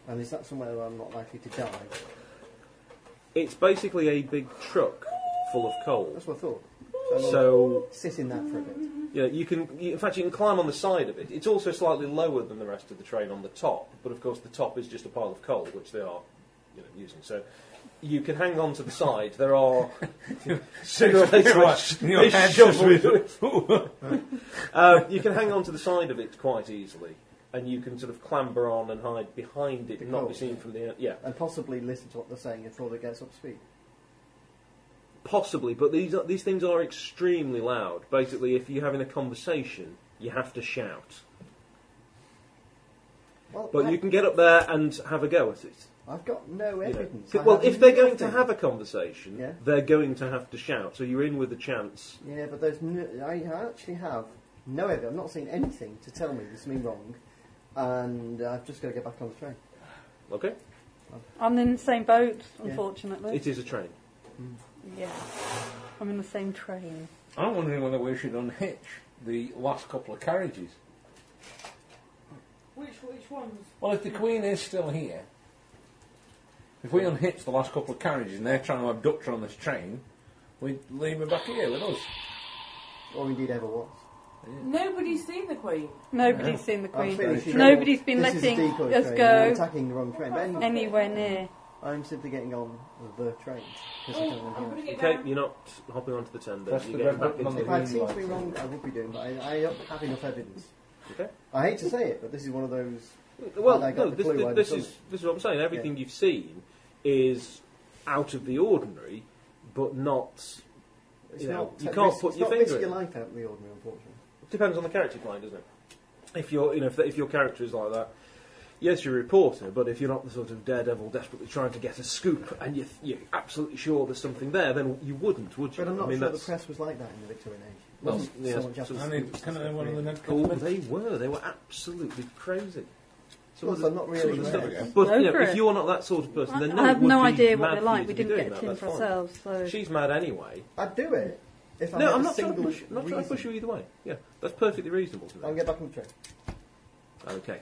Speaker 5: And is that somewhere where I'm not likely to die?
Speaker 3: It's basically a big truck full of coal.
Speaker 5: That's what I thought. So, I'm gonna
Speaker 3: So
Speaker 5: sit in that for a bit.
Speaker 3: yeah, you can. You, in fact, you can climb on the side of it. It's also slightly lower than the rest of the train on the top, but of course the top is just a pile of coal, which they are, you know, using. So. You can hang on to the side. There are
Speaker 4: Right, your
Speaker 3: It's
Speaker 4: hand
Speaker 3: shoveled
Speaker 4: just with-
Speaker 3: Um, you can hang on to the side of it quite easily, and you can sort of clamber on and hide behind it, and not be
Speaker 5: Because-
Speaker 3: seen from the yeah,
Speaker 5: And possibly listen to what they're saying until it gets up to speed.
Speaker 3: possibly. But these are, these things are extremely loud. Basically, if you're having a conversation, you have to shout.
Speaker 5: Well,
Speaker 3: But
Speaker 5: I,
Speaker 3: you can get up there and have a go at it.
Speaker 5: I've got no
Speaker 3: you know.
Speaker 5: evidence. I
Speaker 3: Well,
Speaker 5: have
Speaker 3: if they're going to
Speaker 5: nothing.
Speaker 3: have a conversation,
Speaker 5: Yeah.
Speaker 3: they're going to have to shout. So you're in with a chance.
Speaker 5: Yeah, but there's no, I actually have no evidence. I've not seen anything to tell me this has been wrong, and I've just got to get back on the train.
Speaker 3: Okay,
Speaker 8: I'm in the same boat,
Speaker 5: Yeah.
Speaker 8: unfortunately.
Speaker 3: it is a train.
Speaker 8: Yeah. I'm in the same train.
Speaker 4: I'm wondering whether we should unhitch the last couple of carriages.
Speaker 2: Which which ones?
Speaker 4: Well, if the Queen is still here, if we unhitch the last couple of carriages and they're trying to abduct her on this train, we leave her back here with us.
Speaker 5: Or indeed ever was.
Speaker 2: Nobody's seen the Queen.
Speaker 8: Nobody's seen the
Speaker 5: I'm
Speaker 8: Queen.
Speaker 5: pretty sure
Speaker 8: Nobody's been
Speaker 5: this is a
Speaker 8: letting
Speaker 5: decoy
Speaker 8: us
Speaker 5: train. We're
Speaker 8: go
Speaker 5: attacking the wrong train. But anyway,
Speaker 8: anywhere near.
Speaker 5: I'm simply getting on the train.
Speaker 2: Oh,
Speaker 5: 'cause I don't know how-
Speaker 3: Okay, you're not hopping onto the tender.
Speaker 4: Press
Speaker 3: you're
Speaker 4: the
Speaker 3: getting
Speaker 4: red
Speaker 3: back
Speaker 4: button on
Speaker 3: into
Speaker 4: the
Speaker 5: If I'd seen something wrong, I would be doing, but I, I don't have enough evidence.
Speaker 3: Okay.
Speaker 5: I hate to say it, but this is one of those.
Speaker 3: Well,
Speaker 5: And I got
Speaker 3: no,
Speaker 5: the
Speaker 3: this,
Speaker 5: clue why
Speaker 3: this,
Speaker 5: they've
Speaker 3: is,
Speaker 5: done
Speaker 3: this is what I'm saying. Everything you've seen is out of the ordinary, but not.
Speaker 5: It's
Speaker 3: Yeah,
Speaker 5: not
Speaker 3: you
Speaker 5: it's
Speaker 3: can't
Speaker 5: risk-
Speaker 3: put
Speaker 5: it's
Speaker 3: your
Speaker 5: not
Speaker 3: finger
Speaker 5: risk
Speaker 3: in.
Speaker 5: your life out in the ordinary, unfortunately.
Speaker 3: Depends on the character you play, doesn't it? If you're, you know, if, if your character is like that, yes, you're a reporter, but if you're not the sort of daredevil desperately trying to get a scoop, and you're, you're absolutely sure there's something there, then you wouldn't, would you?
Speaker 5: But I'm not
Speaker 3: I mean,
Speaker 5: sure the
Speaker 3: that's-
Speaker 5: press was like that in the Victorian age. It
Speaker 3: Well,
Speaker 5: wasn't
Speaker 3: yes,
Speaker 5: so much after
Speaker 3: so-
Speaker 4: I need, can I one of the next
Speaker 3: Oh, they were. They were absolutely crazy. Some of
Speaker 5: Plus,
Speaker 3: the-
Speaker 5: I'm not
Speaker 3: some of
Speaker 5: really
Speaker 3: the
Speaker 5: aware.
Speaker 3: stuff- But you know,
Speaker 8: Over
Speaker 3: if
Speaker 8: it.
Speaker 3: you're not that sort of person, then no,
Speaker 8: I
Speaker 3: it
Speaker 8: have
Speaker 3: would
Speaker 8: no
Speaker 3: be
Speaker 8: idea
Speaker 3: mad
Speaker 8: what they're
Speaker 3: for you
Speaker 8: like.
Speaker 3: to
Speaker 8: We
Speaker 3: be
Speaker 8: didn't
Speaker 3: doing
Speaker 8: get
Speaker 3: that,
Speaker 8: it in
Speaker 3: that's
Speaker 8: for
Speaker 3: fine.
Speaker 8: ourselves, so
Speaker 3: She's mad anyway.
Speaker 5: I'd do it if I
Speaker 3: No,
Speaker 5: had
Speaker 3: I'm
Speaker 5: a
Speaker 3: not trying to
Speaker 5: single
Speaker 3: push. Not trying to push you either way. Yeah, that's perfectly reasonable to
Speaker 5: I'll
Speaker 3: me.
Speaker 5: get back on the train.
Speaker 3: Okay.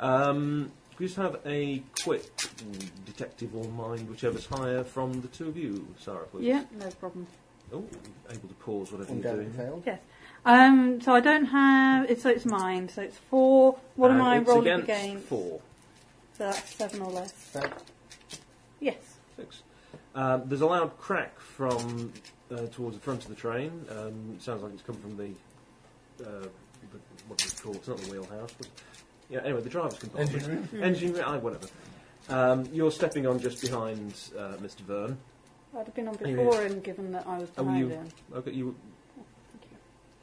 Speaker 3: Um, can we just have a quick mm, detective or mind, whichever's higher, from the two of you, Sarah, please.
Speaker 8: yeah, no problem.
Speaker 3: Oh, able to pause whatever
Speaker 5: One
Speaker 3: you're
Speaker 5: down
Speaker 3: doing.
Speaker 5: failed.
Speaker 8: Yes. Um, so I don't have. It's, so it's mine. So it's four. What am
Speaker 3: And
Speaker 8: I
Speaker 3: Uh, it's
Speaker 8: rolling
Speaker 3: against?
Speaker 8: against?
Speaker 3: Four,
Speaker 8: So that's seven or less.
Speaker 5: Failed.
Speaker 8: Yes.
Speaker 3: six. Um, there's a loud crack from uh, towards the front of the train. Um, sounds like it's come from the, uh, the what do you call it? It's not the wheelhouse, but yeah. Anyway, the driver's compartment.
Speaker 4: Engine room?
Speaker 3: Engine, ah, whatever. Um, you're stepping on just behind uh, Mr. Verne.
Speaker 8: I'd have been on
Speaker 3: Oh, Yeah, yeah.
Speaker 8: before him, given that I was
Speaker 3: Oh,
Speaker 8: behind
Speaker 3: you-
Speaker 8: him.
Speaker 3: Okay, you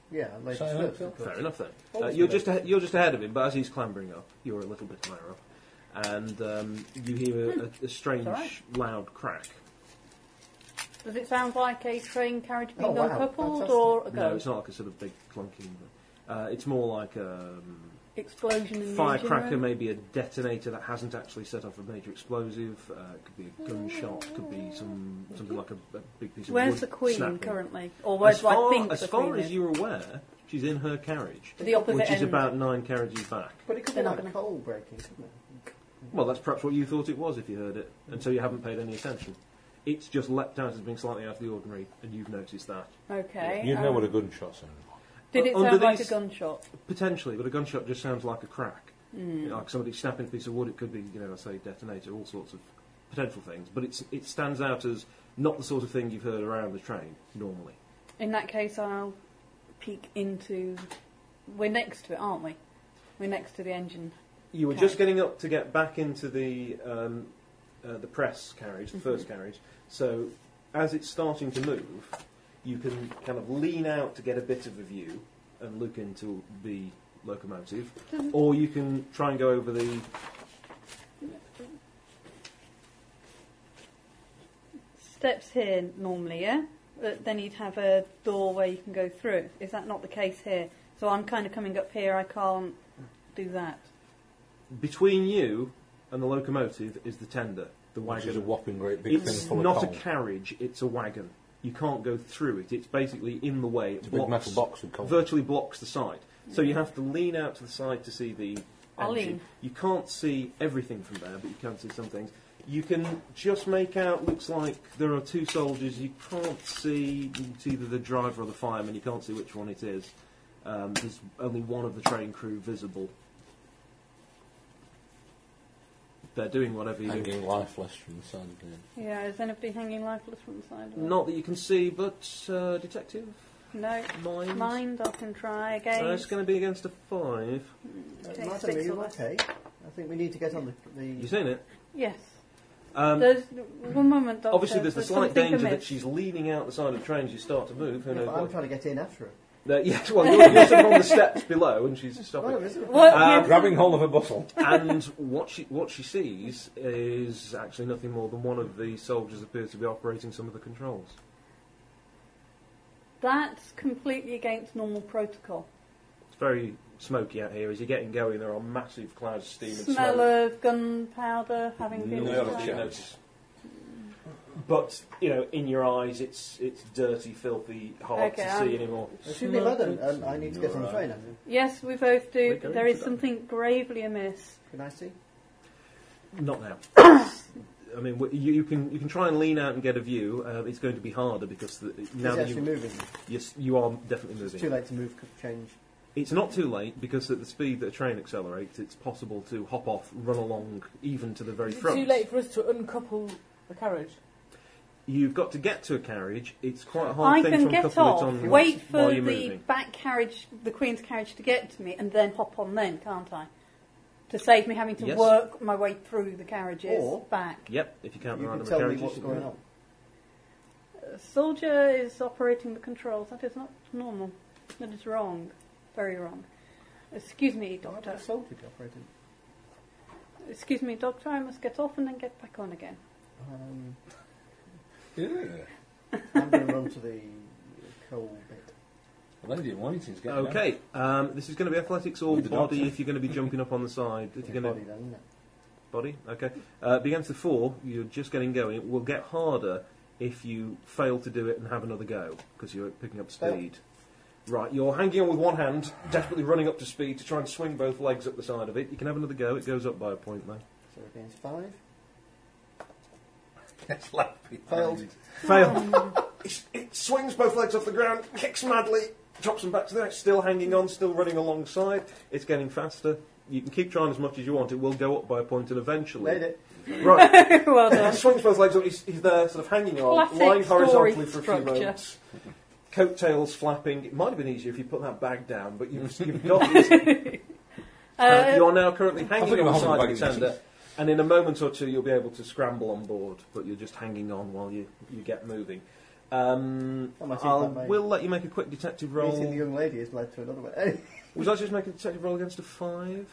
Speaker 5: Yeah, ladies
Speaker 4: Sorry,
Speaker 5: first,
Speaker 4: Phil.
Speaker 5: of course.
Speaker 3: fair enough then. Uh,
Speaker 5: Always
Speaker 3: you're
Speaker 5: good.
Speaker 3: just ahe- you're just ahead of him, but as he's clambering up, you're a little bit higher up, and um, you hear a, a, a strange,
Speaker 8: alright.
Speaker 3: loud crack.
Speaker 8: Does it sound like a train carriage being
Speaker 5: Oh, wow.
Speaker 8: uncoupled
Speaker 5: Fantastic.
Speaker 8: or a
Speaker 3: No,
Speaker 8: go?
Speaker 3: it's not like a sort of big clunking. Uh, it's more like um,
Speaker 8: Explosion in the engine
Speaker 3: firecracker,
Speaker 8: room?
Speaker 3: maybe a detonator that hasn't actually set off a major explosive. Uh, it could be a gunshot. Could be some something like a, a big piece of
Speaker 8: Where's
Speaker 3: wood
Speaker 8: the Queen
Speaker 3: snapping.
Speaker 8: currently? Or where's
Speaker 3: as far,
Speaker 8: I think
Speaker 3: as,
Speaker 8: the
Speaker 3: far
Speaker 8: Queen
Speaker 3: as
Speaker 8: is?
Speaker 3: you're aware, she's in her carriage,
Speaker 8: The opposite
Speaker 3: which is
Speaker 8: end.
Speaker 3: about nine carriages back.
Speaker 5: But it could be
Speaker 8: They're not
Speaker 5: like
Speaker 8: gonna-
Speaker 5: coal breaking, couldn't it?
Speaker 3: Well, that's perhaps what you thought it was if you heard it, and so you haven't paid any attention. It's just leapt out as being slightly out of the ordinary, and you've noticed that.
Speaker 8: Okay.
Speaker 4: You'd know
Speaker 8: um,
Speaker 4: what a gunshot sounded like.
Speaker 8: Did it
Speaker 3: Under
Speaker 8: sound like a
Speaker 3: these-
Speaker 8: gunshot?
Speaker 3: Potentially, but a gunshot just sounds like a crack. You know, like somebody snapping a piece of wood, it could be, you know, I say detonator, all sorts of potential things, but it's, it stands out as not the sort of thing you've heard around the train normally.
Speaker 8: In that case, I'll peek into. We're next to it, aren't we? We're next to the engine.
Speaker 3: You were
Speaker 8: Okay.
Speaker 3: just getting up to get back into the um, uh, the press carriage, the first carriage. So as it's starting to move, you can kind of lean out to get a bit of a view and look into the locomotive, or you can try and go over the.
Speaker 8: Steps here normally, yeah? But then you'd have a door where you can go through. Is that not the case here? So I'm kind of coming up here, I can't do that.
Speaker 3: Between you and the locomotive is the tender, the
Speaker 4: Which is a
Speaker 3: wagon.
Speaker 4: whopping great big
Speaker 3: It's
Speaker 4: thing full
Speaker 3: not
Speaker 4: of
Speaker 3: a
Speaker 4: coal.
Speaker 3: carriage; it's a wagon. You can't go through it. It's basically in the way. It
Speaker 4: It's a big
Speaker 3: blocks
Speaker 4: metal box with coal.
Speaker 3: virtually blocks the side. So you have to lean out to the side to see the
Speaker 8: I'll
Speaker 3: engine.
Speaker 8: lean.
Speaker 3: You can't see everything from there, but you can see some things. You can just make out, looks like there are two soldiers. You can't see, it's either the driver or the fireman, you can't see which one it is. Um, there's only one of the train crew visible. They're doing whatever you do.
Speaker 4: hanging lifeless from the side of the
Speaker 8: Yeah, is anybody hanging lifeless from the side? of it?
Speaker 3: Not that you can see, but uh, detective,
Speaker 8: No.
Speaker 3: mind.
Speaker 8: Mind, I can try again.
Speaker 3: Uh, it's going to be against a five.
Speaker 5: Uh,
Speaker 8: Takes
Speaker 5: Madam, are
Speaker 8: six
Speaker 5: you
Speaker 8: of us.
Speaker 5: okay? I think we need to get on the.
Speaker 3: You
Speaker 5: the
Speaker 3: seen it?
Speaker 8: Yes.
Speaker 3: Um,
Speaker 8: there's one moment, Doctor.
Speaker 3: Obviously, there's the slight
Speaker 8: something
Speaker 3: danger that
Speaker 8: amiss.
Speaker 3: she's leaning out the side of the train as you start to move. Who
Speaker 5: Yeah,
Speaker 3: knows
Speaker 5: but I'm
Speaker 3: what?
Speaker 5: trying to get in after her.
Speaker 3: No, yes, well, you're, you're sort of on the steps below, and she's
Speaker 5: Oh,
Speaker 3: stopping.
Speaker 5: is it?
Speaker 8: What?
Speaker 3: Um,
Speaker 4: Uh, Grabbing hold of a bottle.
Speaker 3: and what she what she sees is actually nothing more than one of the soldiers appears to be operating some of the controls.
Speaker 8: That's completely against normal protocol.
Speaker 3: It's very smoky out here. As you're getting going, there are massive clouds of steam and
Speaker 8: Smell
Speaker 3: smoke.
Speaker 8: of gunpowder having been.
Speaker 3: No,
Speaker 8: tried.
Speaker 3: I don't notice. But you know, in your eyes, it's it's dirty, filthy, hard
Speaker 8: Okay,
Speaker 3: to
Speaker 8: I'm-
Speaker 3: see anymore.
Speaker 5: Excuse me, madam. Um, I need to get on the
Speaker 4: You're right.
Speaker 5: train. I think.
Speaker 8: Yes, we both
Speaker 3: We're
Speaker 8: do.
Speaker 3: going
Speaker 8: There
Speaker 3: to
Speaker 8: is
Speaker 3: that.
Speaker 8: something gravely amiss.
Speaker 5: Can I see?
Speaker 3: Not now. I mean, w- you, you can you can try and lean out and get a view. Uh, it's going to be harder because the, now
Speaker 5: It's
Speaker 3: that
Speaker 5: actually
Speaker 3: you
Speaker 5: moving.
Speaker 3: yes, you are definitely
Speaker 5: It's
Speaker 3: moving.
Speaker 5: too late to move, change.
Speaker 3: It's not too late because at the speed that a train accelerates, it's possible to hop off, run along, even to the very
Speaker 2: Is it
Speaker 3: front.
Speaker 2: too late for us to uncouple the carriage?
Speaker 3: You've got to get to a carriage. It's quite a hard
Speaker 8: I
Speaker 3: thing
Speaker 8: can
Speaker 3: to
Speaker 8: get
Speaker 3: uncouple
Speaker 8: off,
Speaker 3: it on
Speaker 8: wait
Speaker 3: while
Speaker 8: for the
Speaker 3: you're moving.
Speaker 8: back carriage, the Queen's carriage to get to me, and then hop on then, can't I? To save me having to
Speaker 3: Yes.
Speaker 8: work my way through the carriages
Speaker 5: Or-
Speaker 8: back.
Speaker 3: Yep, if you can't
Speaker 5: You
Speaker 3: run
Speaker 5: can
Speaker 3: on the
Speaker 5: tell me
Speaker 3: carriage,
Speaker 5: what's going on.
Speaker 8: A soldier is operating the controls. That is not normal. That is wrong. Very wrong. Excuse me, Doctor.
Speaker 5: Soldier operating.
Speaker 8: Excuse me, Doctor. I must get off and then get back on again.
Speaker 5: Um,
Speaker 4: Yeah.
Speaker 5: I'm going to run to the coal bit.
Speaker 4: The lady in whiting's getting out.
Speaker 3: Okay, um, this is going to be athletics or
Speaker 4: With the
Speaker 3: body
Speaker 4: doctor.
Speaker 3: if you're going to be jumping up on the side. If
Speaker 5: Yeah,
Speaker 3: you're going to
Speaker 5: body then, isn't it?
Speaker 3: Body, okay. Uh, begins to four, you're just getting going. It will get harder if you fail to do it and have another go, because you're picking up speed. Right, you're hanging on with one hand, desperately running up to speed to try and swing both legs up the side of it. You can have another go, it goes up by a point though.
Speaker 5: So against five.
Speaker 4: It's left behind.
Speaker 5: Failed.
Speaker 3: Fail. it, it swings both legs off the ground, kicks madly, drops them back to the next, still hanging on, still running alongside. It's getting faster. You can keep trying as much as you want, it will go up by a point and eventually.
Speaker 5: Made it.
Speaker 3: Right,
Speaker 8: well
Speaker 3: He
Speaker 8: done.
Speaker 3: swings both legs up. He's, he's there, sort of hanging on,
Speaker 8: Classic
Speaker 3: lying horizontally for
Speaker 8: story
Speaker 3: a few
Speaker 8: structure.
Speaker 3: moments. Coattails flapping. It might have been easier if you put that bag down, but you've, you've got it. Uh, you
Speaker 8: Uh,
Speaker 3: are now currently
Speaker 4: think
Speaker 3: hanging
Speaker 4: I'm
Speaker 3: on the
Speaker 4: holding
Speaker 3: side
Speaker 4: the
Speaker 3: of the
Speaker 4: bag in
Speaker 3: tender, and in a moment or two you'll be able to scramble on board, but you're just hanging on while you, you get moving. Um,
Speaker 5: I might eat
Speaker 3: I'll,
Speaker 5: that, mate.
Speaker 3: we'll let you make a quick detective
Speaker 5: Meeting the
Speaker 3: roll.
Speaker 5: young lady has led to another way.
Speaker 3: Would I just make a detective roll against a five?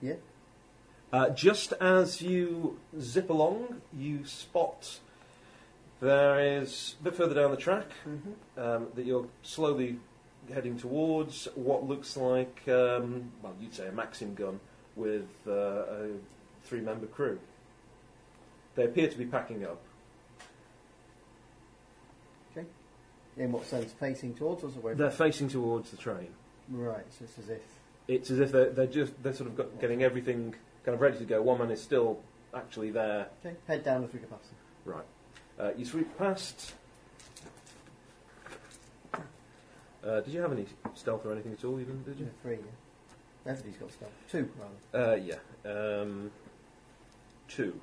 Speaker 5: yeah.
Speaker 3: Uh, just as you zip along, you spot there is a bit further down the track
Speaker 8: Mm-hmm.
Speaker 5: Mhm.
Speaker 3: um, that you're slowly heading towards what looks like, um, well, you'd say a Maxim gun with uh, a three member crew. They appear to be packing up.
Speaker 5: In what sense? Facing towards us or away? from
Speaker 3: They're facing towards the train.
Speaker 5: Right. So it's as if.
Speaker 3: It's as if they're, they're just they're sort of got, getting everything kind of ready to go. One man is still actually there
Speaker 5: Okay. Head down as we go past them.
Speaker 3: Right. Uh, you sweep past. Uh, did you have any stealth or anything at all? You didn't, did you?
Speaker 5: Three. Yeah. Everybody's got stuff. Two, rather.
Speaker 3: Uh, yeah. Um, two.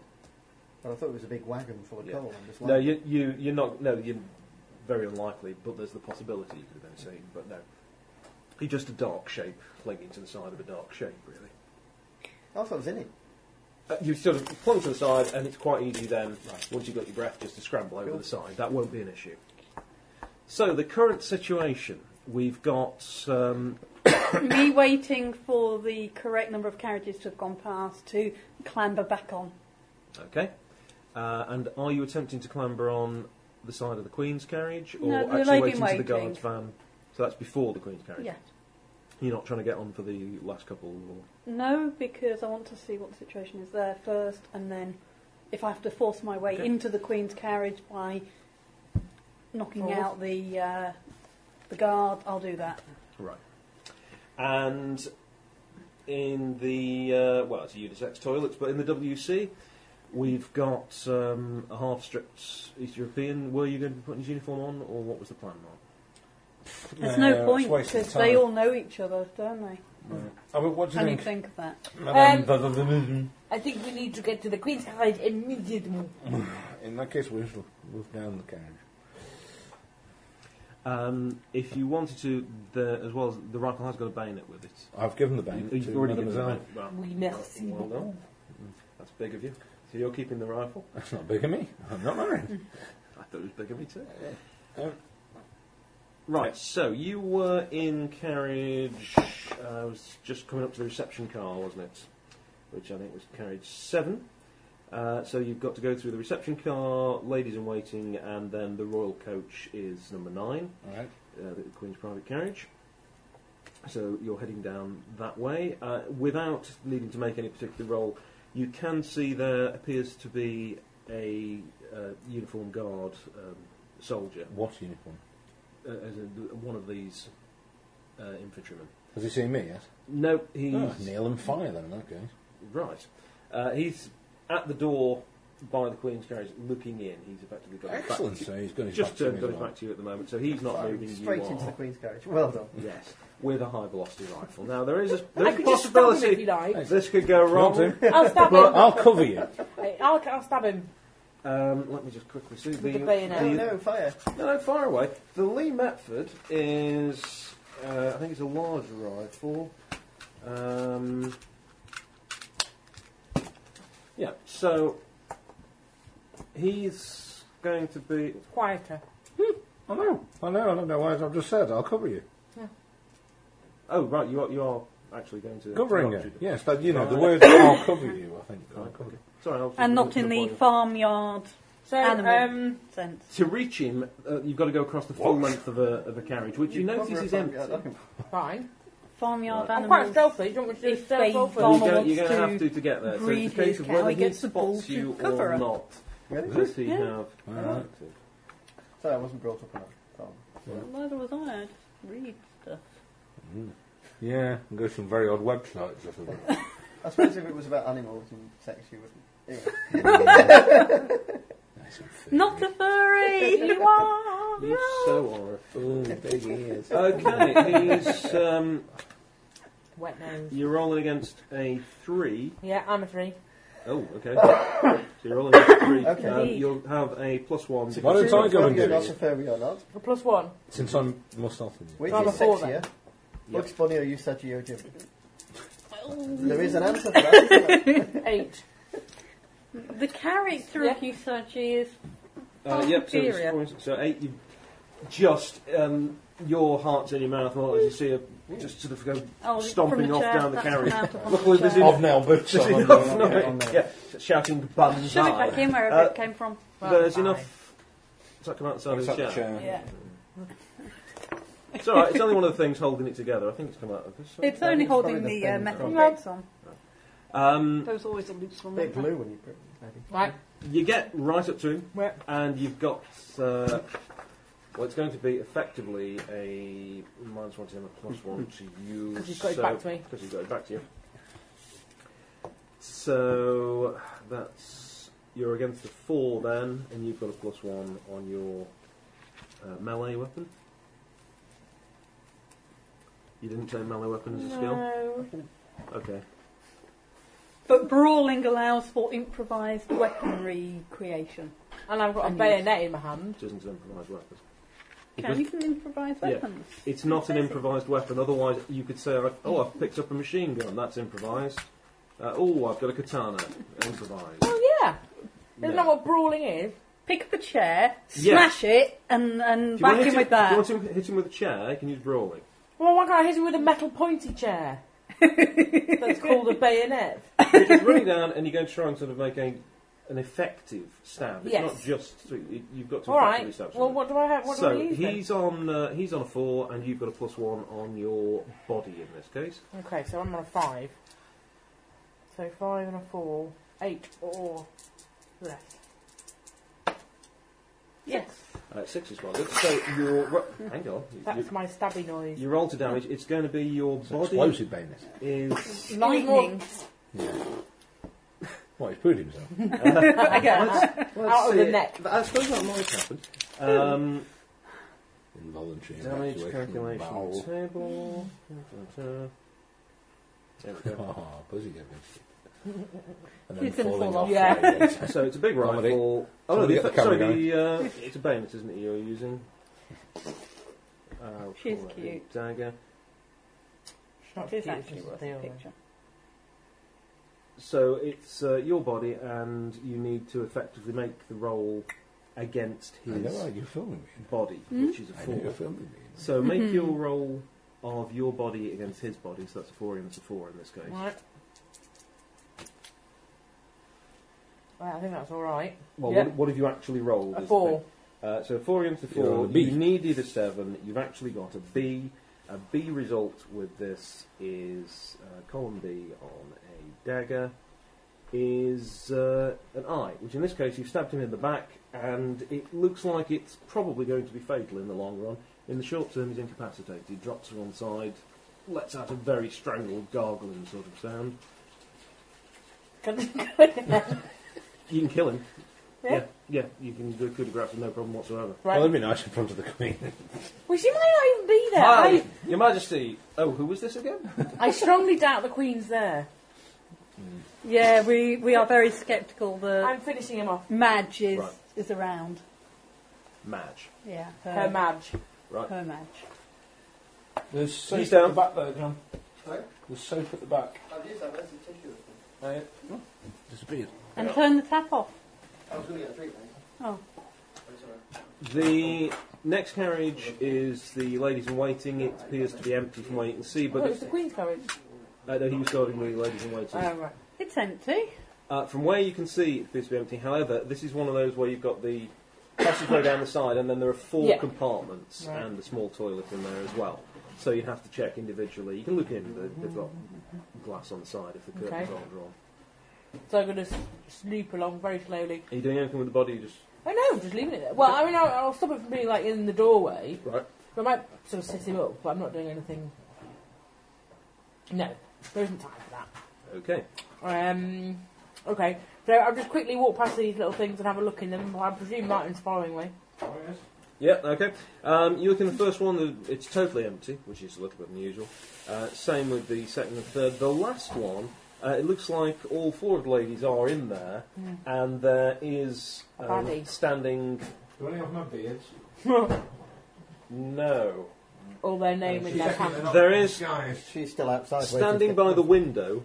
Speaker 5: But I thought it was a big wagon full of
Speaker 3: Yeah.
Speaker 5: coal. I'm just
Speaker 3: No,
Speaker 5: like,
Speaker 3: you, you, you're not. No, you're very unlikely, but there's the possibility you could have been seen, but no. He's just a dark shape clinging to the side of a dark shape, really.
Speaker 5: I thought it was in it.
Speaker 3: Uh, you sort of plunk to the side, and it's quite easy then, once you've got your breath, just to scramble over the side. That won't be an issue. So, the current situation we've got um,
Speaker 8: Uh, Me waiting for the correct number of carriages to have gone past to clamber back on.
Speaker 3: Okay. Uh, and are you attempting to clamber on the side of the Queen's carriage or
Speaker 8: No, the
Speaker 3: actually
Speaker 8: lady
Speaker 3: waiting for the
Speaker 8: waiting.
Speaker 3: guard's van? So that's before the Queen's carriage.
Speaker 8: Yeah.
Speaker 3: You're not trying to get on for the last couple or.
Speaker 8: No, because I want to see what the situation is there first, and then if I have to force my way
Speaker 3: Okay.
Speaker 8: into the Queen's carriage by knocking
Speaker 2: Forward.
Speaker 8: out the uh, the guard, I'll do that.
Speaker 3: Right. And in the, uh, well, it's a unisex toilets, but in the WC, we've got um, a half stripped East European. Were you going to be putting his uniform on or what was the plan, Mark?
Speaker 8: There's
Speaker 4: Yeah,
Speaker 8: no,
Speaker 4: it's
Speaker 8: point
Speaker 4: wasted
Speaker 8: because they
Speaker 4: time.
Speaker 8: all know each other, don't they?
Speaker 4: Oh, but what do you
Speaker 8: Can you
Speaker 4: think?
Speaker 8: think of that?
Speaker 4: Madame
Speaker 2: Um,
Speaker 4: Vavillion?
Speaker 2: I think we need to get to the Queen's carriage immediately.
Speaker 4: In that case, we'll just move down the carriage.
Speaker 3: Um, if you wanted to, the, as well as the rifle has got a bayonet with it.
Speaker 4: I've given the bank
Speaker 3: You've
Speaker 4: to
Speaker 3: already given
Speaker 4: Mademoiselle.
Speaker 3: them that.
Speaker 2: We merci.
Speaker 3: Well done. That's big of you. So you're keeping the rifle?
Speaker 4: That's not big of me. I'm not married.
Speaker 3: I thought it was big of me too.
Speaker 4: Um,
Speaker 3: Right, so you were in carriage. I was just coming up to the reception car, wasn't it? Which I think was carriage seven. Uh, so you've got to go through the reception car, ladies in waiting, and then the royal coach is number nine,
Speaker 4: all right.
Speaker 3: uh, the Queen's private carriage. So you're heading down that way. Uh, without needing to make any particular roll, you can see there appears to be a uh, uniformed guard um, soldier
Speaker 4: What uniform?
Speaker 3: uh, as a, one of these uh, infantrymen.
Speaker 4: Has he seen me yet?
Speaker 3: No, he's
Speaker 4: Oh, kneel and fire then, in that case.
Speaker 3: right. Uh, he's at the door by the Queen's carriage, looking in. He's effectively got his
Speaker 4: Excellent.
Speaker 3: Back
Speaker 4: So he's got his
Speaker 3: just
Speaker 4: back to
Speaker 3: turned-
Speaker 4: me
Speaker 3: got
Speaker 4: as
Speaker 3: his
Speaker 4: well.
Speaker 3: back to you at the moment, so he's not
Speaker 5: Firing
Speaker 3: moving. you
Speaker 5: straight
Speaker 3: are.
Speaker 5: into the Queen's carriage. Well done.
Speaker 3: Yes, with a high velocity rifle. Now there is a
Speaker 2: I
Speaker 3: there's a
Speaker 2: could just stab him if
Speaker 3: possibility
Speaker 2: you like.
Speaker 3: this could go
Speaker 4: Well,
Speaker 3: wrong.
Speaker 4: do.
Speaker 2: I'll stab
Speaker 4: Well,
Speaker 2: him.
Speaker 4: I'll cover you.
Speaker 2: Hey, I'll, I'll stab him.
Speaker 3: Um, let me just quickly see the,
Speaker 2: the bayonet.
Speaker 5: Oh,
Speaker 3: the-
Speaker 5: no, fire.
Speaker 3: No, no, far away. The Lee Metford is, uh, I think it's a large rifle. Um, yeah, so he's going to be.
Speaker 2: Quieter.
Speaker 4: I know. I know. I don't know why I've just said. I'll cover you.
Speaker 3: Oh, right, you are, you are actually going to.
Speaker 4: Covering
Speaker 3: to
Speaker 4: you.
Speaker 3: shoot him.
Speaker 4: Yes, but you know, the
Speaker 3: Right.
Speaker 4: word I'll cover you, I think. I'll
Speaker 3: Right,
Speaker 4: cover
Speaker 3: okay.
Speaker 4: you.
Speaker 3: Sorry, I was
Speaker 8: And not
Speaker 3: to
Speaker 8: in the
Speaker 3: point.
Speaker 8: farmyard
Speaker 2: So,
Speaker 8: Animal.
Speaker 2: um,
Speaker 8: sense.
Speaker 3: To reach him, uh, you've got to go across the full length of a, of a carriage, which you,
Speaker 5: You'd
Speaker 3: notice
Speaker 5: cover
Speaker 3: is
Speaker 5: a
Speaker 3: empty.
Speaker 5: fire- I can-
Speaker 2: fine.
Speaker 3: Right.
Speaker 8: Farmyard
Speaker 2: I'm
Speaker 8: animals.
Speaker 2: quite stealthy. Do you want me to do
Speaker 8: If they
Speaker 2: stealth roll
Speaker 3: But
Speaker 2: first?
Speaker 8: farm-
Speaker 3: you're
Speaker 8: Farmer
Speaker 3: going to
Speaker 8: wants
Speaker 3: have to to get there. So
Speaker 8: breed
Speaker 3: it's a case
Speaker 8: his
Speaker 3: of
Speaker 8: cow,
Speaker 3: whether
Speaker 8: he gets the ball
Speaker 3: spots
Speaker 8: to
Speaker 3: you
Speaker 8: cover
Speaker 3: or
Speaker 8: her.
Speaker 3: not.
Speaker 5: Really?
Speaker 3: Does he
Speaker 8: Yeah. Oh,
Speaker 3: have?
Speaker 4: Alright.
Speaker 5: Sorry, I wasn't brought up on a farm.
Speaker 8: Neither was I. I just read stuff.
Speaker 4: Yeah, and go to some very odd websites. I think.
Speaker 5: I suppose if it was about animals and sex, you wouldn't. Anyway.
Speaker 4: Nice and thick.
Speaker 8: Not a furry. you are.
Speaker 3: You so are. a
Speaker 8: Oh,
Speaker 4: Ooh, big ears.
Speaker 3: Okay, he's. Um,
Speaker 2: Wet nose.
Speaker 3: you're rolling against a three.
Speaker 2: Yeah, I'm a three.
Speaker 3: Oh, okay. so you're rolling against a three.
Speaker 5: Okay.
Speaker 3: Um, you'll have a plus one.
Speaker 4: Why don't I go and
Speaker 5: You're
Speaker 4: do
Speaker 5: not a
Speaker 4: it?
Speaker 5: fairy or not.
Speaker 2: A plus one.
Speaker 4: Since I'm more stealthy than you.
Speaker 5: Which
Speaker 2: I'm
Speaker 5: is
Speaker 2: a four then.
Speaker 5: sexier?
Speaker 3: Yeah.
Speaker 5: Bugs Bunny or Usagi Jim?
Speaker 8: Oh,
Speaker 5: There is an answer for that. Isn't there?
Speaker 2: Eight.
Speaker 8: The character of Usagi is
Speaker 3: Uh, yep. So,
Speaker 8: Inferior.
Speaker 3: it's, so eight. You just um, your heart's in your mouth. Well, as you see her just sort of go
Speaker 8: oh,
Speaker 3: stomping
Speaker 8: from the
Speaker 3: off
Speaker 8: chair,
Speaker 3: down the
Speaker 8: that's
Speaker 3: carriage.
Speaker 8: from out of
Speaker 3: Luckily,
Speaker 8: the
Speaker 3: there's
Speaker 8: chair.
Speaker 4: I've now boots
Speaker 3: There's
Speaker 4: on.
Speaker 3: enough
Speaker 5: no, no,
Speaker 3: noise.
Speaker 5: no.
Speaker 3: Yeah, shouting banzai.
Speaker 8: Shove it back in wherever
Speaker 3: Uh,
Speaker 8: it came from.
Speaker 3: There's
Speaker 2: Well,
Speaker 3: enough. Does that come outside of
Speaker 4: It's
Speaker 3: the
Speaker 4: up the
Speaker 3: chair?
Speaker 4: chair.
Speaker 8: Yeah.
Speaker 3: It's all right. It's only one of the things holding it together. I think it's come out of this.
Speaker 8: It's only
Speaker 5: it's probably
Speaker 8: holding
Speaker 5: the
Speaker 8: the uh,
Speaker 5: thing
Speaker 8: metal
Speaker 3: from-
Speaker 8: plates on.
Speaker 3: Um,
Speaker 8: There's always a loose one.
Speaker 5: Bit
Speaker 8: isn't there?
Speaker 5: glue when you put it, maybe.
Speaker 2: Right.
Speaker 3: you get right up to him,
Speaker 2: Where?
Speaker 3: and you've got uh, well, it's going to be effectively a minus one to him, a plus one to you.
Speaker 2: 'Cause he's got his back to me.
Speaker 3: Because he's got his back to you. So that's you're against a four then, and you've got a plus one on your uh, melee weapon. You didn't say melee weapon as a skill?
Speaker 7: No.
Speaker 3: Okay.
Speaker 8: But brawling allows for improvised weaponry creation.
Speaker 2: And I've got a
Speaker 8: And
Speaker 2: bayonet in my hand.
Speaker 3: It isn't an improvised weapon.
Speaker 8: Can
Speaker 3: Because
Speaker 8: you can improvise
Speaker 3: Yeah.
Speaker 8: weapons?
Speaker 3: it's not an improvised weapon, otherwise you could say, like, oh, I've picked up a machine gun, that's improvised. Uh, oh, I've got a katana, improvised.
Speaker 2: Oh yeah.
Speaker 3: No.
Speaker 2: Isn't that what brawling is?
Speaker 8: Pick up a chair,
Speaker 3: Yeah.
Speaker 8: smash it, and, and
Speaker 3: If you wanna
Speaker 8: back
Speaker 3: hit
Speaker 8: him with
Speaker 3: If
Speaker 8: that.
Speaker 3: you want to hit him with a chair, you can use brawling.
Speaker 2: Well, why can't I hit him with a metal pointy chair? That's called a bayonet.
Speaker 3: You're just running down and you're going to try and sort of make a, an effective stab. It's
Speaker 2: Yes.
Speaker 3: not just to, you- you've got to
Speaker 2: All
Speaker 3: effectively
Speaker 2: right.
Speaker 3: stab
Speaker 2: Well,
Speaker 3: someone.
Speaker 2: what do I have? What
Speaker 3: so
Speaker 2: do I use then?
Speaker 3: he's on uh, he's on a four, and you've got a plus one on your body in this case.
Speaker 2: Okay, so I'm on a five. So five and a four, eight or less.
Speaker 8: Yes.
Speaker 3: Uh, six is one. So your ro- hang on,
Speaker 2: That's
Speaker 3: your,
Speaker 2: my stabby noise.
Speaker 3: your roll to damage. It's going to be your
Speaker 10: It's an
Speaker 3: body
Speaker 10: explosive bayonet.
Speaker 3: is
Speaker 8: Lightning.
Speaker 10: Yeah. well, he's proved himself.
Speaker 2: Out of the neck.
Speaker 3: I suppose that might happen. Um,
Speaker 10: Involuntary
Speaker 3: damage
Speaker 10: evacuation
Speaker 3: calculation
Speaker 10: bowel.
Speaker 3: table. Da, da, da. There we go.
Speaker 10: Oh, pussy gonna And
Speaker 8: He's gonna
Speaker 10: falling
Speaker 8: fall off.
Speaker 2: Yeah.
Speaker 10: later.
Speaker 3: So it's a big
Speaker 10: Somebody-
Speaker 3: rifle. Oh no,
Speaker 10: somebody
Speaker 3: the,
Speaker 10: get the
Speaker 3: sorry,
Speaker 10: camera
Speaker 3: the, uh, it's a bayonet, isn't it? You're using. Uh, we'll
Speaker 8: She's
Speaker 3: call that a
Speaker 8: cute.
Speaker 3: Dagger.
Speaker 8: That is actually worth a picture.
Speaker 3: So it's uh, your body, and you need to effectively make the roll against
Speaker 10: I know,
Speaker 3: his
Speaker 10: you're filming me.
Speaker 3: body,
Speaker 8: Hmm?
Speaker 3: which is a
Speaker 10: I know you're
Speaker 3: four.
Speaker 10: filming me.
Speaker 3: So make
Speaker 2: Hmm.
Speaker 8: Mhm.
Speaker 3: your roll of your body against his body. So that's a four against a four in this case.
Speaker 2: Right. Well, I think that's all right.
Speaker 3: Well,
Speaker 2: Yeah.
Speaker 3: what, what have you actually rolled?
Speaker 2: A
Speaker 3: is the
Speaker 2: four.
Speaker 3: thing. Uh, so four against a
Speaker 10: You're
Speaker 3: four.
Speaker 10: on a B.
Speaker 3: You needed a seven. You've actually got a B. A B result with this is uh, column B on a dagger is uh, an eye, which in this case you've stabbed him in the back, and it looks like it's probably going to be fatal in the long run. In the short term, he's incapacitated. He drops to one side, lets out a very strangled, gargling sort of sound. You can kill him.
Speaker 2: Yeah.
Speaker 3: yeah, yeah, you can do a coup de grace with no problem whatsoever.
Speaker 10: Well,
Speaker 2: right.
Speaker 10: that'd be nice in front of the Queen.
Speaker 2: Well, she might not even be there.
Speaker 3: Hi,
Speaker 2: I,
Speaker 3: Your Majesty. Oh, who was this again?
Speaker 2: I strongly doubt the Queen's there.
Speaker 8: Yeah, we, we are very sceptical that
Speaker 2: I'm finishing him off.
Speaker 8: Madge is,
Speaker 3: Right.
Speaker 8: is around.
Speaker 3: Madge.
Speaker 8: Yeah,
Speaker 3: Uh,
Speaker 8: her,
Speaker 2: Her madge.
Speaker 3: Right.
Speaker 8: her Madge.
Speaker 4: There's soap
Speaker 3: He's down.
Speaker 4: at the back there, John.
Speaker 5: Sorry?
Speaker 4: There's soap at the back.
Speaker 5: I've used that. Where's the tissue?
Speaker 10: Disappeared.
Speaker 8: And turn the tap off.
Speaker 5: I was going to get a drink,
Speaker 8: Oh,
Speaker 3: The next carriage is the ladies in waiting. It appears to be empty from what you can see,
Speaker 2: Oh,
Speaker 3: but
Speaker 2: it was
Speaker 3: it's,
Speaker 2: the Queen's carriage.
Speaker 3: uh, no, he was guarding the ladies in waiting.
Speaker 2: Oh, right.
Speaker 8: it's empty.
Speaker 3: Uh, from where you can see, it appears to be empty. However, this is one of those where you've got the passageway down the side, and then there are four
Speaker 2: Yeah.
Speaker 3: compartments
Speaker 2: Right.
Speaker 3: and a small toilet in there as well. So you have to check individually. You can look in; they- they've got glass on the side if the curtains
Speaker 2: Okay.
Speaker 3: aren't drawn.
Speaker 2: So I'm going to snoop along very slowly.
Speaker 3: Are you doing anything with the body? You just
Speaker 2: Oh no, I'm just leaving it there. Well, I mean, I'll, I'll stop it from being like in the doorway.
Speaker 3: right?
Speaker 2: I might sort of set him up, but I'm not doing anything. No, there isn't time for
Speaker 3: Okay.
Speaker 2: that. Um, okay, so I'll just quickly walk past these little things and have a look in them. I presume Martin's following me.
Speaker 3: Yeah, okay. Um, you look in the first one, the- it's totally empty, which is a little bit unusual. Uh, same with the second and third. The last one, uh, it looks like all four of the ladies are in there,
Speaker 2: Hmm.
Speaker 3: and there is
Speaker 2: A
Speaker 3: um,
Speaker 2: baddie.
Speaker 3: standing.
Speaker 4: Do any of my beards?
Speaker 3: No.
Speaker 2: All
Speaker 3: Uh,
Speaker 2: their name in their hand.
Speaker 3: There is
Speaker 4: Guys.
Speaker 5: She's still outside. waiting
Speaker 3: standing
Speaker 5: to-
Speaker 3: by the window,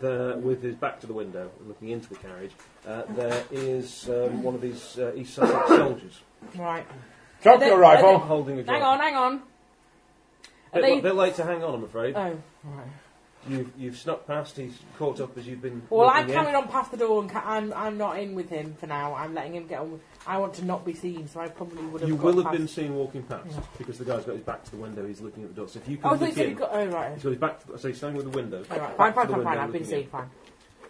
Speaker 3: there, with his back to the window and looking into the carriage, uh, there is um, one of these uh, East Sussex soldiers
Speaker 2: Right.
Speaker 4: Drop
Speaker 2: Are
Speaker 4: your
Speaker 2: they-
Speaker 4: rifle.
Speaker 3: holding a gun.
Speaker 2: Hang on, hang on. Are
Speaker 3: Bit,
Speaker 2: they-
Speaker 3: li- bit late to hang on, I'm afraid.
Speaker 2: Oh, right.
Speaker 3: You've, you've snuck past, he's caught up as you've been.
Speaker 2: Well,
Speaker 3: walking
Speaker 2: I'm
Speaker 3: in.
Speaker 2: coming on past the door and ca- I'm, I'm not in with him for now. I'm letting him get on with I want to not be seen, so I probably would have
Speaker 3: You
Speaker 2: got
Speaker 3: will have
Speaker 2: past.
Speaker 3: been seen walking past
Speaker 2: Yeah.
Speaker 3: because the guy's got his back to the window. He's looking at the door. So if you can
Speaker 2: Oh, I thought you
Speaker 3: look
Speaker 2: said you
Speaker 3: in,
Speaker 2: got. Oh, right.
Speaker 3: he's got his back. To the, so he's standing with the window.
Speaker 2: Oh, right.
Speaker 3: back
Speaker 2: Fine,
Speaker 3: to
Speaker 2: fine,
Speaker 3: the
Speaker 2: fine,
Speaker 3: window
Speaker 2: fine. I've been
Speaker 3: looking in.
Speaker 2: seen, fine.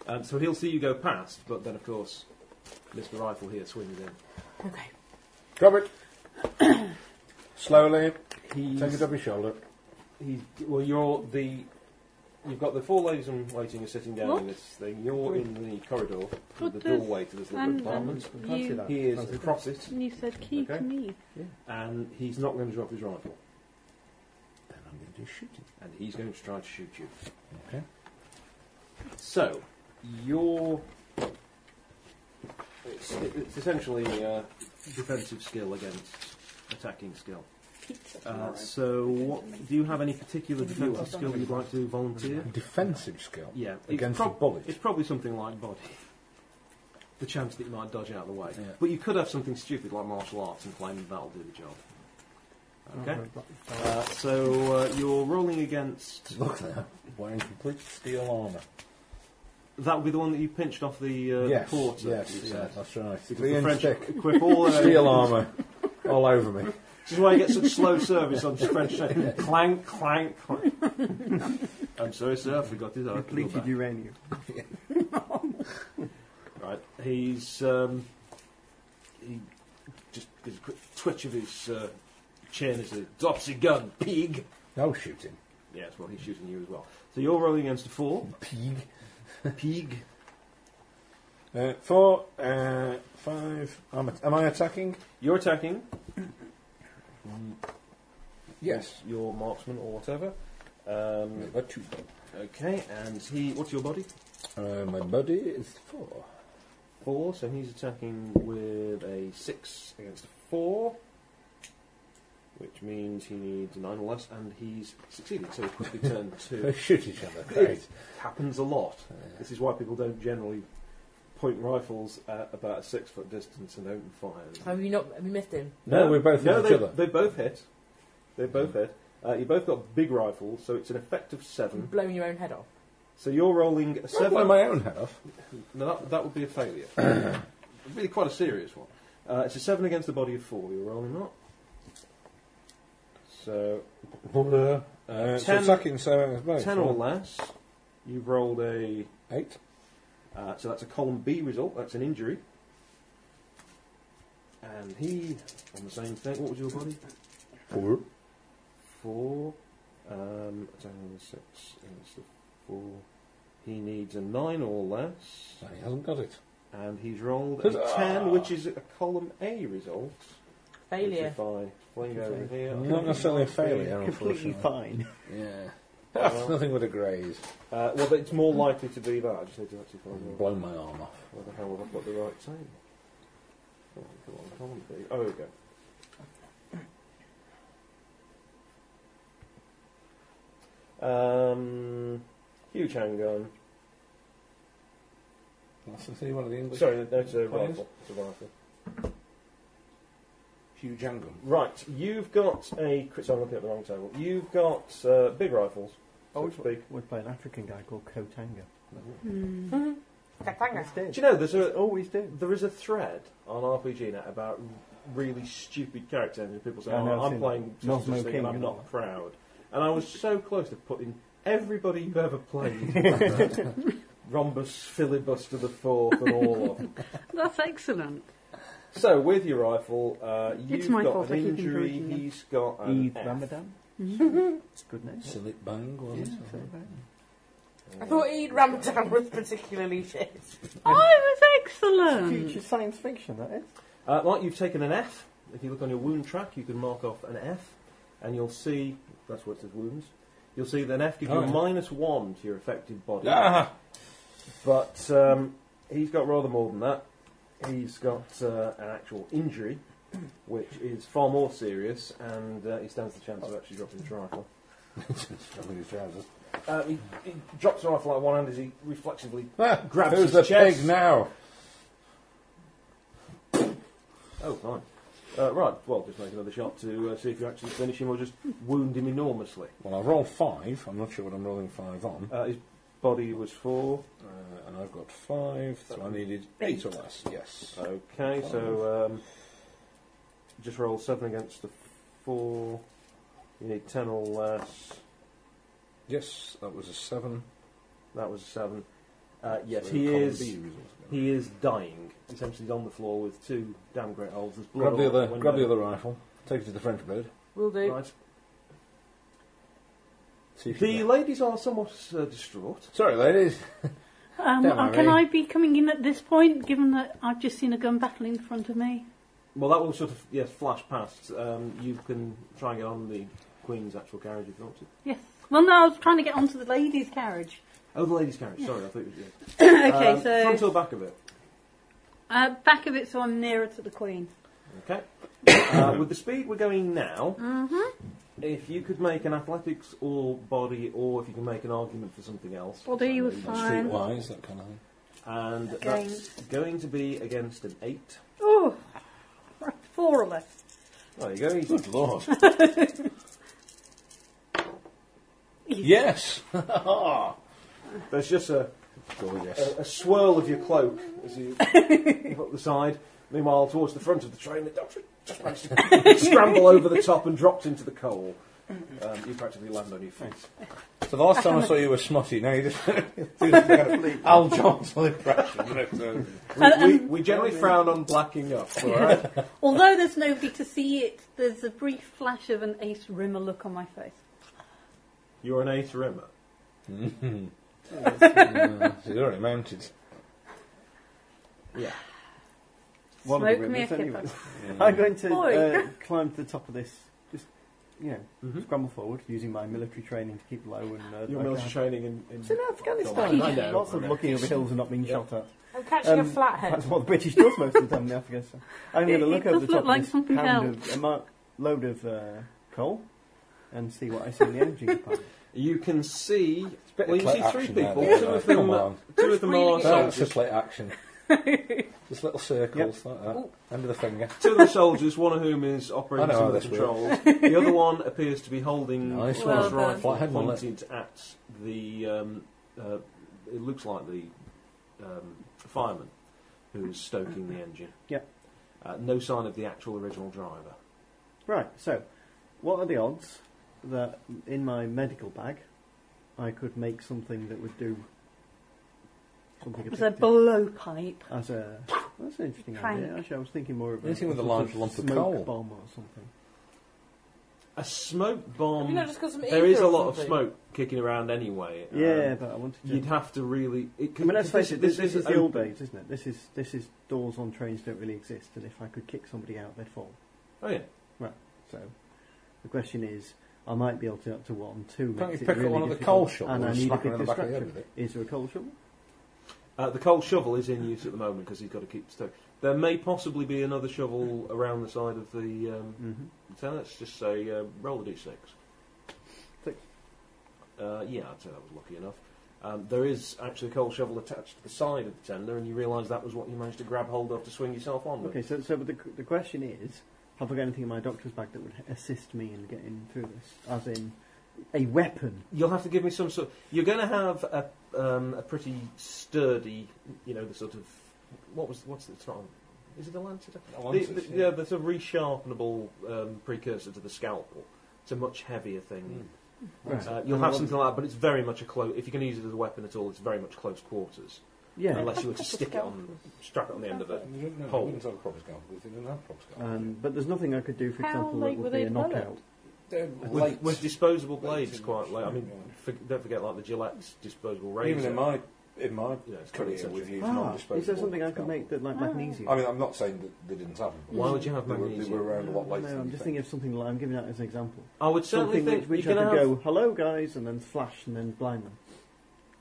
Speaker 3: Um, so he'll see you go past, but then of course, Mr. Rifle here swings in.
Speaker 2: Okay.
Speaker 10: Drop it. Slowly.
Speaker 3: He's,
Speaker 10: Take it up your shoulder.
Speaker 3: he's well. You're the. You've got the four ladies in waiting are sitting down in
Speaker 8: What?
Speaker 3: this thing. You're in the corridor, with the
Speaker 8: What does-
Speaker 3: doorway to this little
Speaker 8: and-
Speaker 3: apartment.
Speaker 5: I can't see that.
Speaker 3: He is
Speaker 5: Can't see that.
Speaker 3: across it,
Speaker 8: And you said key
Speaker 10: Okay.
Speaker 8: to me.
Speaker 3: and he's not going to drop his rifle.
Speaker 10: Then I'm going
Speaker 4: do shooting.
Speaker 3: and he's going to try to shoot you.
Speaker 4: Okay.
Speaker 3: So, your. It's, it's essentially uh, defensive skill against attacking skill. Uh, so, what, do you have any particular defensive skill you'd like to volunteer?
Speaker 4: Defensive skill
Speaker 3: Yeah, it's
Speaker 4: against
Speaker 3: prob-
Speaker 4: a bullet.
Speaker 3: It's probably something like body. The chance that you might dodge out of the way.
Speaker 4: Yeah.
Speaker 3: But you could have something stupid like martial arts and claim that that'll do the job. Okay. Uh, so uh, you're rolling against.
Speaker 4: Look there, wearing complete steel armour.
Speaker 3: That would be the one that you pinched off the, uh,
Speaker 4: yes,
Speaker 3: the porter.
Speaker 4: yes,
Speaker 3: you
Speaker 4: yeah,
Speaker 3: said.
Speaker 4: that's right.
Speaker 3: Because
Speaker 4: Lee
Speaker 3: the
Speaker 4: and
Speaker 3: French
Speaker 4: Stick,
Speaker 3: equip all their-
Speaker 4: steel armour, all over me.
Speaker 3: This is why you get such slow service on French chef. clank, clank, clank. I'm sorry, sir. I forgot his arc.
Speaker 5: Depleted uranium.
Speaker 3: Right. He's um, he just gives a quick twitch of his uh, chin as a dopsy gun pig.
Speaker 4: No shooting.
Speaker 3: Yes, well, he's shooting you as well. So you're rolling against a four.
Speaker 4: Pig.
Speaker 3: Pig.
Speaker 4: Uh, four, uh, five. I'm a- am I attacking?
Speaker 3: You're attacking.
Speaker 4: Yes.
Speaker 3: Your marksman or whatever. Um,
Speaker 4: Number Uh, two.
Speaker 3: okay, and he. What's your body?
Speaker 4: Uh, my buddy is four.
Speaker 3: Four, so he's attacking with a six against a four, which means he needs a nine or less, and he's succeeded. So he quickly turned
Speaker 4: They
Speaker 3: two.
Speaker 4: shoot each other.
Speaker 3: It
Speaker 4: Great.
Speaker 3: happens a lot.
Speaker 4: Yeah.
Speaker 3: This is why people don't generally point rifles at about a six foot distance and open fire.
Speaker 2: Have you not? Have you missed him?
Speaker 4: No, we both
Speaker 3: no,
Speaker 4: hit
Speaker 3: they,
Speaker 4: each other. Hmm.
Speaker 3: They both hit. They both hit. Uh, you both got big rifles, so it's an effective
Speaker 2: You've
Speaker 3: seven.
Speaker 2: blown your own head off.
Speaker 3: So you're rolling a
Speaker 4: I
Speaker 3: seven.
Speaker 4: blow my own head off.
Speaker 3: No, that, that would be a failure. really quite a serious one. Uh, it's a 7 against the body of 4. You're rolling that. So,
Speaker 4: Uh, it's
Speaker 3: Ten-
Speaker 4: attacking, so Oh, it's both.
Speaker 3: 10 or less. You've rolled a...
Speaker 4: Eight.
Speaker 3: Uh, so that's a column B result. That's an injury. And he, on the same thing, what was your body?
Speaker 4: Four.
Speaker 3: 4. Um, attacking with 6 against the 4. He needs a 9 or less.
Speaker 4: So he hasn't got it.
Speaker 3: And he's rolled a
Speaker 4: Huzzah!
Speaker 3: 10, which is a column A result.
Speaker 2: Failure.
Speaker 3: If I fling over here,
Speaker 4: Not necessarily a failure,
Speaker 5: Completely
Speaker 4: unfortunately.
Speaker 5: fine.
Speaker 4: Yeah.
Speaker 3: Well-
Speaker 4: Nothing would have grazed.
Speaker 3: Uh, well, but it's more likely to be that. I just need to actually find out
Speaker 4: Blown my arm off.
Speaker 3: where the hell have I got the right table. Oh, come on, come on, babe. Oh, here we go. Um, huge handgun.
Speaker 4: That's the thing, one of the English.
Speaker 3: Sorry, no, it's a
Speaker 4: Players?
Speaker 3: rifle. It's a rifle.
Speaker 4: Huge handgun.
Speaker 3: Right, you've got a. Sorry, I'm looking at the wrong table. You've got uh, big rifles. Oh, it's big.
Speaker 5: Would play an African guy called Kotanga.
Speaker 8: Hmm.
Speaker 2: Katanga.
Speaker 5: Instead.
Speaker 3: Do you know there's a
Speaker 5: Always do.
Speaker 3: There is a thread on RPG Net about really stupid character names. and People say,
Speaker 5: I know,
Speaker 3: oh,
Speaker 5: I've
Speaker 3: I'm
Speaker 5: seen
Speaker 3: playing
Speaker 5: that.
Speaker 3: such and
Speaker 5: Northman
Speaker 3: such thing and
Speaker 5: King
Speaker 3: I'm
Speaker 5: and all
Speaker 3: not
Speaker 5: that.
Speaker 3: proud. And I was so close to putting everybody you've ever played Rhombus, Filibuster the Fourth, and all of them.
Speaker 8: That's excellent.
Speaker 3: So, with your rifle, uh,
Speaker 8: It's
Speaker 3: you've
Speaker 8: my
Speaker 3: got
Speaker 8: fault, I
Speaker 3: an
Speaker 8: keep
Speaker 3: injury,
Speaker 8: encouraging them.
Speaker 3: he's got an
Speaker 5: Eid
Speaker 3: F.
Speaker 5: Ramadan. It's a good name.
Speaker 4: Silip Bang, wasn't it?
Speaker 2: I thought Eid Ramadan was particularly shit.
Speaker 8: Oh, it was
Speaker 5: Future
Speaker 3: Um,
Speaker 8: excellent.
Speaker 5: science fiction, that is.
Speaker 3: Uh, like you've taken an F. If you look on your wound track, you can mark off an F, and you'll see that's where it says wounds. You'll see that an F gives you
Speaker 4: Oh,
Speaker 3: a
Speaker 4: yeah.
Speaker 3: minus one to your affected body.
Speaker 4: Ah!
Speaker 3: But um, he's got rather more than that. He's got uh, an actual injury, which is far more serious, and uh, he stands the chance of actually dropping his rifle.
Speaker 4: Dropping his trousers.
Speaker 3: Uh, he, he drops the rifle out of one hand as he reflexively.
Speaker 4: Ah,
Speaker 3: Grabs
Speaker 4: who's
Speaker 3: his
Speaker 4: the
Speaker 3: chest.
Speaker 4: pig now?
Speaker 3: Oh, fine. Uh, right, well, just make another shot to uh, see if you actually finish him or just wound him enormously.
Speaker 4: Well, I roll five. I'm not sure what I'm rolling five on.
Speaker 3: Uh, his body was four.
Speaker 4: Uh, and I've got five, so I needed eight or less. Yes.
Speaker 3: Oh. Okay, so um, just roll seven against the four. You need ten or less.
Speaker 4: Yes, that was a seven.
Speaker 3: That was a seven. Uh, yes,
Speaker 4: So
Speaker 3: he
Speaker 4: column
Speaker 3: is.
Speaker 4: B result again.
Speaker 3: He is dying. Essentially, he's on the floor with two damn great holes. There's blood
Speaker 4: grab the
Speaker 3: all over
Speaker 4: other,
Speaker 3: window.
Speaker 4: grab the other rifle. Take it to the French blade.
Speaker 2: Will do.
Speaker 3: Right.
Speaker 4: See if
Speaker 3: The
Speaker 4: you-
Speaker 3: ladies are somewhat uh, distraught.
Speaker 4: Sorry, ladies.
Speaker 8: Um,
Speaker 4: Don't
Speaker 8: uh, can
Speaker 4: worry.
Speaker 8: I be coming in at this point, given that I've just seen a gun battle in front of me?
Speaker 3: Well, that will sort of yes flash past. Um, you can try and get on the Queen's actual carriage if you want to.
Speaker 8: Yes. Well, no, I was trying to get onto the ladies' carriage.
Speaker 3: Oh, the lady's carriage. Sorry, I thought it was you.
Speaker 8: okay,
Speaker 3: Um, Front
Speaker 8: so
Speaker 3: or back of it?
Speaker 8: uh, back of it, so I'm nearer to the queen.
Speaker 3: Okay. uh, with the speed we're going now,
Speaker 8: Mm-hmm.
Speaker 3: if you could make an athletics or body, or if you can make an argument for something else.
Speaker 8: Body was fine.
Speaker 4: Streetwise, that kind of thing.
Speaker 3: And
Speaker 8: Again.
Speaker 3: that's going to be against an 8.
Speaker 8: Oh, four of us.
Speaker 3: There you go. He's
Speaker 4: Good lord.
Speaker 8: Easy.
Speaker 4: yes. Ah.
Speaker 3: There's just a, oh, a,
Speaker 4: Gorgeous.
Speaker 3: a swirl of your cloak as you look up the side. Meanwhile, towards the front of the train, the doctor just managed to scramble over the top and dropped into the coal. Um, you practically land on your feet.
Speaker 4: So the last time I saw you were smutty. Now you just do this kind of Al Johnson impression. you know,
Speaker 3: We,
Speaker 8: And-
Speaker 3: we,
Speaker 8: and
Speaker 3: we generally frown on blacking up, alright?
Speaker 8: although there's nobody to see it, there's a brief flash of an ace rimmer look on my face.
Speaker 3: You're an eighth rimmer.
Speaker 4: so- She's Mm-hmm. already mounted.
Speaker 3: Yeah.
Speaker 5: One of the
Speaker 8: Smoke me a
Speaker 5: ribbons,
Speaker 8: kipper.
Speaker 5: anyway.
Speaker 4: Mm.
Speaker 5: I'm going to
Speaker 8: Oi.
Speaker 5: uh, climb to the top of this. Just, you know,
Speaker 3: Mm-hmm.
Speaker 5: scramble forward using my military training to keep low and. Uh,
Speaker 3: Your
Speaker 5: like
Speaker 3: military
Speaker 5: that.
Speaker 3: training in, in
Speaker 5: It's in Afghanistan.
Speaker 3: I know.
Speaker 5: Lots of looking over hills and not being shot at.
Speaker 2: I'm catching a
Speaker 5: Um,
Speaker 2: flathead.
Speaker 5: That's what the British does most of the time in Afghanistan. I'm
Speaker 8: It-
Speaker 5: going to
Speaker 8: it
Speaker 5: look over
Speaker 8: does
Speaker 5: the
Speaker 8: look
Speaker 5: top
Speaker 8: like
Speaker 5: of this
Speaker 8: something
Speaker 5: pound of, a mark, load of uh, coal and see what I see in the energy department.
Speaker 3: You can see.
Speaker 4: bit
Speaker 3: Well,
Speaker 4: of
Speaker 3: you
Speaker 4: clay
Speaker 3: see three
Speaker 4: action there,
Speaker 3: people.
Speaker 4: though,
Speaker 3: Two of
Speaker 4: though. Come
Speaker 3: them.
Speaker 4: on.
Speaker 3: Two of them are
Speaker 4: Don't
Speaker 3: soldiers.
Speaker 4: just like action. just little circles like that. End of the finger.
Speaker 3: Two of the soldiers, one of whom is operating
Speaker 4: I know
Speaker 3: some
Speaker 4: how
Speaker 3: of the
Speaker 4: this works.
Speaker 3: controls. the other one appears to be holding
Speaker 4: Nice
Speaker 3: his
Speaker 4: one.
Speaker 8: Well done.
Speaker 3: rifle
Speaker 4: Flathead one,
Speaker 3: pointed at the. Um, uh, it looks like the um, fireman who's stoking the engine.
Speaker 5: Yeah.
Speaker 3: Uh, no sign of the actual original driver.
Speaker 5: Right, so what are the odds that in my medical bag I could make something that would do something
Speaker 8: It was a
Speaker 5: addictive?
Speaker 8: blowpipe.
Speaker 5: as a that's an interesting
Speaker 8: Prank.
Speaker 5: idea. Actually, I was thinking more of a,
Speaker 4: Anything with a
Speaker 5: some
Speaker 4: large
Speaker 5: sort
Speaker 4: lump of
Speaker 5: smoke
Speaker 4: coal.
Speaker 5: bomb or something.
Speaker 3: A smoke
Speaker 2: Have you
Speaker 3: bomb.
Speaker 2: not just got some
Speaker 3: there is
Speaker 2: ether
Speaker 3: a
Speaker 2: or
Speaker 3: lot of
Speaker 2: something?
Speaker 3: smoke kicking around anyway. um,
Speaker 5: yeah, but I wanted to.
Speaker 3: You'd have to really. It
Speaker 5: I
Speaker 3: could,
Speaker 5: mean, let's face it. This, this is the old
Speaker 3: open.
Speaker 5: days, isn't it? This is this is doors on trains don't really exist, and if I could kick somebody out, they'd fall.
Speaker 3: Oh yeah.
Speaker 5: So the question is, I might be able to up to one, two.
Speaker 4: Can't
Speaker 5: makes
Speaker 4: you
Speaker 5: it
Speaker 4: pick up
Speaker 5: really
Speaker 4: one of the
Speaker 5: difficult,
Speaker 4: coal shovels
Speaker 5: And I
Speaker 4: and
Speaker 5: need a
Speaker 4: smack
Speaker 5: big
Speaker 4: around the back of the head
Speaker 5: distraction. Is there a coal shovel?
Speaker 3: Uh, the coal shovel is in use at the moment because he's got to keep stoke. There may possibly be another shovel around the side of the. Um,
Speaker 5: Mm-hmm.
Speaker 3: so let's just say uh, roll the d6.
Speaker 5: Six.
Speaker 3: Uh, yeah, I'd say that was lucky enough. Um, there is actually a coal shovel attached to the side of the tender, and you realise that was what you managed to grab hold of to swing yourself on. with.
Speaker 5: Okay, so so but the the question is, have I got anything in my doctor's bag that would assist me in getting through this? As in, a weapon.
Speaker 3: You'll have to give me some sort. You're going to have a, um, a pretty sturdy, you know, the sort of what was what's the, it's not. a- Is it a lancet?
Speaker 4: The
Speaker 3: The,
Speaker 4: lancers,
Speaker 3: the, yeah. the sort of resharpenable um, precursor to the scalpel. It's a much heavier
Speaker 4: Mm,
Speaker 3: thing. Uh, you'll have something like that, but it's very much a close. If you're going to use it as a weapon at all, it's very much close quarters.
Speaker 5: Yeah.
Speaker 3: Unless you were to stick it on, strap it on the end of it.
Speaker 4: You didn't know-
Speaker 3: Hole.
Speaker 4: you wouldn't have a proper scalpel because you didn't have a proper scalpel.
Speaker 5: Um, but there's nothing I could do, for
Speaker 7: How
Speaker 5: example,
Speaker 7: late
Speaker 5: that
Speaker 7: were
Speaker 5: would
Speaker 7: they
Speaker 5: be a knockout.
Speaker 7: developed?
Speaker 4: They're
Speaker 3: With,
Speaker 4: late.
Speaker 3: with disposable
Speaker 4: Late
Speaker 3: blades,
Speaker 4: in
Speaker 3: quite late. I mean,
Speaker 4: yeah.
Speaker 3: for, don't forget like the Gillette's disposable razor.
Speaker 4: even in my in my
Speaker 3: Yeah, it's
Speaker 4: career,
Speaker 3: pretty
Speaker 4: we've used
Speaker 5: Ah,
Speaker 4: non-disposable.
Speaker 5: is there something I could
Speaker 4: scalpels.
Speaker 5: make that,
Speaker 7: Ah.
Speaker 5: like magnesium?
Speaker 4: I mean, I'm not saying that they didn't have them. but
Speaker 3: Why would you have
Speaker 4: they were, they
Speaker 3: magnesium?
Speaker 4: were around a lot
Speaker 5: No,
Speaker 4: later. than
Speaker 5: I'm
Speaker 4: you
Speaker 5: just
Speaker 4: think.
Speaker 5: thinking of something like I'm giving that as an example.
Speaker 3: I would certainly
Speaker 5: Something
Speaker 3: think
Speaker 5: which, which
Speaker 3: you're
Speaker 5: I could
Speaker 3: going to have
Speaker 5: go, hello guys, and then flash and then blind them.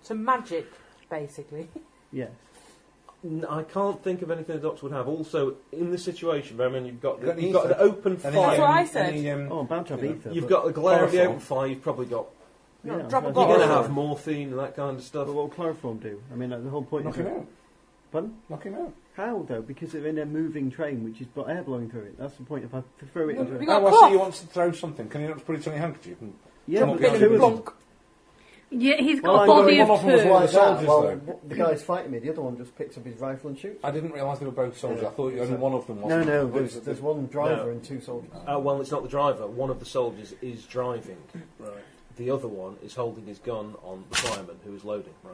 Speaker 2: Some magic, basically.
Speaker 5: Yes.
Speaker 3: N- I can't think of anything the doctor would have. Also, in this situation, I mean, you've got
Speaker 4: You don't
Speaker 3: you've
Speaker 4: need
Speaker 3: got an
Speaker 4: that.
Speaker 3: open
Speaker 4: Any,
Speaker 2: That's what
Speaker 3: fire.
Speaker 2: I
Speaker 4: um,
Speaker 2: said.
Speaker 4: any, um,
Speaker 5: Oh, I'm bound to have
Speaker 4: Yeah.
Speaker 5: ether.
Speaker 3: You've
Speaker 5: but-
Speaker 3: got the glare of the
Speaker 4: Chloroform.
Speaker 3: open fire. You've probably got.
Speaker 5: yeah,
Speaker 2: drop a
Speaker 3: You're
Speaker 5: I'm
Speaker 2: bomb.
Speaker 5: bound
Speaker 3: going to
Speaker 4: Chloroform.
Speaker 3: have morphine and that kind of stuff.
Speaker 5: But what will chloroform do? I mean, like, the whole point
Speaker 4: knock
Speaker 5: is...
Speaker 4: him out.
Speaker 5: Pardon?
Speaker 4: Knock him out.
Speaker 5: How, though? Because they're in a moving train, which is got air blowing through it. That's the point. If I throw it into
Speaker 2: we
Speaker 5: a...
Speaker 2: got
Speaker 4: Oh,
Speaker 2: a
Speaker 4: I
Speaker 2: cloth.
Speaker 4: see you want to throw something. Can you not just put it on your handkerchief? And
Speaker 5: Yeah,
Speaker 4: Come
Speaker 5: but
Speaker 4: up
Speaker 5: the
Speaker 4: behind
Speaker 5: two
Speaker 4: him.
Speaker 5: of them...
Speaker 8: Yeah, he's got
Speaker 5: Well,
Speaker 8: a
Speaker 5: I'm
Speaker 8: body
Speaker 4: going-
Speaker 8: of
Speaker 4: one of them was
Speaker 8: two.
Speaker 4: like- the soldiers,
Speaker 5: well,
Speaker 4: though.
Speaker 5: w- the guy's fighting me. The other one just picks up his rifle and shoots.
Speaker 4: I didn't realise they were both soldiers.
Speaker 5: Yeah.
Speaker 4: I thought only one of them was.
Speaker 5: No, no,
Speaker 4: Was
Speaker 5: there's,
Speaker 4: it
Speaker 5: there's
Speaker 4: the-
Speaker 5: one driver
Speaker 3: No.
Speaker 5: and two soldiers.
Speaker 3: Uh, well, it's not the driver. One of the soldiers is driving.
Speaker 4: Right,
Speaker 3: The other one is holding his gun on the fireman who is loading.
Speaker 4: right.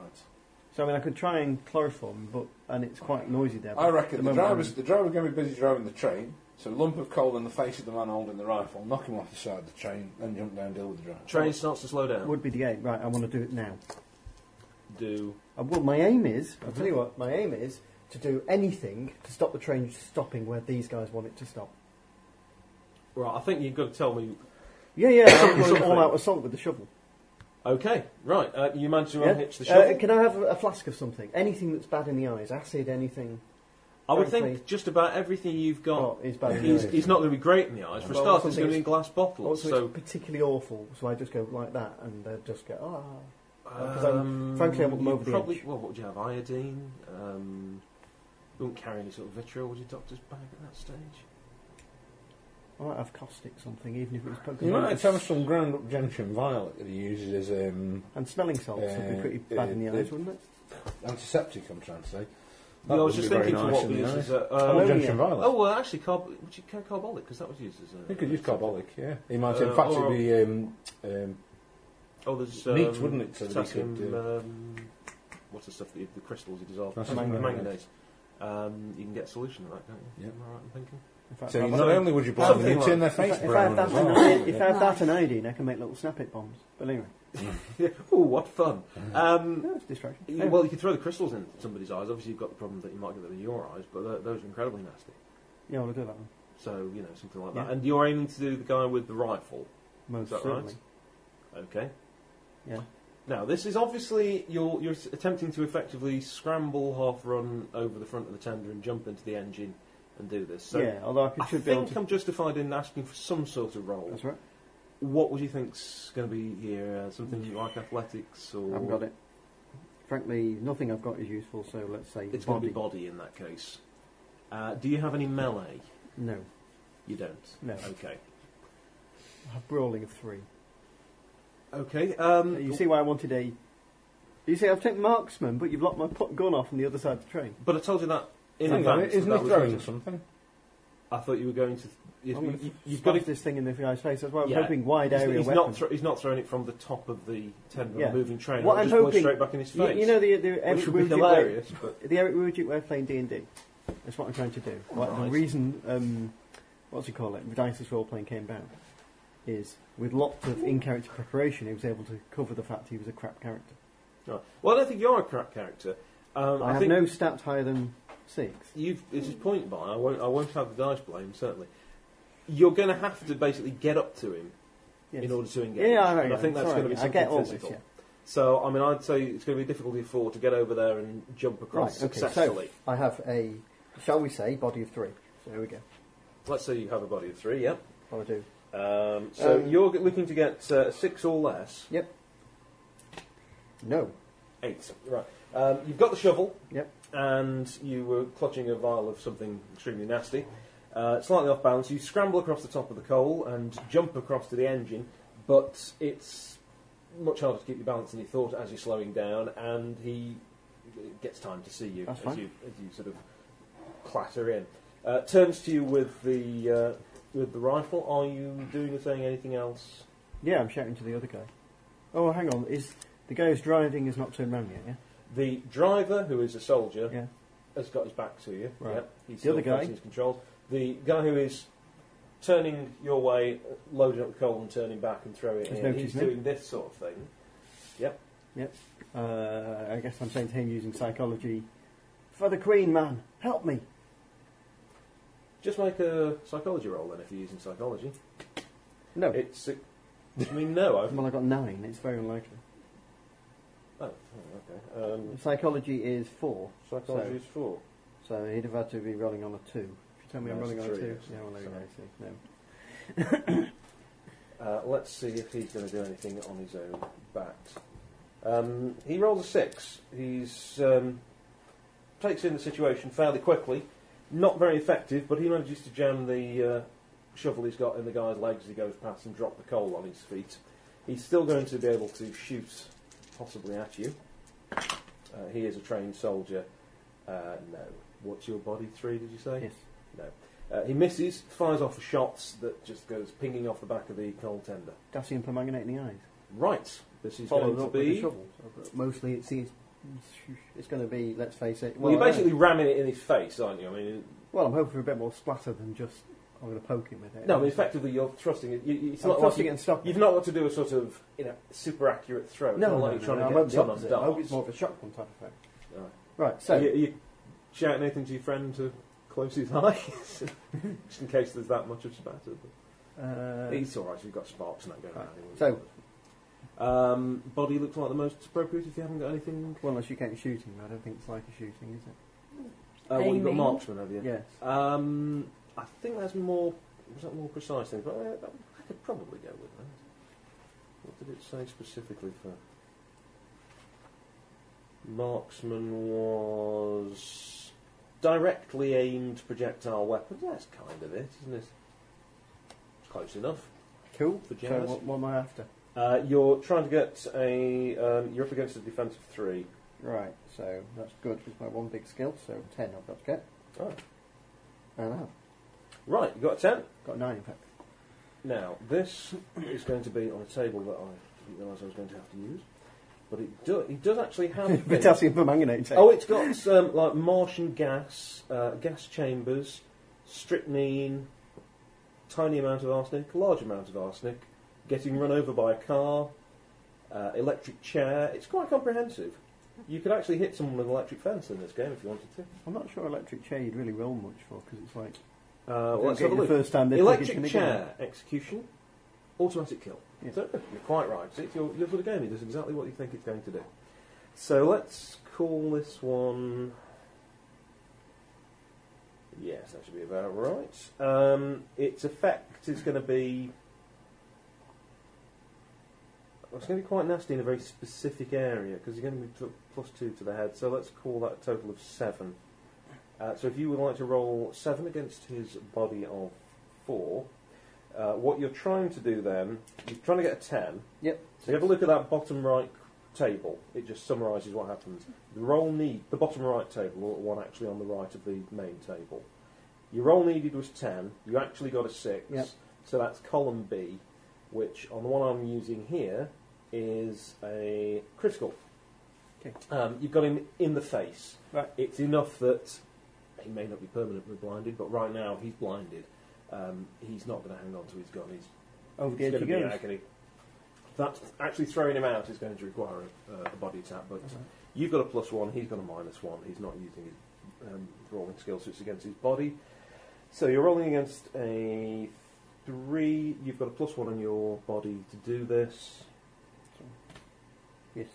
Speaker 5: So, I mean, I could try and chloroform, but and it's quite noisy there. but
Speaker 4: I
Speaker 5: at
Speaker 4: reckon the,
Speaker 5: moment
Speaker 4: driver's the driver's going to be busy driving the train. So a lump of coal in the face of the man holding the rifle, knock him off the side of the train, then jump down and deal with the driver.
Speaker 3: Train starts to slow
Speaker 5: I'm-
Speaker 3: down.
Speaker 5: would be the aim. Right, I want to do it now.
Speaker 3: Do
Speaker 5: Uh, well, my aim is, I'll tell you what, my aim is to do anything to stop the train stopping where these guys want it to stop.
Speaker 3: right. I think you've got to tell me
Speaker 5: Yeah, yeah, I'm going
Speaker 3: Something.
Speaker 5: all out assault with the shovel.
Speaker 3: Okay, right. Uh, you managed to
Speaker 5: Yeah?
Speaker 3: unhitch the
Speaker 5: Uh,
Speaker 3: shovel.
Speaker 5: can I have a, a flask of something? Anything that's bad in the eyes, acid, anything.
Speaker 3: I would
Speaker 5: frankly-
Speaker 3: think just about everything you've got
Speaker 5: Oh, is bad in the
Speaker 3: is,
Speaker 5: eyes.
Speaker 3: is not going to be great in the eyes. For a
Speaker 5: Well,
Speaker 3: start, it's
Speaker 5: something
Speaker 3: going to be in
Speaker 5: is-
Speaker 3: glass bottles.
Speaker 5: Also,
Speaker 3: So,
Speaker 5: it's particularly awful, so I just go like that, and they just go, ah. because I'm-
Speaker 3: um,
Speaker 5: frankly, I want them
Speaker 3: you
Speaker 5: over the
Speaker 3: probably,
Speaker 5: edge.
Speaker 3: Well, what would you have? Iodine. Um, you wouldn't carry any sort of vitriol with your doctor's bag at that stage.
Speaker 5: I might have caustic something, even if it was
Speaker 10: You
Speaker 5: Pokemon.
Speaker 10: might have to have some ground up gentian violet that he uses as um,
Speaker 5: And smelling salts would be
Speaker 10: Uh,
Speaker 5: pretty bad in the
Speaker 10: uh,
Speaker 5: eyes, wouldn't it?
Speaker 10: antiseptic, I'm trying to say.
Speaker 3: No, I was just thinking for what we use as
Speaker 10: uses.
Speaker 3: a.
Speaker 10: Oh,
Speaker 3: Uh,
Speaker 5: Ammonia.
Speaker 10: gentian violet.
Speaker 3: oh, well, actually, carb- would you carry carbolic? Because that was used as a. um,
Speaker 10: You could use carbolic, yeah. He might,
Speaker 3: Uh,
Speaker 10: in fact,
Speaker 3: or-
Speaker 10: it'd be um, um,
Speaker 3: Oh, there's um,
Speaker 10: neat, wouldn't it? So that he
Speaker 3: potassium,
Speaker 10: could, uh,
Speaker 3: um, what's the stuff that you, the crystals you dissolve?
Speaker 10: That's
Speaker 3: Manganese.
Speaker 10: right.
Speaker 3: Um, you can get a solution of that, can't you?
Speaker 10: Yeah.
Speaker 3: Am I right in thinking?
Speaker 5: In fact,
Speaker 10: so
Speaker 5: if I-
Speaker 10: not only would you blind them,
Speaker 3: Something
Speaker 10: you'd turn their
Speaker 5: if I-
Speaker 10: face
Speaker 5: if I have
Speaker 10: brown as
Speaker 5: that and
Speaker 10: well.
Speaker 5: iodine- if
Speaker 10: wouldn't
Speaker 5: I
Speaker 10: you?
Speaker 5: have that and iodine, I can make little snap it bombs. But anyway,
Speaker 3: Oh, what fun! Um,
Speaker 5: no, it's a distraction.
Speaker 3: you-
Speaker 5: Anyway.
Speaker 3: well, you could throw the crystals in somebody's eyes. Obviously, you've got the problem that you might get them in your eyes, but tho- those are incredibly nasty.
Speaker 5: yeah, well, I'll do that one.
Speaker 3: So you know something like that.
Speaker 5: Yeah.
Speaker 3: And you're aiming to do the guy with the rifle.
Speaker 5: Most
Speaker 3: that right?
Speaker 5: certainly.
Speaker 3: Okay.
Speaker 5: Yeah.
Speaker 3: Now, this is obviously you're you're s- attempting to effectively scramble, half run over the front of the tender and jump into the engine and do this. So
Speaker 5: yeah, although I could,
Speaker 3: I
Speaker 5: should
Speaker 3: think
Speaker 5: be able to.
Speaker 3: I'm justified in asking for some sort of role.
Speaker 5: That's right.
Speaker 3: What would you think's going to be here? Uh, something like athletics
Speaker 5: I
Speaker 3: or
Speaker 5: haven't Mm. got it. Frankly, nothing I've got is useful, so let's say
Speaker 3: It's going to
Speaker 5: body.
Speaker 3: be body in that case. Uh, do you have any melee?
Speaker 5: no,
Speaker 3: You don't.
Speaker 5: no.
Speaker 3: Okay.
Speaker 5: I have brawling of three.
Speaker 3: Okay. Um,
Speaker 5: you see why I wanted a. You see, I've taken marksman, but you've locked my pot gun off on the other side of the train.
Speaker 3: But I told you that in
Speaker 10: Hang on,
Speaker 3: advance.
Speaker 10: isn't
Speaker 3: that
Speaker 10: he
Speaker 3: that was
Speaker 10: throwing
Speaker 3: going to-
Speaker 10: something?
Speaker 3: I thought you were going to. you-
Speaker 5: I'm gonna
Speaker 3: you,
Speaker 5: You've
Speaker 3: have got to.
Speaker 5: this thing in the guy's face. That's why I'm
Speaker 3: Yeah.
Speaker 5: hoping wide
Speaker 3: He's,
Speaker 5: area
Speaker 3: he's
Speaker 5: weapon.
Speaker 3: not thro- he's not throwing it from the top of the tender
Speaker 5: Yeah.
Speaker 3: moving train.
Speaker 5: What
Speaker 3: It'll
Speaker 5: I'm
Speaker 3: just go
Speaker 5: hoping-
Speaker 3: straight back in his
Speaker 5: You-
Speaker 3: face.
Speaker 5: You, know the, the
Speaker 3: which
Speaker 5: Eric
Speaker 3: would be
Speaker 5: Rudick way,
Speaker 3: hilarious. But
Speaker 5: the Eric Rudick way of playing D and D. That's what I'm trying to do. What, the
Speaker 3: Right.
Speaker 5: reason, um, what's it called, it, Dice's role playing came down, is with lots of in character preparation, he was able to cover the fact he was a crap character.
Speaker 3: Right. Well, I don't think you're a crap character. Um,
Speaker 5: I,
Speaker 3: I,
Speaker 5: have
Speaker 3: think
Speaker 5: no stats higher than six.
Speaker 3: you've. This is point by. I won't. I won't have the dice blame certainly. You're going to have to basically get up to him
Speaker 5: Yes.
Speaker 3: in order to
Speaker 5: yeah,
Speaker 3: engage.
Speaker 5: yeah, I know.
Speaker 3: and I think that's
Speaker 5: Sorry,
Speaker 3: going to be
Speaker 5: I
Speaker 3: something
Speaker 5: get all
Speaker 3: physical.
Speaker 5: this.
Speaker 3: So, I mean, I'd say it's going to be difficulty four to get over there and jump across
Speaker 5: Right, okay, so-
Speaker 3: successfully.
Speaker 5: Yeah. I have a, shall we say, body of three. So there we go.
Speaker 3: Let's say you have a body of three, yeah.
Speaker 5: What I do.
Speaker 3: Um, so
Speaker 5: Um,
Speaker 3: you're g- looking to get uh, six or less.
Speaker 5: No.
Speaker 3: Eight, right. Um, you've got the shovel.
Speaker 5: Yep.
Speaker 3: And you were clutching a vial of something extremely nasty. Uh, slightly off balance. You scramble across the top of the coal and jump across to the engine, but it's much harder to keep your balance than you thought as you're slowing down, and he gets time to see you,
Speaker 5: That's
Speaker 3: as
Speaker 5: fine.
Speaker 3: you as you sort of clatter in. Uh, turns to you with the uh, with the rifle. Are you doing or saying anything else?
Speaker 5: Yeah, I'm shouting to the other guy. Oh, hang on. Is the guy who's driving has not turned round yet? Yeah.
Speaker 3: The driver, who is a soldier,
Speaker 5: Yeah.
Speaker 3: has got his back to you.
Speaker 5: Right.
Speaker 3: Yeah, he's
Speaker 5: The other
Speaker 3: still
Speaker 5: guy?
Speaker 3: facing His controls. The guy who is turning your way, loading up the coal and turning back and throwing it
Speaker 5: Has
Speaker 3: in. He's
Speaker 5: noticed me.
Speaker 3: doing this sort of thing.
Speaker 5: Uh, I guess I'm saying to him using psychology, for the Queen, man, help me.
Speaker 3: Just make a psychology roll then, if you're using psychology.
Speaker 5: No.
Speaker 3: It's. A, I mean, no. I've,
Speaker 5: well, I got nine. It's very unlikely.
Speaker 3: oh, oh, okay. Um,
Speaker 5: Psychology is four,
Speaker 3: psychology
Speaker 5: So-
Speaker 3: is four.
Speaker 5: so he'd have had to be rolling on a two. If you tell me I'm
Speaker 3: No, it's
Speaker 5: rolling on
Speaker 3: a
Speaker 5: a
Speaker 3: three,
Speaker 5: two,
Speaker 3: actually.
Speaker 5: yeah, well, there you go.
Speaker 3: Sorry.
Speaker 5: see, No.
Speaker 3: Uh, let's see if he's going to do anything on his own bat. Um, he rolls a six. He's um, takes in the situation fairly quickly. Not very effective, but he manages to jam the uh, shovel he's got in the guy's legs as he goes past and drop the coal on his feet. He's still going to be able to shoot possibly at you. Uh, he is a trained soldier. Uh, no. What's your body? Three, did you say?
Speaker 5: Yes.
Speaker 3: Uh, he misses, fires off a shot that just goes pinging off the back of the coal tender.
Speaker 5: Potassium permanganate in the eyes.
Speaker 3: Right, this is
Speaker 5: Followed
Speaker 3: going
Speaker 5: up
Speaker 3: to
Speaker 5: with a
Speaker 3: be.
Speaker 5: shovel. But mostly it's the, it's going to be. Let's face it.
Speaker 3: Well,
Speaker 5: I
Speaker 3: you're
Speaker 5: don't know.
Speaker 3: basically ramming it in his face, aren't you? I mean,
Speaker 5: Well, I'm hoping for a bit more splatter than just I'm going to poke him with it.
Speaker 3: no, I mean, effectively you're thrusting it. You- You, it's
Speaker 5: I'm
Speaker 3: not
Speaker 5: thrusting it
Speaker 3: like
Speaker 5: and stopping.
Speaker 3: you, have not got to do a sort of you know super accurate throw. It's
Speaker 5: no,
Speaker 3: not
Speaker 5: no,
Speaker 3: like
Speaker 5: no,
Speaker 3: you're trying
Speaker 5: no,
Speaker 3: to
Speaker 5: I
Speaker 3: get
Speaker 5: won't
Speaker 3: the
Speaker 5: stop
Speaker 3: on
Speaker 5: it. I hope it's more of a shotgun type effect.
Speaker 3: Right.
Speaker 5: Right.
Speaker 3: So
Speaker 5: So
Speaker 3: you, you shout anything to your friend to close his eyes, just in case there's that much of spatter.
Speaker 5: uh, Uh,
Speaker 3: It's alright, we've got sparks and that going
Speaker 5: Right.
Speaker 3: around.
Speaker 5: So-
Speaker 3: Um, body looks like the most appropriate if you haven't got anything.
Speaker 5: well, unless you count shooting, I don't think it's like a shooting, is it?
Speaker 3: Uh, well, you've got
Speaker 7: Aiming.
Speaker 3: marksman, have you?
Speaker 5: Yes.
Speaker 3: Um, I think that's more. Was that more precise thing? But uh, that- I could probably go with that. What did it say specifically for? Marksman was directly aimed projectile weapon. That's kind of it, isn't it? Close enough.
Speaker 5: Cool.
Speaker 3: For
Speaker 5: so
Speaker 3: jazz.
Speaker 5: what, what am I after?
Speaker 3: Uh, you're trying to get a. Um, you're up against a defensive three.
Speaker 5: Right. So that's good with my one big skill. So ten I've got to get.
Speaker 3: Oh,
Speaker 5: And I have
Speaker 3: right. You got a ten.
Speaker 5: got nine in fact.
Speaker 3: Now, this is going to be on a table that I didn't realise I was going to have to use, but it, do, it does actually have. things.
Speaker 5: Potassium permanganate.
Speaker 3: Oh, it's got um, like Martian gas, uh, gas chambers, strychnine, tiny amount of arsenic, large amount of arsenic, getting run over by a car, uh, electric chair. It's quite comprehensive. You could actually hit someone with an electric fence in this game if you wanted to.
Speaker 5: I'm not sure electric chair you'd really roll much for because it's like
Speaker 3: Uh,
Speaker 5: Don't
Speaker 3: well, let's
Speaker 5: get
Speaker 3: have a
Speaker 5: it the
Speaker 3: look.
Speaker 5: first time they think it's
Speaker 3: Electric
Speaker 5: gonna
Speaker 3: chair execution, automatic kill.
Speaker 5: Yeah.
Speaker 3: So, you're quite right. It's your, your sort of game. It does exactly what you think it's going to do. So let's call this one. Yes, that should be about right. Um, its effect is going to be. It's going to be quite nasty in a very specific area because you're going to be pl- plus two to the head. So let's call that a total of seven. Uh, so if you would like to roll seven against his body of four, uh, what you're trying to do then, you're trying to get a ten.
Speaker 5: Yep.
Speaker 3: So you have a look at that bottom right table. It just summarises what happens. The roll need the bottom right table, or the one actually on the right of the main table. Your roll needed was ten. You actually got a six.
Speaker 5: Yep.
Speaker 3: So that's column B, which on the one I'm using here is a critical.
Speaker 5: Okay.
Speaker 3: Um, you've got him in the face.
Speaker 5: Right.
Speaker 3: It's enough that he may not be permanently blinded, but right now he's blinded. Um, he's not going to hang on to his gun. He's
Speaker 5: over the
Speaker 3: it's
Speaker 5: edge
Speaker 3: going
Speaker 5: he
Speaker 3: to be
Speaker 5: goes.
Speaker 3: agony. That actually throwing him out is going to require a, uh, a body tap, but you've got a plus one, he's got a minus one. He's not using his um, rolling skill, so it's against his body. So you're rolling against a three. You've got a plus one on your body to do this.
Speaker 5: Yes.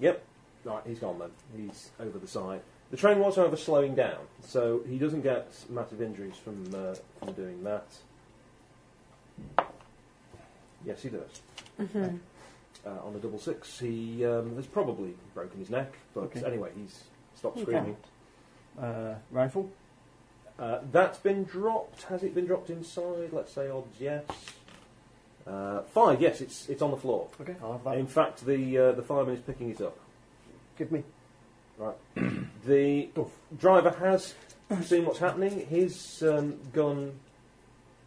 Speaker 3: Yep. Right, he's gone then. He's over the side. The train was, however, slowing down, so he doesn't get massive injuries from, uh, from doing that. Yes, he does. Uh, on a double six, he um, has probably broken his neck, but
Speaker 5: Okay.
Speaker 3: anyway, he's stopped
Speaker 5: Okay.
Speaker 3: screaming.
Speaker 5: Uh, rifle.
Speaker 3: Uh, that's been dropped. Has it been dropped inside? Let's say odds, yes. Uh, five, yes, it's, it's on the floor.
Speaker 5: Okay. I'll have that.
Speaker 3: In fact, the, uh, the fireman is picking it up.
Speaker 5: Give me.
Speaker 3: The driver has seen what's happening. His um, gun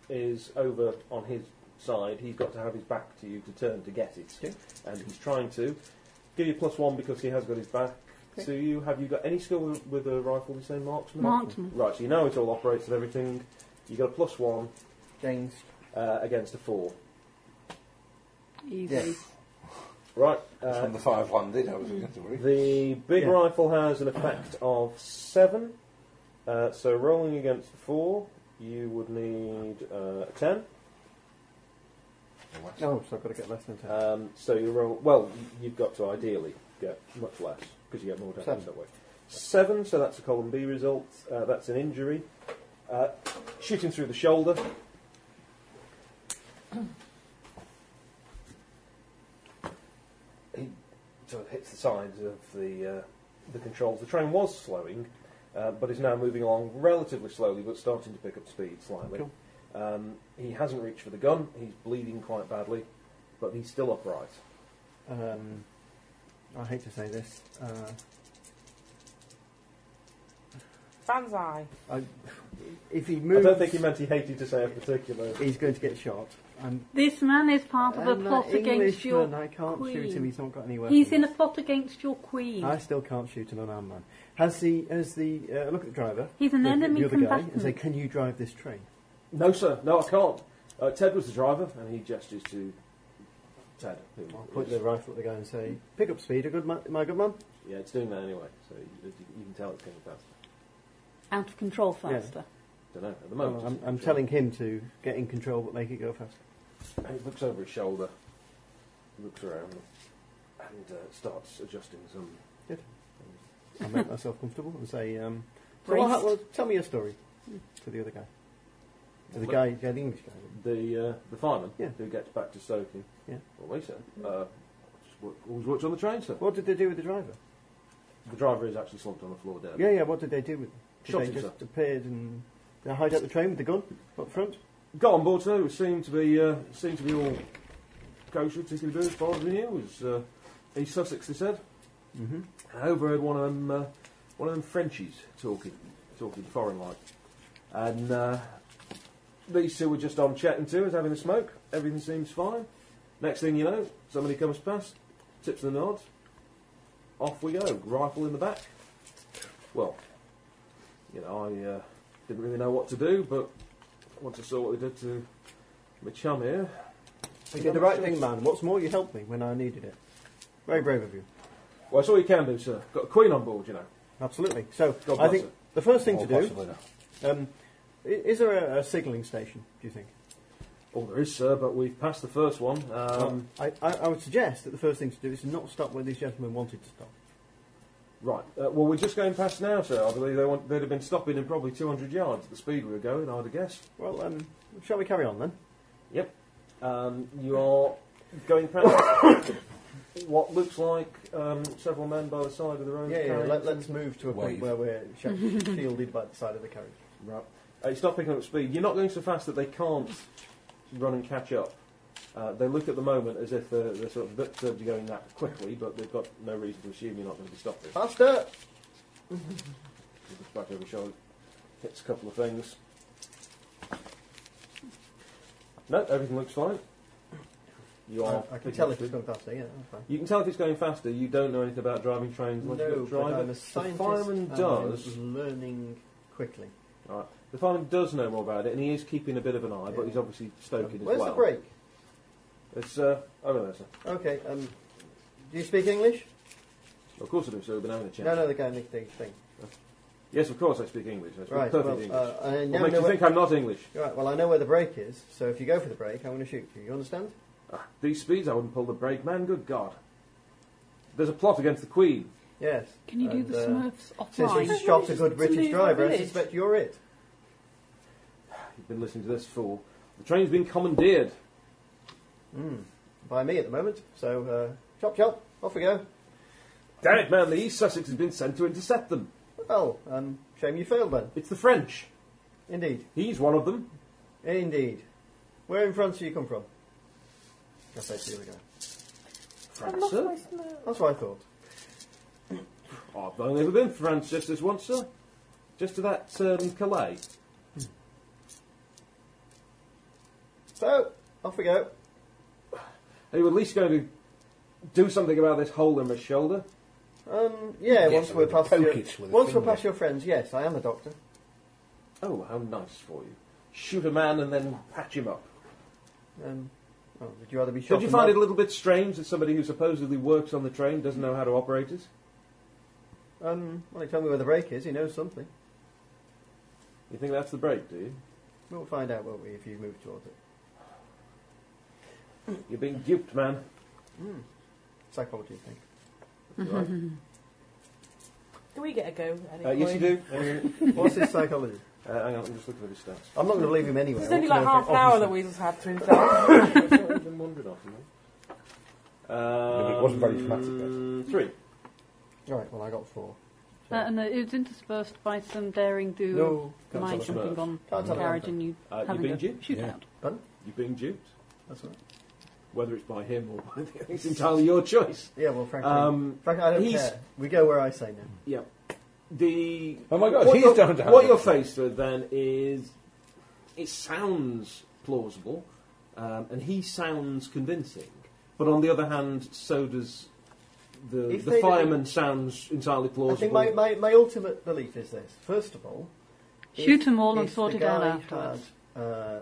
Speaker 3: is over on his side. He's got to have his back to you to turn to get it.
Speaker 5: Okay.
Speaker 3: And he's trying to. Give you plus one because he has got his back
Speaker 5: Okay.
Speaker 3: to you. Have you got any skill with, with a rifle? You say marksman?
Speaker 6: Marksman.
Speaker 3: Right, so you know it all operates and everything. You got a plus one
Speaker 5: James.
Speaker 3: uh, against a four.
Speaker 7: Easy.
Speaker 3: Right.
Speaker 10: That's
Speaker 3: Uh,
Speaker 10: when the five landed, I was going to worry.
Speaker 3: The big
Speaker 5: Yeah.
Speaker 3: rifle has an effect of seven. Uh, so rolling against four, you would need uh, a ten.
Speaker 5: Oh, so I've got to get less than ten.
Speaker 3: Um, so you roll. Well, y- you've got to ideally get much less because you get more damage
Speaker 5: Seven.
Speaker 3: that way. Seven. So that's a column B result. Uh, that's an injury. Uh, shooting through the shoulder. he sort of hits the sides of the uh, the controls. The train was slowing, uh, but is now moving along relatively slowly, but starting to pick up speed slightly.
Speaker 5: Cool.
Speaker 3: Um, he hasn't reached for the gun. He's bleeding quite badly, but he's still upright.
Speaker 5: Um, I hate to say this. Uh,
Speaker 2: Fan's eye.
Speaker 5: I, if he moves,
Speaker 3: I don't think he meant he hated to say a particular.
Speaker 5: he's going to get shot. I'm,
Speaker 6: This man is part of a
Speaker 5: I'm
Speaker 6: plot
Speaker 5: not
Speaker 6: against
Speaker 5: Englishman.
Speaker 6: your.
Speaker 5: I can't shoot him.
Speaker 6: queen.
Speaker 5: He's not got any weapons.
Speaker 6: He's in a plot against your queen.
Speaker 5: I still can't shoot an unarmed man. Has the has the uh, look at the driver?
Speaker 6: He's an
Speaker 5: the,
Speaker 6: enemy
Speaker 5: the other guy and say,
Speaker 6: combatant.
Speaker 5: "Can you drive this train?"
Speaker 3: No, sir. No, I can't. Uh, Ted was the driver, and he gestures to Ted. Who
Speaker 5: I'll point
Speaker 3: is-
Speaker 5: the rifle at the guy and say, "Pick up speed, a good man, my good man."
Speaker 3: yeah, it's doing that anyway, so you, you can tell it's going fast.
Speaker 8: Out of control
Speaker 5: Yeah.
Speaker 8: faster.
Speaker 3: Don't know. At the moment,
Speaker 5: I'm,
Speaker 3: it's
Speaker 5: I'm
Speaker 3: not sure.
Speaker 5: telling him to get in control but make it go faster.
Speaker 3: He looks over his shoulder, looks around, and uh, starts adjusting some.
Speaker 5: I make myself comfortable and say, um, so
Speaker 7: Braced.
Speaker 5: what hap- well, tell me your story to the other guy. To the
Speaker 3: Well,
Speaker 5: guy, yeah, the English guy.
Speaker 3: The uh, the fireman
Speaker 5: Yeah.
Speaker 3: who gets back to soaking.
Speaker 5: Yeah.
Speaker 3: What we said. Uh, just wa- always watch on the train, sir.
Speaker 5: What did they do with the driver?
Speaker 3: The driver is actually slumped on the floor dead.
Speaker 5: Yeah, yeah, what did they do with him? Did
Speaker 3: Uh, Shot
Speaker 5: they
Speaker 3: him,
Speaker 5: just
Speaker 3: sir.
Speaker 5: appeared and they hide out the train with the gun up front?
Speaker 3: Got on board, sir. It seemed to be uh, seemed to be all kosher, particularly good as far as we knew. It was uh, East Sussex, they said.
Speaker 5: Mm-hmm.
Speaker 3: I overheard one of them, uh, one of them Frenchies talking, talking foreign like, and uh, these two were just on chatting to us, having a smoke. Everything seems fine. Next thing you know, somebody comes past, tips the nods. Off we go, rifle in the back. Well, you know, I uh, didn't really know what to do, but once I saw what they did to my chum here,
Speaker 5: You did the right thing, man. What's more, you helped me when I needed it. Very brave of you.
Speaker 3: well, that's all you can do, sir. Got a queen on board, you know.
Speaker 5: Absolutely. So,
Speaker 3: God
Speaker 5: I
Speaker 3: bless
Speaker 5: think
Speaker 3: her.
Speaker 5: the first thing
Speaker 10: Or
Speaker 5: to do
Speaker 10: possibly not.
Speaker 5: um, i- is there a, a signalling station, do you think?
Speaker 3: Oh, there is, sir, but we've passed the first one.
Speaker 5: Uh,
Speaker 3: Um,
Speaker 5: I, I, I would suggest that the first thing to do is to not stop where these gentlemen wanted to stop.
Speaker 3: Right. Uh, well, we're just going past now, sir. I believe they want, they'd have been stopping in probably 200 yards at the speed we were going, I'd guess.
Speaker 5: Well, um, shall we carry on then?
Speaker 3: Yep. Um, you are going past what looks like um, several men by the side of the road.
Speaker 5: Yeah, yeah.
Speaker 3: carrying-
Speaker 5: Let, us move to a point
Speaker 10: Wave.
Speaker 5: where we're sh- shielded by the side of the carriage.
Speaker 3: Right. Uh, it's not picking up speed. You're not going so fast that they can't run and catch up. Uh, they look at the moment as if they're, they're sort of disturbed you're going that quickly, but they've got no reason to assume you're not going to be stopping.
Speaker 5: Faster!
Speaker 3: He looks back over his shoulder, hits a couple of things. No, everything looks fine. You are.
Speaker 5: I, I can tell if it's going faster. Yeah, that's fine.
Speaker 3: You can tell if it's going faster. You don't know anything about driving trains. unless you're a
Speaker 5: but
Speaker 3: driver.
Speaker 5: I'm a
Speaker 3: the
Speaker 5: scientist. um, mm-hmm.
Speaker 3: fireman
Speaker 5: and
Speaker 3: does.
Speaker 5: I'm learning quickly.
Speaker 3: The fireman does know more about it, and he is keeping a bit of an eye, but
Speaker 5: Yeah.
Speaker 3: he's obviously stoking
Speaker 5: Where's
Speaker 3: as well.
Speaker 5: the break?
Speaker 3: It's uh, over there, sir.
Speaker 5: Okay. Um, do you speak English?
Speaker 3: Of course I do, sir. We've been having a chat.
Speaker 5: No, no, the guy in the thing. thing.
Speaker 3: Yes, of course I speak English. I speak
Speaker 5: Right.
Speaker 3: perfect
Speaker 5: Well,
Speaker 3: English.
Speaker 5: uh, I
Speaker 3: what
Speaker 5: now
Speaker 3: makes
Speaker 5: know
Speaker 3: you
Speaker 5: where,
Speaker 3: think I'm not English?
Speaker 5: right. Well, I know where the break is. So if you go for the break, I'm going to shoot you. You understand?
Speaker 3: Ah, these speeds, I wouldn't pull the brake, man. Good God. There's a plot against the Queen.
Speaker 5: Yes.
Speaker 7: Can you do
Speaker 5: And,
Speaker 7: the
Speaker 5: uh,
Speaker 7: Smurfs
Speaker 5: Since
Speaker 7: offline?
Speaker 5: you've shot a good
Speaker 2: Just leave
Speaker 5: British
Speaker 2: the
Speaker 5: driver, I
Speaker 2: village.
Speaker 5: suspect you're it.
Speaker 3: You've been listening to this fool. The train's been commandeered.
Speaker 5: Mm. By me at the moment. So uh, chop chop, off we go.
Speaker 3: Damn it, man, the East Sussex has been sent to intercept them.
Speaker 5: Well, um, shame you failed then.
Speaker 3: It's the French.
Speaker 5: Indeed.
Speaker 3: He's one of them.
Speaker 5: Indeed. Where in France do you come from? I say, here we go.
Speaker 3: France, sir?
Speaker 5: That's what I thought.
Speaker 3: Oh, I've only ever been to France just this once, sir. Just to that um, Calais.
Speaker 5: So, off we go.
Speaker 3: Are you at least going to do something about this hole in my shoulder?
Speaker 5: Um, yeah,
Speaker 10: Yes,
Speaker 5: once we're
Speaker 10: with a
Speaker 5: past
Speaker 10: poke
Speaker 5: your,
Speaker 10: it with a
Speaker 5: once we're
Speaker 10: finger.
Speaker 5: past your friends, yes, I am a doctor.
Speaker 3: Oh, how nice for you. Shoot a man and then patch him up.
Speaker 5: Um, oh, would you rather be shot?
Speaker 3: Don't you
Speaker 5: and
Speaker 3: find
Speaker 5: not-
Speaker 3: it a little bit strange that somebody who supposedly works on the train doesn't know how to operate it?
Speaker 5: Um, well, he told me where the break is. He knows something.
Speaker 3: You think that's the break, do you?
Speaker 5: We'll find out, won't we, if you move towards it.
Speaker 3: You're being duped, man.
Speaker 5: Psychology thing.
Speaker 3: Right.
Speaker 2: Do we get a go? at any
Speaker 3: Uh, yes, you
Speaker 2: point?
Speaker 3: do. Uh,
Speaker 5: What's his psychology?
Speaker 3: hang on, I'm just looking at his stats.
Speaker 5: I'm not going to leave him anyway.
Speaker 2: It's
Speaker 5: I want
Speaker 2: only
Speaker 5: to know
Speaker 2: like
Speaker 5: if
Speaker 2: half
Speaker 5: it-
Speaker 2: an hour that
Speaker 5: obviously-
Speaker 2: Weasel's had to himself.
Speaker 3: I've been wandering off, you know. Um,
Speaker 10: but it wasn't very dramatic, that.
Speaker 3: Three.
Speaker 5: Right. Well, I got four.
Speaker 7: Uh, and it was interspersed by some daring do
Speaker 5: No,
Speaker 3: can't
Speaker 7: my
Speaker 3: tell us
Speaker 7: jumping
Speaker 3: about.
Speaker 7: on
Speaker 5: Can't
Speaker 7: the
Speaker 5: tell us
Speaker 7: carriage
Speaker 5: about.
Speaker 7: and you
Speaker 3: Uh, you've
Speaker 7: having
Speaker 3: been
Speaker 7: a
Speaker 3: duped.
Speaker 7: shootout.
Speaker 10: Yeah.
Speaker 5: Pardon?
Speaker 3: You've been duped.
Speaker 5: That's all right.
Speaker 3: Whether it's by him or by the other, it's entirely your choice.
Speaker 5: Yeah. Well, frankly,
Speaker 3: Um,
Speaker 5: frankly, I don't
Speaker 3: he's-
Speaker 5: care. We go where I say now.
Speaker 3: yeah. The
Speaker 10: Oh my God,
Speaker 3: what
Speaker 10: he's
Speaker 3: you're-
Speaker 10: down to
Speaker 3: What
Speaker 10: have
Speaker 3: you're
Speaker 10: it.
Speaker 3: faced with then is it sounds plausible, um, and he sounds convincing. But on the other hand, so does the
Speaker 5: If
Speaker 3: the
Speaker 5: they don't-
Speaker 3: fireman sounds entirely plausible.
Speaker 5: I think my, my, my ultimate belief is this. First of all,
Speaker 7: Shoot
Speaker 5: if-
Speaker 7: 'em all and
Speaker 5: if
Speaker 7: sort
Speaker 5: the
Speaker 7: it out
Speaker 5: guy
Speaker 7: afterwards.
Speaker 5: had, uh,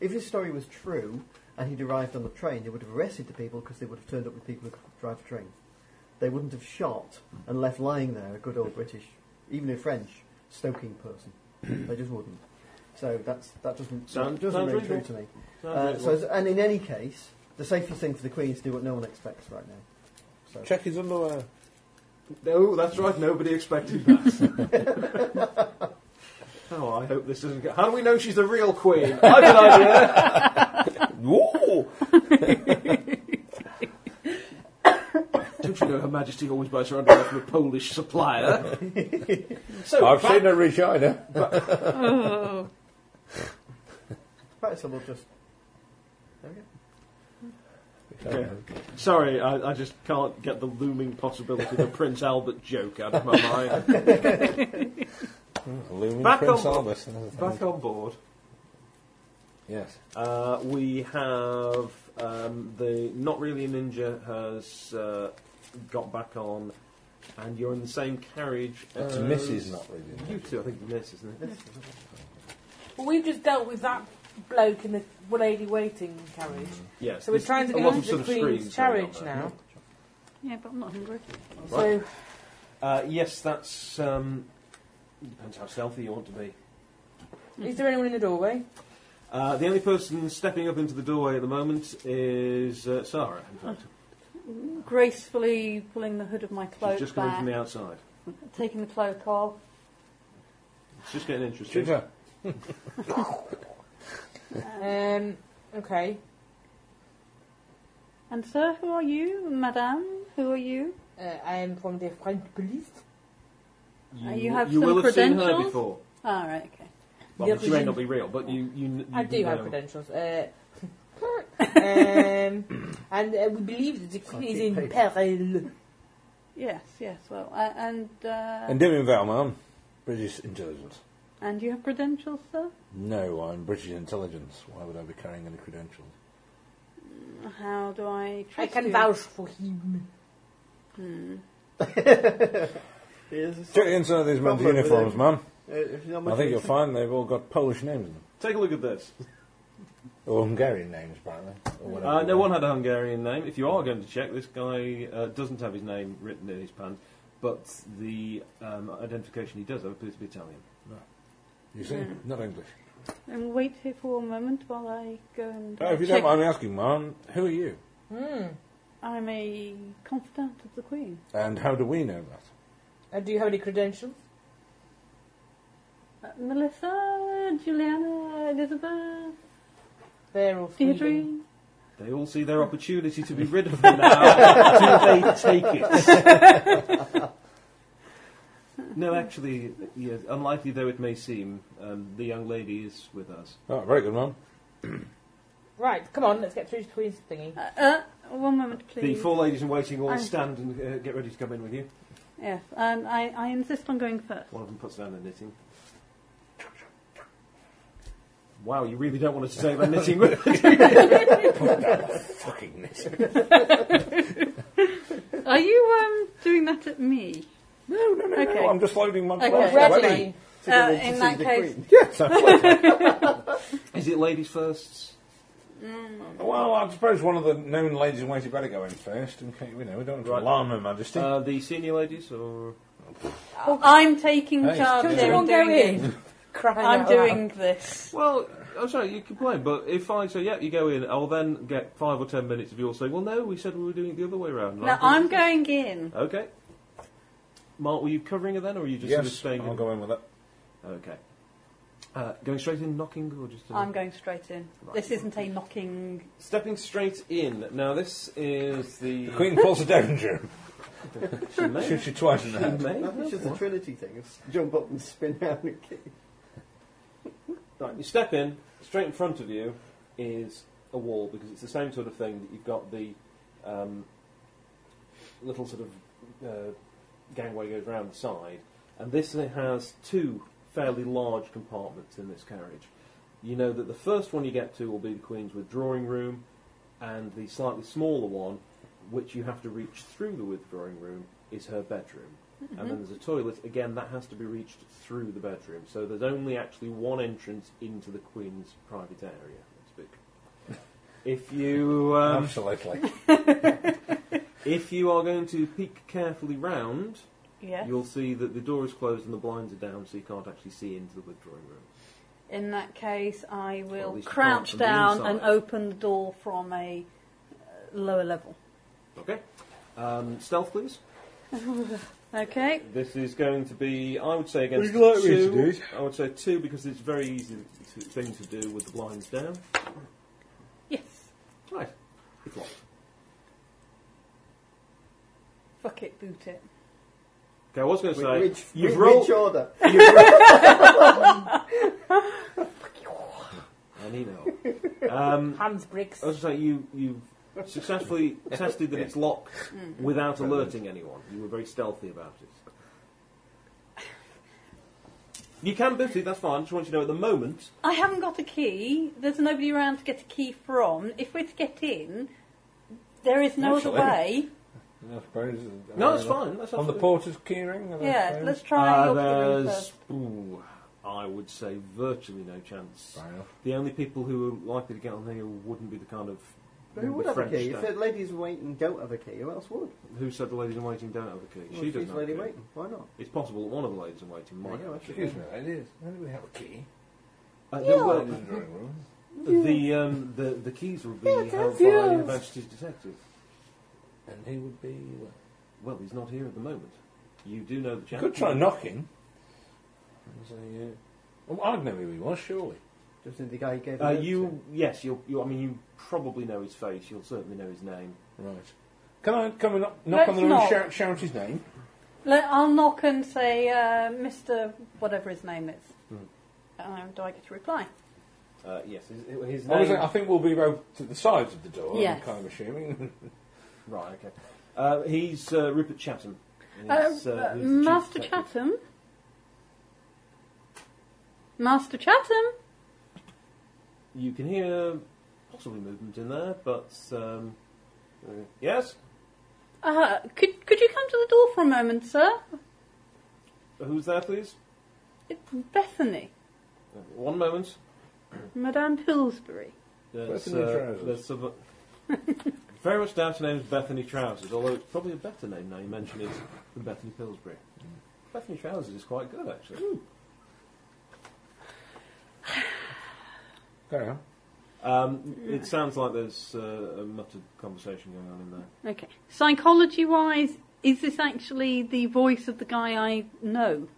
Speaker 5: if his story was true and he'd arrived on the train, they would have arrested the people because they would have turned up with people who could drive a train. They wouldn't have shot and left lying there a good old British, even a French, stoking person. they just wouldn't. So that's that doesn't
Speaker 3: Sound-
Speaker 5: doesn't
Speaker 3: sounds
Speaker 5: ring true to
Speaker 3: reasonable.
Speaker 5: me. Uh, so as- and in any case, the safest thing for the Queen is to do what no one expects right now. So
Speaker 10: Check his underwear.
Speaker 3: no, that's right. Nobody expected that. oh, I hope this doesn't go. How do we know she's the real queen? I have an idea.
Speaker 10: Whoa!
Speaker 3: Don't you know Her Majesty always buys her underwear from a Polish supplier? so
Speaker 10: I've
Speaker 3: back-
Speaker 10: seen a vagina.
Speaker 7: Oh.
Speaker 5: right, so we'll just there we go.
Speaker 3: Okay. Sorry, I, I just can't get the looming possibility of a Prince Albert joke out of my mind.
Speaker 10: Looming
Speaker 3: Back
Speaker 10: Prince
Speaker 3: on-
Speaker 10: Albert. another thing.
Speaker 3: Back on board,
Speaker 10: Yes.
Speaker 3: uh, we have um, the Not Really a Ninja has uh, got back on, and you're in the same carriage
Speaker 10: That's
Speaker 3: as
Speaker 10: Mrs. Not really.
Speaker 3: You two, I think, miss, isn't it?
Speaker 2: Well, we've just dealt with that bloke in the lady waiting carriage.
Speaker 3: Yes.
Speaker 2: So we're
Speaker 3: there's
Speaker 2: trying to
Speaker 3: a
Speaker 2: get
Speaker 3: lot
Speaker 2: into
Speaker 3: of sort
Speaker 2: the
Speaker 3: of
Speaker 2: Queen's
Speaker 3: screens going on
Speaker 2: carriage
Speaker 3: there.
Speaker 2: now.
Speaker 7: Yeah, but I'm not hungry.
Speaker 2: So,
Speaker 3: Uh, yes, that's um, depends how stealthy you want to be.
Speaker 2: is there anyone in the doorway?
Speaker 3: Uh, the only person stepping up into the doorway at the moment is uh, Sarah. In fact,
Speaker 8: Gracefully pulling the hood of my cloak
Speaker 3: she's just coming
Speaker 8: back,
Speaker 3: from the outside.
Speaker 8: taking the cloak off.
Speaker 3: It's just getting interesting.
Speaker 10: Ginger.
Speaker 2: Um, okay.
Speaker 8: And sir, who are you? Madame, who are you?
Speaker 2: Uh, I am from the French police.
Speaker 8: Uh, you have
Speaker 3: you
Speaker 8: some
Speaker 3: will have seen her
Speaker 8: credentials?
Speaker 3: before.
Speaker 8: All Ah, right, okay.
Speaker 3: Well,
Speaker 2: Yeah,
Speaker 3: she
Speaker 2: but
Speaker 3: may
Speaker 2: you-
Speaker 3: not be real, but you, you, kn- you
Speaker 2: I do have
Speaker 3: know.
Speaker 2: credentials. Uh, um, and uh, we believe that the Queen is in peril.
Speaker 8: Yes, yes. Well, uh, and uh,
Speaker 10: And Damien Valmont, British intelligence.
Speaker 8: and you have credentials, sir?
Speaker 10: No, I'm British intelligence. Why would I be carrying any credentials?
Speaker 8: How do I
Speaker 2: I
Speaker 8: trust
Speaker 2: can
Speaker 8: you?
Speaker 2: vouch for him.
Speaker 8: Hmm.
Speaker 5: Here's a-
Speaker 10: Check the inside of these men's
Speaker 5: Problem with
Speaker 10: uniforms,
Speaker 5: it.
Speaker 10: man.
Speaker 5: uh, if you're not
Speaker 10: I
Speaker 5: much
Speaker 10: think you'll
Speaker 5: of a-
Speaker 10: find they've all got Polish names in them.
Speaker 3: Take a look at this.
Speaker 10: Or Hungarian names, apparently. Or whatever
Speaker 3: Uh, no
Speaker 10: they
Speaker 3: one had a Hungarian name. If you are going to check, this guy uh, doesn't have his name written in his pants, but the um, identification he does have appears to be Italian.
Speaker 10: are. You see? Not English.
Speaker 8: And wait here for one moment while I go and
Speaker 4: Uh,
Speaker 10: Oh, if you
Speaker 8: check.
Speaker 10: don't mind me asking, man, who are you?
Speaker 2: Hmm.
Speaker 8: I'm a confidant of the Queen.
Speaker 10: And how do we know that?
Speaker 2: Uh, do you have any credentials?
Speaker 8: Uh, Melissa, Juliana, Elizabeth,
Speaker 2: They're all fleeting.
Speaker 8: Deirdre.
Speaker 3: They all see their opportunity to be rid of them now. do they take it? no, actually, yes, unlikely though it may seem, um, the young lady is with us.
Speaker 10: Oh, very good, man.
Speaker 2: Right, come on, let's get through to Queen's thingy.
Speaker 8: Uh, uh, one moment,
Speaker 3: The
Speaker 8: please.
Speaker 3: four ladies in waiting all
Speaker 8: I'm-
Speaker 3: stand and uh, get ready to come in with you.
Speaker 8: Yes, and I, I insist on going first.
Speaker 3: One of them puts down their knitting. Wow, you really don't want us to say about knitting.
Speaker 10: Fucking this.
Speaker 8: Are you um, doing that at me?
Speaker 10: No, no, no,
Speaker 8: Okay.
Speaker 10: no. I'm just loading my
Speaker 8: Okay.
Speaker 10: glass.
Speaker 8: Ready.
Speaker 10: Ready.
Speaker 5: to go
Speaker 8: Uh,
Speaker 5: in to
Speaker 8: in
Speaker 5: see
Speaker 8: that
Speaker 5: the
Speaker 8: case-
Speaker 5: Queen.
Speaker 10: Yes, I'm ready.
Speaker 3: Is it ladies first?
Speaker 10: Well, I suppose one of the known ladies in waiting better go in first. In case, you know, we don't want to
Speaker 3: Right.
Speaker 10: alarm Her Majesty.
Speaker 3: Uh, the senior ladies, or
Speaker 8: I'm taking
Speaker 10: Hey,
Speaker 8: charge
Speaker 10: Juliana.
Speaker 8: here. I'm
Speaker 2: Everyone
Speaker 8: doing
Speaker 2: Oh. go in.
Speaker 8: it.
Speaker 2: Crying
Speaker 8: I'm
Speaker 2: out
Speaker 8: doing this.
Speaker 3: well, I'm Oh, sorry, you complain, but if I say yeah, you go in, I'll then get five or ten minutes of you all saying, well, no, we said we were doing it the other way around.
Speaker 8: Now I'm going in.
Speaker 3: Okay. Mark, were you covering it then, or were you just sort of
Speaker 10: yes,
Speaker 3: staying
Speaker 10: I'll
Speaker 3: in?
Speaker 10: go in with it.
Speaker 3: Okay. Uh, going straight in, knocking, or just? uh,
Speaker 8: I'm going straight in.
Speaker 3: Right.
Speaker 8: This isn't a knocking.
Speaker 3: Stepping straight in. Now this is the,
Speaker 10: The Queen calls a danger.
Speaker 3: She may-
Speaker 10: Shoots you twice in the
Speaker 3: she
Speaker 10: head.
Speaker 3: may-
Speaker 5: No, It's just a Trinity thing. It's jump up and spin down and kick.
Speaker 3: Right, you step in, straight in front of you is a wall because it's the same sort of thing that you've got the um, little sort of uh, gangway goes round the side, and this has two fairly large compartments in this carriage. You know that the first one you get to will be the Queen's withdrawing room, and the slightly smaller one, which you have to reach through the withdrawing room, is her bedroom. And then there's a toilet, again, that has to be reached through the bedroom. So there's only actually one entrance into the Queen's private area. Let's speak. If you um,
Speaker 10: Absolutely.
Speaker 3: if you are going to peek carefully round,
Speaker 8: Yes.
Speaker 3: you'll see that the door is closed and the blinds are down, so you can't actually see into the withdrawing room.
Speaker 2: loud.
Speaker 8: In that case, I will
Speaker 4: least apart
Speaker 8: crouch
Speaker 4: from the
Speaker 8: down and
Speaker 4: inside.
Speaker 8: open the door from a uh, lower level.
Speaker 3: Okay. Um, stealth, please.
Speaker 8: Okay.
Speaker 3: This is going to be, I would say, against
Speaker 4: Would you like me to
Speaker 3: two.
Speaker 4: do it?
Speaker 3: I would say two because it's very easy to, thing to do with the blinds down.
Speaker 8: Yes.
Speaker 3: Right. It's locked.
Speaker 8: Fuck it, boot it.
Speaker 3: Okay, I was going to say
Speaker 5: Which,
Speaker 3: you've
Speaker 5: which,
Speaker 3: rolled.
Speaker 5: which order?
Speaker 3: you've rolled. and he know. Um,
Speaker 2: Hans Briggs.
Speaker 3: I was going to say you you successfully tested that it's locked
Speaker 5: Mm-hmm.
Speaker 3: without alerting anyone. You were very stealthy about it. You can boot it. That's fine. Just want you to know at the moment.
Speaker 8: I haven't got a key. There's nobody around to get a key from. If we're to get in, there is no
Speaker 4: Actually.
Speaker 8: other way.
Speaker 4: I suppose. uh,
Speaker 3: No, that's fine. That's
Speaker 4: On the
Speaker 3: absolutely-
Speaker 4: porter's keyring? I
Speaker 8: Yeah,
Speaker 4: suppose.
Speaker 8: let's try
Speaker 3: Uh,
Speaker 8: and open the room
Speaker 3: there's,
Speaker 8: first.
Speaker 3: ooh, I would say virtually no chance.
Speaker 4: Fair enough.
Speaker 3: The only people who are likely to get on here wouldn't be the kind of
Speaker 5: Who would have a key?
Speaker 3: French
Speaker 5: If the ladies waiting don't have a key, who else would?
Speaker 3: Who said the ladies in waiting don't have a key?
Speaker 5: Well,
Speaker 3: she
Speaker 5: she's
Speaker 3: doesn't. Have a
Speaker 5: lady
Speaker 3: key.
Speaker 5: waiting. Why not?
Speaker 3: It's possible that one of the ladies in waiting might.
Speaker 5: Yeah,
Speaker 3: have a
Speaker 5: actually.
Speaker 4: Excuse me, ladies. Anybody have a key?
Speaker 3: Uh,
Speaker 4: Yeah.
Speaker 3: there were-
Speaker 4: In the drawing room.
Speaker 3: the, um, the the keys would be held by
Speaker 15: yours.
Speaker 3: university's detective.
Speaker 4: And he would be. Well,
Speaker 3: Well, he's not here at the moment. You do know the
Speaker 4: you
Speaker 3: chance.
Speaker 4: could try knocking. And say, uh, well, I'd know who he was, surely.
Speaker 5: Just think the guy who gave
Speaker 3: Uh,
Speaker 5: her
Speaker 3: you yes, you'll, you. I mean, you probably know his face. You'll certainly know his name.
Speaker 4: Right. Can I come and knock, knock
Speaker 8: Let's
Speaker 4: on the door and
Speaker 8: knock.
Speaker 4: shout, shout his name?
Speaker 8: Let, I'll knock and say, uh, Mr. whatever his name is.
Speaker 3: Hmm.
Speaker 8: Um, do I get to reply?
Speaker 3: Uh, yes, his, his
Speaker 4: I, was, oh.
Speaker 3: name.
Speaker 4: I think we'll be both to the sides of the door,
Speaker 8: Yes.
Speaker 4: I'm kind of assuming.
Speaker 3: Right. Okay. Uh, he's uh, Rupert Chatham. He's,
Speaker 8: Uh,
Speaker 3: uh,
Speaker 8: uh,
Speaker 3: he's the chief
Speaker 8: Master
Speaker 3: detective.
Speaker 8: Chatham? Master Chatham?
Speaker 3: You can hear possibly movement in there, but um, uh, yes.
Speaker 8: Uh, could, could you come to the door for a moment, sir?
Speaker 3: Who's there, please?
Speaker 8: It's Bethany,
Speaker 3: Uh, One moment.
Speaker 8: Madame Pillsbury.
Speaker 3: There's,
Speaker 4: Bethany Trousers.
Speaker 3: there's some, very much doubt her name's Bethany Trousers, although it's probably a better name now you mention it than Bethany Pillsbury. Bethany Trousers is quite good, actually.
Speaker 4: Carry on.
Speaker 3: Um, it sounds like there's uh, a muttered conversation going on in there.
Speaker 8: Okay. Psychology wise, is this actually the voice of the guy I know?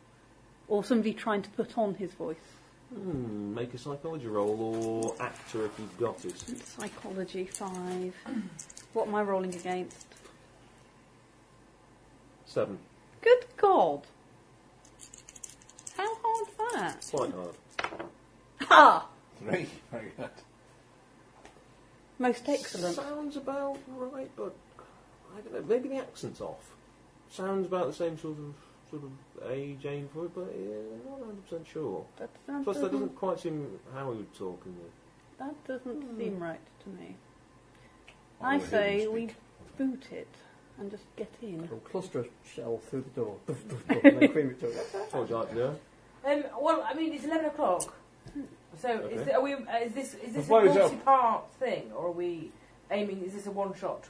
Speaker 8: Or somebody trying to put on his voice?
Speaker 3: Hmm, make a psychology roll or actor if you've got it.
Speaker 8: Psychology 5. What am I rolling against?
Speaker 3: Seven.
Speaker 8: Good God! How hard's that? Ah!
Speaker 3: Quite hard.
Speaker 8: Ha!
Speaker 4: Three. Very good.
Speaker 8: Most excellent.
Speaker 3: Sounds about right, but I don't know. Maybe the accent's off. Sounds about the same sort of sort of age aim for it, but yeah, not hundred percent sure.
Speaker 8: That, that
Speaker 3: Plus, that
Speaker 8: doesn't,
Speaker 3: doesn't quite seem how he would talk in the
Speaker 8: that
Speaker 3: Hmm.
Speaker 8: doesn't seem right to me.
Speaker 3: Oh,
Speaker 4: Or
Speaker 8: I
Speaker 4: who
Speaker 8: say
Speaker 4: speak.
Speaker 8: we boot it and just get in.
Speaker 5: Or cluster a shell through the door. and then cream it to her.
Speaker 3: What would you like to do?
Speaker 2: Um, well, I mean, it's eleven o'clock. So,
Speaker 3: Okay.
Speaker 2: is, th- are we, uh, is this is this
Speaker 4: Well,
Speaker 2: a
Speaker 4: it's up.
Speaker 2: multi-part thing, or are we aiming? Is this a one-shot?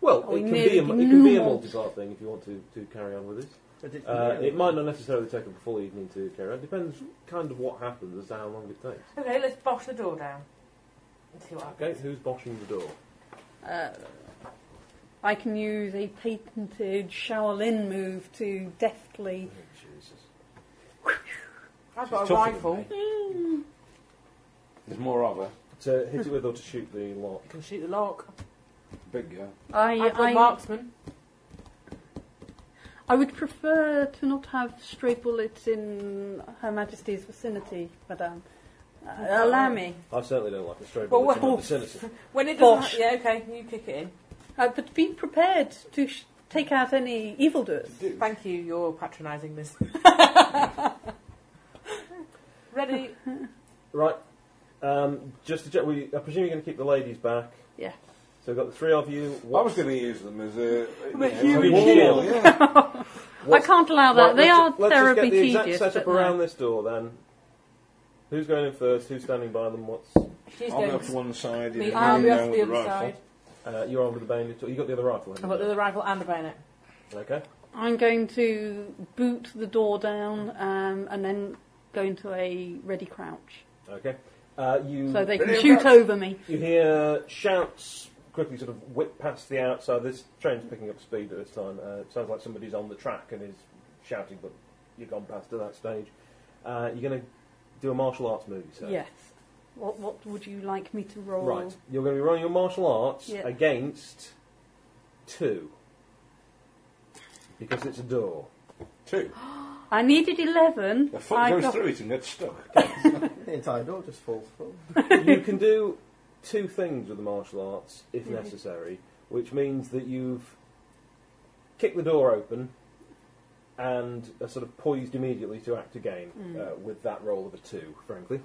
Speaker 3: Well,
Speaker 8: Oh,
Speaker 3: it can
Speaker 8: nearly
Speaker 3: be a, mu- it can be a
Speaker 8: nuanced.
Speaker 3: multi-part thing if you want to, to carry on with it.
Speaker 5: But it's-
Speaker 3: Uh, it might not necessarily take a full evening to carry on. Depends kind of what happens as to how long it takes.
Speaker 2: Okay, let's bosh the door down. And see what happens.
Speaker 3: Okay, who's boshing the door?
Speaker 8: Uh, I can use a patented Shaolin move to
Speaker 3: Oh,
Speaker 8: deftly.
Speaker 2: I've got
Speaker 4: She's
Speaker 2: a
Speaker 4: tougher than
Speaker 2: rifle.
Speaker 4: me. There's more of her.
Speaker 3: To hit it with or to shoot the lock.
Speaker 2: Can shoot the lock.
Speaker 4: Big girl.
Speaker 8: I,
Speaker 2: I've got
Speaker 8: I,
Speaker 2: marksman.
Speaker 8: I would prefer to not have stray bullets in Her Majesty's vicinity, Madame. Uh, allow me.
Speaker 3: I certainly don't like a stray
Speaker 2: Well,
Speaker 3: bullet in
Speaker 2: well-
Speaker 3: my vicinity.
Speaker 2: When it doesn't,
Speaker 8: Bosh.
Speaker 2: ha- yeah, okay, you kick it
Speaker 8: Uh, but be prepared to sh- take out any evildoers.
Speaker 2: in. Thank you, you're patronising this. Ready?
Speaker 3: Right. Um, just to check, we, I presume you're going to keep the ladies back.
Speaker 8: Yeah.
Speaker 3: So we've got the three of you.
Speaker 4: I was going to use them as a,
Speaker 8: But
Speaker 4: as
Speaker 8: you
Speaker 4: a wall,
Speaker 3: shield.
Speaker 4: yeah.
Speaker 8: I can't allow that.
Speaker 3: Right,
Speaker 8: they
Speaker 3: let's
Speaker 8: are
Speaker 3: ju- let's just
Speaker 8: terribly
Speaker 3: get the exact
Speaker 8: tedious.
Speaker 3: setup
Speaker 8: but
Speaker 3: around
Speaker 8: no.
Speaker 3: this door then. Who's going in first? Who's standing by them? What's
Speaker 2: She's
Speaker 4: I'll go
Speaker 2: going.
Speaker 4: to one side. you
Speaker 2: Me,
Speaker 4: know,
Speaker 2: I'll
Speaker 4: you
Speaker 2: be
Speaker 4: know,
Speaker 2: off to the
Speaker 4: with
Speaker 2: other
Speaker 4: rifle.
Speaker 2: side.
Speaker 3: uh, you're on with the bayonet? You got the other rifle. haven't
Speaker 2: I've got
Speaker 3: you?
Speaker 2: the other rifle and the bayonet.
Speaker 3: Okay.
Speaker 8: I'm going to boot the door down um, and then go into a ready crouch.
Speaker 3: Okay. Uh, you
Speaker 10: Mm.
Speaker 8: so they can shoot over me.
Speaker 3: You hear shouts quickly sort of whip past the outside. This train's picking up speed at this time. Uh, it sounds like somebody's on the track and is shouting, but you've gone past to that stage. Uh, you're going to do a martial arts move, so.
Speaker 8: Yes. What what would you like me to roll?
Speaker 3: Right. You're going to be running your martial arts
Speaker 8: Yeah.
Speaker 3: against two. Because it's a door.
Speaker 10: Two.
Speaker 8: I needed eleven.
Speaker 10: The
Speaker 8: I
Speaker 10: foot goes
Speaker 8: got-
Speaker 10: through it and gets stuck.
Speaker 5: The entire door just falls full.
Speaker 3: you can do two things with the martial arts if necessary, which means that you've kicked the door open and are sort of poised immediately to act again uh, with that roll of a two, frankly.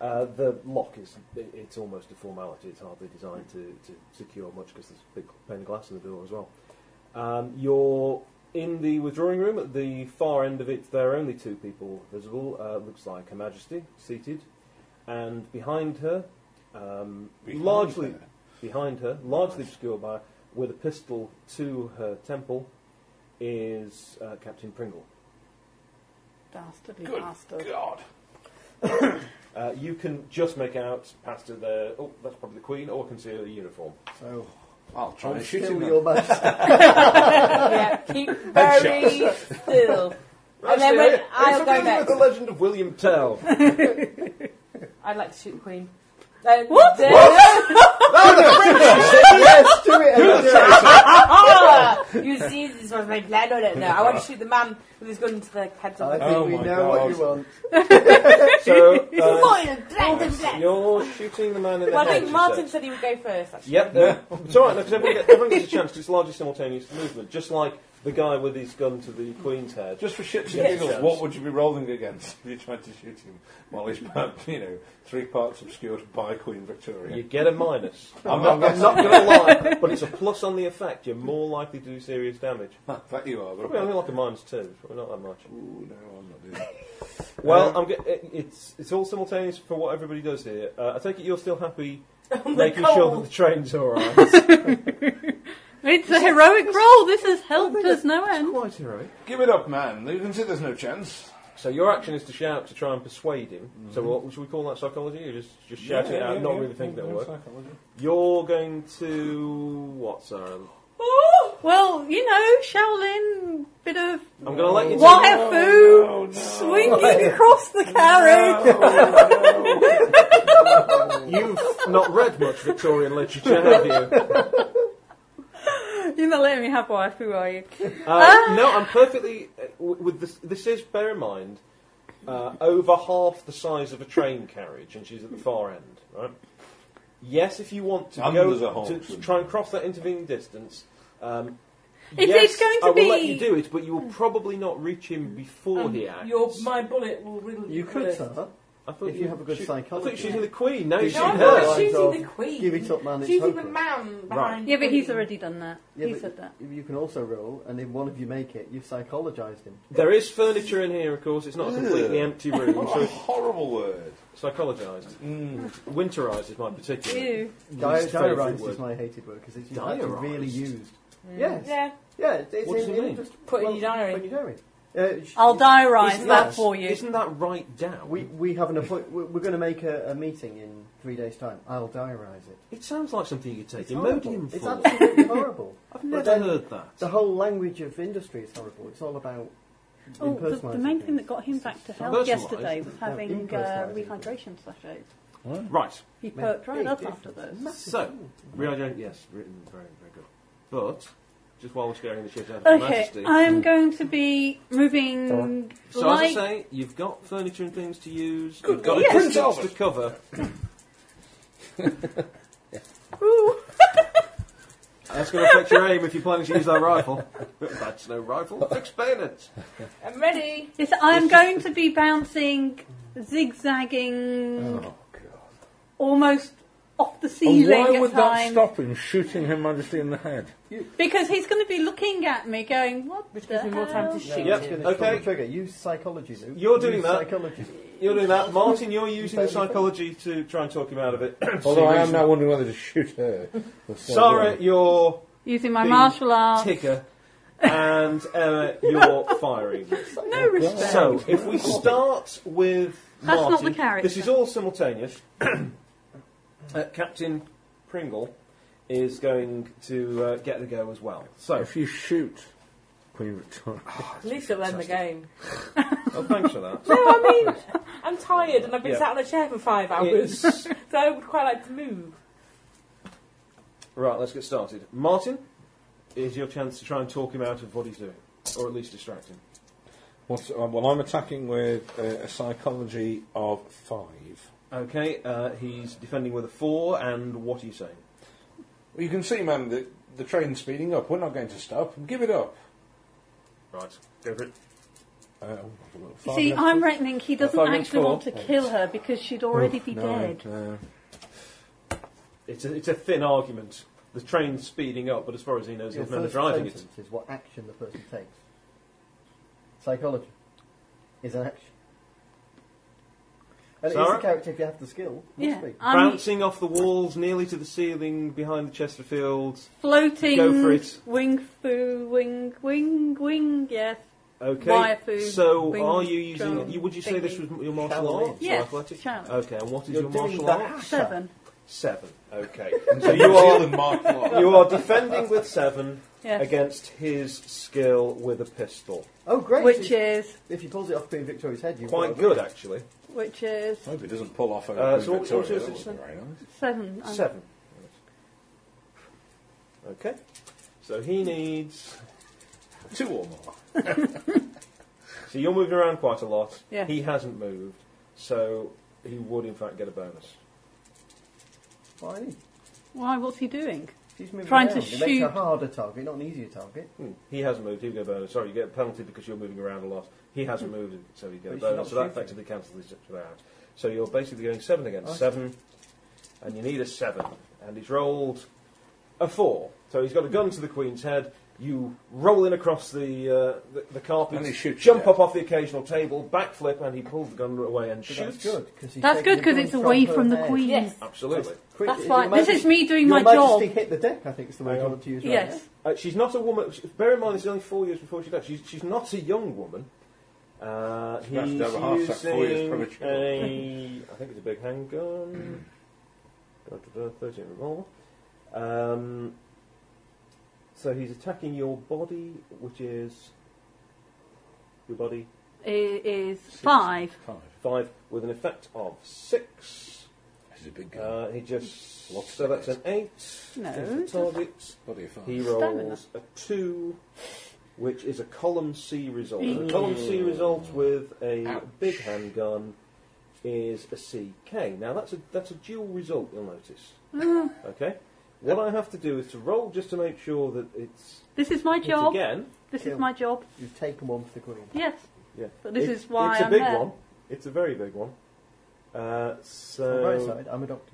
Speaker 3: Uh, the lock is i- it's almost a formality. It's hardly designed to, to secure much because there's a big pane of glass in the door as well. Um, you're in the withdrawing room. At the far end of it, there are only two people visible. Uh, looks like Her Majesty seated, and behind her, um,
Speaker 10: Behind
Speaker 3: largely
Speaker 10: her?
Speaker 3: behind her, largely obscured by with a pistol to her temple, is uh, Captain Pringle.
Speaker 8: Dastardly
Speaker 10: Good
Speaker 8: bastard.
Speaker 10: God.
Speaker 3: Uh, you can just make out past her there. Oh, that's probably the Queen, or can see her uniform.
Speaker 5: So,
Speaker 10: I'll try and shoot
Speaker 5: kill
Speaker 10: him. then.
Speaker 5: your majesty.
Speaker 2: yeah, keep very still. And then when I'll
Speaker 3: it's
Speaker 2: go
Speaker 3: a
Speaker 2: next.
Speaker 3: the legend of William Tell.
Speaker 2: I'd like to shoot the queen. Um,
Speaker 8: What?
Speaker 2: the-
Speaker 5: yes, do it. Emma, do it.
Speaker 2: Ah! you see, this was my plan on it. No, I want to shoot the man with his gun to the head
Speaker 5: I
Speaker 3: Uh,
Speaker 2: of the
Speaker 5: think
Speaker 10: Oh
Speaker 5: we
Speaker 10: my
Speaker 5: know what you
Speaker 10: God.
Speaker 5: want.
Speaker 3: so uh,
Speaker 2: Royal Dragon Black.
Speaker 3: you're shooting the man in the
Speaker 2: Well, I
Speaker 3: head.
Speaker 2: think
Speaker 3: you
Speaker 2: Martin
Speaker 3: said.
Speaker 2: said he would go first, actually.
Speaker 3: Yep, no. it's alright, because everyone, get- everyone gets a chance, 'cause it's largely simultaneous movement. Just like the guy with his gun to the Queen's head.
Speaker 10: Just for shits and
Speaker 3: Yes.
Speaker 10: giggles, what would you be rolling against if you tried to shoot him while he's, you know, three parts obscured by Queen Victoria?
Speaker 3: You get a minus.
Speaker 10: I'm
Speaker 3: I'm not,
Speaker 10: not-
Speaker 3: I'm not going to lie, but it's a plus on the effect. You're more likely to do serious damage.
Speaker 10: I bet you are, but
Speaker 3: Probably only like a minus two. It's Probably not that much.
Speaker 16: uh,
Speaker 10: Ooh, no, I'm not doing that.
Speaker 3: Well, I'm get, it, it's it's all simultaneous for what everybody does here. Uh, I take it you're still happy
Speaker 2: Oh
Speaker 3: making sure that the train's all right.
Speaker 8: It's a heroic roll. This has helped us no end.
Speaker 3: Quite heroic.
Speaker 10: Give it up, man. You can see there's no chance.
Speaker 3: So your action is to shout to try and persuade him. So what should we call that psychology? You're just just shouting it out, not really thinking it'll work. You're going to what, Sarah?
Speaker 8: Well, you know, Shaolin, bit of
Speaker 3: I'm going to let you. take-
Speaker 8: waifu,
Speaker 10: Oh, no.
Speaker 8: swinging across the carriage.
Speaker 3: You've not read much Victorian literature, have you?
Speaker 8: You're not letting me have waifu, are you? Ah.
Speaker 3: Uh, no, I'm perfectly. Uh, w- with this, this is bear in mind, uh, over half the size of a train carriage, and she's at the far end, right? Yes, if you want to
Speaker 10: And
Speaker 3: go
Speaker 10: there's a
Speaker 3: to,
Speaker 10: horse.
Speaker 3: to try and cross that intervening distance. Um,
Speaker 8: If
Speaker 3: yes,
Speaker 8: he's going to
Speaker 3: I will let
Speaker 8: be-
Speaker 3: you
Speaker 8: Um,
Speaker 3: do it, but you will probably not reach him before he acts.
Speaker 2: Your, my bullet will riddle
Speaker 5: You could,
Speaker 2: first.
Speaker 5: sir.
Speaker 3: I thought
Speaker 5: if you have a good
Speaker 3: shoot- I
Speaker 5: psychology.
Speaker 3: thought she's in the Queen. Now
Speaker 5: Do
Speaker 3: you
Speaker 5: you
Speaker 2: No,
Speaker 3: shoot
Speaker 2: I'm
Speaker 5: know
Speaker 3: her.
Speaker 2: not
Speaker 5: Like,
Speaker 2: shooting
Speaker 5: oh,
Speaker 2: the queen.
Speaker 5: give it up, man, it's
Speaker 2: Shooting the
Speaker 5: hopeless.
Speaker 2: man behind
Speaker 10: Right.
Speaker 8: Yeah, but
Speaker 2: the
Speaker 8: he's
Speaker 2: queen.
Speaker 8: already done that.
Speaker 5: Yeah,
Speaker 8: he
Speaker 5: but
Speaker 8: said that.
Speaker 5: You can also roll, and if one of you make it, you've psychologized him.
Speaker 3: There is furniture in here, of course. It's not a completely
Speaker 10: Ugh.
Speaker 3: empty room.
Speaker 10: What
Speaker 3: so
Speaker 10: a horrible word.
Speaker 3: psychologised. Winterised is my particular.
Speaker 8: Ew.
Speaker 5: Di-
Speaker 3: least favourite
Speaker 5: Diarised
Speaker 3: word.
Speaker 5: is my hated word because it's
Speaker 3: Diarised?
Speaker 5: actually really used.
Speaker 8: Mm.
Speaker 5: Yes.
Speaker 2: Yeah.
Speaker 5: Yeah, it's, it's
Speaker 3: What does
Speaker 5: in,
Speaker 3: it mean?
Speaker 5: Just,
Speaker 2: Put it in your diary.
Speaker 5: Put in your diary. Uh, sh-
Speaker 8: I'll diarise
Speaker 3: Isn't
Speaker 8: that for you.
Speaker 3: Isn't that right down?
Speaker 5: we, we have an appointment. We're going to make a, a meeting in three days' time. I'll diarise it.
Speaker 3: it sounds like something you could take
Speaker 5: It's
Speaker 3: Imodium
Speaker 5: horrible.
Speaker 3: for.
Speaker 5: It's absolutely horrible.
Speaker 3: I've
Speaker 5: But
Speaker 3: never
Speaker 5: then
Speaker 3: heard that.
Speaker 5: The whole language of industry is horrible. It's all about
Speaker 8: Oh, the, the
Speaker 5: impersonalising
Speaker 8: main thing
Speaker 5: things.
Speaker 8: that got him back to
Speaker 3: Personalised.
Speaker 8: health yesterday was having uh,
Speaker 5: impersonalising.
Speaker 8: rehydration sachets.
Speaker 3: Right.
Speaker 8: He
Speaker 5: Made a
Speaker 8: perked right
Speaker 5: big
Speaker 8: up
Speaker 5: difference.
Speaker 8: after those.
Speaker 5: Massive
Speaker 3: So, rehydrate. Yes, written very, very good. But just while we're scaring the shit out of Her
Speaker 8: Okay,
Speaker 3: Majesty.
Speaker 8: I am going to be moving
Speaker 3: so
Speaker 8: like
Speaker 3: as I say, you've got furniture and things to use. you've got
Speaker 8: yes.
Speaker 3: a distance to cover.
Speaker 8: Ooh.
Speaker 3: That's going to affect your aim if you're planning to use that rifle. That's no rifle. Fixed bayonets.
Speaker 2: I'm ready.
Speaker 8: Yes, I am going to be bouncing, zigzagging,
Speaker 10: Oh, God.
Speaker 8: almost off the
Speaker 16: And
Speaker 8: ceiling
Speaker 16: why
Speaker 8: at
Speaker 16: would that
Speaker 8: times
Speaker 16: stop him shooting Her Majesty in the head?
Speaker 8: because he's going to be looking at me, going, "What?"
Speaker 2: Which
Speaker 8: the
Speaker 2: gives me more time to
Speaker 8: hell?"
Speaker 5: No,
Speaker 2: shoot.
Speaker 3: Yep,
Speaker 5: it's gonna
Speaker 3: okay.
Speaker 5: pull the Trigger. Use psychology. Luke.
Speaker 3: You're doing
Speaker 5: Use
Speaker 3: that.
Speaker 5: Psychology.
Speaker 3: You're doing that, Martin. You're using the psychology to try and talk him out of it.
Speaker 16: Although I am
Speaker 3: See,
Speaker 16: now wondering whether to shoot her.
Speaker 3: Sarah, you're
Speaker 8: Using my
Speaker 3: Being
Speaker 8: martial arts,
Speaker 3: ticker and Emma, you're firing.
Speaker 8: No respect.
Speaker 3: So, if we start with
Speaker 8: That's not
Speaker 3: Martin,
Speaker 8: the character.
Speaker 3: this is all simultaneous. uh, Captain Pringle is going to uh, get the go as well. So,
Speaker 16: If you shoot Queen Victoria,
Speaker 2: At least it'll end the game.
Speaker 3: oh, thanks for that.
Speaker 2: No, I mean, I'm tired and I've been
Speaker 3: Yeah.
Speaker 2: sat on a chair for five hours, so
Speaker 3: It's-
Speaker 2: I would quite like to move.
Speaker 3: right, let's get started. Martin, is your chance to try and talk him out of what he's doing, or at least distract him.
Speaker 10: What's, uh, well, I'm attacking with uh, a psychology of five.
Speaker 3: Okay, uh, he's defending with a four, and what are you saying?
Speaker 10: Well, you can see, man, that the train's speeding up. We're not going to stop. Give it up.
Speaker 3: Right, go for it.
Speaker 4: oh,
Speaker 10: Uh,
Speaker 8: You see,
Speaker 10: i
Speaker 8: I'm reckoning he doesn't
Speaker 10: Five minutes
Speaker 8: actually
Speaker 10: four.
Speaker 8: want to kill her because she'd already be
Speaker 4: Oh,
Speaker 8: dead.
Speaker 4: uh,
Speaker 3: It's a, it's a thin argument. The train's speeding up, but as far as he knows,
Speaker 5: Your
Speaker 3: his men are
Speaker 5: first
Speaker 3: driving it.
Speaker 5: sentence is what action the person takes. Psychology is an action. And it is
Speaker 3: Sarah?
Speaker 5: a character if you have the skill. must
Speaker 8: Yeah,
Speaker 5: be.
Speaker 8: I'm
Speaker 3: Bouncing off the walls, nearly to the ceiling, behind the Chesterfield.
Speaker 8: floating.
Speaker 3: Go for it.
Speaker 8: Wing foo, wing, wing, wing. Yes.
Speaker 3: Okay.
Speaker 8: Wire food,
Speaker 3: so
Speaker 8: wing,
Speaker 3: are you using?
Speaker 8: drum,
Speaker 3: You, would you say this was m- your martial
Speaker 5: Shaolin.
Speaker 3: arts
Speaker 8: Yes,
Speaker 3: or athletics?
Speaker 8: Shaolin.
Speaker 3: Okay. And what is
Speaker 5: You're
Speaker 3: your
Speaker 5: doing
Speaker 3: martial
Speaker 5: the
Speaker 3: arts?
Speaker 8: Seven.
Speaker 3: Seven. Okay. so you are you are defending with seven
Speaker 8: Yes.
Speaker 3: against his skill with a pistol.
Speaker 5: Oh, great.
Speaker 8: Which is,
Speaker 5: if you pulls it off Queen Victoria's head, you
Speaker 3: Quite
Speaker 5: win.
Speaker 3: good, actually.
Speaker 8: which is
Speaker 10: hope he doesn't pull off a
Speaker 3: Uh,
Speaker 10: Queen
Speaker 3: so what- what
Speaker 10: Victoria.
Speaker 3: was
Speaker 10: That
Speaker 3: it
Speaker 10: wasn't very nice.
Speaker 8: seven. I'm-
Speaker 3: Seven. Okay. So he needs.
Speaker 10: Two or more.
Speaker 3: So you're moving around quite a lot.
Speaker 8: Yeah.
Speaker 3: He hasn't moved, so he would in fact get a bonus.
Speaker 5: Why?
Speaker 8: Why? What's he doing?
Speaker 5: She's moving
Speaker 8: Trying to
Speaker 5: around. It makes
Speaker 8: shoot-
Speaker 5: a harder target, not an easier target.
Speaker 3: Hmm. He hasn't moved. He would get a bonus. Sorry, you get a penalty because you're moving around a lot. He hasn't moved, so you get a
Speaker 5: Hmm. But
Speaker 3: bonus.
Speaker 5: she's not
Speaker 3: So that
Speaker 5: shooting.
Speaker 3: effectively cancels each other out. So you're basically going seven against
Speaker 5: Okay.
Speaker 3: seven, and you need a seven. And he's rolled a four. So he's got a gun to the queen's head. You roll in across the uh, the, the carpet,
Speaker 10: And he shoots
Speaker 3: jump
Speaker 10: you.
Speaker 3: up off the occasional table, backflip, and he pulls the gun away and
Speaker 5: But
Speaker 3: shoots.
Speaker 5: That's good. Cause he's
Speaker 8: That's
Speaker 5: taking
Speaker 8: good
Speaker 5: the
Speaker 8: because
Speaker 5: gun
Speaker 8: it's away
Speaker 5: her
Speaker 8: from the
Speaker 5: head.
Speaker 8: queen.
Speaker 2: Yes.
Speaker 3: Absolutely.
Speaker 5: Quick,
Speaker 8: That's
Speaker 5: your
Speaker 8: fine. This
Speaker 5: Majesty-
Speaker 8: is me doing
Speaker 5: Your
Speaker 8: my
Speaker 5: Majesty
Speaker 8: job.
Speaker 5: hit the deck, I think is the word
Speaker 3: Hang
Speaker 5: you
Speaker 3: on.
Speaker 5: want to use right
Speaker 8: Yes.
Speaker 3: Uh, she's not a woman. she- Bear in mind, this is only four years before she died. She's, she's not a young woman. Uh, he's
Speaker 10: Smashed over half that four years
Speaker 3: using
Speaker 10: premature.
Speaker 3: a, I think it's a big handgun. Da, da, da, Thirteen revolver. Um, so he's attacking your body, which is your body
Speaker 8: I- Is five.
Speaker 10: Five.
Speaker 3: five with an effect of six.
Speaker 10: This is a big guy.
Speaker 3: Uh, he just
Speaker 10: Lots
Speaker 3: so
Speaker 10: of
Speaker 3: that's
Speaker 10: hits.
Speaker 3: an eight. Into the
Speaker 8: No, it doesn't.
Speaker 3: target.
Speaker 10: Body of five.
Speaker 3: He
Speaker 8: Stamina.
Speaker 3: rolls a two, which is a column C result. A
Speaker 8: Mm.
Speaker 3: column C result with a
Speaker 10: Ouch.
Speaker 3: big handgun is a CK. Now that's a that's a dual result. You'll notice. okay. What I have to do is to roll just to make sure that it's
Speaker 8: This is my
Speaker 3: hit
Speaker 8: job.
Speaker 3: again.
Speaker 8: This
Speaker 5: Kill.
Speaker 8: is my job.
Speaker 5: there. You've taken one for the queen.
Speaker 8: Yes.
Speaker 3: Yeah.
Speaker 8: But this
Speaker 3: It-
Speaker 8: is why
Speaker 3: it's a
Speaker 8: I'm
Speaker 3: big
Speaker 8: there.
Speaker 3: one. It's a very big one. Uh,
Speaker 5: On the right
Speaker 3: so
Speaker 5: side, I'm a doctor.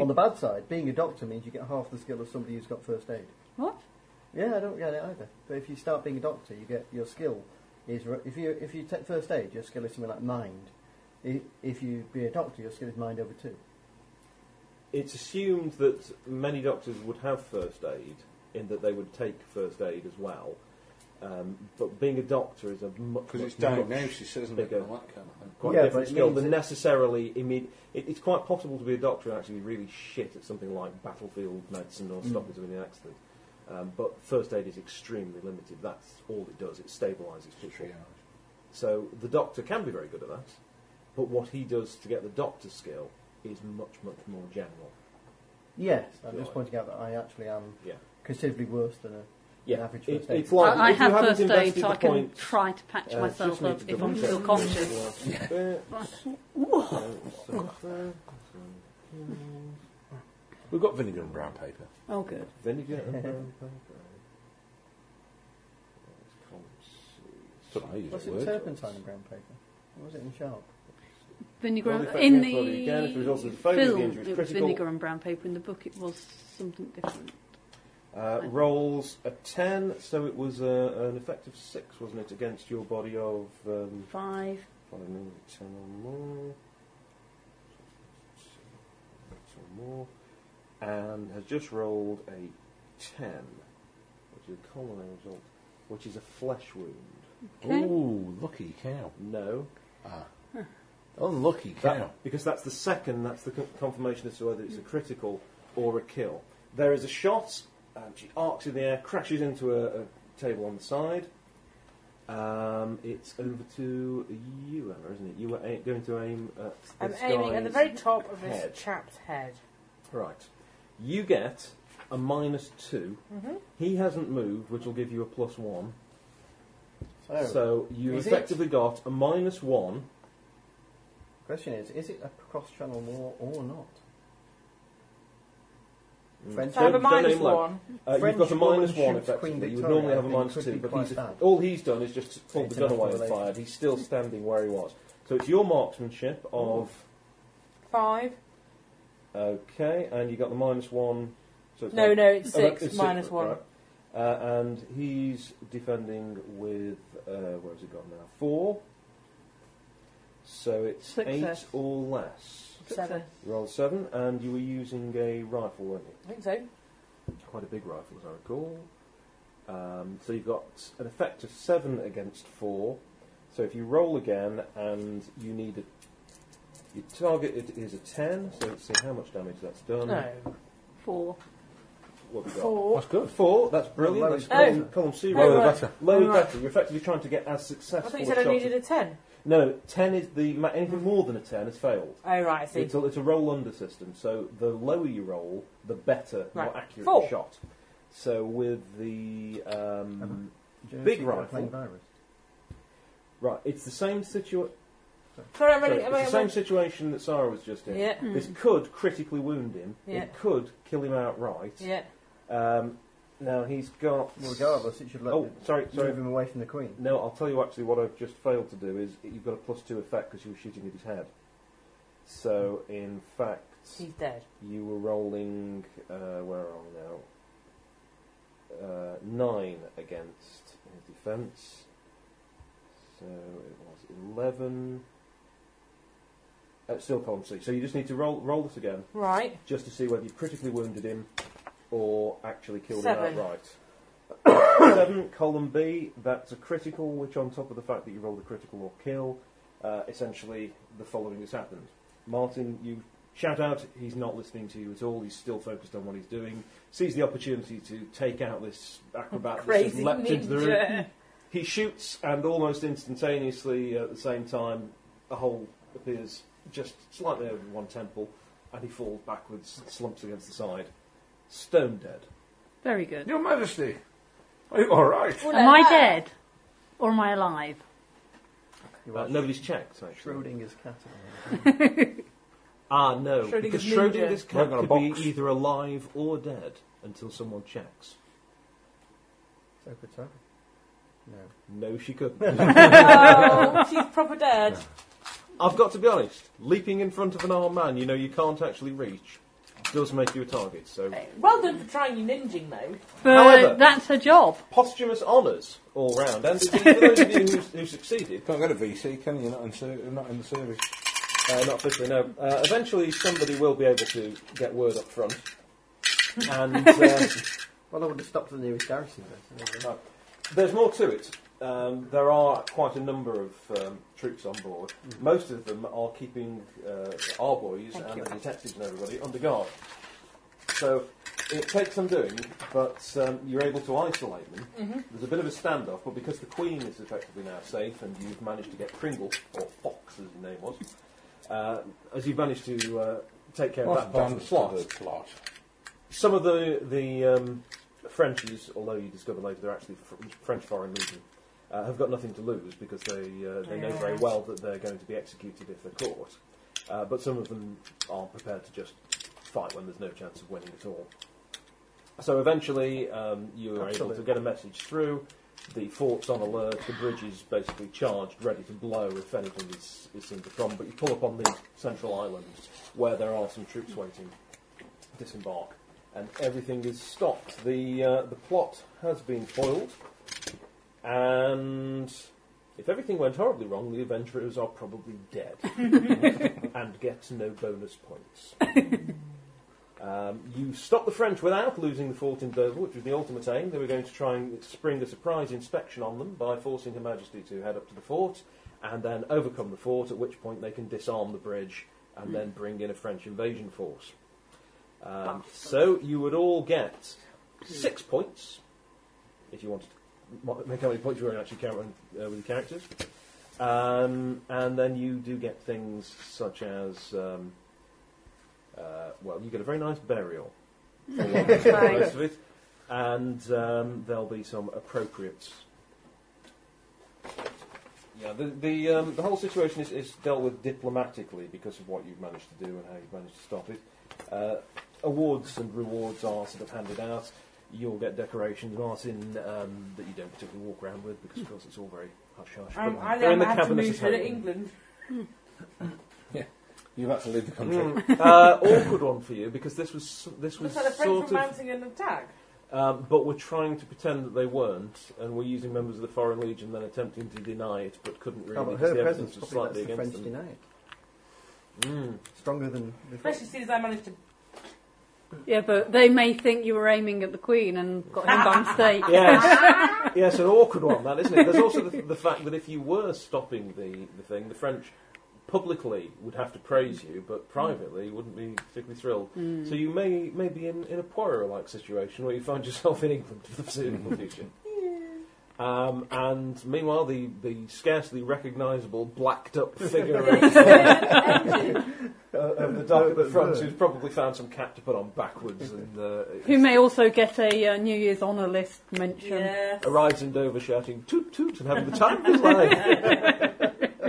Speaker 5: On the bad side, being a doctor means you get half the skill of somebody who's got first aid.
Speaker 8: What?
Speaker 5: Yeah, I don't get it either. But if you start being a doctor, you get your skill is ru- if you if you take first aid, your skill is something like mind. I- If you be a doctor, your skill is mind over two.
Speaker 3: it's assumed that many doctors would have first aid, in that they would take first aid as well. Um, but being a doctor is a much
Speaker 10: Because it's
Speaker 3: much, much
Speaker 10: diagnosis, isn't it?
Speaker 3: bigger.
Speaker 10: and all that kind of thing.
Speaker 3: quite
Speaker 5: Yeah, but
Speaker 3: different
Speaker 5: it
Speaker 3: skill
Speaker 5: means
Speaker 3: than
Speaker 5: it-
Speaker 3: necessarily immediate. It, it's quite possible to be a doctor and actually be really shit at something like battlefield medicine or
Speaker 5: Mm.
Speaker 3: stopping somebody in an accident. Um, but first aid is extremely limited. That's all it does. It stabilises people.
Speaker 10: Three hours.
Speaker 3: So the doctor can be very good at that, but what he does to get the doctor skill is much much more general.
Speaker 5: Yes, I'm
Speaker 3: Right.
Speaker 5: just pointing out that I actually am
Speaker 3: Yeah.
Speaker 5: considerably worse than a.
Speaker 3: Yeah,
Speaker 5: An average
Speaker 3: it-
Speaker 5: first aid.
Speaker 3: it's like
Speaker 8: I, I
Speaker 3: if you
Speaker 8: have
Speaker 3: haven't
Speaker 8: first aid,
Speaker 3: invested
Speaker 8: so
Speaker 3: the
Speaker 8: I can
Speaker 3: points,
Speaker 8: try to patch
Speaker 3: uh,
Speaker 8: myself
Speaker 3: just need
Speaker 8: up
Speaker 3: to
Speaker 8: if
Speaker 3: double
Speaker 8: I'm
Speaker 3: check
Speaker 8: still
Speaker 3: the
Speaker 8: conscious.
Speaker 3: last bit.
Speaker 10: We've got vinegar and brown paper.
Speaker 8: Oh, good.
Speaker 3: Then you get a brown paper.
Speaker 10: That's what I use
Speaker 5: Was
Speaker 10: at
Speaker 5: it
Speaker 10: work.
Speaker 5: turpentine and brown paper? Or was it in sharp?
Speaker 8: Vinegar
Speaker 3: Well,
Speaker 8: and-
Speaker 3: if that
Speaker 8: in
Speaker 3: gets bloody again, if the
Speaker 8: the
Speaker 3: result is failure, the
Speaker 8: film,
Speaker 3: injury is
Speaker 8: it was
Speaker 3: critical.
Speaker 8: vinegar and brown paper. In the book, it was something different.
Speaker 3: Uh, rolls a 10, so it was uh, an effective 6, wasn't it, against your body of. Um,
Speaker 8: Five.
Speaker 3: five, nine, 10 or more. 10 or more. And has just rolled a 10, which is a common result. which is a flesh wound.
Speaker 6: Okay.
Speaker 10: Ooh, lucky cow.
Speaker 3: No.
Speaker 10: Unlucky
Speaker 3: That-
Speaker 10: cow.
Speaker 3: because that's the second, that's the con- confirmation as to whether it's a critical or a kill. There is a shot, um, she arcs in the air, crashes into a, a table on the side. Um, it's over to you, Emma, isn't it? You were a- going to aim at
Speaker 2: I'm
Speaker 3: this
Speaker 2: aiming at the
Speaker 3: guy's-
Speaker 2: very top of this
Speaker 3: head.
Speaker 2: chap's head.
Speaker 3: Right. You get a minus two.
Speaker 2: Mm-hmm.
Speaker 3: He hasn't moved, which will give you a plus one.
Speaker 5: So,
Speaker 3: So you
Speaker 5: Is it?
Speaker 3: effectively got a minus one.
Speaker 5: question is, is it a cross-channel war or not?
Speaker 3: Mm.
Speaker 5: Friendship.
Speaker 2: So I have a
Speaker 3: Don't- don't
Speaker 2: minus
Speaker 3: aim low.
Speaker 2: one.
Speaker 3: Uh, you've
Speaker 5: French
Speaker 3: got a minus
Speaker 5: woman
Speaker 3: one
Speaker 5: shoots Queen
Speaker 3: effectively. You would
Speaker 5: Victoria,
Speaker 3: normally have a
Speaker 5: I think
Speaker 3: minus
Speaker 5: could
Speaker 3: two,
Speaker 5: be
Speaker 3: but
Speaker 5: quite
Speaker 3: he's
Speaker 5: bad.
Speaker 3: all he's done is just pulled the gun
Speaker 5: International
Speaker 3: away and
Speaker 5: relations.
Speaker 3: fired. He's still standing where he was. So it's your marksmanship of
Speaker 2: Five.
Speaker 3: okay, and you got the minus one. So it's
Speaker 2: No,
Speaker 3: not-
Speaker 2: no, it's
Speaker 3: oh, that
Speaker 2: six
Speaker 3: is
Speaker 2: minus
Speaker 3: right.
Speaker 2: one.
Speaker 3: Uh, and he's defending with uh, where has he got now? Four. So it's
Speaker 2: Success.
Speaker 3: eight or uh, less.
Speaker 2: uh, Seven.
Speaker 3: Roll seven, and you were using a rifle, weren't you?
Speaker 2: I think so.
Speaker 3: quite a big rifle, as I recall. Um, so you've got an effect of seven against four. So if you roll again and you need a, your target it is a ten. So let's see how much damage that's done.
Speaker 2: No.
Speaker 8: Four.
Speaker 3: What have we got?
Speaker 2: Four.
Speaker 10: That's good.
Speaker 3: Four. That's brilliant.
Speaker 5: Lower
Speaker 3: That's
Speaker 5: the
Speaker 3: column,
Speaker 5: better.
Speaker 3: column C.
Speaker 2: Oh,
Speaker 3: Lower
Speaker 2: right.
Speaker 3: the better. Lower the
Speaker 2: Right.
Speaker 3: better. You're effectively trying to get as
Speaker 2: I
Speaker 3: successful.
Speaker 2: thought you
Speaker 3: a
Speaker 2: said I
Speaker 3: shot
Speaker 2: needed
Speaker 3: as-
Speaker 2: a ten.
Speaker 3: No, ten is the ma- anything more than a ten has failed.
Speaker 2: Oh, right, I see.
Speaker 3: It's a, it's a roll under system, so the lower you roll, the better, more
Speaker 2: Right.
Speaker 3: accurate
Speaker 2: Four.
Speaker 3: the shot. So with the um,
Speaker 5: Do you know
Speaker 3: Big
Speaker 5: if you've got a
Speaker 3: rifle.
Speaker 5: plain virus?
Speaker 3: right, it's the same situation.
Speaker 2: Sorry, I'm ready.
Speaker 3: It's
Speaker 2: Am
Speaker 3: the
Speaker 2: I,
Speaker 3: same situation that Sarah was just in.
Speaker 2: Yeah.
Speaker 3: This could critically wound him.
Speaker 2: Yeah.
Speaker 3: It could kill him outright.
Speaker 2: Yeah.
Speaker 3: Um, now he's got.
Speaker 5: Well, regardless, it should let
Speaker 3: Oh,
Speaker 5: it
Speaker 3: sorry, sorry.
Speaker 5: move him away from the queen.
Speaker 3: No, I'll tell you actually what I've just failed to do is you've got a plus two effect because you were shooting at his head. So in fact,
Speaker 2: He's dead.
Speaker 3: You were rolling. Uh, where are we now? Uh, nine against his defence. So it was eleven. Uh, still column C. So you just need to roll roll this again,
Speaker 2: Right.
Speaker 3: just to see whether you critically wounded him or actually killed
Speaker 2: Seven.
Speaker 3: him outright. Seven column B. That's a critical, which on top of the fact that you rolled a critical or kill, uh, essentially the following has happened. Martin, you shout out. He's not listening to you at all. He's still focused on what he's doing. Sees the opportunity to take out this acrobat that's just
Speaker 2: Crazy
Speaker 3: leapt into the room.
Speaker 2: ninja.
Speaker 3: He shoots, and almost instantaneously at the same time, a hole appears just slightly over one temple, and he falls backwards, slumps against the side, stone dead.
Speaker 8: Very good.
Speaker 10: Your Majesty. Are you all right?
Speaker 8: Am I dead? Or am I alive?
Speaker 5: You
Speaker 3: Uh,
Speaker 5: are
Speaker 3: nobody's checked, actually.
Speaker 5: Schrodinger's cat.
Speaker 3: Ah, no,
Speaker 2: Schrodinger's
Speaker 3: because
Speaker 2: ninja.
Speaker 3: Schrodinger's cat
Speaker 10: Working on a
Speaker 3: could be
Speaker 10: box.
Speaker 3: either alive or dead until someone checks.
Speaker 5: So could so. No.
Speaker 3: No, she couldn't.
Speaker 2: Oh, she's proper dead.
Speaker 3: I've got to be honest, leaping in front of an armed man you know you can't actually reach does make you a target, so...
Speaker 2: Well done for trying your ninjing, though.
Speaker 8: But
Speaker 3: However-
Speaker 8: that's her job.
Speaker 3: Posthumous honours all round, and indeed for those of you who, who succeeded,
Speaker 10: Can't get a VC, can you? You're not in, ser- you're not in the service.
Speaker 3: Uh, not officially, no. Uh, eventually, somebody will be able to get word up front. And uh,
Speaker 5: Well, I would have stopped at the nearest garrison. Then.
Speaker 3: no. there's more to it. Um, there are quite a number of um, troops on board. Most of them are keeping uh, our boys
Speaker 2: Mm-hmm. Thank
Speaker 3: and
Speaker 2: you.
Speaker 3: the detectives and everybody under guard. So it takes some doing, but um, you're able to isolate them.
Speaker 2: Mm-hmm.
Speaker 3: There's a bit of a standoff, but because the Queen is effectively now safe and you've managed to get Pringle, or Fox as his name was, uh, as you've managed to uh, take care of that part of the plot,
Speaker 10: the plot.
Speaker 3: some of the the um, Frenchies, although you discover later they're actually fr- French Foreign Legion, uh, have got nothing to lose because they uh, they know very
Speaker 2: Yeah.
Speaker 3: well that they're going to be executed if they're caught. Uh, but some of them aren't prepared to just fight when there's no chance of winning at all. So eventually, um, you are able to
Speaker 5: Absolutely.
Speaker 3: get a message through. The fort's on alert. The bridge is basically charged, ready to blow if anything is, is seen to come. But you pull up on the central island where there are some troops waiting to disembark, and everything is stopped. The uh, the plot has been foiled, and if everything went horribly wrong, the adventurers are probably dead and get no bonus points. Um, you stopped the French without losing the fort in Dover, which was the ultimate aim. They were going to try and spring a surprise inspection on them by forcing Her Majesty to head up to the fort and then overcome the fort, at which point they can disarm the bridge and then bring in a French invasion force. Um, so you would all get six points if you wanted to mo- make how many points you were actually counting uh, with the characters. Um, and then you do get things such as, um, uh, well, you get a very nice burial. for most of it. And um, there'll be some appropriate. Yeah, the the, um, the whole situation is, is dealt with diplomatically because of what you've managed to do and how you've managed to stop it. Uh, awards and rewards are sort of handed out. You'll get decorations, Martin, um, that you don't particularly walk around with because, of course, it's all very hush hush.
Speaker 2: I,
Speaker 3: but
Speaker 2: I,
Speaker 3: they're in
Speaker 2: then
Speaker 3: the
Speaker 2: I had to
Speaker 3: cabinet
Speaker 2: move
Speaker 3: at
Speaker 2: her to
Speaker 3: home.
Speaker 2: England.
Speaker 10: You've had to leave the country.
Speaker 3: Mm. uh, awkward one for you because this was s- this was
Speaker 2: Was that the French
Speaker 3: sort
Speaker 2: were
Speaker 3: of,
Speaker 2: mounting an attack?
Speaker 3: um, but we're trying to pretend that they weren't, and we're using members of the Foreign Legion then attempting to deny it, but couldn't really
Speaker 5: Oh, but
Speaker 3: because
Speaker 5: her
Speaker 3: the
Speaker 5: presence
Speaker 3: evidence was
Speaker 5: probably
Speaker 3: slightly
Speaker 5: lets the
Speaker 3: against
Speaker 5: French
Speaker 3: them.
Speaker 5: deny it.
Speaker 3: Mm.
Speaker 5: Stronger than before.
Speaker 2: Especially since I managed to.
Speaker 8: Yeah, but they may think you were aiming at the Queen and got him by mistake.
Speaker 3: Yes, yes, an awkward one, that isn't it? There's also the, the fact that if you were stopping the, the thing, the French publicly would have to praise you, but privately wouldn't be particularly thrilled. So you may may be in, in a Poirot-like situation where you find yourself in England for the foreseeable future. Um, and meanwhile, the, the scarcely recognisable blacked-up figure of, uh, of the dock at the front, who's probably found some cap to put on backwards, and uh,
Speaker 8: Who may also get a uh, New Year's honour list mention.
Speaker 2: Yeah.
Speaker 3: arrives in Dover shouting toot toot and having the time of his life.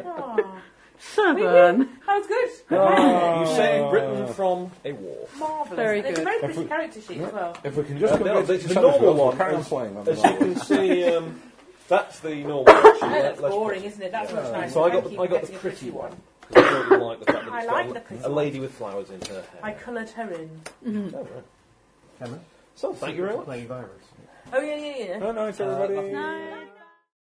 Speaker 2: Aw.
Speaker 8: Seven.
Speaker 2: oh. That was good.
Speaker 3: You saved Britain from a war.
Speaker 2: Marvellous.
Speaker 8: Very
Speaker 2: and it's a
Speaker 8: good.
Speaker 2: very pretty character sheet as well.
Speaker 10: If we can just
Speaker 3: Uh,
Speaker 10: go
Speaker 3: no,
Speaker 10: back
Speaker 3: the-
Speaker 10: to
Speaker 3: the
Speaker 10: Sanders,
Speaker 3: normal
Speaker 10: we'll
Speaker 3: one
Speaker 10: carry on
Speaker 3: is-
Speaker 10: playing on
Speaker 3: As
Speaker 10: the
Speaker 3: you
Speaker 10: normal.
Speaker 3: can see, um, that's the normal option.
Speaker 2: I know
Speaker 3: Let-
Speaker 2: that's
Speaker 3: let's-
Speaker 2: boring, isn't it? That's much nicer.
Speaker 3: So I got
Speaker 2: Thank
Speaker 3: the,
Speaker 2: you
Speaker 3: I
Speaker 2: for
Speaker 3: got the
Speaker 2: getting a
Speaker 3: pretty one. 'cause I don't like the fact that
Speaker 2: I
Speaker 3: it's
Speaker 2: like
Speaker 3: got
Speaker 2: the pretty
Speaker 3: a
Speaker 2: one.
Speaker 3: lady with flowers in her
Speaker 2: I
Speaker 3: hair.
Speaker 2: coloured her in.
Speaker 3: Oh, right.
Speaker 5: Emma,
Speaker 3: So thank you very much. uh,
Speaker 5: Playing virus.
Speaker 2: Oh yeah, yeah, yeah.
Speaker 10: Good night, everybody.
Speaker 8: Nine.